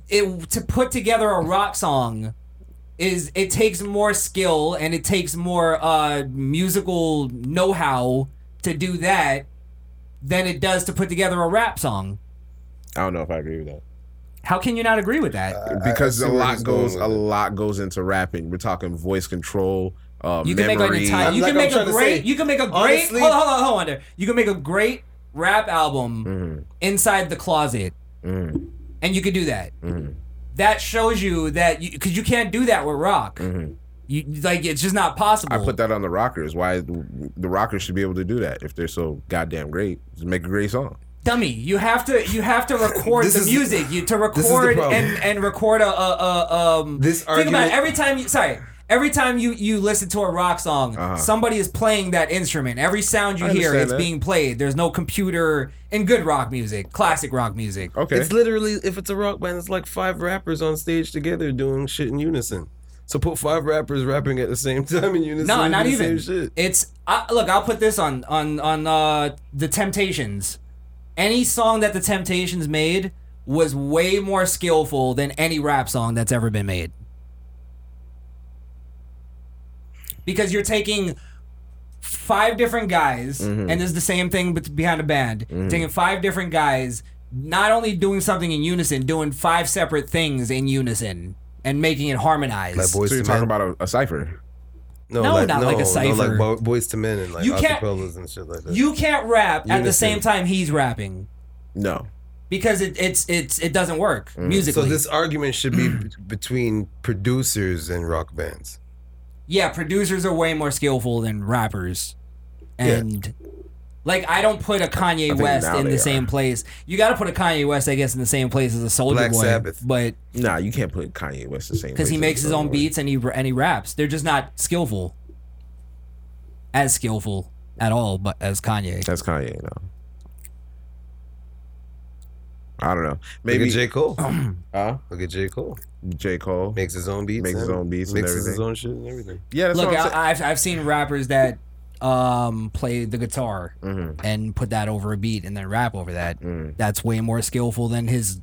Speaker 5: it to put together a rock song is it takes more skill and it takes more uh, musical know-how to do that than it does to put together a rap song.
Speaker 3: I don't know if I agree with that.
Speaker 5: How can you not agree with that?
Speaker 3: because
Speaker 7: I
Speaker 3: a
Speaker 7: see where
Speaker 3: lot
Speaker 7: he's going
Speaker 3: goes
Speaker 7: with
Speaker 3: a
Speaker 7: it.
Speaker 3: lot goes into rapping. We're talking voice control, uh,
Speaker 5: you can
Speaker 3: memory.
Speaker 5: make like an entire. You can
Speaker 7: like I'm
Speaker 5: make a
Speaker 7: trying to
Speaker 5: great.
Speaker 7: say,
Speaker 5: You can make a great.
Speaker 7: honestly-
Speaker 5: hold on, hold on, hold on. There. You can make a great rap album
Speaker 3: Mm-hmm.
Speaker 5: inside the closet, and you could do that.
Speaker 3: Mm-hmm.
Speaker 5: That shows you that because you, can't do that with rock. You like it's just not possible.
Speaker 3: Mm-hmm. I put that on the rockers. Why the rockers should be able to do that if they're so goddamn great? Just make a great song.
Speaker 5: dummy you have to you have to record
Speaker 7: This
Speaker 5: the
Speaker 7: is-
Speaker 5: music you, to
Speaker 7: is the
Speaker 5: record
Speaker 7: problem.
Speaker 5: and and record a, a, a um
Speaker 7: This
Speaker 5: think about it,
Speaker 7: argument-
Speaker 5: every time you sorry every time you you listen to a rock song,
Speaker 3: Uh-huh.
Speaker 5: somebody is playing that instrument. Every sound you
Speaker 3: I
Speaker 5: hear,
Speaker 3: understand
Speaker 5: it's
Speaker 3: that.
Speaker 5: being played. There's no computer in good rock music, classic rock music.
Speaker 3: Okay.
Speaker 7: It's literally if it's a rock band, it's like five rappers on stage together doing shit in unison. So put five rappers rapping at the same time in unison.
Speaker 5: No,
Speaker 7: and
Speaker 5: not
Speaker 7: do the
Speaker 5: even.
Speaker 7: Same shit.
Speaker 5: It's I, look. I'll put this on on on uh, the Temptations. Any song that the Temptations made was way more skillful than any rap song that's ever been made. Because you're taking five different guys, and it's the same thing but behind a band. Taking five different guys, not only doing something in unison, doing five separate things in unison, and making it harmonized.
Speaker 7: Like boys
Speaker 3: So you're
Speaker 7: to men.
Speaker 3: talking about a, a cipher.
Speaker 5: No, not like a
Speaker 7: No,
Speaker 5: cypher.
Speaker 7: like Bo- boys to men and like
Speaker 5: You can't-
Speaker 7: acapellas and shit like that.
Speaker 5: You can't rap at the
Speaker 7: Unison.
Speaker 5: same time he's rapping.
Speaker 3: No.
Speaker 5: because it, it's it's it doesn't work musically.
Speaker 7: so this argument should be b- between producers and rock bands.
Speaker 5: yeah, producers are way more skillful than rappers, and like I don't put a Kanye
Speaker 3: think
Speaker 5: West
Speaker 3: now
Speaker 5: in
Speaker 3: they
Speaker 5: the
Speaker 3: are.
Speaker 5: same place. You got to put a Kanye West, I guess, in the same place as a Soldier
Speaker 7: Black
Speaker 5: Boy,
Speaker 7: Sabbath.
Speaker 5: but
Speaker 3: Nah, you can't put Kanye West the same
Speaker 5: because he
Speaker 3: place as
Speaker 5: makes his
Speaker 3: Lil
Speaker 5: own
Speaker 3: Wayne.
Speaker 5: beats and he and he raps, they're just not skillful, as skillful at all, but as Kanye.
Speaker 3: That's Kanye, no. I don't know.
Speaker 7: Look
Speaker 3: Maybe Um.
Speaker 7: at J. Cole.
Speaker 3: Huh?
Speaker 7: Look at J. Cole.
Speaker 3: J. Cole.
Speaker 7: Makes his own beats.
Speaker 3: Makes his
Speaker 7: and
Speaker 3: own beats and
Speaker 7: Mixes his
Speaker 3: everything.
Speaker 7: own shit and everything.
Speaker 3: yeah, that's
Speaker 5: Look,
Speaker 3: what I'm saying.
Speaker 5: I, I've I've seen rappers that um play the guitar and put that over a beat and then rap over that.
Speaker 3: Mm-hmm,
Speaker 5: That's way more skillful than his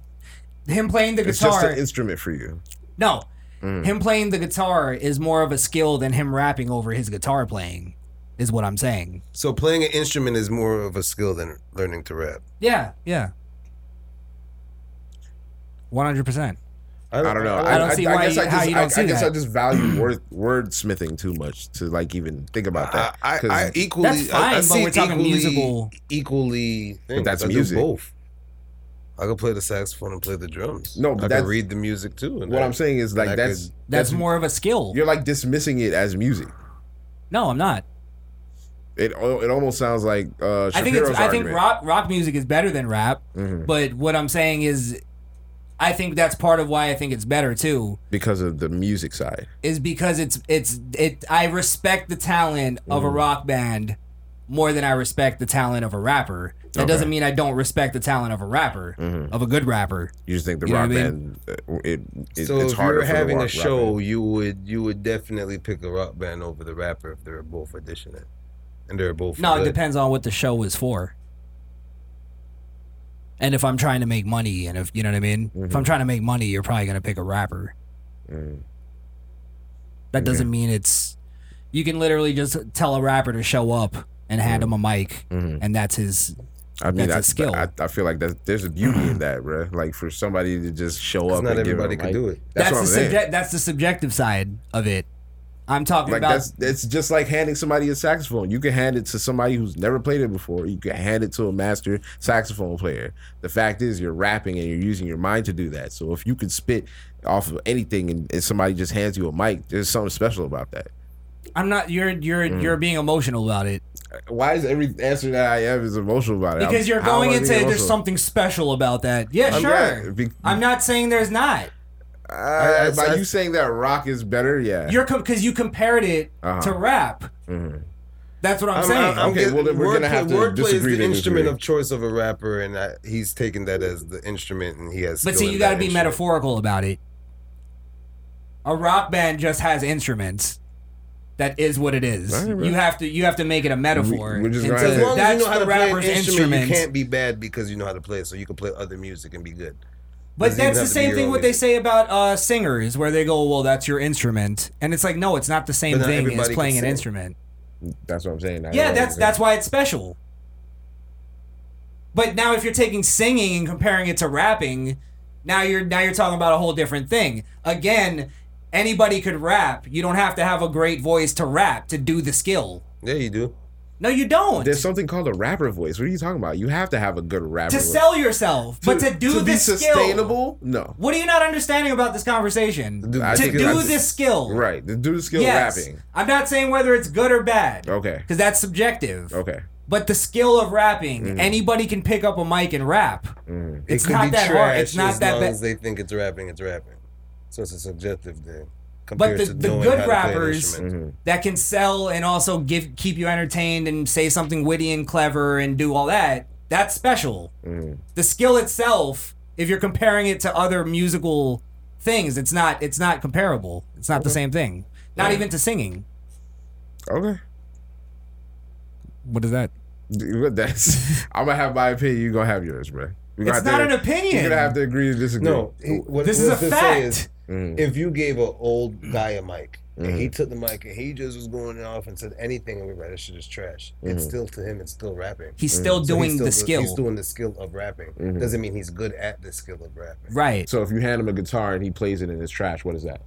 Speaker 5: him playing the
Speaker 3: It's Mm. just
Speaker 5: guitar.
Speaker 3: an instrument for you.
Speaker 5: no, him playing the guitar is more of a skill than him rapping over his guitar playing. Is what I'm saying.
Speaker 7: So playing an instrument is more of a skill than learning to rap.
Speaker 5: Yeah, yeah. One hundred percent.
Speaker 3: I don't know.
Speaker 5: I don't see why
Speaker 3: guess
Speaker 5: you-
Speaker 3: I just,
Speaker 5: how you don't
Speaker 3: I,
Speaker 5: see
Speaker 3: I guess
Speaker 5: that.
Speaker 3: I just value word wordsmithing too much to like even think about that.
Speaker 7: I, I,
Speaker 3: 'Cause-
Speaker 7: I equally.
Speaker 5: That's
Speaker 7: I- I
Speaker 5: fine, but
Speaker 7: see
Speaker 5: we're talking
Speaker 7: equally-
Speaker 5: musical.
Speaker 7: Equally, things.
Speaker 3: that's
Speaker 7: I do
Speaker 3: music.
Speaker 7: Both. I could play the saxophone and play the drums.
Speaker 3: No,
Speaker 7: I
Speaker 3: but
Speaker 7: could
Speaker 3: that's-
Speaker 7: read the music too. and
Speaker 3: what
Speaker 7: I-
Speaker 3: I'm saying is
Speaker 7: I
Speaker 3: like
Speaker 7: could-
Speaker 3: that's
Speaker 5: That's more of a skill.
Speaker 3: you're like dismissing it as music.
Speaker 5: No, I'm not.
Speaker 3: It al- it almost sounds like uh, Shapiro's
Speaker 5: I think it's, I think
Speaker 3: argument. Mm-hmm.
Speaker 5: rock rock music is better than rap. But what I'm saying is, I think that's part of why I think it's better too,
Speaker 3: because of the music side.
Speaker 5: is because it's it's it. I respect the talent of a rock band more than I respect the talent of a rapper. That doesn't mean I don't respect the talent of a rapper,
Speaker 3: Mm.
Speaker 7: Mm-hmm.
Speaker 5: of a good rapper.
Speaker 3: You just think the
Speaker 5: You know
Speaker 3: rock
Speaker 5: what I
Speaker 3: band uh, it, it
Speaker 7: so
Speaker 3: it's
Speaker 7: if
Speaker 3: harder for
Speaker 7: you're
Speaker 3: the
Speaker 7: having
Speaker 3: rock-
Speaker 7: a
Speaker 3: rock
Speaker 7: show,
Speaker 3: band.
Speaker 7: you would you would definitely pick a rock band over the rapper if they're both auditioning, and they're both
Speaker 5: No, it
Speaker 7: good.
Speaker 5: depends on what the show is for. And if I'm trying to make money, and if you know what I mean, if I'm trying to make money, you're probably gonna pick a rapper. That doesn't mean it's. You can literally just tell a rapper to show up and hand him a mic, and that's his.
Speaker 3: I mean,
Speaker 5: that's a
Speaker 3: I,
Speaker 5: skill.
Speaker 3: I, I feel like that there's a beauty in that, bro. Like for somebody to just show up,
Speaker 7: not
Speaker 3: and give
Speaker 7: everybody
Speaker 3: them, like-
Speaker 7: can do it.
Speaker 3: That's,
Speaker 5: That's,
Speaker 3: what I'm
Speaker 5: the
Speaker 3: saying.
Speaker 5: subject. That's the subjective side of it. I'm talking
Speaker 3: Like
Speaker 5: about.
Speaker 3: that's it's just like handing somebody a saxophone. You can hand it to somebody who's never played it before. You can hand it to a master saxophone player. The fact is, you're rapping and you're using your mind to do that. So if you could spit off of anything and, and somebody just hands you a mic, there's something special about that.
Speaker 5: I'm not. You're you're
Speaker 3: Mm.
Speaker 5: you're being emotional about it
Speaker 3: Why is every answer that I have is emotional about it? I'm-
Speaker 5: because you're
Speaker 3: how am
Speaker 5: going
Speaker 3: I
Speaker 5: into
Speaker 3: being
Speaker 5: there's
Speaker 3: emotional?
Speaker 5: something special about that. Yeah,
Speaker 3: I'm
Speaker 5: sure.
Speaker 3: not- be-
Speaker 5: I'm not saying there's not.
Speaker 3: Uh,
Speaker 7: I-
Speaker 3: by
Speaker 7: I-
Speaker 3: you saying that rock is better, yeah.
Speaker 5: You're because you compared it
Speaker 3: Uh-huh. Mm-hmm.
Speaker 5: to rap. That's what I'm, saying.
Speaker 3: I'm- Okay, well, then we're gonna have to
Speaker 7: wordplay is
Speaker 3: disagree
Speaker 7: the
Speaker 3: to
Speaker 7: instrument
Speaker 3: disagree.
Speaker 7: of choice of a rapper, and I, he's taking that as the instrument, and he has.
Speaker 5: but
Speaker 7: skill
Speaker 5: see,
Speaker 7: in
Speaker 5: you
Speaker 7: that
Speaker 5: got to be
Speaker 7: instrument.
Speaker 5: metaphorical about it. A rock band just has instruments. That is what it is.
Speaker 3: Right, right.
Speaker 5: you have to you have to make it a metaphor.
Speaker 3: we're just
Speaker 5: And
Speaker 3: gonna
Speaker 5: so
Speaker 3: have
Speaker 7: As long as
Speaker 5: that's
Speaker 7: you know how
Speaker 5: the
Speaker 7: to play an
Speaker 5: rapper's
Speaker 7: instrument,
Speaker 5: instrument.
Speaker 7: you can't be bad because you know how to play it. So you can play other music and be good.
Speaker 5: But
Speaker 7: doesn't even
Speaker 5: that's the
Speaker 7: have to be
Speaker 5: same
Speaker 7: your
Speaker 5: thing
Speaker 7: own
Speaker 5: what they
Speaker 7: music.
Speaker 5: say about uh, singers, where they go, "Well, that's your instrument," and it's like, no, it's not the same
Speaker 7: But not
Speaker 5: thing as
Speaker 7: everybody can
Speaker 5: playing an
Speaker 7: sing.
Speaker 5: instrument.
Speaker 3: That's what I'm saying. I
Speaker 5: Yeah,
Speaker 3: don't
Speaker 5: that's
Speaker 3: think-
Speaker 5: that's why it's special. But now if you're taking singing and comparing it to rapping, now you're now you're talking about a whole different thing. Again, anybody could rap. You don't have to have a great voice to rap to do the skill.
Speaker 7: Yeah, you do.
Speaker 5: No, you don't.
Speaker 3: There's something called a rapper voice. What are you talking about? You have to have a good rapper
Speaker 5: to
Speaker 3: voice.
Speaker 5: sell yourself, but to do
Speaker 3: be
Speaker 5: this skill.
Speaker 3: sustainable. No,
Speaker 5: What are you not understanding about this conversation?
Speaker 7: do- I
Speaker 5: to
Speaker 7: think
Speaker 5: do
Speaker 7: it's-
Speaker 5: this skill.
Speaker 3: right? The dude skill
Speaker 5: Yes.
Speaker 3: rapping.
Speaker 5: I'm not saying whether it's good or bad.
Speaker 7: Oh.
Speaker 3: Okay.
Speaker 5: Because that's subjective.
Speaker 3: Okay.
Speaker 5: But the skill of rapping,
Speaker 7: Mm-hmm.
Speaker 5: anybody can pick up a mic and rap. It's
Speaker 3: Mm-hmm.
Speaker 7: it could
Speaker 5: not
Speaker 7: be
Speaker 5: that
Speaker 7: trash
Speaker 5: hard. It's not
Speaker 7: as
Speaker 5: that
Speaker 7: long
Speaker 5: bad.
Speaker 7: as they think it's rapping, it's rapping. So it's a subjective thing. compared
Speaker 5: the-
Speaker 7: to
Speaker 5: the
Speaker 7: knowing
Speaker 5: good
Speaker 7: how to play an
Speaker 5: rappers-
Speaker 7: instrument. Mm-hmm.
Speaker 5: that can sell and also give keep you entertained and say something witty and clever and do all that that's special
Speaker 7: Mm-hmm.
Speaker 5: the skill itself if you're comparing it to other musical things it's not it's not comparable it's not the same thing not even to singing
Speaker 3: Okay.
Speaker 5: what is that
Speaker 3: Dude, That's I'm gonna have my opinion. You're gonna have yours, bro. We're gonna have
Speaker 5: it's not
Speaker 3: to-
Speaker 5: an opinion
Speaker 3: You're gonna have to agree to disagree. Mm.
Speaker 7: No, it- what
Speaker 5: this
Speaker 7: it
Speaker 5: is a
Speaker 7: was to say
Speaker 5: fact Mm-hmm.
Speaker 7: is, if you gave an old guy a mic and he took the mic and he just was going off and said anything and we were like, this shit is trash.
Speaker 5: Mm-hmm.
Speaker 7: It's still to him, it's still rapping.
Speaker 5: he's still
Speaker 7: Mm-hmm. So
Speaker 5: doing
Speaker 7: he's still
Speaker 5: the
Speaker 7: do-
Speaker 5: skill
Speaker 7: He's doing the skill of rapping.
Speaker 3: Mm-hmm.
Speaker 7: Doesn't mean he's good at the skill of rapping.
Speaker 5: right
Speaker 8: So if you hand him a guitar and he plays it and it's trash, what is that?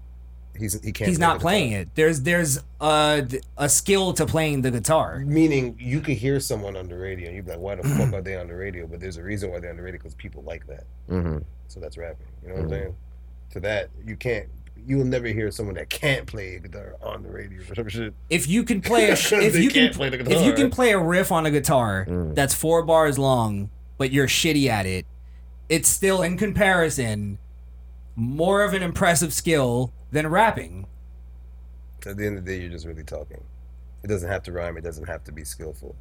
Speaker 7: He's he can't.
Speaker 5: he's not playing it there's there's a, a skill to playing the guitar
Speaker 7: Meaning you could hear someone on the radio and you'd be like, why the fuck
Speaker 5: Mm-hmm.
Speaker 7: are they on the radio? But there's a reason why they're on the radio because people like that.
Speaker 3: Mm-hmm.
Speaker 7: So that's rapping. You know
Speaker 5: Mm-hmm.
Speaker 7: what I'm saying? To that, you can't. You will never hear someone that can't play guitar on the radio or some shit.
Speaker 5: if you can play a sh-
Speaker 7: They
Speaker 5: if you can
Speaker 7: can't play the
Speaker 5: if you
Speaker 7: guitar. Mm.
Speaker 5: can play a riff on a guitar that's four bars long, but you're shitty at it, it's still in comparison more of an impressive skill than rapping.
Speaker 7: At the end of the day, you're just really talking. It doesn't have to rhyme. It doesn't have to be skillful.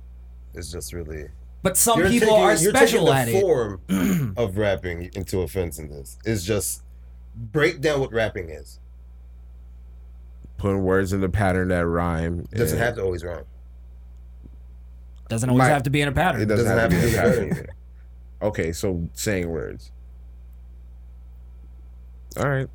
Speaker 7: It's just really.
Speaker 5: But some
Speaker 7: You're
Speaker 5: people
Speaker 7: taking-
Speaker 5: are
Speaker 7: you're
Speaker 5: special
Speaker 7: taking
Speaker 5: at
Speaker 7: the
Speaker 5: it.
Speaker 7: form of rapping into offense in this. It's just break down what rapping is.
Speaker 3: Putting words in the pattern that rhyme.
Speaker 7: It doesn't
Speaker 3: and-
Speaker 7: have to always rhyme.
Speaker 5: Doesn't always
Speaker 3: My-
Speaker 5: have to be in a pattern.
Speaker 3: It
Speaker 7: It
Speaker 3: doesn't, have, to be a
Speaker 7: pattern
Speaker 3: pattern.
Speaker 7: either.
Speaker 3: Okay, so saying words. All right.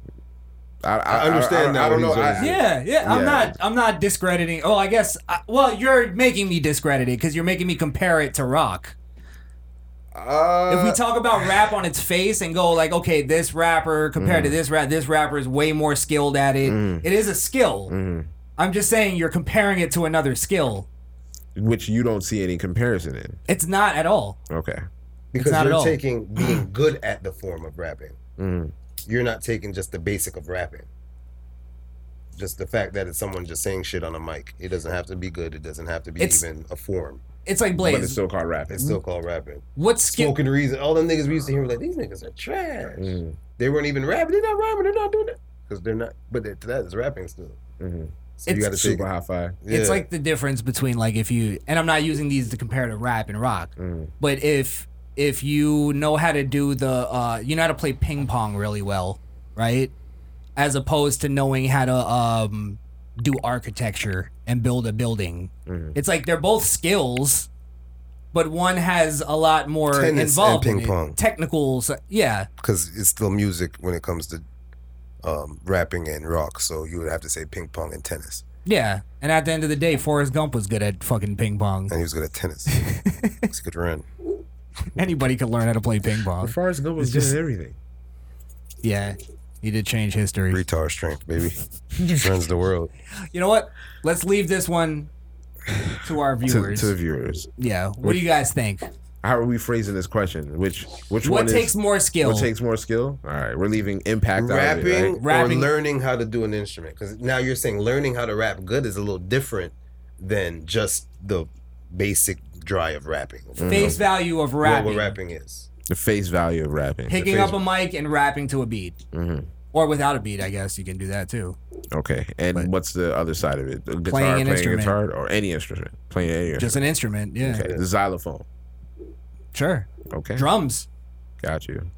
Speaker 3: I, I,
Speaker 7: I understand
Speaker 3: I, I,
Speaker 7: now
Speaker 3: don't
Speaker 7: what
Speaker 3: know.
Speaker 7: he's
Speaker 3: I,
Speaker 7: saying.
Speaker 5: yeah, yeah, I'm
Speaker 3: Yeah.
Speaker 5: not. I'm not discrediting. Oh, I guess. I, well, you're making me discredit it because you're making me compare it to rock.
Speaker 3: uh,
Speaker 5: if we talk about rap on its face and go like, okay, this rapper compared
Speaker 3: Mm.
Speaker 5: to this rap, this rapper is way more skilled at it. It is a skill.
Speaker 3: Mm. Mm-hmm.
Speaker 5: I'm just saying you're comparing it to another skill.
Speaker 3: which you don't see any comparison in.
Speaker 5: It's not at all.
Speaker 3: Okay.
Speaker 7: Because
Speaker 5: not at all.
Speaker 7: you're taking being good at the form of rapping.
Speaker 3: Mm.
Speaker 7: You're not taking just the basic of rapping. Just the fact that it's someone just saying shit on a mic. It doesn't have to be good. It doesn't have to be
Speaker 5: It's- Mm.
Speaker 7: even a form.
Speaker 5: It's like
Speaker 3: But it's
Speaker 5: Blaze.
Speaker 3: still called rapping.
Speaker 7: It's still called rapping.
Speaker 5: What skill?
Speaker 7: Smoking reason. All them niggas we used to hear were like, these niggas are trash.
Speaker 3: Mm.
Speaker 7: They weren't even rapping. They're not rhyming. They're not doing that. Because they're not. But that, that is rapping still.
Speaker 3: Mhm.
Speaker 7: So
Speaker 5: It's
Speaker 7: you got to take.
Speaker 3: Super high five.
Speaker 7: yeah.
Speaker 5: It's like the difference between like if you and I'm not using these to compare to rap and rock,
Speaker 3: Mm.
Speaker 5: but if if you know how to do the uh you know how to play ping pong really well, right? As opposed to knowing how to um do architecture and build a building.
Speaker 7: Mm-hmm.
Speaker 5: It's like they're both skills, but one has a lot more
Speaker 7: Tennis and
Speaker 5: involved in
Speaker 7: ping
Speaker 5: it.
Speaker 7: pong.
Speaker 5: technical. si- Yeah,
Speaker 7: because it's still music when it comes to um, rapping and rock. So you would have to say ping pong and tennis,
Speaker 5: yeah. And at the end of the day, Forrest Gump was good at fucking ping pong.
Speaker 7: and he was good at tennis. 'Cause he could run.
Speaker 5: Anybody could learn how to play ping pong.
Speaker 3: Forrest Gump was just everything.
Speaker 5: Yeah, he did change history.
Speaker 7: Retard strength, baby. Runs the world.
Speaker 5: You know what? Let's leave this one to our
Speaker 3: To,
Speaker 5: viewers.
Speaker 3: to the viewers,
Speaker 5: yeah. What do you guys think?
Speaker 3: how are we phrasing this question? Which which
Speaker 5: What
Speaker 3: one is-
Speaker 5: takes more skill?
Speaker 3: What takes more skill? All right, we're leaving impact out of it,
Speaker 7: Rapping,
Speaker 3: right?
Speaker 5: Rapping-
Speaker 7: or learning how to do an instrument. Because now you're saying learning how to rap good is a little different than just the basic dry of rapping.
Speaker 5: Face value of rapping.
Speaker 7: uh, What, what rapping is.
Speaker 3: The face value of rapping.
Speaker 5: Picking up a mic and rapping to a beat.
Speaker 3: Mhm.
Speaker 5: Or without a beat, I guess you can do that too.
Speaker 3: Okay, and
Speaker 5: But-
Speaker 3: what's the other side of it? The guitar,
Speaker 5: Playing an
Speaker 3: playing,
Speaker 5: instrument.
Speaker 3: guitar, or any instrument, playing any instrument.
Speaker 5: Just an instrument. Yeah.
Speaker 3: Okay, the xylophone.
Speaker 5: Sure.
Speaker 3: Okay,
Speaker 5: Drums.
Speaker 3: got you.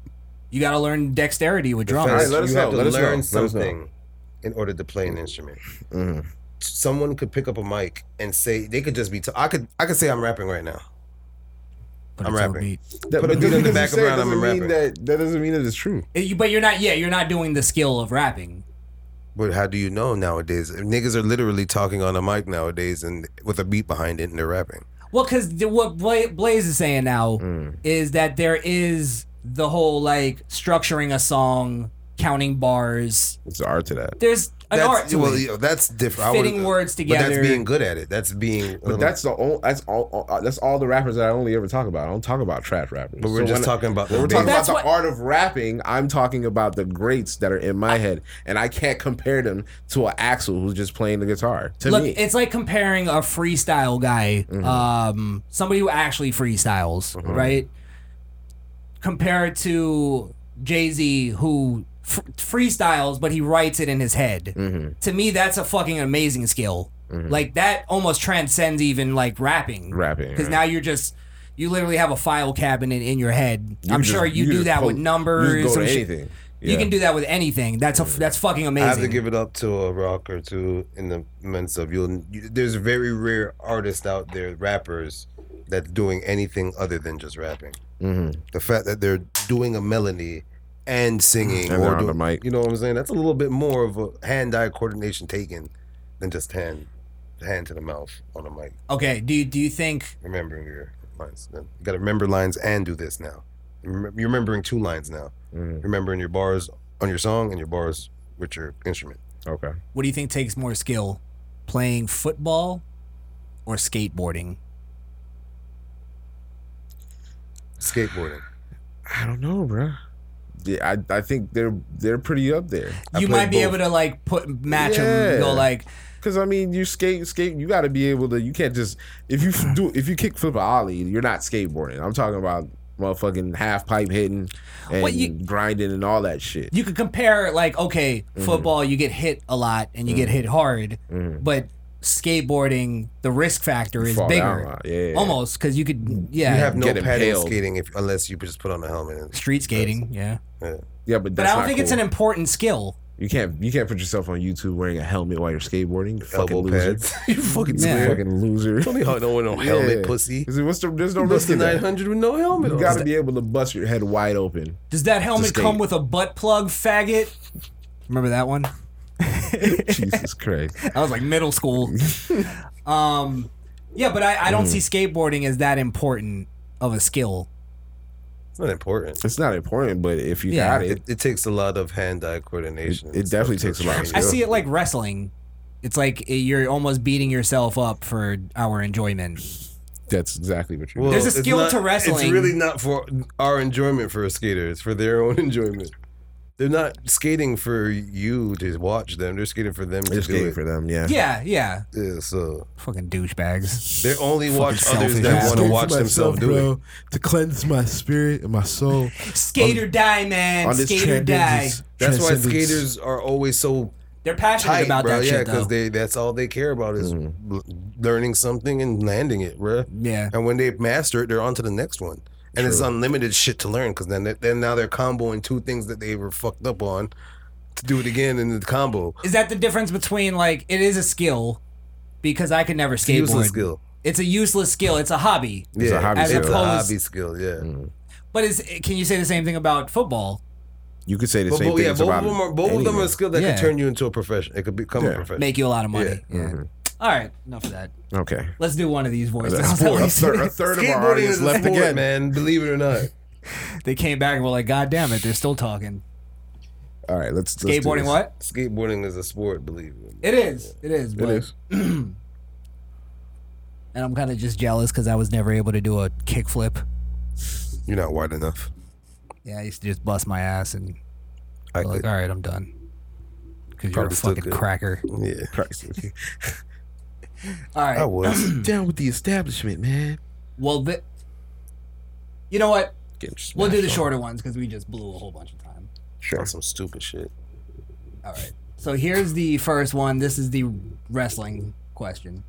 Speaker 5: You got to learn dexterity with drums.
Speaker 3: All right, let us
Speaker 7: you
Speaker 3: know,
Speaker 7: have to
Speaker 3: let us know,
Speaker 7: learn
Speaker 3: let us know.
Speaker 7: something in order to play an instrument.
Speaker 3: Mhm.
Speaker 7: someone could pick up a mic and say they could just be. T- I could I could say I'm rapping right now.
Speaker 5: But
Speaker 7: I'm
Speaker 5: it's on
Speaker 7: rapping.
Speaker 5: beat.
Speaker 3: That,
Speaker 7: Put a beat
Speaker 3: just
Speaker 7: in the
Speaker 3: because you
Speaker 7: back
Speaker 3: say it
Speaker 7: around, I'm a
Speaker 3: doesn't mean
Speaker 7: rapper.
Speaker 3: That, that doesn't mean that it's true.
Speaker 5: Uh, you- But you're not. Yeah, you're not doing the skill of rapping.
Speaker 7: But how do you know nowadays? Niggas are literally talking on a mic nowadays and with a beat behind it and they're rapping.
Speaker 5: Well, because what Bla- Blaze is saying now
Speaker 7: Mm.
Speaker 5: is that there is the whole like structuring a song, counting bars.
Speaker 3: It's the art to that.
Speaker 5: There's an
Speaker 7: that's,
Speaker 5: art to
Speaker 7: well,
Speaker 5: it.
Speaker 7: yeah, that's different. I
Speaker 5: Fitting
Speaker 7: would-
Speaker 5: words
Speaker 7: But
Speaker 5: together.
Speaker 7: that's being good at it. That's being. um,
Speaker 3: But that's the only. That's all, all- That's all the rappers that I only ever talk about. I don't talk about trash rappers.
Speaker 7: But we're
Speaker 3: So
Speaker 7: just
Speaker 3: when-
Speaker 7: talking about.
Speaker 3: When we're
Speaker 7: the
Speaker 3: talking
Speaker 7: basic-
Speaker 3: about
Speaker 5: That's
Speaker 3: the
Speaker 5: what-
Speaker 3: art of rapping, I'm talking about the greats that are in my head, and I can't compare them to an Axel who's just playing the guitar. To
Speaker 5: Look,
Speaker 3: me, Mm-hmm.
Speaker 5: it's like comparing a freestyle guy, um, somebody who actually freestyles, right? Compared to Jay Z, who f- freestyles, but he writes it in his head.
Speaker 3: Mm-hmm.
Speaker 5: To me, that's a fucking amazing skill. Like that almost transcends even like rapping.
Speaker 3: Rapping,
Speaker 5: because
Speaker 3: Mm-hmm. right.
Speaker 5: now you're just you literally have a file cabinet in your head.
Speaker 3: You
Speaker 5: I'm
Speaker 3: just-
Speaker 5: sure you,
Speaker 3: you
Speaker 5: do
Speaker 3: just
Speaker 5: that
Speaker 3: pull-
Speaker 5: with
Speaker 3: you just
Speaker 5: numbers.
Speaker 3: go to
Speaker 5: some shit.
Speaker 3: anything.
Speaker 5: You
Speaker 3: Yeah.
Speaker 5: can do that with anything. That's a f- that's fucking
Speaker 7: I have to
Speaker 5: amazing.
Speaker 7: give it up to a rock or two in the sense of you'll. You, there's very rare artists out there, rappers, that's doing anything other than just rapping.
Speaker 3: Mhm.
Speaker 7: The fact that they're doing a melody and singing,
Speaker 3: And they're on
Speaker 7: doing,
Speaker 3: the mic.
Speaker 7: you know what I'm saying? That's a little bit more of a hand-eye coordination taken than just hand, hand to the mouth on the mic.
Speaker 5: okay, do you, do you think
Speaker 7: Remembering your lines, you got to remember lines and do this now. Remem- You're remembering two lines now.
Speaker 3: Mm-hmm.
Speaker 7: Remembering your bars on your song and your bars with your instrument.
Speaker 3: Okay.
Speaker 5: what do you think takes more skill, playing football or skateboarding?
Speaker 7: Skateboarding.
Speaker 3: I don't know, bro. Yeah, I, I think they're they're pretty up there.
Speaker 5: you
Speaker 7: played
Speaker 5: might be
Speaker 7: both.
Speaker 5: able to like put match them.
Speaker 3: Yeah.
Speaker 5: Go like
Speaker 3: Cause I mean, you skate, skate. You got to be able to. You can't just if you do if you kick flip an ollie, you're not skateboarding. I'm talking about motherfucking half pipe hitting and
Speaker 5: Well, you-
Speaker 3: grinding and all that shit.
Speaker 5: you could compare like okay,
Speaker 3: Mm-hmm.
Speaker 5: football you get hit a lot and you get hit hard, but skateboarding the risk factor is
Speaker 3: Fall down a
Speaker 5: bigger,
Speaker 3: lot, yeah.
Speaker 5: almost because you could yeah
Speaker 7: You have no
Speaker 3: Get
Speaker 7: padding
Speaker 3: impaled.
Speaker 7: skating if unless you just put on a helmet. And,
Speaker 5: street skating yeah.
Speaker 3: Yeah, but
Speaker 5: But
Speaker 3: that's
Speaker 5: I don't
Speaker 3: not
Speaker 5: think it's
Speaker 3: cool.
Speaker 5: an important skill.
Speaker 3: You can't you can't put yourself on YouTube wearing a helmet while you're skateboarding. You fucking
Speaker 7: elbow
Speaker 3: loser.
Speaker 7: pads. you fucking
Speaker 3: You
Speaker 5: Yeah.
Speaker 7: square.
Speaker 3: Fucking loser.
Speaker 7: Tony Hawk don't wear Oh, no helmet, pussy.
Speaker 3: Is it, what's the, there's no
Speaker 7: Bust
Speaker 3: risk
Speaker 7: the
Speaker 3: in that.
Speaker 7: 900 with no helmet
Speaker 3: You
Speaker 7: on.
Speaker 3: got to be able to bust your head wide open.
Speaker 5: Does that helmet
Speaker 3: skate.
Speaker 5: come with a butt plug, faggot? Remember that one?
Speaker 3: Jesus Christ.
Speaker 5: I was like middle school. um, yeah, but I, I don't see
Speaker 7: Mm.
Speaker 5: skateboarding as that important of a skill.
Speaker 7: It's not important.
Speaker 3: It's not important, but if you
Speaker 5: Yeah.
Speaker 3: got it,
Speaker 7: It, it takes a lot of hand-eye coordination.
Speaker 3: It- it definitely takes a lot of
Speaker 5: I
Speaker 3: skill.
Speaker 5: see it like wrestling. It's like eh, you're almost beating yourself up for our enjoyment.
Speaker 3: that's exactly what you're
Speaker 7: Well,
Speaker 5: There's a
Speaker 7: it's
Speaker 5: skill
Speaker 7: not-
Speaker 5: to wrestling.
Speaker 7: It's really not for our enjoyment for a skater. It's for their own enjoyment. They're not skating for you to watch them. They're skating for them to
Speaker 3: Just
Speaker 7: do
Speaker 3: game
Speaker 7: it.
Speaker 3: for them, yeah.
Speaker 5: Yeah, yeah.
Speaker 7: Yeah, so
Speaker 5: Fucking douchebags.
Speaker 7: they only watch others
Speaker 5: selfish
Speaker 7: that
Speaker 5: ass.
Speaker 7: want to watch themselves do it.
Speaker 3: To cleanse my spirit and my soul.
Speaker 5: Skate or die, man. Skate or die.
Speaker 7: That's why skaters are always so
Speaker 5: They're passionate
Speaker 7: tight,
Speaker 5: about
Speaker 7: bro.
Speaker 5: that
Speaker 7: yeah,
Speaker 5: shit, though.
Speaker 7: because they—that's all they care about is l- learning something and landing it, bro.
Speaker 5: yeah.
Speaker 7: And when they master it, they're on to the next one, and it's unlimited shit to learn. Because then, they- then now they're comboing two things that they were fucked up on to do it again in the combo.
Speaker 5: Is that the difference between like it is a skill because I could never skateboard?
Speaker 7: Useless skill.
Speaker 5: It's a useless skill. It's a hobby.
Speaker 3: It's a hobby
Speaker 5: as
Speaker 3: skill. Mm.
Speaker 7: it's a
Speaker 5: opposed-
Speaker 7: hobby skill. Yeah,
Speaker 5: But is can you say the same thing about football?
Speaker 3: You could say the
Speaker 7: but,
Speaker 3: same
Speaker 7: but
Speaker 3: thing
Speaker 7: yeah, both
Speaker 3: about
Speaker 7: of them are both of them are a skill that
Speaker 5: Yeah.
Speaker 7: can turn you into a profession. It could become a profession.
Speaker 5: Make you a lot of money. Yeah. All right, enough of that.
Speaker 3: Okay.
Speaker 5: Let's do one of these voices.
Speaker 3: A third, a third- a third of our
Speaker 7: Skateboarding
Speaker 3: audience
Speaker 7: is a
Speaker 3: left
Speaker 7: sport,
Speaker 3: again.
Speaker 7: man. Believe it or not,
Speaker 5: they came back and were like, "God damn it, they're still talking."
Speaker 3: All right, let's. let's do
Speaker 5: Skateboarding,
Speaker 3: this.
Speaker 5: what?
Speaker 7: skateboarding is a sport. Believe
Speaker 5: It
Speaker 7: it.
Speaker 5: is. It is.
Speaker 3: It
Speaker 5: but-
Speaker 3: is.
Speaker 5: And I'm kind of just jealous because I was never able to do a kickflip.
Speaker 7: You're not wide enough.
Speaker 5: Yeah, I used to just bust my ass and
Speaker 7: I
Speaker 5: be like,
Speaker 7: could.
Speaker 5: "All right, I'm done." Because you're a
Speaker 7: Probably still
Speaker 5: fucking
Speaker 7: could.
Speaker 5: cracker.
Speaker 7: Yeah,
Speaker 5: All right.
Speaker 7: I
Speaker 3: Oh.
Speaker 7: was.
Speaker 3: Down with the establishment, man.
Speaker 5: Well, th- you know what?
Speaker 3: Getting
Speaker 5: We'll do the
Speaker 3: smashed
Speaker 5: shorter ones because we just blew a whole bunch of time.
Speaker 7: On some stupid shit.
Speaker 5: All right. So here's the first one. This is the wrestling question.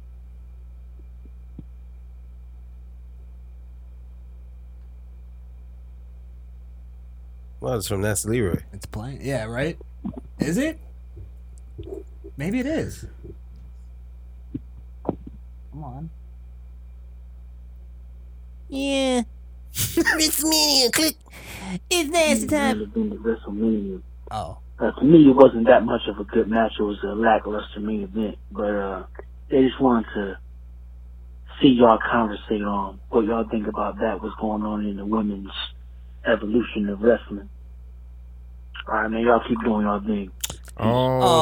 Speaker 7: Well, it's from Nasty Leroy.
Speaker 5: It's playing. Yeah, right? Is it? Maybe it is. Come on.
Speaker 13: Yeah. it's mania. Click. It's nasty time.
Speaker 14: Never been to WrestleMania.
Speaker 5: Oh.
Speaker 14: Uh, for me, it wasn't that much of a good match. It was a lackluster main event, but uh, they just wanted to see y'all conversate on what y'all think about that. What's going on in the women's evolution of wrestling? All right, man, y'all keep doing y'all thing.
Speaker 3: Oh,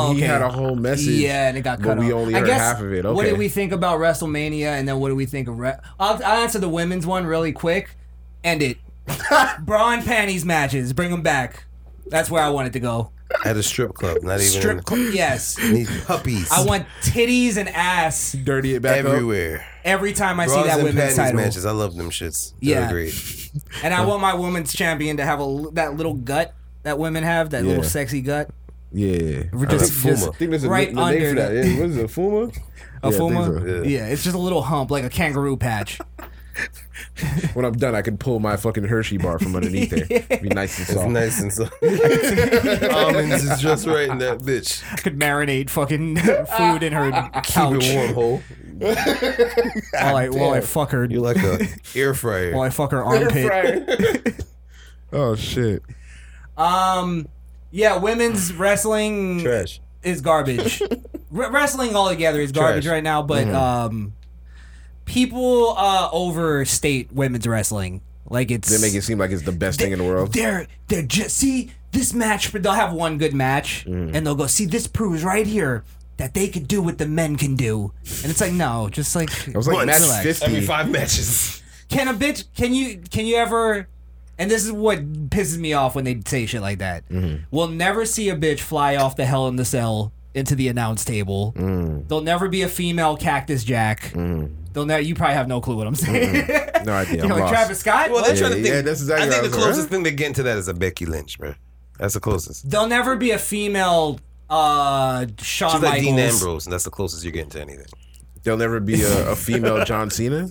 Speaker 5: Oh,
Speaker 3: he
Speaker 5: okay.
Speaker 3: had a whole message.
Speaker 5: Yeah, and it got
Speaker 3: but
Speaker 5: cut
Speaker 3: we
Speaker 5: off.
Speaker 3: only
Speaker 5: I
Speaker 3: heard
Speaker 5: guess,
Speaker 3: half of it.
Speaker 5: What did
Speaker 3: Okay.
Speaker 5: we think about WrestleMania? And then what do we think of. Re- I'll, I'll answer the women's one really quick. End it. Bra and panties matches. Bring them back. That's where I wanted to go.
Speaker 7: At a strip club, not even
Speaker 5: Strip club. Yes.
Speaker 7: Need puppies.
Speaker 5: I want titties and ass
Speaker 3: Dirty it back up.
Speaker 7: everywhere.
Speaker 5: every time I see
Speaker 7: Bras
Speaker 5: that
Speaker 7: and
Speaker 5: women's
Speaker 7: panties
Speaker 5: title.
Speaker 7: matches. I love them shits. They're
Speaker 5: Yeah.
Speaker 7: great.
Speaker 5: And I want my women's champion to have a, l- that little gut that women have, that
Speaker 3: Yeah.
Speaker 5: little sexy gut.
Speaker 3: Yeah.
Speaker 5: We're just-
Speaker 3: Fuma.
Speaker 5: just right
Speaker 3: n- the name
Speaker 5: under
Speaker 3: for
Speaker 5: the-
Speaker 3: that. Yeah, what is it? Fuma? Yeah,
Speaker 5: A
Speaker 3: I think
Speaker 5: fuma?
Speaker 3: so.
Speaker 5: yeah, it's just a little hump, like a kangaroo patch.
Speaker 3: When I'm done, I can pull my fucking Hershey bar from underneath there. Be nice and
Speaker 7: It's
Speaker 3: soft.
Speaker 7: nice and so. Almonds is just right in that bitch.
Speaker 5: I could marinate fucking food in her couch
Speaker 7: Keep it warm, hole.
Speaker 5: while I, while I fuck her
Speaker 7: You like a air fryer.
Speaker 5: while I fuck her armpit.
Speaker 3: Oh shit.
Speaker 5: Um, yeah, women's wrestling
Speaker 7: Trash.
Speaker 5: is garbage. Re- wrestling altogether is garbage
Speaker 7: Trash.
Speaker 5: right now, but
Speaker 3: Mm-hmm.
Speaker 5: um, people uh, overstate women's wrestling. Like it's
Speaker 3: They make it seem like it's the best thing in the world.
Speaker 5: They're they're just see this match, but they'll have one good match,
Speaker 3: Mm.
Speaker 5: and they'll go see this proves right here that they could do what the men can do, and it's like no, just like
Speaker 3: I was like
Speaker 7: Once.
Speaker 3: match
Speaker 7: Every
Speaker 3: fifty.
Speaker 7: five matches.
Speaker 5: can a bitch can you can you ever and this is what pisses me off when they say shit like that we'll never see a bitch fly off the hell in the cell into the announce table there'll never be a female cactus jack they'll never you probably have no clue what i'm saying
Speaker 3: No idea.
Speaker 5: you
Speaker 3: I'm
Speaker 5: know, like
Speaker 3: lost.
Speaker 5: travis scott
Speaker 7: Well, they're
Speaker 5: What?
Speaker 3: Yeah,
Speaker 7: trying to think.
Speaker 3: yeah, that's exactly
Speaker 7: I
Speaker 3: what I
Speaker 7: think the
Speaker 3: was like,
Speaker 7: closest
Speaker 3: huh?
Speaker 7: thing they get into that is a Becky Lynch, bro. That's the closest.
Speaker 5: there'll never be a female uh Shawn
Speaker 7: She's like Dean
Speaker 5: Michaels.
Speaker 7: Ambrose, and that's the closest you're getting to anything.
Speaker 3: There'll never be a, a female John Cena.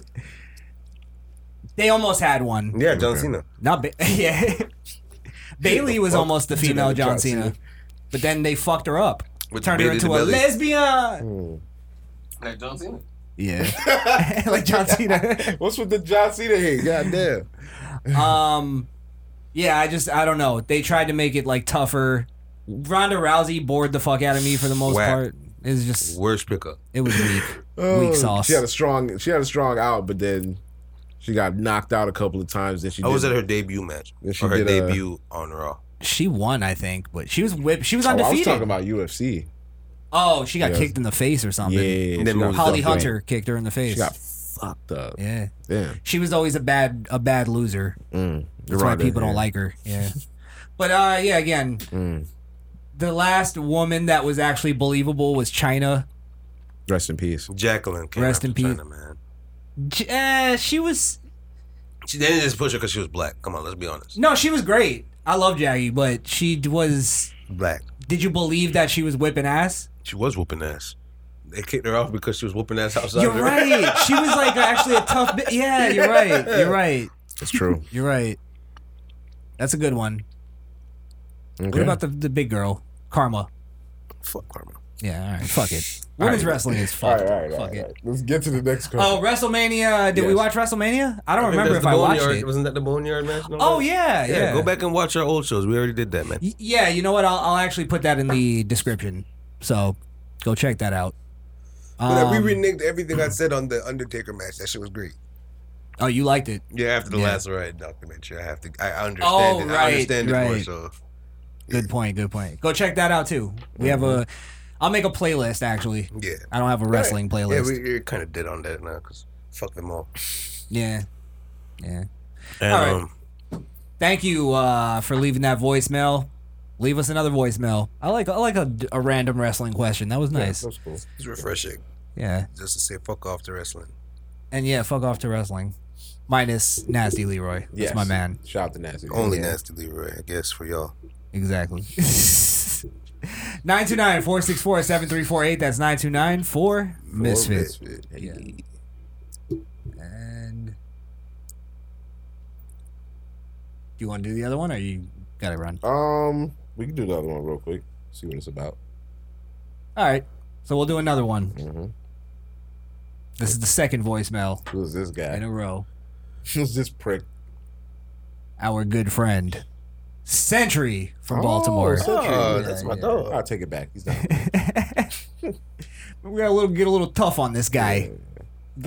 Speaker 5: they almost had one
Speaker 7: Yeah, John Cena.
Speaker 5: not ba- yeah bailey was almost the female john cena but then they fucked her up
Speaker 7: With
Speaker 5: turned
Speaker 7: the
Speaker 5: her
Speaker 7: baby
Speaker 5: into
Speaker 7: to
Speaker 5: a
Speaker 7: belly.
Speaker 5: lesbian
Speaker 4: Like John Cena.
Speaker 5: Yeah. like John Cena.
Speaker 3: What's with the John Cena hate? God damn.
Speaker 5: um, yeah, I just I don't know. They tried to make it like tougher. Ronda Rousey bored the fuck out of me for the most
Speaker 7: Whack.
Speaker 5: part. It was just
Speaker 7: Worst pickup.
Speaker 5: it was weak, weak
Speaker 3: Oh,
Speaker 5: sauce.
Speaker 3: She had a strong. She had a strong out, but then she got knocked out a couple of times. Then she.
Speaker 7: I was at
Speaker 3: didn't.
Speaker 7: her debut match.
Speaker 3: Yeah, she
Speaker 7: or her
Speaker 3: did, uh,
Speaker 7: debut on Raw.
Speaker 5: She won, I think, but she was whipped. She was
Speaker 3: Oh, I was
Speaker 5: undefeated. Oh,
Speaker 3: talking about UFC.
Speaker 5: she got
Speaker 3: Yes.
Speaker 5: kicked in the face or something.
Speaker 3: Yeah, yeah, yeah.
Speaker 7: then
Speaker 3: She got
Speaker 7: moved
Speaker 5: Holly
Speaker 3: fucked up.
Speaker 5: Hunter kicked her in the face.
Speaker 3: She got fucked up.
Speaker 5: yeah,
Speaker 3: Damn.
Speaker 5: she was always a bad a bad loser.
Speaker 3: Mm.
Speaker 5: That's why people don't like her. Yeah. but uh yeah, again,
Speaker 3: Mm.
Speaker 5: the last woman that was actually believable was China.
Speaker 3: Rest in peace.
Speaker 7: Jacqueline. Came
Speaker 5: Rest
Speaker 7: after
Speaker 5: in peace.
Speaker 7: China, man.
Speaker 5: J- uh, she was
Speaker 7: She they didn't just push her because she was black. Come on, let's be honest.
Speaker 5: no, she was great. I love Jackie, but she d- was.
Speaker 7: Black.
Speaker 5: Did you believe that she was whipping ass?
Speaker 7: She was whooping ass. They kicked her off because she was whooping ass outside.
Speaker 5: You're
Speaker 7: of her.
Speaker 5: right. She was like actually a tough. Bi- yeah, you're right. You're right.
Speaker 3: That's true.
Speaker 5: You're right. That's a good one.
Speaker 3: Okay.
Speaker 5: What about the the big girl, Karma?
Speaker 7: Fuck Karma.
Speaker 5: Yeah, all right. Fuck it. Women's wrestling is
Speaker 3: All
Speaker 5: fucked.
Speaker 3: right, all right, all
Speaker 5: Fuck
Speaker 3: right,
Speaker 5: it.
Speaker 3: all right. Let's get to the next question.
Speaker 5: Oh, WrestleMania. Did we
Speaker 3: Yes.
Speaker 5: watch WrestleMania? I don't
Speaker 7: I think
Speaker 5: remember
Speaker 7: that's
Speaker 5: if
Speaker 7: the
Speaker 5: I watched
Speaker 7: Boneyard-
Speaker 5: it.
Speaker 7: Wasn't that the Boneyard match? No,
Speaker 5: Oh
Speaker 7: man?
Speaker 5: yeah, yeah.
Speaker 7: yeah. Go back and watch our old shows. We already did that, man.
Speaker 5: Y- Yeah, you know what? I'll, I'll actually put that in the description. So go check that out.
Speaker 7: But
Speaker 5: Um,
Speaker 7: we reneged everything I said on the Undertaker match. That shit was great.
Speaker 5: oh, you liked it.
Speaker 7: Yeah, after the
Speaker 5: Yeah.
Speaker 7: last ride documentary, I have to. I I understand
Speaker 5: Oh,
Speaker 7: it.
Speaker 5: right,
Speaker 7: I understand it more.
Speaker 5: right.
Speaker 7: So
Speaker 5: Good point. Good point. Go check that out too. We have a. I'll make a playlist actually.
Speaker 7: Mm-hmm. yeah,
Speaker 5: I don't have a wrestling
Speaker 7: yeah,
Speaker 5: playlist.
Speaker 7: we, we're kind of dead on that now because fuck them all.
Speaker 5: yeah. Yeah.
Speaker 7: And,
Speaker 5: All right.
Speaker 7: um,
Speaker 5: Thank you uh, for leaving that voicemail. Leave us another voicemail. I like I like a, a random wrestling question. That was nice.
Speaker 3: That's cool.
Speaker 7: it's refreshing
Speaker 5: Yeah.
Speaker 7: just to say fuck off to wrestling.
Speaker 5: And yeah, fuck off to wrestling. Minus Nasty Leroy. That's
Speaker 3: Yes.
Speaker 5: my man.
Speaker 3: Shout out to Nasty.
Speaker 7: Only nasty Leroy, I guess, for y'all.
Speaker 5: Exactly. 929 464 7348. That's 929 4 Misfit. Yeah. And. Do you want to do the other one or you got to run?
Speaker 3: Um, we can do the other one real quick. See what it's about.
Speaker 5: All right. So we'll do another one.
Speaker 3: Mm-hmm.
Speaker 5: This is the second voicemail
Speaker 3: Who's this
Speaker 5: in
Speaker 3: guy?
Speaker 5: a row.
Speaker 3: Who's this prick?
Speaker 5: Our good friend, Sentry from Baltimore.
Speaker 7: Oh, that's my dog.
Speaker 3: I'll take it back. He's not.
Speaker 5: we got a little get a little tough on this guy. Get a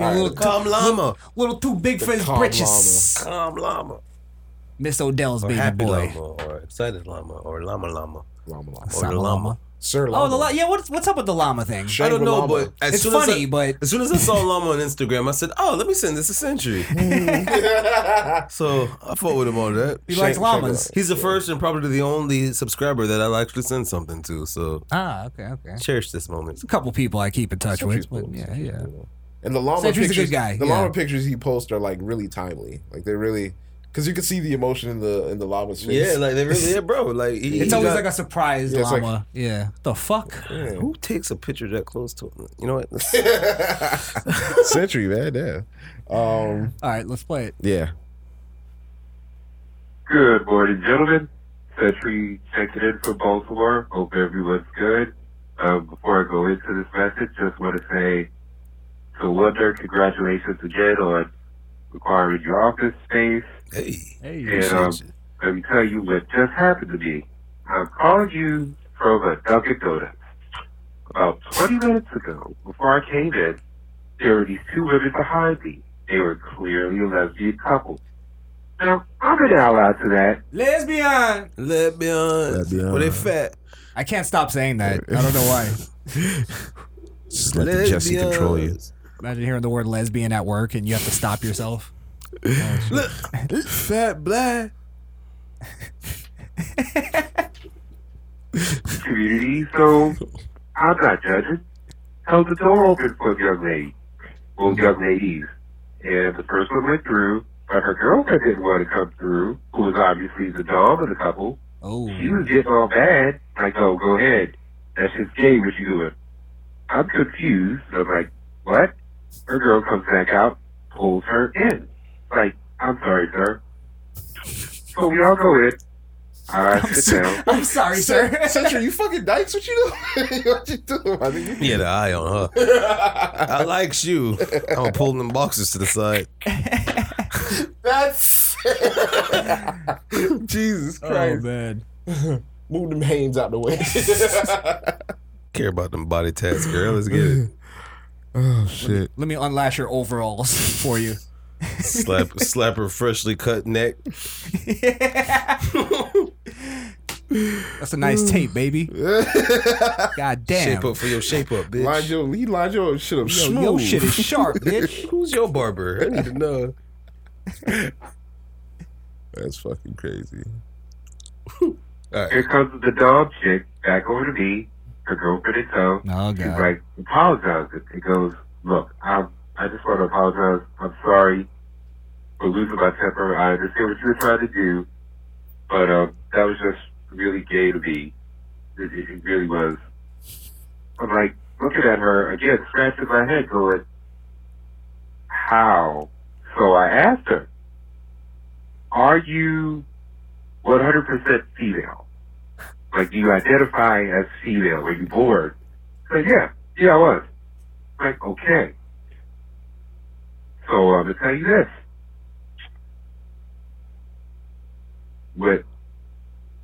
Speaker 3: All right.
Speaker 5: little tough.
Speaker 7: Calm llama,
Speaker 5: little too big for his
Speaker 3: calm
Speaker 5: britches.
Speaker 7: calm llama,
Speaker 5: Miss Odell's
Speaker 7: or
Speaker 5: baby
Speaker 7: happy
Speaker 5: boy.
Speaker 7: llama, or excited llama, or llama llama,
Speaker 3: Llama, llama.
Speaker 5: It's not
Speaker 7: the
Speaker 5: a
Speaker 7: llama.
Speaker 3: Sir
Speaker 5: Oh,
Speaker 3: Llama.
Speaker 5: the llama. Yeah, what's what's up with the llama thing?
Speaker 3: Shangri-
Speaker 7: I don't know,
Speaker 3: Llama.
Speaker 7: but as
Speaker 5: It's
Speaker 7: soon as
Speaker 5: funny,
Speaker 7: I,
Speaker 5: but
Speaker 7: as soon as I saw llama on Instagram, I said, "Oh, let me send this to Century." so I fought with him on that.
Speaker 5: Mm. he likes
Speaker 3: Shangri-La.
Speaker 5: llamas.
Speaker 7: He's the first and probably the only subscriber that I'll actually send something to. So
Speaker 5: Ah, okay, okay. There's
Speaker 7: cherish this moment.
Speaker 5: a couple people I keep in touch
Speaker 3: Sentry's
Speaker 5: with.
Speaker 3: cool.
Speaker 5: But yeah,
Speaker 3: Sentry's
Speaker 5: yeah.
Speaker 3: cool. And the llama
Speaker 5: Sentry's a good
Speaker 3: pictures,
Speaker 5: guy,
Speaker 3: the
Speaker 5: yeah.
Speaker 3: llama pictures he posts are like really timely. Like they're really
Speaker 8: because you can see the emotion in the in the llama's face.
Speaker 7: Yeah, like they really, yeah, bro. Like he,
Speaker 5: It's
Speaker 7: he
Speaker 5: always
Speaker 7: got-
Speaker 5: like a surprise
Speaker 8: Yeah, it's like-
Speaker 5: llama. yeah. The fuck?
Speaker 7: Man, who takes a picture that close to him? You know what?
Speaker 8: century, man. Yeah. Um,
Speaker 5: All right, let's play it.
Speaker 8: yeah.
Speaker 15: Good morning, gentlemen. Century checking in from Baltimore. Hope everyone's good. Um, before I go into this message, just want to say to Wonder, congratulations again on acquiring your office space.
Speaker 5: Hey,
Speaker 15: and um, let me tell you what just happened to me. I called you from a Dunkin' Donuts about 20 minutes ago. Before I came in, there were these two women behind me. They were clearly a lesbian couple. Now, I'm an ally to that.
Speaker 5: Lesbian.
Speaker 7: Lesbian.
Speaker 3: Lesbian.
Speaker 7: Were they fat?
Speaker 5: I can't stop saying that. I don't know why.
Speaker 3: Just let the Jesse control you.
Speaker 7: Lesbians.
Speaker 5: Imagine hearing the word lesbian at work and you have to stop yourself.
Speaker 7: Look, fat black.
Speaker 15: community, so I'm not judging. Held the door open for the young lady, well, young ladies, and the person went through, but her girlfriend didn't want to come through, who was obviously the dog of the couple.
Speaker 5: Oh.
Speaker 15: She was getting all bad, like, oh, go ahead, that's just gay. What you doing? I'm confused. I'm like, what? Her girl comes back out, pulls her in. Like, I'm sorry, sir. So we all go in. I sit down.
Speaker 5: I'm sorry, sir.
Speaker 8: Century, you fucking dykes? What you doing? what you doing? I think
Speaker 7: Yeah, the eye on her. I likes you. I'm gonna pull them boxes to the side.
Speaker 8: that's Jesus
Speaker 5: oh
Speaker 8: Christ.
Speaker 5: man.
Speaker 8: Move them hands out the way.
Speaker 7: Care about them body tats, girl. Let's get it.
Speaker 3: Oh shit!
Speaker 5: Let me unlash your overalls for you.
Speaker 7: Slap, slap her freshly cut neck.
Speaker 5: That's a nice tape, baby. God damn.
Speaker 7: Shape up for your shape up, bitch.
Speaker 8: line your, he lined your shit up
Speaker 5: Yo,
Speaker 8: smooth.
Speaker 5: yo shit is sharp, bitch.
Speaker 7: Who's your barber? I need to know.
Speaker 8: That's fucking crazy.
Speaker 7: All
Speaker 15: Here
Speaker 7: right.
Speaker 15: comes the dumb chick back over to me, her girlfriend in tow.
Speaker 5: Oh
Speaker 15: She's like, apologizing. He goes, look, I'm, I just want to apologize. I'm sorry for losing my temper. I understand what you were trying to do, but um, that was just really gay to me. It, it, it really was. I'm like, looking at her, again, scratching my head, going, how? So I asked her, are you 100% female? Like, do you identify as female? Were you born? Like, yeah, yeah, I was. Like, okay. So uh, I'm gonna tell you this. What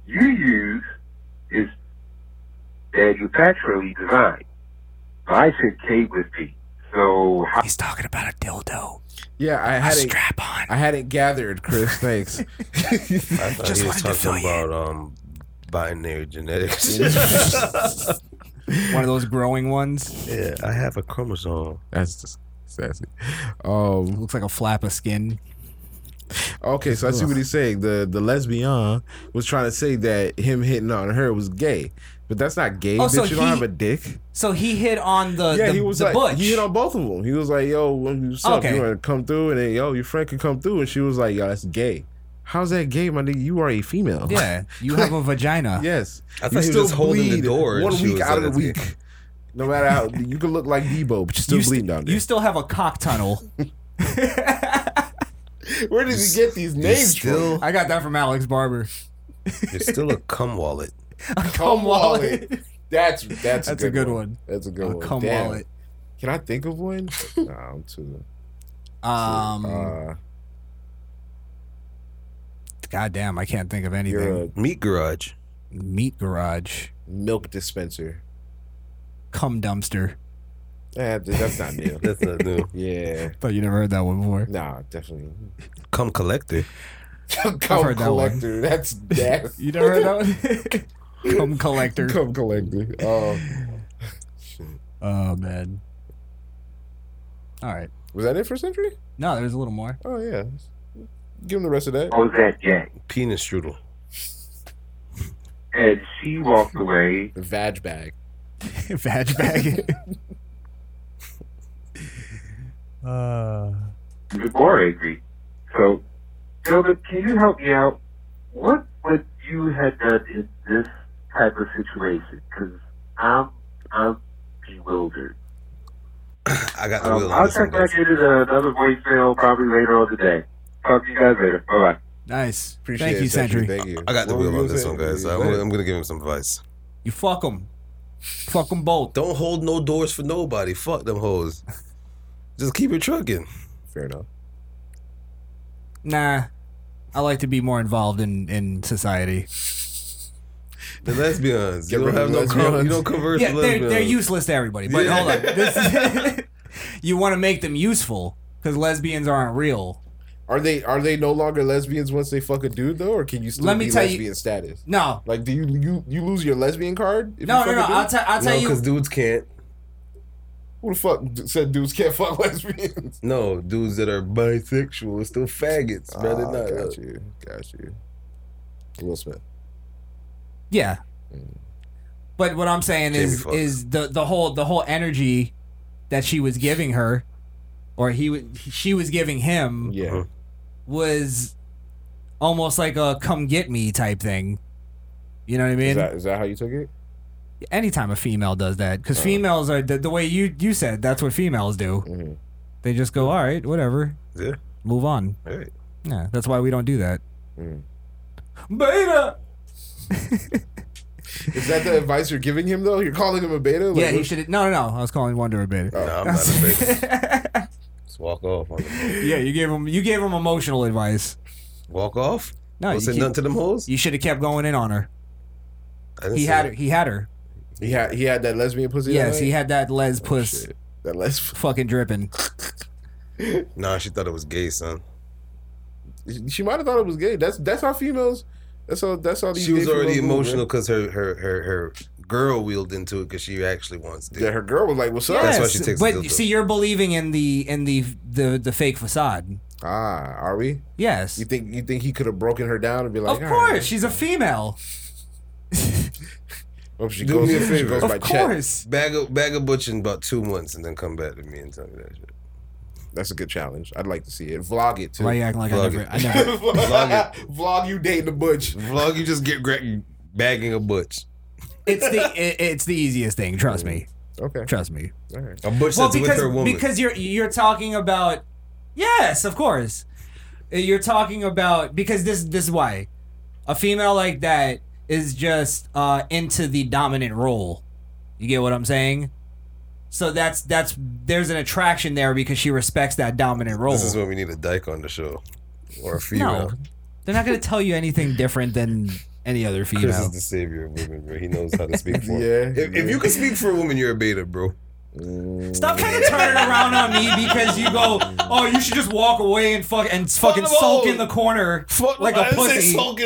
Speaker 15: you use is manufacturally designed. My shit came with me. So how
Speaker 5: He's talking about a dildo.
Speaker 3: Yeah, I
Speaker 5: A
Speaker 3: hadn't,
Speaker 5: strap on.
Speaker 3: I hadn't gathered, Chris. Thanks.
Speaker 7: I thought
Speaker 5: Just
Speaker 7: he was
Speaker 5: wanted to fill
Speaker 7: talking
Speaker 5: you
Speaker 7: about um binary genetics.
Speaker 5: One of those growing ones.
Speaker 7: yeah, I have a chromosome.
Speaker 3: That's just sassy. Um,
Speaker 5: Looks like a flap of skin.
Speaker 3: Okay, so I see what he's saying. The the lesbian was trying to say that him hitting on her was gay, but that's not gay.
Speaker 5: Oh,
Speaker 3: bitch,
Speaker 5: so
Speaker 3: you don't
Speaker 5: he-
Speaker 3: have a dick.
Speaker 5: So he hit on the
Speaker 3: yeah,
Speaker 5: the,
Speaker 3: he was
Speaker 5: the
Speaker 3: like
Speaker 5: butch.
Speaker 3: he hit on both of them. He was like, "Yo, when you suck,
Speaker 5: Okay.
Speaker 3: you want to come through?" And then, "Yo, your friend can come through." And she was like, "Yo, that's gay. How's that gay, my nigga? You are a female."
Speaker 5: yeah, you have a vagina.
Speaker 3: yes.
Speaker 7: I
Speaker 3: You
Speaker 7: thought he was
Speaker 3: still
Speaker 7: just holding the
Speaker 3: bleed
Speaker 7: door. and
Speaker 3: One
Speaker 7: she
Speaker 3: week
Speaker 7: was
Speaker 3: out of the
Speaker 7: like,
Speaker 3: week. No matter how you can look like Debo, but you still
Speaker 5: you,
Speaker 3: bleeding
Speaker 5: st-
Speaker 3: down there.
Speaker 5: you still have a cock tunnel.
Speaker 8: Where did he get these
Speaker 7: You're
Speaker 8: names from?
Speaker 7: still,
Speaker 5: I got that from Alex Barber.
Speaker 7: you're still a cum wallet.
Speaker 5: Cum wallet.
Speaker 8: That's that's
Speaker 5: That's a good one.
Speaker 8: That's a good
Speaker 5: A
Speaker 8: one.
Speaker 5: cum
Speaker 8: Damn.
Speaker 5: wallet.
Speaker 8: Can I think of one? nah, I'm too.
Speaker 5: Um,
Speaker 8: uh,
Speaker 5: goddamn, I can't think of
Speaker 8: you're
Speaker 5: anything.
Speaker 8: a
Speaker 7: Meat garage.
Speaker 5: Meat garage,
Speaker 8: milk dispenser.
Speaker 5: cum dumpster.
Speaker 8: Eh, th- that's not new.
Speaker 7: That's not new.
Speaker 8: yeah.
Speaker 5: Thought you never heard that one before.
Speaker 8: Nah, definitely.
Speaker 7: Cum collector.
Speaker 8: Come
Speaker 5: heard that one.
Speaker 8: collector. That's nasty.
Speaker 5: You never heard that one? cum collector.
Speaker 8: Come collector. Uh,
Speaker 5: Oh man. All right.
Speaker 8: was that it for Century?
Speaker 5: No, there's a little more.
Speaker 8: Oh yeah. Give him the rest of
Speaker 4: Oh.
Speaker 8: that.
Speaker 15: was that gay?
Speaker 7: Penis strudel.
Speaker 15: And she walked away.
Speaker 8: The vag bag.
Speaker 5: Vag bag.
Speaker 15: even more angry. So, Gilda, can you help me out? What would you have done in this type of situation? Because I'm, I'm bewildered.
Speaker 4: I got the
Speaker 15: Um,
Speaker 4: wheel on
Speaker 15: I'll
Speaker 4: this one,
Speaker 15: check back
Speaker 4: guys.
Speaker 15: into the- another voicemail probably later on today. Talk to you guys later. Bye bye.
Speaker 5: Nice.
Speaker 4: Appreciate
Speaker 5: Thank
Speaker 4: it,
Speaker 5: you, Sentry.
Speaker 4: Thank you. I got the wheel on this one, guys. I'm, I'm gonna give him some advice.
Speaker 5: You fuck them. Fuck them both.
Speaker 4: Don't hold no doors for nobody. Fuck them hoes. Just keep it trucking.
Speaker 3: Fair enough.
Speaker 5: Nah. I like to be more involved in, in society.
Speaker 4: The lesbians. you
Speaker 5: Get
Speaker 4: don't
Speaker 5: rid
Speaker 4: have
Speaker 5: of
Speaker 4: no.
Speaker 5: lesbians.
Speaker 4: Com- you don't converse
Speaker 5: Yeah,
Speaker 4: with
Speaker 5: they're,
Speaker 4: lesbians.
Speaker 5: they're useless to everybody. But
Speaker 4: Yeah.
Speaker 5: hold on, this is, you want to make them useful because lesbians aren't real.
Speaker 3: Are they are they no longer lesbians once they fuck a dude though, or can you still
Speaker 5: Let me
Speaker 3: be
Speaker 5: tell you-
Speaker 3: lesbian status?
Speaker 5: No,
Speaker 3: Like, do you you you lose your lesbian card?
Speaker 5: No, no, no, I'll tell- I'll tell No, you- 'cause
Speaker 4: dudes can't.
Speaker 3: Who the fuck d- said dudes can't fuck lesbians?
Speaker 4: No, dudes that are bisexual are still faggots, brother.
Speaker 3: Ah,
Speaker 4: Not-
Speaker 3: got you, got you. Will Smith.
Speaker 5: Yeah. Mm. But what I'm saying
Speaker 3: Jamie
Speaker 5: is
Speaker 3: Foxx.
Speaker 5: is the the whole the whole energy that she was giving her, or he was she was giving him,
Speaker 3: yeah,
Speaker 5: was almost like a come get me type thing. You know what I mean?
Speaker 3: Is that, is that how you took it?
Speaker 5: Anytime a female does that,
Speaker 4: Uh-huh.
Speaker 5: because females are the, the way you you said that's what females do. They just go, all right, whatever.
Speaker 4: Mm-hmm. Yeah.
Speaker 5: Move on.
Speaker 4: Right.
Speaker 5: Yeah, that's why we don't do that.
Speaker 4: Mm.
Speaker 5: Beta.
Speaker 3: Is that the advice you're giving him though? You're calling him a beta? Like,
Speaker 5: yeah, he
Speaker 3: what-
Speaker 5: should. No, no, no. I was calling Wonder a beta.
Speaker 4: No, I'm Oh, not a beta. Just walk off. on it.
Speaker 5: yeah, you gave him you gave him emotional advice.
Speaker 4: Walk off.
Speaker 5: No,
Speaker 4: Don't say nothing to them hoes.
Speaker 5: You should have kept going in on her.
Speaker 4: I didn't
Speaker 5: He
Speaker 4: say
Speaker 5: had
Speaker 4: that.
Speaker 5: her. He had her.
Speaker 3: He had he had that lesbian pussy.
Speaker 5: yes,
Speaker 3: that
Speaker 5: he
Speaker 3: night?
Speaker 5: had that les
Speaker 4: Oh,
Speaker 5: puss.
Speaker 3: That les
Speaker 5: fucking dripping.
Speaker 4: Nah, she thought it was gay, son.
Speaker 3: She might have thought it was gay. That's that's how females. That's how that's how these.
Speaker 4: She was
Speaker 3: gay
Speaker 4: already
Speaker 3: females move,
Speaker 4: emotional
Speaker 3: man.
Speaker 4: because her her her her girl wheeled into it because she actually wants to.
Speaker 3: Yeah, her girl was like, "What's up?"
Speaker 4: That's why she takes.
Speaker 5: but
Speaker 4: the dildo.
Speaker 5: see, you're believing in the in the the the fake facade.
Speaker 3: Ah, are we?
Speaker 5: Yes.
Speaker 3: You think you think he could have broken her down and be like,
Speaker 5: of
Speaker 3: "All
Speaker 5: course,
Speaker 3: right."
Speaker 5: she's a female.
Speaker 3: Oh, she
Speaker 4: Do
Speaker 3: goes,
Speaker 4: me a
Speaker 3: she
Speaker 4: favor.
Speaker 3: goes by Chet.
Speaker 4: Bag a bag a butch in about two months, and then come back to me and tell me that shit.
Speaker 3: That's a good challenge. I'd like to see it. Vlog it too.
Speaker 5: Why you acting like I
Speaker 4: Vlog
Speaker 5: never-
Speaker 4: it.
Speaker 5: I never-
Speaker 3: vlog, you dating a butch.
Speaker 4: Vlog you just get gra- bagging a butch.
Speaker 5: It's the it, it's the easiest thing. Trust me.
Speaker 3: Okay.
Speaker 5: Trust me.
Speaker 3: All right.
Speaker 4: A butch
Speaker 5: well,
Speaker 4: that's
Speaker 5: because
Speaker 4: with her woman.
Speaker 5: because you're you're talking about yes, of course. You're talking about because this this is why a female like that is just uh, into the dominant role. You get what I'm saying? So that's that's there's an attraction there because she respects that dominant role.
Speaker 4: This is when we need a dyke on the show, or a female.
Speaker 5: no, they're not gonna tell you anything different than any other
Speaker 4: Chris is
Speaker 5: female.
Speaker 4: the savior of women, bro. He knows how to speak for. 'em.
Speaker 3: Yeah,
Speaker 4: If, if you can speak for a woman, you're a beta, bro.
Speaker 5: Stop kind of turning around on me because you go, oh, you should just walk away and fuck and fucking sulk in the corner like a pussy.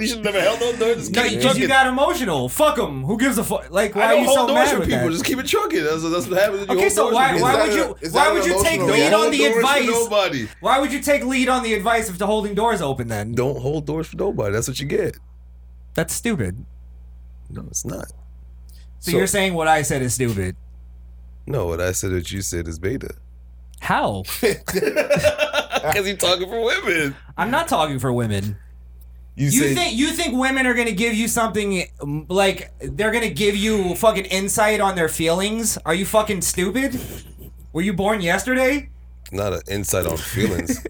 Speaker 4: You should never held on door.
Speaker 5: No, because you got emotional. Fuck them. Who gives a fuck? Like, why are you so mad with
Speaker 4: people.
Speaker 5: that?
Speaker 4: Just keep it trucking. That's, that's what happens. when you
Speaker 5: Okay,
Speaker 4: hold
Speaker 5: so
Speaker 4: doors
Speaker 5: why,
Speaker 4: for people.
Speaker 5: why would
Speaker 4: Is
Speaker 5: you
Speaker 4: that a- is
Speaker 5: why
Speaker 4: that
Speaker 5: would
Speaker 4: an
Speaker 5: you take
Speaker 4: emotional
Speaker 5: lead
Speaker 4: reaction?
Speaker 5: on the
Speaker 4: Don't hold doors for
Speaker 5: advice?
Speaker 4: Nobody.
Speaker 5: Why would you take lead on the advice of to holding doors open then?
Speaker 4: Don't hold doors for nobody. That's what you get.
Speaker 5: That's stupid.
Speaker 4: No, it's not.
Speaker 5: So,
Speaker 4: So-
Speaker 5: you're saying what I said is stupid?
Speaker 4: No, what I said, what you said is beta.
Speaker 5: How?
Speaker 4: Because he's talking for women.
Speaker 5: I'm not talking for women.
Speaker 4: You,
Speaker 5: You
Speaker 4: said-
Speaker 5: think you think women are gonna give you something um, like they're gonna give you fucking insight on their feelings? Are you fucking stupid? Were you born yesterday?
Speaker 4: not an insight on feelings,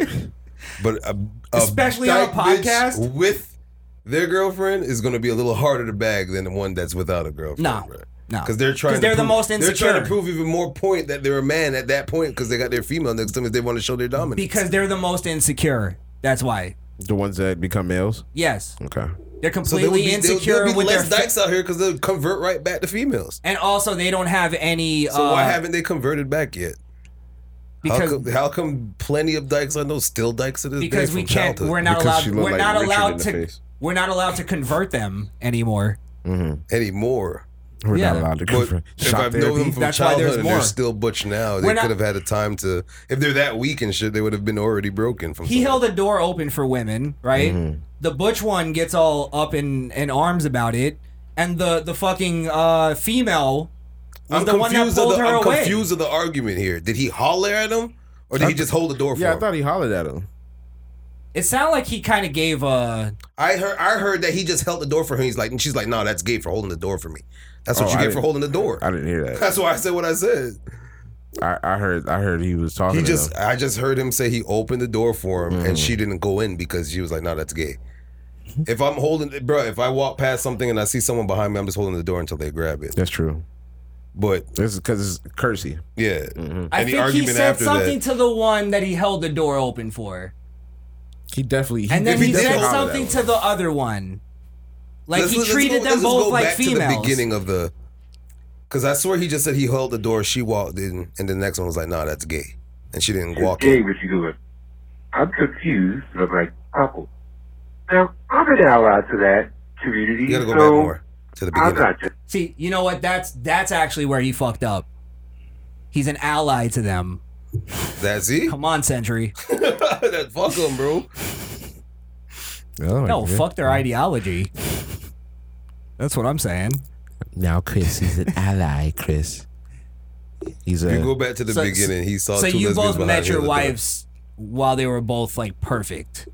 Speaker 4: but a, a
Speaker 5: Especially on a
Speaker 4: dyke bitch
Speaker 5: podcast?
Speaker 4: with their girlfriend is going to be a little harder to bag than the one that's without a girlfriend.
Speaker 5: No. No.
Speaker 4: because they're trying. to
Speaker 5: they're the
Speaker 4: prove-
Speaker 5: most
Speaker 4: They're trying
Speaker 5: insecure.
Speaker 4: to prove even more point that they're a man at that point because they got their female next to them. if They want to show their dominance.
Speaker 5: Because they're the most insecure. That's why.
Speaker 3: The ones that become males.
Speaker 5: Yes.
Speaker 3: Okay.
Speaker 5: They're
Speaker 4: So there
Speaker 5: completely
Speaker 4: will be- there-
Speaker 5: insecure
Speaker 4: there'll be
Speaker 5: with their
Speaker 4: less dykes out here because they'll convert right back to females.
Speaker 5: And also, they don't have any.
Speaker 4: So
Speaker 5: uh,
Speaker 4: why haven't they converted back yet?
Speaker 5: Because-
Speaker 4: how come, how come plenty of dykes I know still dykes to this day
Speaker 5: Because
Speaker 4: from
Speaker 5: we can't.
Speaker 4: childhood?
Speaker 5: We're not allowed. We're not allowed to. We're not allowed to convert them anymore.
Speaker 4: anymore.
Speaker 3: We're
Speaker 5: Yeah.
Speaker 3: not allowed to
Speaker 4: Mm-hmm. But
Speaker 3: confront.
Speaker 4: if
Speaker 3: Shock
Speaker 4: I've known them
Speaker 3: therapy?
Speaker 4: from
Speaker 5: That's why there's
Speaker 4: childhood and
Speaker 5: more.
Speaker 4: they're still butch now,
Speaker 5: We're
Speaker 4: they
Speaker 5: not-
Speaker 4: could have had a time to. If they're that weak and shit, they would have been already broken from.
Speaker 5: He held a door open for women, right?
Speaker 4: Mm-hmm.
Speaker 5: The butch one gets all up in, in arms about it, and the the fucking uh, female was
Speaker 4: I'm
Speaker 5: the one that
Speaker 4: confused. Of
Speaker 5: pulled
Speaker 4: the,
Speaker 5: her
Speaker 4: I'm
Speaker 5: away.
Speaker 4: confused of the argument here. Did he holler at him, or did he just hold the door for
Speaker 3: Yeah, I
Speaker 4: him?
Speaker 3: thought he hollered at him.
Speaker 5: It sounded like he kind of gave a.
Speaker 4: I heard. I heard that he just held the door for her. He's like, and she's like, no, that's gay for holding the door for me. That's what
Speaker 3: Oh, I
Speaker 4: you get for
Speaker 3: didn't-
Speaker 4: holding the door.
Speaker 3: I didn't hear that.
Speaker 4: That's why I said what I said.
Speaker 3: I, I heard. I heard he was talking.
Speaker 4: He
Speaker 3: to
Speaker 4: just.
Speaker 3: them.
Speaker 4: I just heard him say he opened the door for him, and
Speaker 3: Mhm.
Speaker 4: she didn't go in because she was like, no, that's gay. If I'm holding, bro, if I walk past something and I see someone behind me, I'm just holding the door until they grab it.
Speaker 3: That's true.
Speaker 4: But
Speaker 3: this is because it's cursey.
Speaker 4: Yeah.
Speaker 5: I think he said something to the one that he held the door open for,
Speaker 3: He definitely. He
Speaker 5: and then
Speaker 3: did-
Speaker 5: he said
Speaker 3: definitely out of that
Speaker 5: something
Speaker 3: one.
Speaker 5: to the other one, like
Speaker 4: Let's-
Speaker 5: he
Speaker 4: let's
Speaker 5: treated
Speaker 4: go-
Speaker 5: them
Speaker 4: let's just
Speaker 5: both
Speaker 4: go
Speaker 5: like
Speaker 4: back
Speaker 5: females.
Speaker 4: To the beginning of the, because I swear he just said he held the door, she walked in, and the next one was like, "Nah, that's gay," and she didn't walk
Speaker 15: Gay,
Speaker 4: in.
Speaker 15: what you doing? I'm confused. and I'm like, couple. Now, I'm an ally to that community.
Speaker 4: You gotta go
Speaker 15: so
Speaker 4: back more to the beginning.
Speaker 15: I'm not just.
Speaker 5: See, you know what? That's that's actually where he fucked up. He's an ally to them.
Speaker 4: That's it.
Speaker 5: Come on, Century.
Speaker 4: that, fuck him, bro.
Speaker 5: no, fuck their ideology. That's what I'm saying.
Speaker 3: Now Chris is an ally. Chris. He's a.
Speaker 4: You go back to the beginning. He saw
Speaker 5: So
Speaker 4: two
Speaker 5: you
Speaker 4: lesbians
Speaker 5: both
Speaker 4: behind
Speaker 5: met
Speaker 4: him
Speaker 5: your
Speaker 4: at the
Speaker 5: wives while they were both like perfect,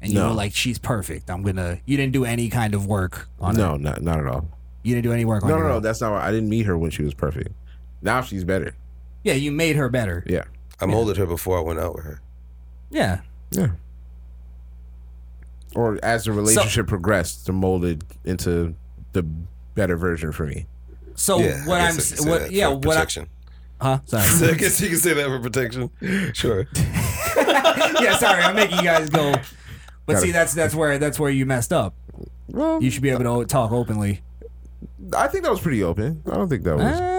Speaker 5: and you
Speaker 3: No.
Speaker 5: were like, "She's perfect. I'm gonna." You didn't do any kind of work on
Speaker 3: no,
Speaker 5: her.
Speaker 3: not not at all.
Speaker 5: You didn't do any work on
Speaker 3: No,
Speaker 5: her.
Speaker 3: no, no. That's not. Why. I didn't meet her when she was perfect. Now she's better.
Speaker 5: Yeah, you made her better.
Speaker 3: Yeah.
Speaker 4: I molded her before I went out with her.
Speaker 5: Yeah.
Speaker 3: Yeah. Or as the relationship progressed, to mold it into the better version for me.
Speaker 5: So
Speaker 4: Yeah, I guess
Speaker 5: what I'm
Speaker 4: I could
Speaker 5: s-
Speaker 4: say
Speaker 5: what
Speaker 4: that
Speaker 5: yeah
Speaker 4: for
Speaker 5: what I-
Speaker 4: protection.
Speaker 5: huh
Speaker 4: So I
Speaker 5: sorry
Speaker 4: guess you can say that for protection. Sure.
Speaker 5: yeah sorry I'm making you guys go but
Speaker 3: Got
Speaker 5: see
Speaker 3: it.
Speaker 5: that's that's where that's where you messed up
Speaker 3: Well,
Speaker 5: you should be able to talk openly
Speaker 3: I think that was pretty open. I don't think that was.
Speaker 5: Eh,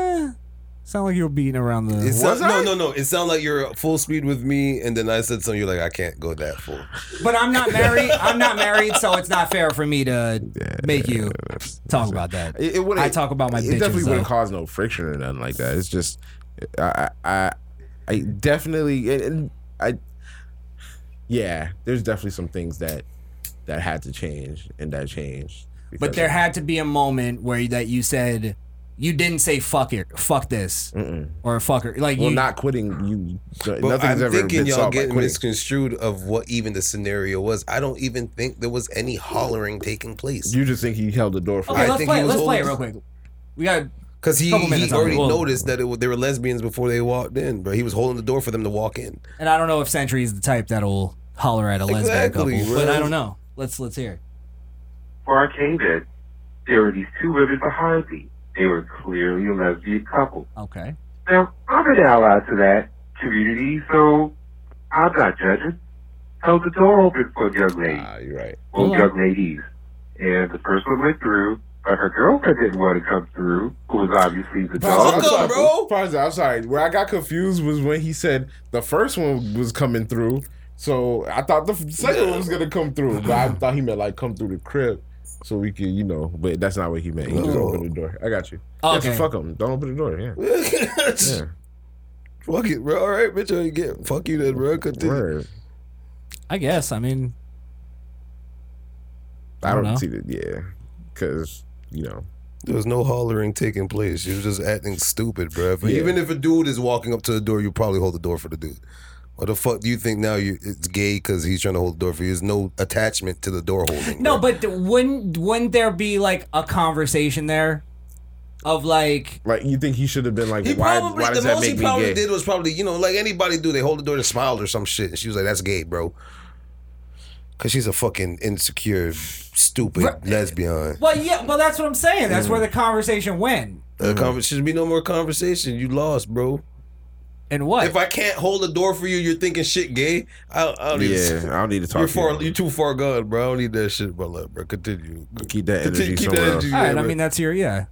Speaker 5: sound like you were beating around the
Speaker 4: It sound,
Speaker 5: Was I?
Speaker 4: no, no, no. It sounded like you're full speed with me, and then I said something. You're like, I can't go that full.
Speaker 5: But I'm not married. I'm not married, so it's not fair for me to make you talk about that.
Speaker 3: It, it wouldn't-
Speaker 5: I talk about my
Speaker 3: It
Speaker 5: bitches.
Speaker 3: definitely
Speaker 5: though.
Speaker 3: wouldn't cause no friction or nothing like that. It's just, I, I, I- I definitely, and- and I, yeah. There's definitely some things that that had to change and that changed.
Speaker 5: but
Speaker 3: because
Speaker 5: there
Speaker 3: of-
Speaker 5: had to be a moment where that you said you didn't say fuck it, fuck this, or fuck her. Like
Speaker 3: well,
Speaker 5: you,
Speaker 3: not quitting. You
Speaker 4: But
Speaker 3: nothing's
Speaker 4: I'm
Speaker 3: ever
Speaker 4: thinking
Speaker 3: been
Speaker 4: y'all
Speaker 3: solved by
Speaker 4: getting
Speaker 3: quitting.
Speaker 4: misconstrued of what even the scenario was. I don't even think there was any hollering taking place.
Speaker 3: You just think he held the door for.
Speaker 5: Okay,
Speaker 3: you.
Speaker 5: let's play. it, Let's play it real quick. We got
Speaker 4: Because he,
Speaker 5: Couple
Speaker 4: he
Speaker 5: minutes on
Speaker 4: already
Speaker 5: it. Whoa.
Speaker 4: noticed that it, wa- they were lesbians before they walked in, but he was holding the door for them to walk in.
Speaker 5: and I don't know if Sentry is the type that'll holler at a lesbian couple,
Speaker 4: Exactly,
Speaker 5: but
Speaker 4: right.
Speaker 5: I don't know. Let's let's hear.
Speaker 15: Before I came in, there were these two women behind me. They were clearly a lesbian couple.
Speaker 5: It. Okay.
Speaker 15: Now, I'm an ally to that community, so I'm not judging. Held the door open for the young lady.
Speaker 4: Ah, you're right.
Speaker 15: Well,
Speaker 4: Yeah.
Speaker 15: young ladies. And the first one went through, but her girlfriend didn't want to come through, who was obviously the
Speaker 3: I'm sorry,
Speaker 15: dog.
Speaker 3: Fonzie, I'm sorry. Where I got confused was when he said the first one was coming through. So I thought the f- second one was gonna come through, but I thought he meant like come through the crib so we could, you know. But that's not what he meant. He just
Speaker 4: No.
Speaker 3: opened the door. I got you.
Speaker 5: Okay.
Speaker 3: Yeah, so fuck him. Don't open the door. Yeah. yeah.
Speaker 4: Fuck it, bro. All right, bitch. I get fuck you then, bro. Continue.
Speaker 3: Word.
Speaker 5: I guess. I mean,
Speaker 3: I
Speaker 5: don't
Speaker 3: don't,
Speaker 5: know.
Speaker 3: see that. Yeah. Because you know.
Speaker 4: There was no hollering taking place. She was just acting stupid, bro. If-
Speaker 3: Yeah.
Speaker 4: Even if a dude is walking up to the door, you probably hold the door for the dude. What the fuck do you think now? You it's gay because he's trying to hold the door for you. There's no attachment to the door holding.
Speaker 5: No, but th- wouldn't wouldn't there be like a conversation there of like
Speaker 3: Like you think he should have been like,
Speaker 4: He
Speaker 3: why?
Speaker 4: probably
Speaker 3: why does
Speaker 4: the
Speaker 3: that
Speaker 4: most he
Speaker 3: make me
Speaker 4: probably
Speaker 3: gay?
Speaker 4: did was probably you know like anybody do they hold the door and smiled or some shit and she was like that's gay bro because she's a fucking insecure stupid lesbian.
Speaker 5: Well, yeah, well that's what I'm saying. That's where the conversation went.
Speaker 4: The conver- should be no more conversation. You lost, bro.
Speaker 5: And what?
Speaker 4: If I can't hold the door for you, you're thinking shit gay. I, I don't
Speaker 3: Yeah,
Speaker 4: even.
Speaker 3: I don't need to talk.
Speaker 4: You're
Speaker 3: to you.
Speaker 4: far. You're too far gone, bro. I don't need that shit, bro. Look, bro, continue.
Speaker 3: Keep that
Speaker 4: Continue-
Speaker 3: energy
Speaker 4: keep that
Speaker 3: somewhere else.
Speaker 4: energy
Speaker 5: All right,
Speaker 4: there,
Speaker 5: I
Speaker 4: bro.
Speaker 5: mean that's your yeah.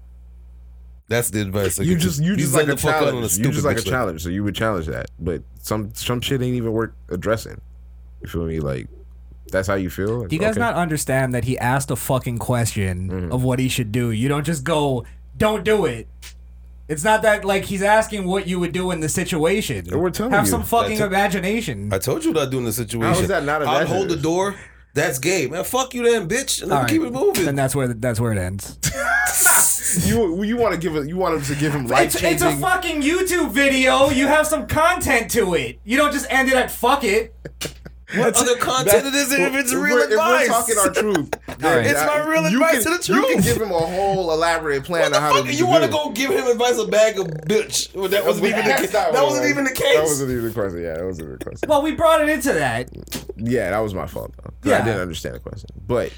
Speaker 4: that's the advice. I
Speaker 3: you
Speaker 4: give
Speaker 3: just you
Speaker 4: Be
Speaker 3: just like
Speaker 4: letting
Speaker 3: a
Speaker 4: the fuck out on
Speaker 3: challenge. You
Speaker 4: stupid
Speaker 3: just like a
Speaker 4: bitch
Speaker 3: challenge, so you would challenge that. But some some shit ain't even worth addressing. You feel me? Like that's how you feel.
Speaker 5: Do you guys
Speaker 3: Okay.
Speaker 5: not understand that he asked a fucking question
Speaker 4: Mm-hmm.
Speaker 5: of what he should do? You don't just go, don't do it. It's not that like he's asking what you would do in the situation.
Speaker 3: And we're telling
Speaker 5: Have
Speaker 3: you.
Speaker 5: some fucking
Speaker 4: That's a-
Speaker 5: imagination.
Speaker 4: I told you what I do in the situation.
Speaker 3: How is that not
Speaker 4: I'll hold the
Speaker 3: imaginative?
Speaker 4: door. That's gay, man. Fuck you, then, bitch. And
Speaker 5: All
Speaker 4: let
Speaker 5: right.
Speaker 4: me keep it moving.
Speaker 5: And that's where that's where it ends.
Speaker 3: You you want to give it? You want him to give him life
Speaker 5: It's, it's a
Speaker 3: changing?
Speaker 5: fucking YouTube video. You have some content to it. You don't just end it at fuck it.
Speaker 4: What other content it
Speaker 3: That-
Speaker 4: is if it's
Speaker 3: if
Speaker 4: real
Speaker 3: we're- if we're
Speaker 4: advice?
Speaker 3: talking our truth,
Speaker 4: right. It's my real
Speaker 3: you
Speaker 4: advice
Speaker 3: can-
Speaker 4: to the
Speaker 3: You can
Speaker 4: truth.
Speaker 3: give him a whole elaborate plan
Speaker 4: What the
Speaker 3: on how
Speaker 4: fuck?
Speaker 3: to.
Speaker 4: You want to go give him advice a bag of bitch? Well, that wasn't even the case. That wasn't even the
Speaker 3: That
Speaker 4: case.
Speaker 3: wasn't even the question. Yeah, that wasn't the question.
Speaker 5: Well, we brought it into that.
Speaker 3: Yeah, that was my fault. Though, 'cause I
Speaker 5: Yeah.
Speaker 3: didn't understand the question, but.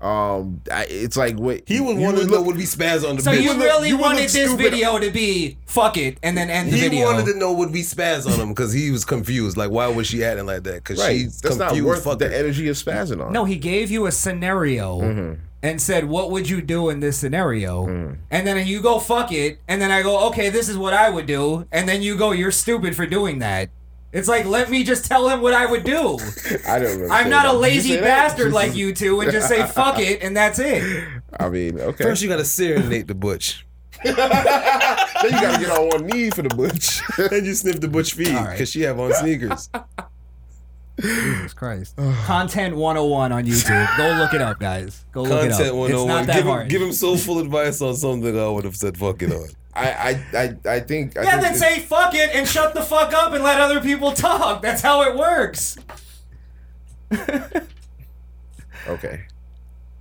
Speaker 3: Um, I, it's like what
Speaker 4: He would
Speaker 3: you
Speaker 4: want to
Speaker 3: would
Speaker 4: know
Speaker 3: look-
Speaker 4: would be spaz on the
Speaker 5: So
Speaker 4: bitch.
Speaker 5: you really
Speaker 3: you would
Speaker 5: wanted
Speaker 3: look
Speaker 5: this
Speaker 3: stupid.
Speaker 5: video to be fuck it and then end the
Speaker 4: He
Speaker 5: video.
Speaker 4: wanted to know would we spaz on him because he was confused. Like, why was she acting like that? Because
Speaker 3: Right,
Speaker 4: she's
Speaker 3: that's not
Speaker 4: confused.
Speaker 3: worth
Speaker 4: Fuck
Speaker 3: the
Speaker 4: it.
Speaker 3: energy of spazzing on.
Speaker 5: no, he gave you a scenario
Speaker 3: Mm-hmm.
Speaker 5: and said, "What would you do in this scenario?"
Speaker 3: Mm.
Speaker 5: And then you go fuck it, and then I go, "Okay, this is what I would do," and then you go, "You're stupid for doing that." It's like let me just tell him what I would
Speaker 3: I
Speaker 5: do.
Speaker 3: don't. Remember
Speaker 5: I'm
Speaker 3: saying
Speaker 5: not
Speaker 3: that.
Speaker 5: a
Speaker 3: Did you
Speaker 5: lazy
Speaker 3: say that?
Speaker 5: bastard like you two and just say fuck it and that's it.
Speaker 3: I mean, okay.
Speaker 4: First, you gotta serenade the butch.
Speaker 3: then you gotta get on one knee for the butch.
Speaker 4: then you sniff the butch feed because
Speaker 5: right.
Speaker 4: she have on sneakers.
Speaker 5: Jesus Christ. Content 101 on YouTube. Go look it up, guys. Go look it
Speaker 4: Content
Speaker 5: up. It's
Speaker 4: 101.
Speaker 5: not that
Speaker 4: Give him,
Speaker 5: hard.
Speaker 4: give him soulful advice on something I would have said fucking on.
Speaker 3: I, I, I, I think. I
Speaker 5: yeah,
Speaker 3: think
Speaker 5: then
Speaker 3: it-
Speaker 5: say fuck it and shut the fuck up and let other people talk. That's how it works.
Speaker 3: Okay.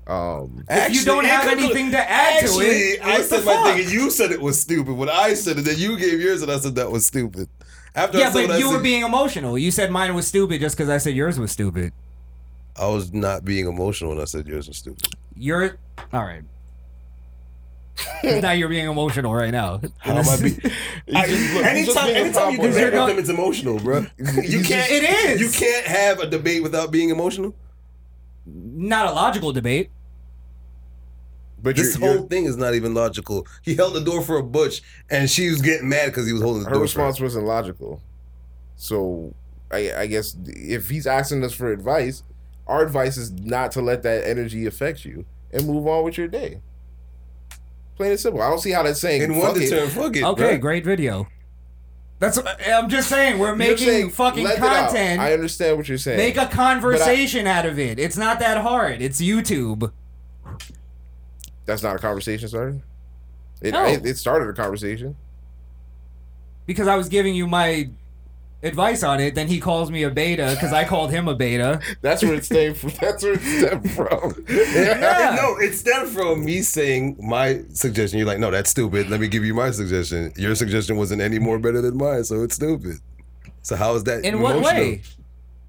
Speaker 3: Um.
Speaker 5: If you don't
Speaker 4: it
Speaker 5: have
Speaker 4: comes with-
Speaker 5: anything to add
Speaker 4: actually,
Speaker 5: to it,
Speaker 4: I
Speaker 5: what the
Speaker 4: said my
Speaker 5: fuck?
Speaker 4: thing and you said it was stupid. When I said it, then you gave yours and I said that was stupid. After I
Speaker 5: Yeah,
Speaker 4: said what
Speaker 5: but you
Speaker 4: I
Speaker 5: were
Speaker 4: said,
Speaker 5: being emotional. You said mine was stupid just because I said yours was stupid.
Speaker 4: I was not being emotional when I said yours was stupid.
Speaker 5: You're all right. 'Cause now you're being emotional right now.
Speaker 4: How am I being? I- anytime, anytime you
Speaker 5: Because you're
Speaker 4: debate with
Speaker 5: not-
Speaker 4: them, it's emotional, bro. You can't.
Speaker 5: It is.
Speaker 4: You can't have a debate without being emotional.
Speaker 5: Not a logical debate.
Speaker 3: But
Speaker 4: This
Speaker 3: you're- you're-
Speaker 4: whole thing is not even logical. He held the door for a butch, and she was getting mad because he was holding the
Speaker 3: her
Speaker 4: door.
Speaker 3: response wasn't logical. So I, I guess if he's asking us for advice, our advice is not to let that energy affect you and move on with your day. Plain and simple. I don't see how that's
Speaker 4: for
Speaker 3: saying.
Speaker 4: her. in one
Speaker 3: fuck it.
Speaker 4: turn, fuck it.
Speaker 5: Okay,
Speaker 4: bruh.
Speaker 5: great video. That's I'm just saying we're
Speaker 3: You're
Speaker 5: making
Speaker 3: saying,
Speaker 5: fucking
Speaker 3: let it out.
Speaker 5: content.
Speaker 3: I understand what you're saying.
Speaker 5: Make a conversation out of it. It's not that hard. It's YouTube.
Speaker 3: that's not a conversation started. It,
Speaker 5: No.
Speaker 3: it, it started a conversation.
Speaker 5: Because I was giving you my advice on it, then he calls me a beta because I called him a beta.
Speaker 3: That's where it stemmed from. That's where it stemmed from.
Speaker 5: Yeah.
Speaker 4: No, it stemmed from me saying my suggestion. You're like, no, that's stupid. Let me give you my suggestion. Your suggestion wasn't any more better than mine, so it's stupid. So how is that?
Speaker 5: In what
Speaker 4: emotional?
Speaker 5: way?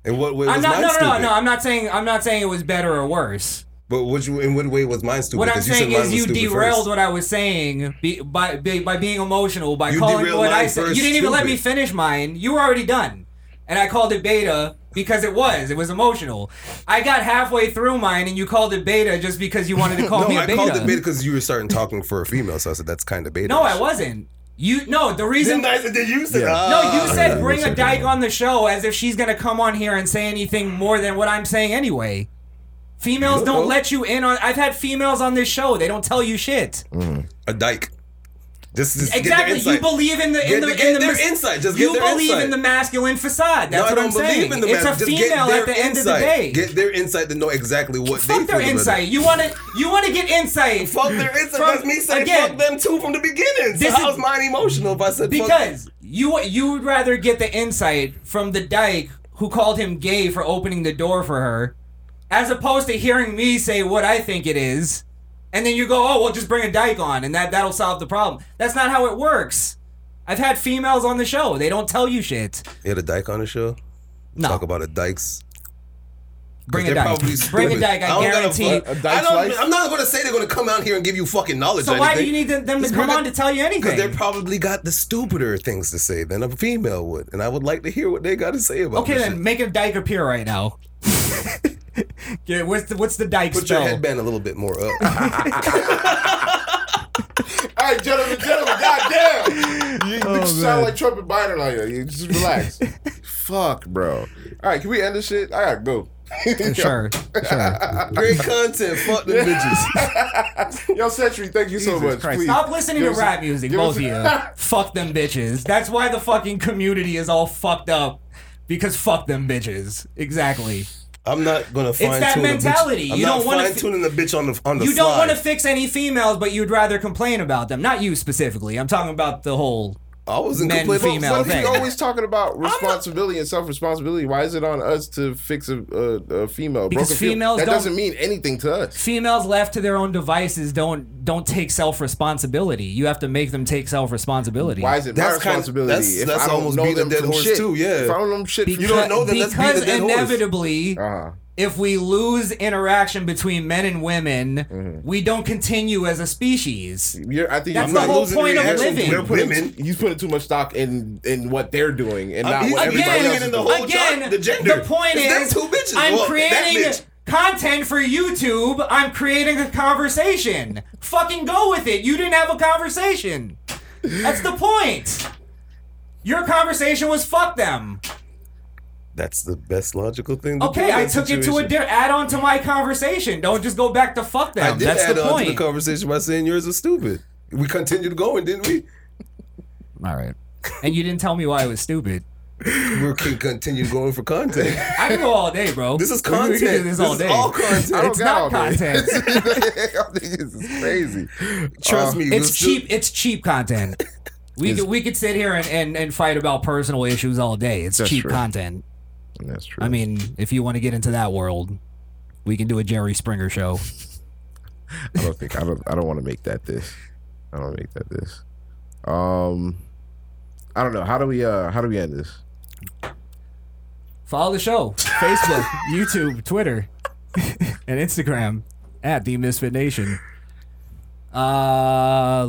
Speaker 4: In what way was
Speaker 5: I'm not
Speaker 4: mine
Speaker 5: no no
Speaker 4: stupid?
Speaker 5: no no, I'm not saying I'm not saying it was better or worse.
Speaker 4: But which in what way was mine stupid?
Speaker 5: what I'm
Speaker 4: 'Cause you said
Speaker 5: saying
Speaker 4: mine
Speaker 5: is
Speaker 4: was
Speaker 5: you
Speaker 4: stupid
Speaker 5: derailed
Speaker 4: first.
Speaker 5: what I was saying be, by, by by being emotional by
Speaker 4: You
Speaker 5: calling
Speaker 4: derailed
Speaker 5: what I
Speaker 4: mine
Speaker 5: said. You
Speaker 4: first,
Speaker 5: didn't even let me
Speaker 4: stupid.
Speaker 5: finish mine. You were already done, and I called it beta because it was it was emotional. I got halfway through mine and you called it beta just because you wanted to call
Speaker 4: no,
Speaker 5: me a
Speaker 4: I
Speaker 5: beta.
Speaker 4: called it beta because you were starting talking for a female, so I said that's kind of beta.
Speaker 5: No, I wasn't. You no the reason.
Speaker 4: Then, I, then you said,
Speaker 3: Yeah.
Speaker 5: no, you
Speaker 4: "Ah."
Speaker 5: said bring a
Speaker 3: second
Speaker 5: dyke on the show as if she's gonna come on here and say anything more than what I'm saying anyway. Females
Speaker 4: Well-
Speaker 5: don't let you in on. I've had females on this show. They don't tell you shit.
Speaker 4: a dyke. Just, just get their
Speaker 5: Exactly. You
Speaker 4: insight.
Speaker 5: believe in the in
Speaker 4: Get
Speaker 5: the,
Speaker 4: the-
Speaker 5: in
Speaker 4: get
Speaker 5: the
Speaker 4: their
Speaker 5: mas-
Speaker 4: insight. Just
Speaker 5: you
Speaker 4: get their
Speaker 5: believe
Speaker 4: insight.
Speaker 5: in the masculine facade. That's
Speaker 4: no,
Speaker 5: what
Speaker 4: I
Speaker 5: I'm
Speaker 4: don't believe
Speaker 5: saying.
Speaker 4: in the
Speaker 5: it's
Speaker 4: man.
Speaker 5: a
Speaker 4: Just get
Speaker 5: female
Speaker 4: their
Speaker 5: at the end of the
Speaker 4: insight.
Speaker 5: day.
Speaker 4: Get their insight to know exactly what they
Speaker 5: Fuck their
Speaker 4: feel about it.
Speaker 5: insight. You want to you want to get insight.
Speaker 4: Fuck their insight.
Speaker 5: From-
Speaker 4: That's me saying
Speaker 5: again,
Speaker 4: fuck them too from the beginning. So
Speaker 5: this
Speaker 4: how's
Speaker 5: is-
Speaker 4: mine emotional if I said fuck them?
Speaker 5: Because you you would rather get the insight from the dyke who called him gay for opening the door for her, as opposed to hearing me say what I think it is, and then you go, oh well, just bring a dyke on, and that that'll solve the problem. That's not how it works. I've had females on the show. They don't tell you shit.
Speaker 4: You had a dyke on the show?
Speaker 5: No.
Speaker 4: Talk about a dyke's.
Speaker 5: Bring a
Speaker 4: They're
Speaker 5: dyke.
Speaker 4: probably
Speaker 5: Bring a
Speaker 4: stupid.
Speaker 5: dyke. I,
Speaker 4: don't gotta
Speaker 5: guarantee.
Speaker 4: fuck- I don't, I'm not going to say they're going to come out here and give you fucking knowledge.
Speaker 5: So
Speaker 4: or
Speaker 5: why do
Speaker 4: anything.
Speaker 5: you need them them to
Speaker 4: Just
Speaker 5: come
Speaker 4: bring a-
Speaker 5: on to tell you
Speaker 4: Because they
Speaker 5: anything?
Speaker 4: probably got the stupider things to say than a female would, and I would like to hear what they got to say about.
Speaker 5: Okay,
Speaker 4: this
Speaker 5: then
Speaker 4: shit.
Speaker 5: make a dyke appear right now. Yeah, what's the what's the dyke
Speaker 4: put
Speaker 5: spell?
Speaker 4: your headband a little bit more up.
Speaker 3: All right, gentlemen, gentlemen, goddamn. You, you
Speaker 5: Oh,
Speaker 3: sound like Trump and Biden on here. You just relax. Fuck, bro. All right, can we end this shit? I gotta go.
Speaker 5: Sure, sure.
Speaker 4: Great content. Fuck the bitches.
Speaker 3: Yo, Century, thank you so much. Please.
Speaker 5: Stop listening
Speaker 3: Give
Speaker 5: to
Speaker 3: us-
Speaker 5: rap music,
Speaker 3: give us-
Speaker 5: both of you. fuck them bitches. That's why the fucking community is all fucked up. Because fuck them bitches. Exactly.
Speaker 4: I'm not gonna fine tune.
Speaker 5: that
Speaker 4: a bitch.
Speaker 5: mentality.
Speaker 4: I'm
Speaker 5: You
Speaker 4: not
Speaker 5: don't wanna
Speaker 4: fine tuning the bitch on the on the
Speaker 5: You
Speaker 4: fly.
Speaker 5: don't want to fix any females, but you'd rather complain about them. Not you specifically. I'm talking about the whole
Speaker 7: I wasn't
Speaker 5: men,
Speaker 7: complaining.
Speaker 5: female
Speaker 3: But he's
Speaker 5: thing.
Speaker 3: always talking about responsibility and self responsibility. Why is it on us to fix a, a, a female? a
Speaker 5: Because
Speaker 3: broken female?
Speaker 5: females
Speaker 3: that
Speaker 5: don't-
Speaker 3: doesn't mean anything to us.
Speaker 5: Females left to their own devices don't don't take self responsibility. You have to make them take self responsibility.
Speaker 3: Why is it my responsibility? if I don't know them from shit, If I don't know Uh-huh. them shit,
Speaker 5: Because, because inevitably, if we lose interaction between men and women,
Speaker 3: Mm-hmm.
Speaker 5: we don't continue as a species.
Speaker 3: You're, I think
Speaker 5: that's the whole point of living.
Speaker 3: You're putting, He's putting too much stock in in what they're doing and not
Speaker 5: Again,
Speaker 3: what everybody else is doing.
Speaker 5: again, the, point
Speaker 3: Is them
Speaker 5: is,
Speaker 3: two bitches?
Speaker 5: I'm
Speaker 3: Well, that
Speaker 5: creating
Speaker 3: bitch.
Speaker 5: content for YouTube. I'm creating a conversation. Fucking go with it. You didn't have a conversation. That's the point. Your conversation was fuck them.
Speaker 7: That's the best logical thing. To do
Speaker 5: Okay,
Speaker 7: in
Speaker 5: I
Speaker 7: that
Speaker 5: took it to a
Speaker 7: situation.
Speaker 5: di- add on to my conversation. Don't just go back to fuck
Speaker 7: I
Speaker 5: them.
Speaker 7: did
Speaker 5: Um, That's
Speaker 7: add
Speaker 5: the
Speaker 7: on to
Speaker 5: point.
Speaker 7: the conversation by saying yours was stupid. We continued going, didn't we?
Speaker 5: All right. And you didn't tell me why it was stupid.
Speaker 7: we can continue going for content.
Speaker 5: I can go all day, bro.
Speaker 7: This is
Speaker 5: We can do
Speaker 7: content.
Speaker 5: this all day. I don't got
Speaker 7: it's not
Speaker 5: all day.
Speaker 7: content.
Speaker 3: this is crazy.
Speaker 7: Trust me,
Speaker 5: Uh, it's
Speaker 7: we'll still-
Speaker 5: cheap. It's cheap content. We could, we could sit here and, and, and fight about personal issues all day. It's
Speaker 3: That's
Speaker 5: cheap
Speaker 3: true.
Speaker 5: content.
Speaker 3: That's true.
Speaker 5: I mean, if you want to get into that world, we can do a Jerry Springer show.
Speaker 3: I don't think I don't I don't want to make that this. I don't make that this. Um I don't know. How do we uh how do we end this?
Speaker 5: Follow the show: Facebook, YouTube, Twitter, and Instagram at the Misfit Nation. Uh,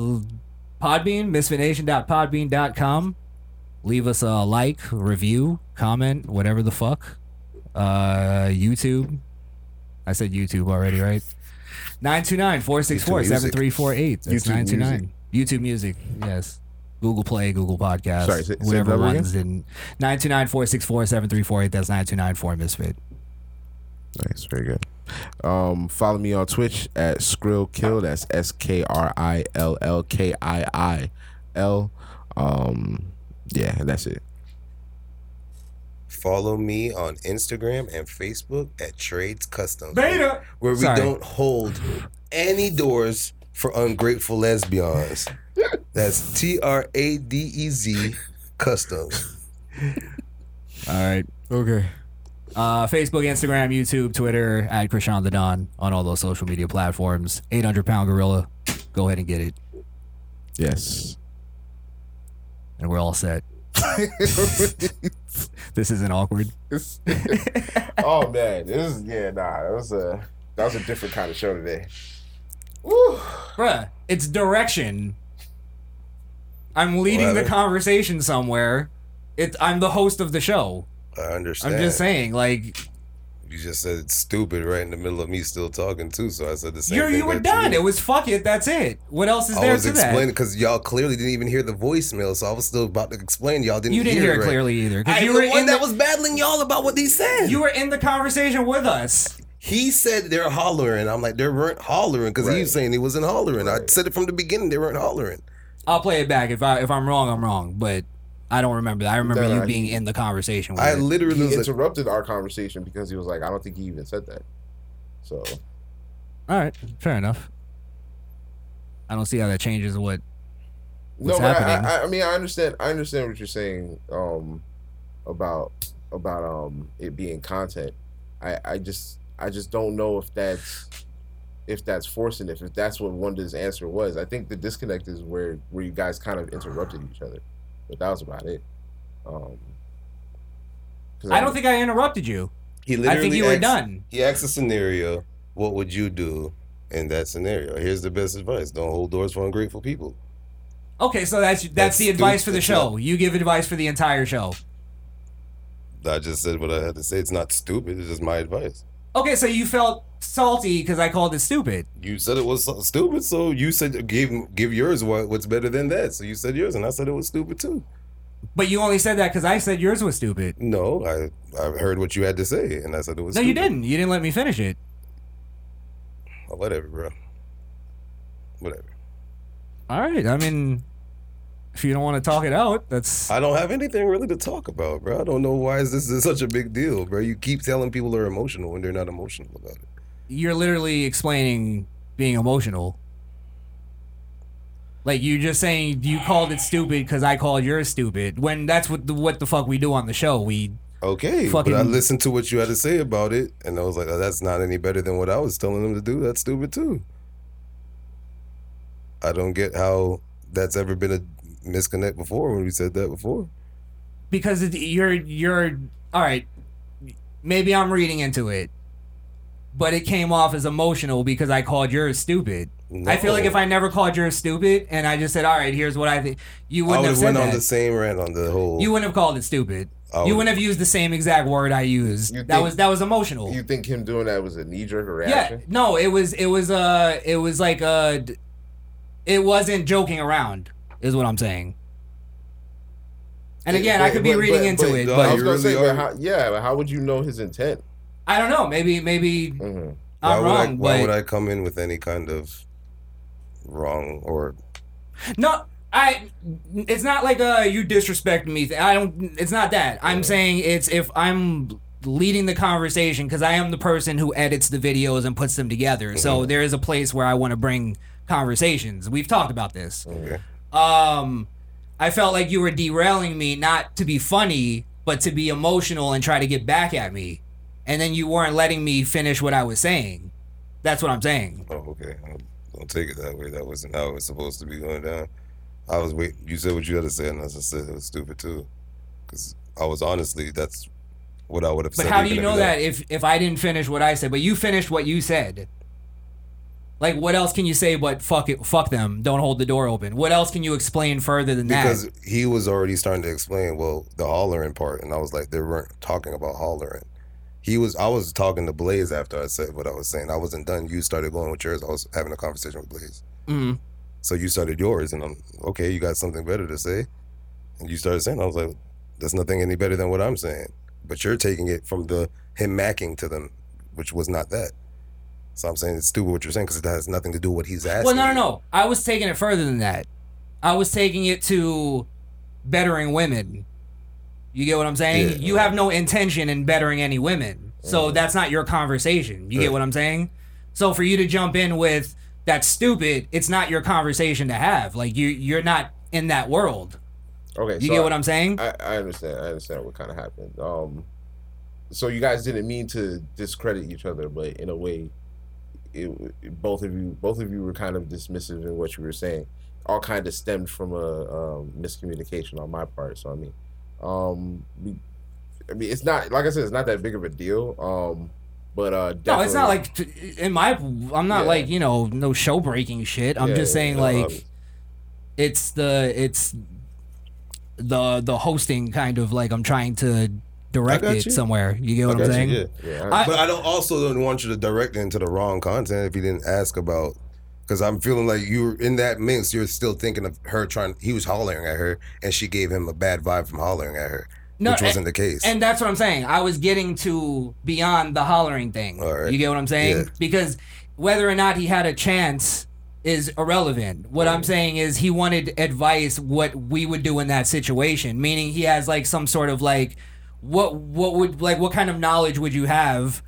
Speaker 5: Podbean, misfitnation.podbean.com. Leave us a like, review, comment, whatever the fuck. Uh, YouTube. I said YouTube already, right? 929 464 7348. That's
Speaker 3: YouTube
Speaker 5: 929. YouTube Music, yes. Google Play, Google Podcast.
Speaker 3: Sorry, say- say
Speaker 5: whatever
Speaker 3: that again?
Speaker 5: ones in 929 464 7348. That's 9294 Misfit.
Speaker 3: Nice, very good. Um, follow me on Twitch at Skrill Kill. That's S K R I L L K I I L. Um, yeah, and that's it.
Speaker 7: Follow me on Instagram and Facebook at Trades Customs.
Speaker 5: Beta!
Speaker 7: Where we
Speaker 5: Sorry.
Speaker 7: don't hold any doors for ungrateful lesbians. That's T R A D E Z Customs.
Speaker 5: All right.
Speaker 3: Okay.
Speaker 5: Uh, Facebook, Instagram, YouTube, Twitter at Krishan the Don on all those social media platforms. 800 pound gorilla. Go ahead and get it.
Speaker 3: Yes.
Speaker 5: And we're all set. this isn't awkward.
Speaker 3: oh man, this is yeah, nah, that was a that was a different kind of show today.
Speaker 5: Bruh, it's direction. I'm leading the
Speaker 7: Whatever.
Speaker 5: conversation somewhere. It, I'm the host of the show.
Speaker 7: I understand.
Speaker 5: I'm just saying, like,
Speaker 7: You just said it's stupid right in the middle of me still talking too, so I said the same
Speaker 5: you're,
Speaker 7: thing.
Speaker 5: you were
Speaker 7: back to
Speaker 5: done. It was fuck it. That's it. What else is
Speaker 7: I
Speaker 5: there
Speaker 7: was
Speaker 5: to
Speaker 7: explaining
Speaker 5: that?
Speaker 7: because y'all clearly didn't even hear the voicemail, so I was still about to explain. Y'all didn't.
Speaker 5: You didn't hear it
Speaker 7: right.
Speaker 5: clearly either, 'cause
Speaker 7: I
Speaker 5: you
Speaker 7: am the
Speaker 5: were
Speaker 7: one
Speaker 5: in
Speaker 7: that
Speaker 5: the-
Speaker 7: was battling y'all about what he said.
Speaker 5: You were in the conversation with us.
Speaker 7: He said they're hollering. I'm like, they weren't hollering because he was saying he wasn't hollering. I said it from the beginning. They weren't hollering.
Speaker 5: I'll play it back. If I if I'm wrong, I'm wrong. But I don't remember that. I remember
Speaker 3: No, no,
Speaker 5: you
Speaker 3: he-
Speaker 5: being in the conversation. With
Speaker 7: I
Speaker 5: it.
Speaker 7: literally
Speaker 3: He
Speaker 7: was like,
Speaker 3: interrupted our conversation because he was like, I don't think he even said that. So
Speaker 5: All right, fair enough. I don't see how that changes what what's
Speaker 3: no,
Speaker 5: happening.
Speaker 3: but I- I, I mean, I understand. I understand what you're saying um, about about um, it being content. I, I just I just don't know if that's if that's forcing it. If that's what Wanda's answer was, I think the disconnect is where where you guys kind of interrupted each other, but that was about it. Um, 'cause
Speaker 5: I, don't think I interrupted you.
Speaker 7: he
Speaker 5: I think you were
Speaker 7: asked-
Speaker 5: done.
Speaker 7: He asked a scenario. What would you do in that scenario? Here's the best advice: Don't hold doors for ungrateful people.
Speaker 5: Okay, so that's that's,
Speaker 7: That's
Speaker 5: the advice for
Speaker 7: stupid.
Speaker 5: the
Speaker 7: It's
Speaker 5: show. You give advice for the entire show.
Speaker 7: I just said what I had to say. It's not stupid. It's just my advice.
Speaker 5: Okay, so you felt salty because I called it stupid.
Speaker 7: You said it was so- stupid, so you said give give yours what, what's better than that. So you said yours, and I said it was stupid too.
Speaker 5: But you only said that because I said yours was stupid.
Speaker 7: No, I I heard what you had to say, and I said it was.
Speaker 5: no,
Speaker 7: stupid.
Speaker 5: you didn't. You didn't let me finish it.
Speaker 7: Oh, whatever, bro. Whatever.
Speaker 5: All right. I mean, if you don't want to talk it out, that's
Speaker 7: I don't have anything really to talk about, bro. I don't know why is this is such a big deal, bro. You keep telling people they're emotional when they're not emotional about it.
Speaker 5: you're literally explaining being emotional. Like you just saying you called it stupid because I called yours stupid. When that's what the, what the fuck we do on the show. We
Speaker 7: Okay,
Speaker 5: Fucking-
Speaker 7: but I listened to what you had to say about it, and I was like, oh, that's not any better than what I was telling them to do. That's stupid too. I don't get how that's ever been a misconnect before when we said that before.
Speaker 5: because it, you're you're all right. Maybe I'm reading into it, but it came off as emotional because I called yours stupid. I feel like
Speaker 7: No.
Speaker 5: if I never called yours stupid and I just said, "All right, here's what I think," you
Speaker 7: I
Speaker 5: wouldn't have
Speaker 7: would've
Speaker 5: said
Speaker 7: went
Speaker 5: that.
Speaker 7: on the same rant on the whole.
Speaker 5: You wouldn't have called it stupid.
Speaker 7: I
Speaker 5: you
Speaker 7: would-
Speaker 5: wouldn't have used the same exact word I used. that
Speaker 3: think-
Speaker 5: was that was emotional.
Speaker 3: You think him doing that was a knee jerk
Speaker 5: yeah,
Speaker 3: reaction?
Speaker 5: no, it was it was uh it was like uh d- it wasn't joking around is what I'm saying. And again, I could be reading into it, but
Speaker 3: I was gonna say, but how, yeah, but how would you know his intent? Mm-hmm.
Speaker 5: I don't know. Maybe maybe I'm
Speaker 7: why
Speaker 5: wrong,
Speaker 7: Would I, why
Speaker 5: but
Speaker 7: would I come in with any kind of wrong or
Speaker 5: No, I. It's not like uh you disrespect me. Th- I don't. It's not that. I'm saying it's if I'm leading the conversation because I am the person who edits the videos and puts them together. So there is a place where I want to bring conversations. We've talked about this. Um, I felt like you were derailing me, not to be funny, but to be emotional and try to get back at me, and then you weren't letting me finish what I was saying. That's what I'm saying.
Speaker 7: Oh, okay. I'll- Don't take it that way. That wasn't how it was supposed to be going down. I was wait. You said what you had to say, and I just said it was stupid too, because I was honestly that's what I would have
Speaker 5: But
Speaker 7: said.
Speaker 5: how do
Speaker 7: even
Speaker 5: you
Speaker 7: if
Speaker 5: know
Speaker 7: it-
Speaker 5: that if if I didn't finish what I said, but you finished what you said? Like, what else can you say? But fuck it, fuck them. Don't hold the door open. What else can you explain further than
Speaker 7: Because
Speaker 5: that?
Speaker 7: he was already starting to explain, well, the hollering part, and I was like, they weren't talking about hollering. He was, I was talking to Blaze after I said what I was saying. I wasn't done. You started going with yours. I was having a conversation with Blaze.
Speaker 5: Mm.
Speaker 7: So you started yours, and I'm okay. You got something better to say, and you started saying. I was like, "There's nothing any better than what I'm saying." But you're taking it from the him macking to them, which was not that. So I'm saying it's stupid what you're saying because it has nothing to do with what he's asking.
Speaker 5: Well, no, no, no. I was taking it further than that. I was taking it to bettering women. You get what I'm saying?
Speaker 7: Yeah. Mm-hmm.
Speaker 5: you have no intention in bettering any women, so that's not your conversation. You
Speaker 7: Yeah.
Speaker 5: get what I'm saying? So for you to jump in with that's stupid, it's not your conversation to have. Like you, you're not in that world.
Speaker 3: Okay,
Speaker 5: You
Speaker 3: so
Speaker 5: get what I'm saying?
Speaker 3: I, I understand. I understand what kind of happened. Um, so you guys didn't mean to discredit each other, but in a way, it, it- both of you, both of you were kind of dismissive in what you were saying. All kind of stemmed from a um, miscommunication on my part. So I mean, um, we, I mean, it's not like I said, it's not that big of a deal. Um, but uh,
Speaker 5: No, it's not
Speaker 3: definitely-
Speaker 5: like t- in my. I'm
Speaker 3: Yeah.
Speaker 5: not like you know no show breaking shit. I'm
Speaker 3: Yeah,
Speaker 5: just
Speaker 3: yeah,
Speaker 5: saying
Speaker 3: yeah,
Speaker 5: like,
Speaker 3: obvious.
Speaker 5: it's the it's the the hosting kind of like I'm trying to direct
Speaker 7: got
Speaker 5: it
Speaker 7: you.
Speaker 5: somewhere. You get
Speaker 7: I
Speaker 5: what I'm
Speaker 7: got
Speaker 5: saying?
Speaker 7: you, yeah. but I don't also don't want you to direct it into the wrong content if you didn't ask about. Because I'm feeling like you're in that mix. You're still thinking of her trying. He was hollering at her, and she gave him a bad vibe from hollering at her, which
Speaker 5: a-
Speaker 7: wasn't the case.
Speaker 5: And that's what I'm saying. I was getting to beyond the hollering thing.
Speaker 7: right.
Speaker 5: You get what I'm saying?
Speaker 7: Yeah.
Speaker 5: Because whether or not he had a chance is irrelevant. What I'm saying is he wanted advice what we would do in that situation, meaning he has like some sort of like what what would like what kind of knowledge would you have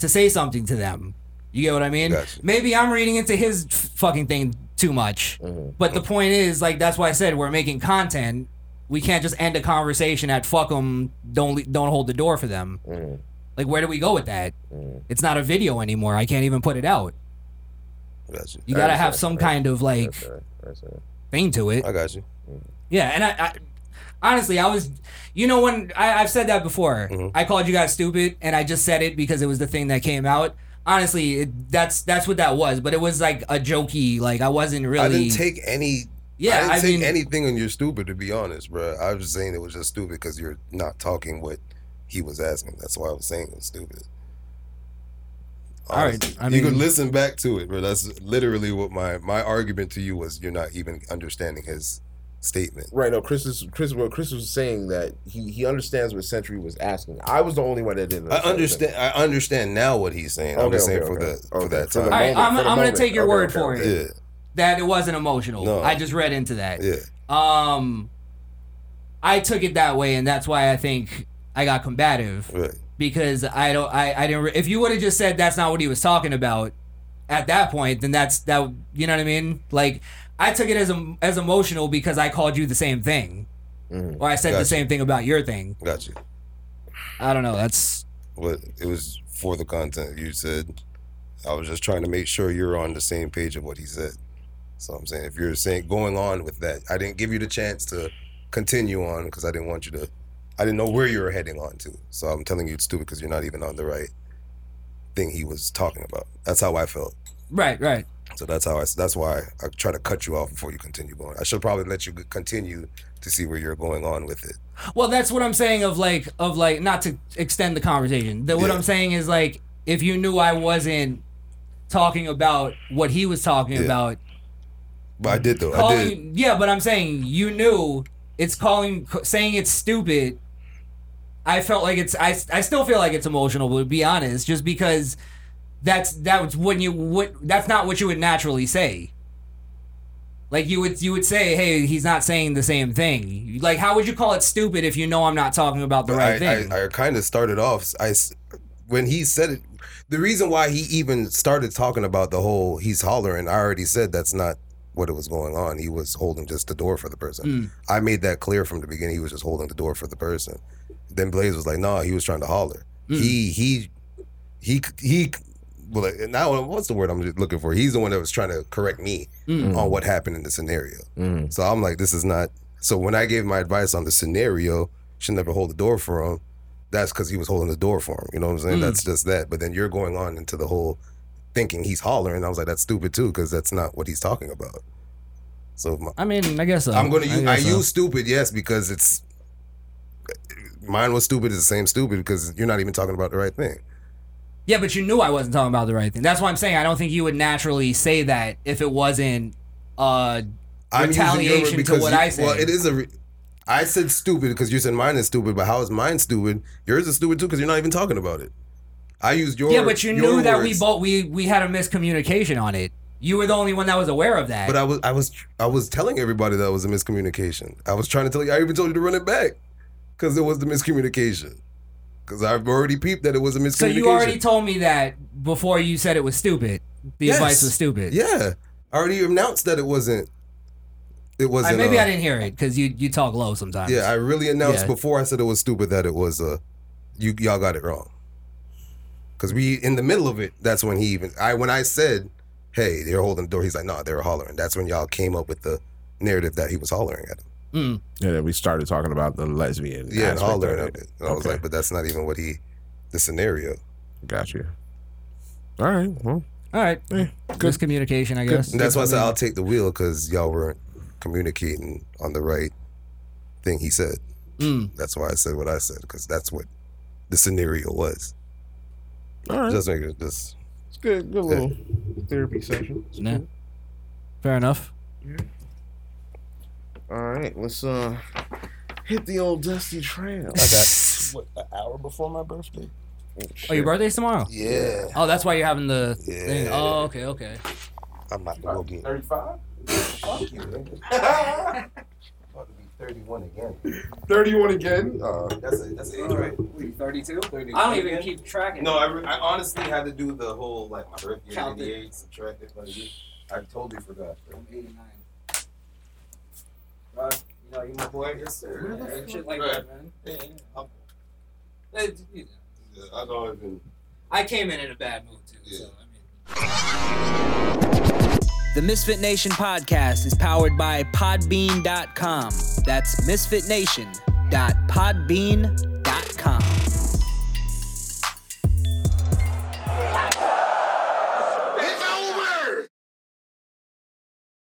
Speaker 5: to say something to them? You get what I mean? Maybe I'm reading into his f- fucking thing too much. But the point is, like, that's why I said we're making content. We can't just end a conversation at fuck them. Don't le- don't hold the door for them.
Speaker 3: mm,
Speaker 5: Like, where do we go with that? It's not a video anymore. I can't even put it out.
Speaker 7: Gotcha.
Speaker 5: You gotta have some kind of like thing to it.
Speaker 7: I got you.
Speaker 5: Yeah, and I, I honestly, I was, you know, when I, I've said that before,
Speaker 7: Mm-hmm.
Speaker 5: I called you guys stupid, and I just said it because it was the thing that came out. Honestly, it, that's that's what that was, but it was like a jokey. Like I wasn't really.
Speaker 7: I didn't take any.
Speaker 5: Yeah,
Speaker 7: I didn't
Speaker 5: I
Speaker 7: take
Speaker 5: mean-
Speaker 7: anything on your stupid. To be honest, bro, I was just saying it was just stupid because you're not talking what he was asking. That's why I was saying it was stupid.
Speaker 5: All right,
Speaker 7: Honestly.
Speaker 5: I
Speaker 7: you could
Speaker 5: mean-
Speaker 7: listen back to it, bro. That's literally what my my argument to you was. You're not even understanding his statement.
Speaker 3: Right. No, Chris is Chris. Well, Chris was saying that he he understands what Century was asking. I was the only one that didn't.
Speaker 7: I understand. I understand now what he's saying. I'm
Speaker 3: Okay,
Speaker 7: just saying
Speaker 3: okay,
Speaker 7: for
Speaker 3: okay.
Speaker 7: the for that
Speaker 3: for
Speaker 7: time.
Speaker 3: the
Speaker 5: All right, I'm,
Speaker 3: for the
Speaker 5: I'm gonna
Speaker 3: moment.
Speaker 5: take your
Speaker 3: Okay,
Speaker 5: word
Speaker 3: okay,
Speaker 5: for
Speaker 3: okay.
Speaker 5: it
Speaker 3: Yeah.
Speaker 5: that it wasn't emotional.
Speaker 7: No.
Speaker 5: I just read into that.
Speaker 7: Yeah.
Speaker 5: Um, I took it that way, and that's why I think I got combative
Speaker 7: Right.
Speaker 5: because I don't. I, I didn't. Re- if you would have just said that's not what he was talking about at that point, then that's that. You know what I mean? Like I took it as em- as emotional because I called you the same thing, or I said the
Speaker 7: Mm-hmm. Gotcha.
Speaker 5: same thing about your thing.
Speaker 7: Got you.
Speaker 5: I don't know. That's
Speaker 7: What it was for the content you said. I was just trying to make sure you're on the same page of what he said. So I'm saying if you're saying going on with that, I didn't give you the chance to continue on because I didn't want you to. I didn't know where you were heading on to. So I'm telling you it's stupid because you're not even on the right thing he was talking about. That's how I felt.
Speaker 5: right, right.
Speaker 7: So that's how I. That's why I try to cut you off before you continue going. I should probably let you continue to see where you're going on with it.
Speaker 5: Well, that's what I'm saying. Of like, of like, not to extend the conversation. That what I'm saying is like, if you knew I wasn't talking about what he was talking
Speaker 7: Yeah.
Speaker 5: about,
Speaker 7: But I did though. I did.
Speaker 5: calling, yeah. But I'm saying you knew it's calling, saying it's stupid. I felt like it's. I, I still feel like it's emotional. But to be honest, just because that's that's when you would. That's not what you would naturally say. Like you would you would say, hey, he's not saying the same thing. Like, how would you call it stupid if you know I'm not talking about the
Speaker 7: But
Speaker 5: right
Speaker 7: I,
Speaker 5: thing?
Speaker 7: I, I kind of started off. I s- when he said it, the reason why he even started talking about the whole he's hollering, I already said that's not what it was going on. He was holding just the door for the person.
Speaker 16: Mm.
Speaker 7: I made that clear from the beginning. He was just holding the door for the person. Then Blaze was like, "No, nah, he was trying to holler. He he he he." Well, like, now what's the word I'm looking for? He's the one that was trying to correct me
Speaker 3: Hmm.
Speaker 16: Mm.
Speaker 7: on what happened in the scenario.
Speaker 3: mm.
Speaker 7: So I'm like, this is not. So when I gave my advice on the scenario, should never hold the door for him. That's because he was holding the door for him. You know what I'm saying?
Speaker 16: Mm.
Speaker 7: That's just that. But then you're going on into the whole thinking he's hollering. I was like, that's stupid too, because that's not what he's talking about. So my,
Speaker 5: I mean, I guess so.
Speaker 7: I'm gonna use I,
Speaker 5: guess so.
Speaker 7: use stupid, yes, because it's mine was stupid. It's the same stupid because you're not even talking about the right thing.
Speaker 5: Yeah, but you knew I wasn't talking about the right thing. That's why I'm saying I don't think you would naturally say that if it wasn't uh
Speaker 7: I'm using your word
Speaker 5: retaliation to
Speaker 7: because
Speaker 5: what
Speaker 7: you-
Speaker 5: I said.
Speaker 7: Well, it is a. Re- I said stupid because you said mine is stupid, but how is mine stupid? Yours is stupid too because you're not even talking about it. I used your.
Speaker 5: yeah, but you
Speaker 7: your
Speaker 5: knew that we
Speaker 7: words,
Speaker 5: both we we had a miscommunication on it. You were the only one that was aware of that.
Speaker 7: But I was I was I was telling everybody that was a miscommunication. I was trying to tell you. I even told you to run it back because it was the miscommunication. Because I've already peeped that it was a miscommunication.
Speaker 5: so you already told me that before you said it was stupid. The
Speaker 7: Yes.
Speaker 5: advice was stupid.
Speaker 7: Yeah, I already announced that it wasn't. It
Speaker 5: I,
Speaker 7: wasn't.
Speaker 5: maybe
Speaker 7: uh,
Speaker 5: I didn't hear it because you you talk low sometimes.
Speaker 7: Yeah, I really announced
Speaker 5: Yeah.
Speaker 7: before I said it was stupid that it was uh you y'all got it wrong. Cause we in the middle of it, that's when he even I when I said, Hey, they're holding the door, he's like, No, nah, they were hollering. That's when y'all came up with the narrative that he was hollering at him.
Speaker 5: Mm.
Speaker 3: Yeah, then we started talking about the lesbian.
Speaker 7: Yeah, and
Speaker 3: aspect
Speaker 7: hollering
Speaker 3: of
Speaker 7: at it. And I was like, But that's not even what he the scenario.
Speaker 3: Got you. All right. Well,
Speaker 5: All right. Miscommunication, I guess.
Speaker 7: And that's why I said I'll take the wheel because y'all weren't communicating on the right thing he said.
Speaker 5: Mm.
Speaker 7: That's why I said what I said because that's what the scenario was.
Speaker 3: All right.
Speaker 7: Just make it just
Speaker 3: it's good. Good little therapy session. It's
Speaker 5: Nah. Fair enough.
Speaker 3: All right, let's uh hit the old dusty trail.
Speaker 7: I got what, an hour before my birthday.
Speaker 5: Oh, your birthday's tomorrow.
Speaker 7: Yeah.
Speaker 5: Oh, that's why you're having the thing. Oh, okay, okay.
Speaker 7: I'm not gonna go get it.
Speaker 4: 35? Fuck you, nigga. About to be 31 again.
Speaker 3: 31 again?
Speaker 4: Uh, that's a, that's age, right?
Speaker 5: 32?
Speaker 4: I don't even keep
Speaker 5: track.
Speaker 4: No, I, re- I honestly had to do the whole like my birthday
Speaker 5: Count it.
Speaker 4: 88, subtract it. Like, you- I totally forgot. Bro.
Speaker 5: 89. you know, you my boy.
Speaker 4: Yes,
Speaker 5: Where the
Speaker 4: sir.
Speaker 5: fuck- Shit like
Speaker 4: Right.
Speaker 5: that, man.
Speaker 4: Yeah, yeah. I'm-
Speaker 5: It- you know,
Speaker 4: yeah, I've always been.
Speaker 5: I came in in a bad mood too. So.
Speaker 2: The Misfit Nation podcast is powered by Podbean.com. That's misfitnation.podbean.com.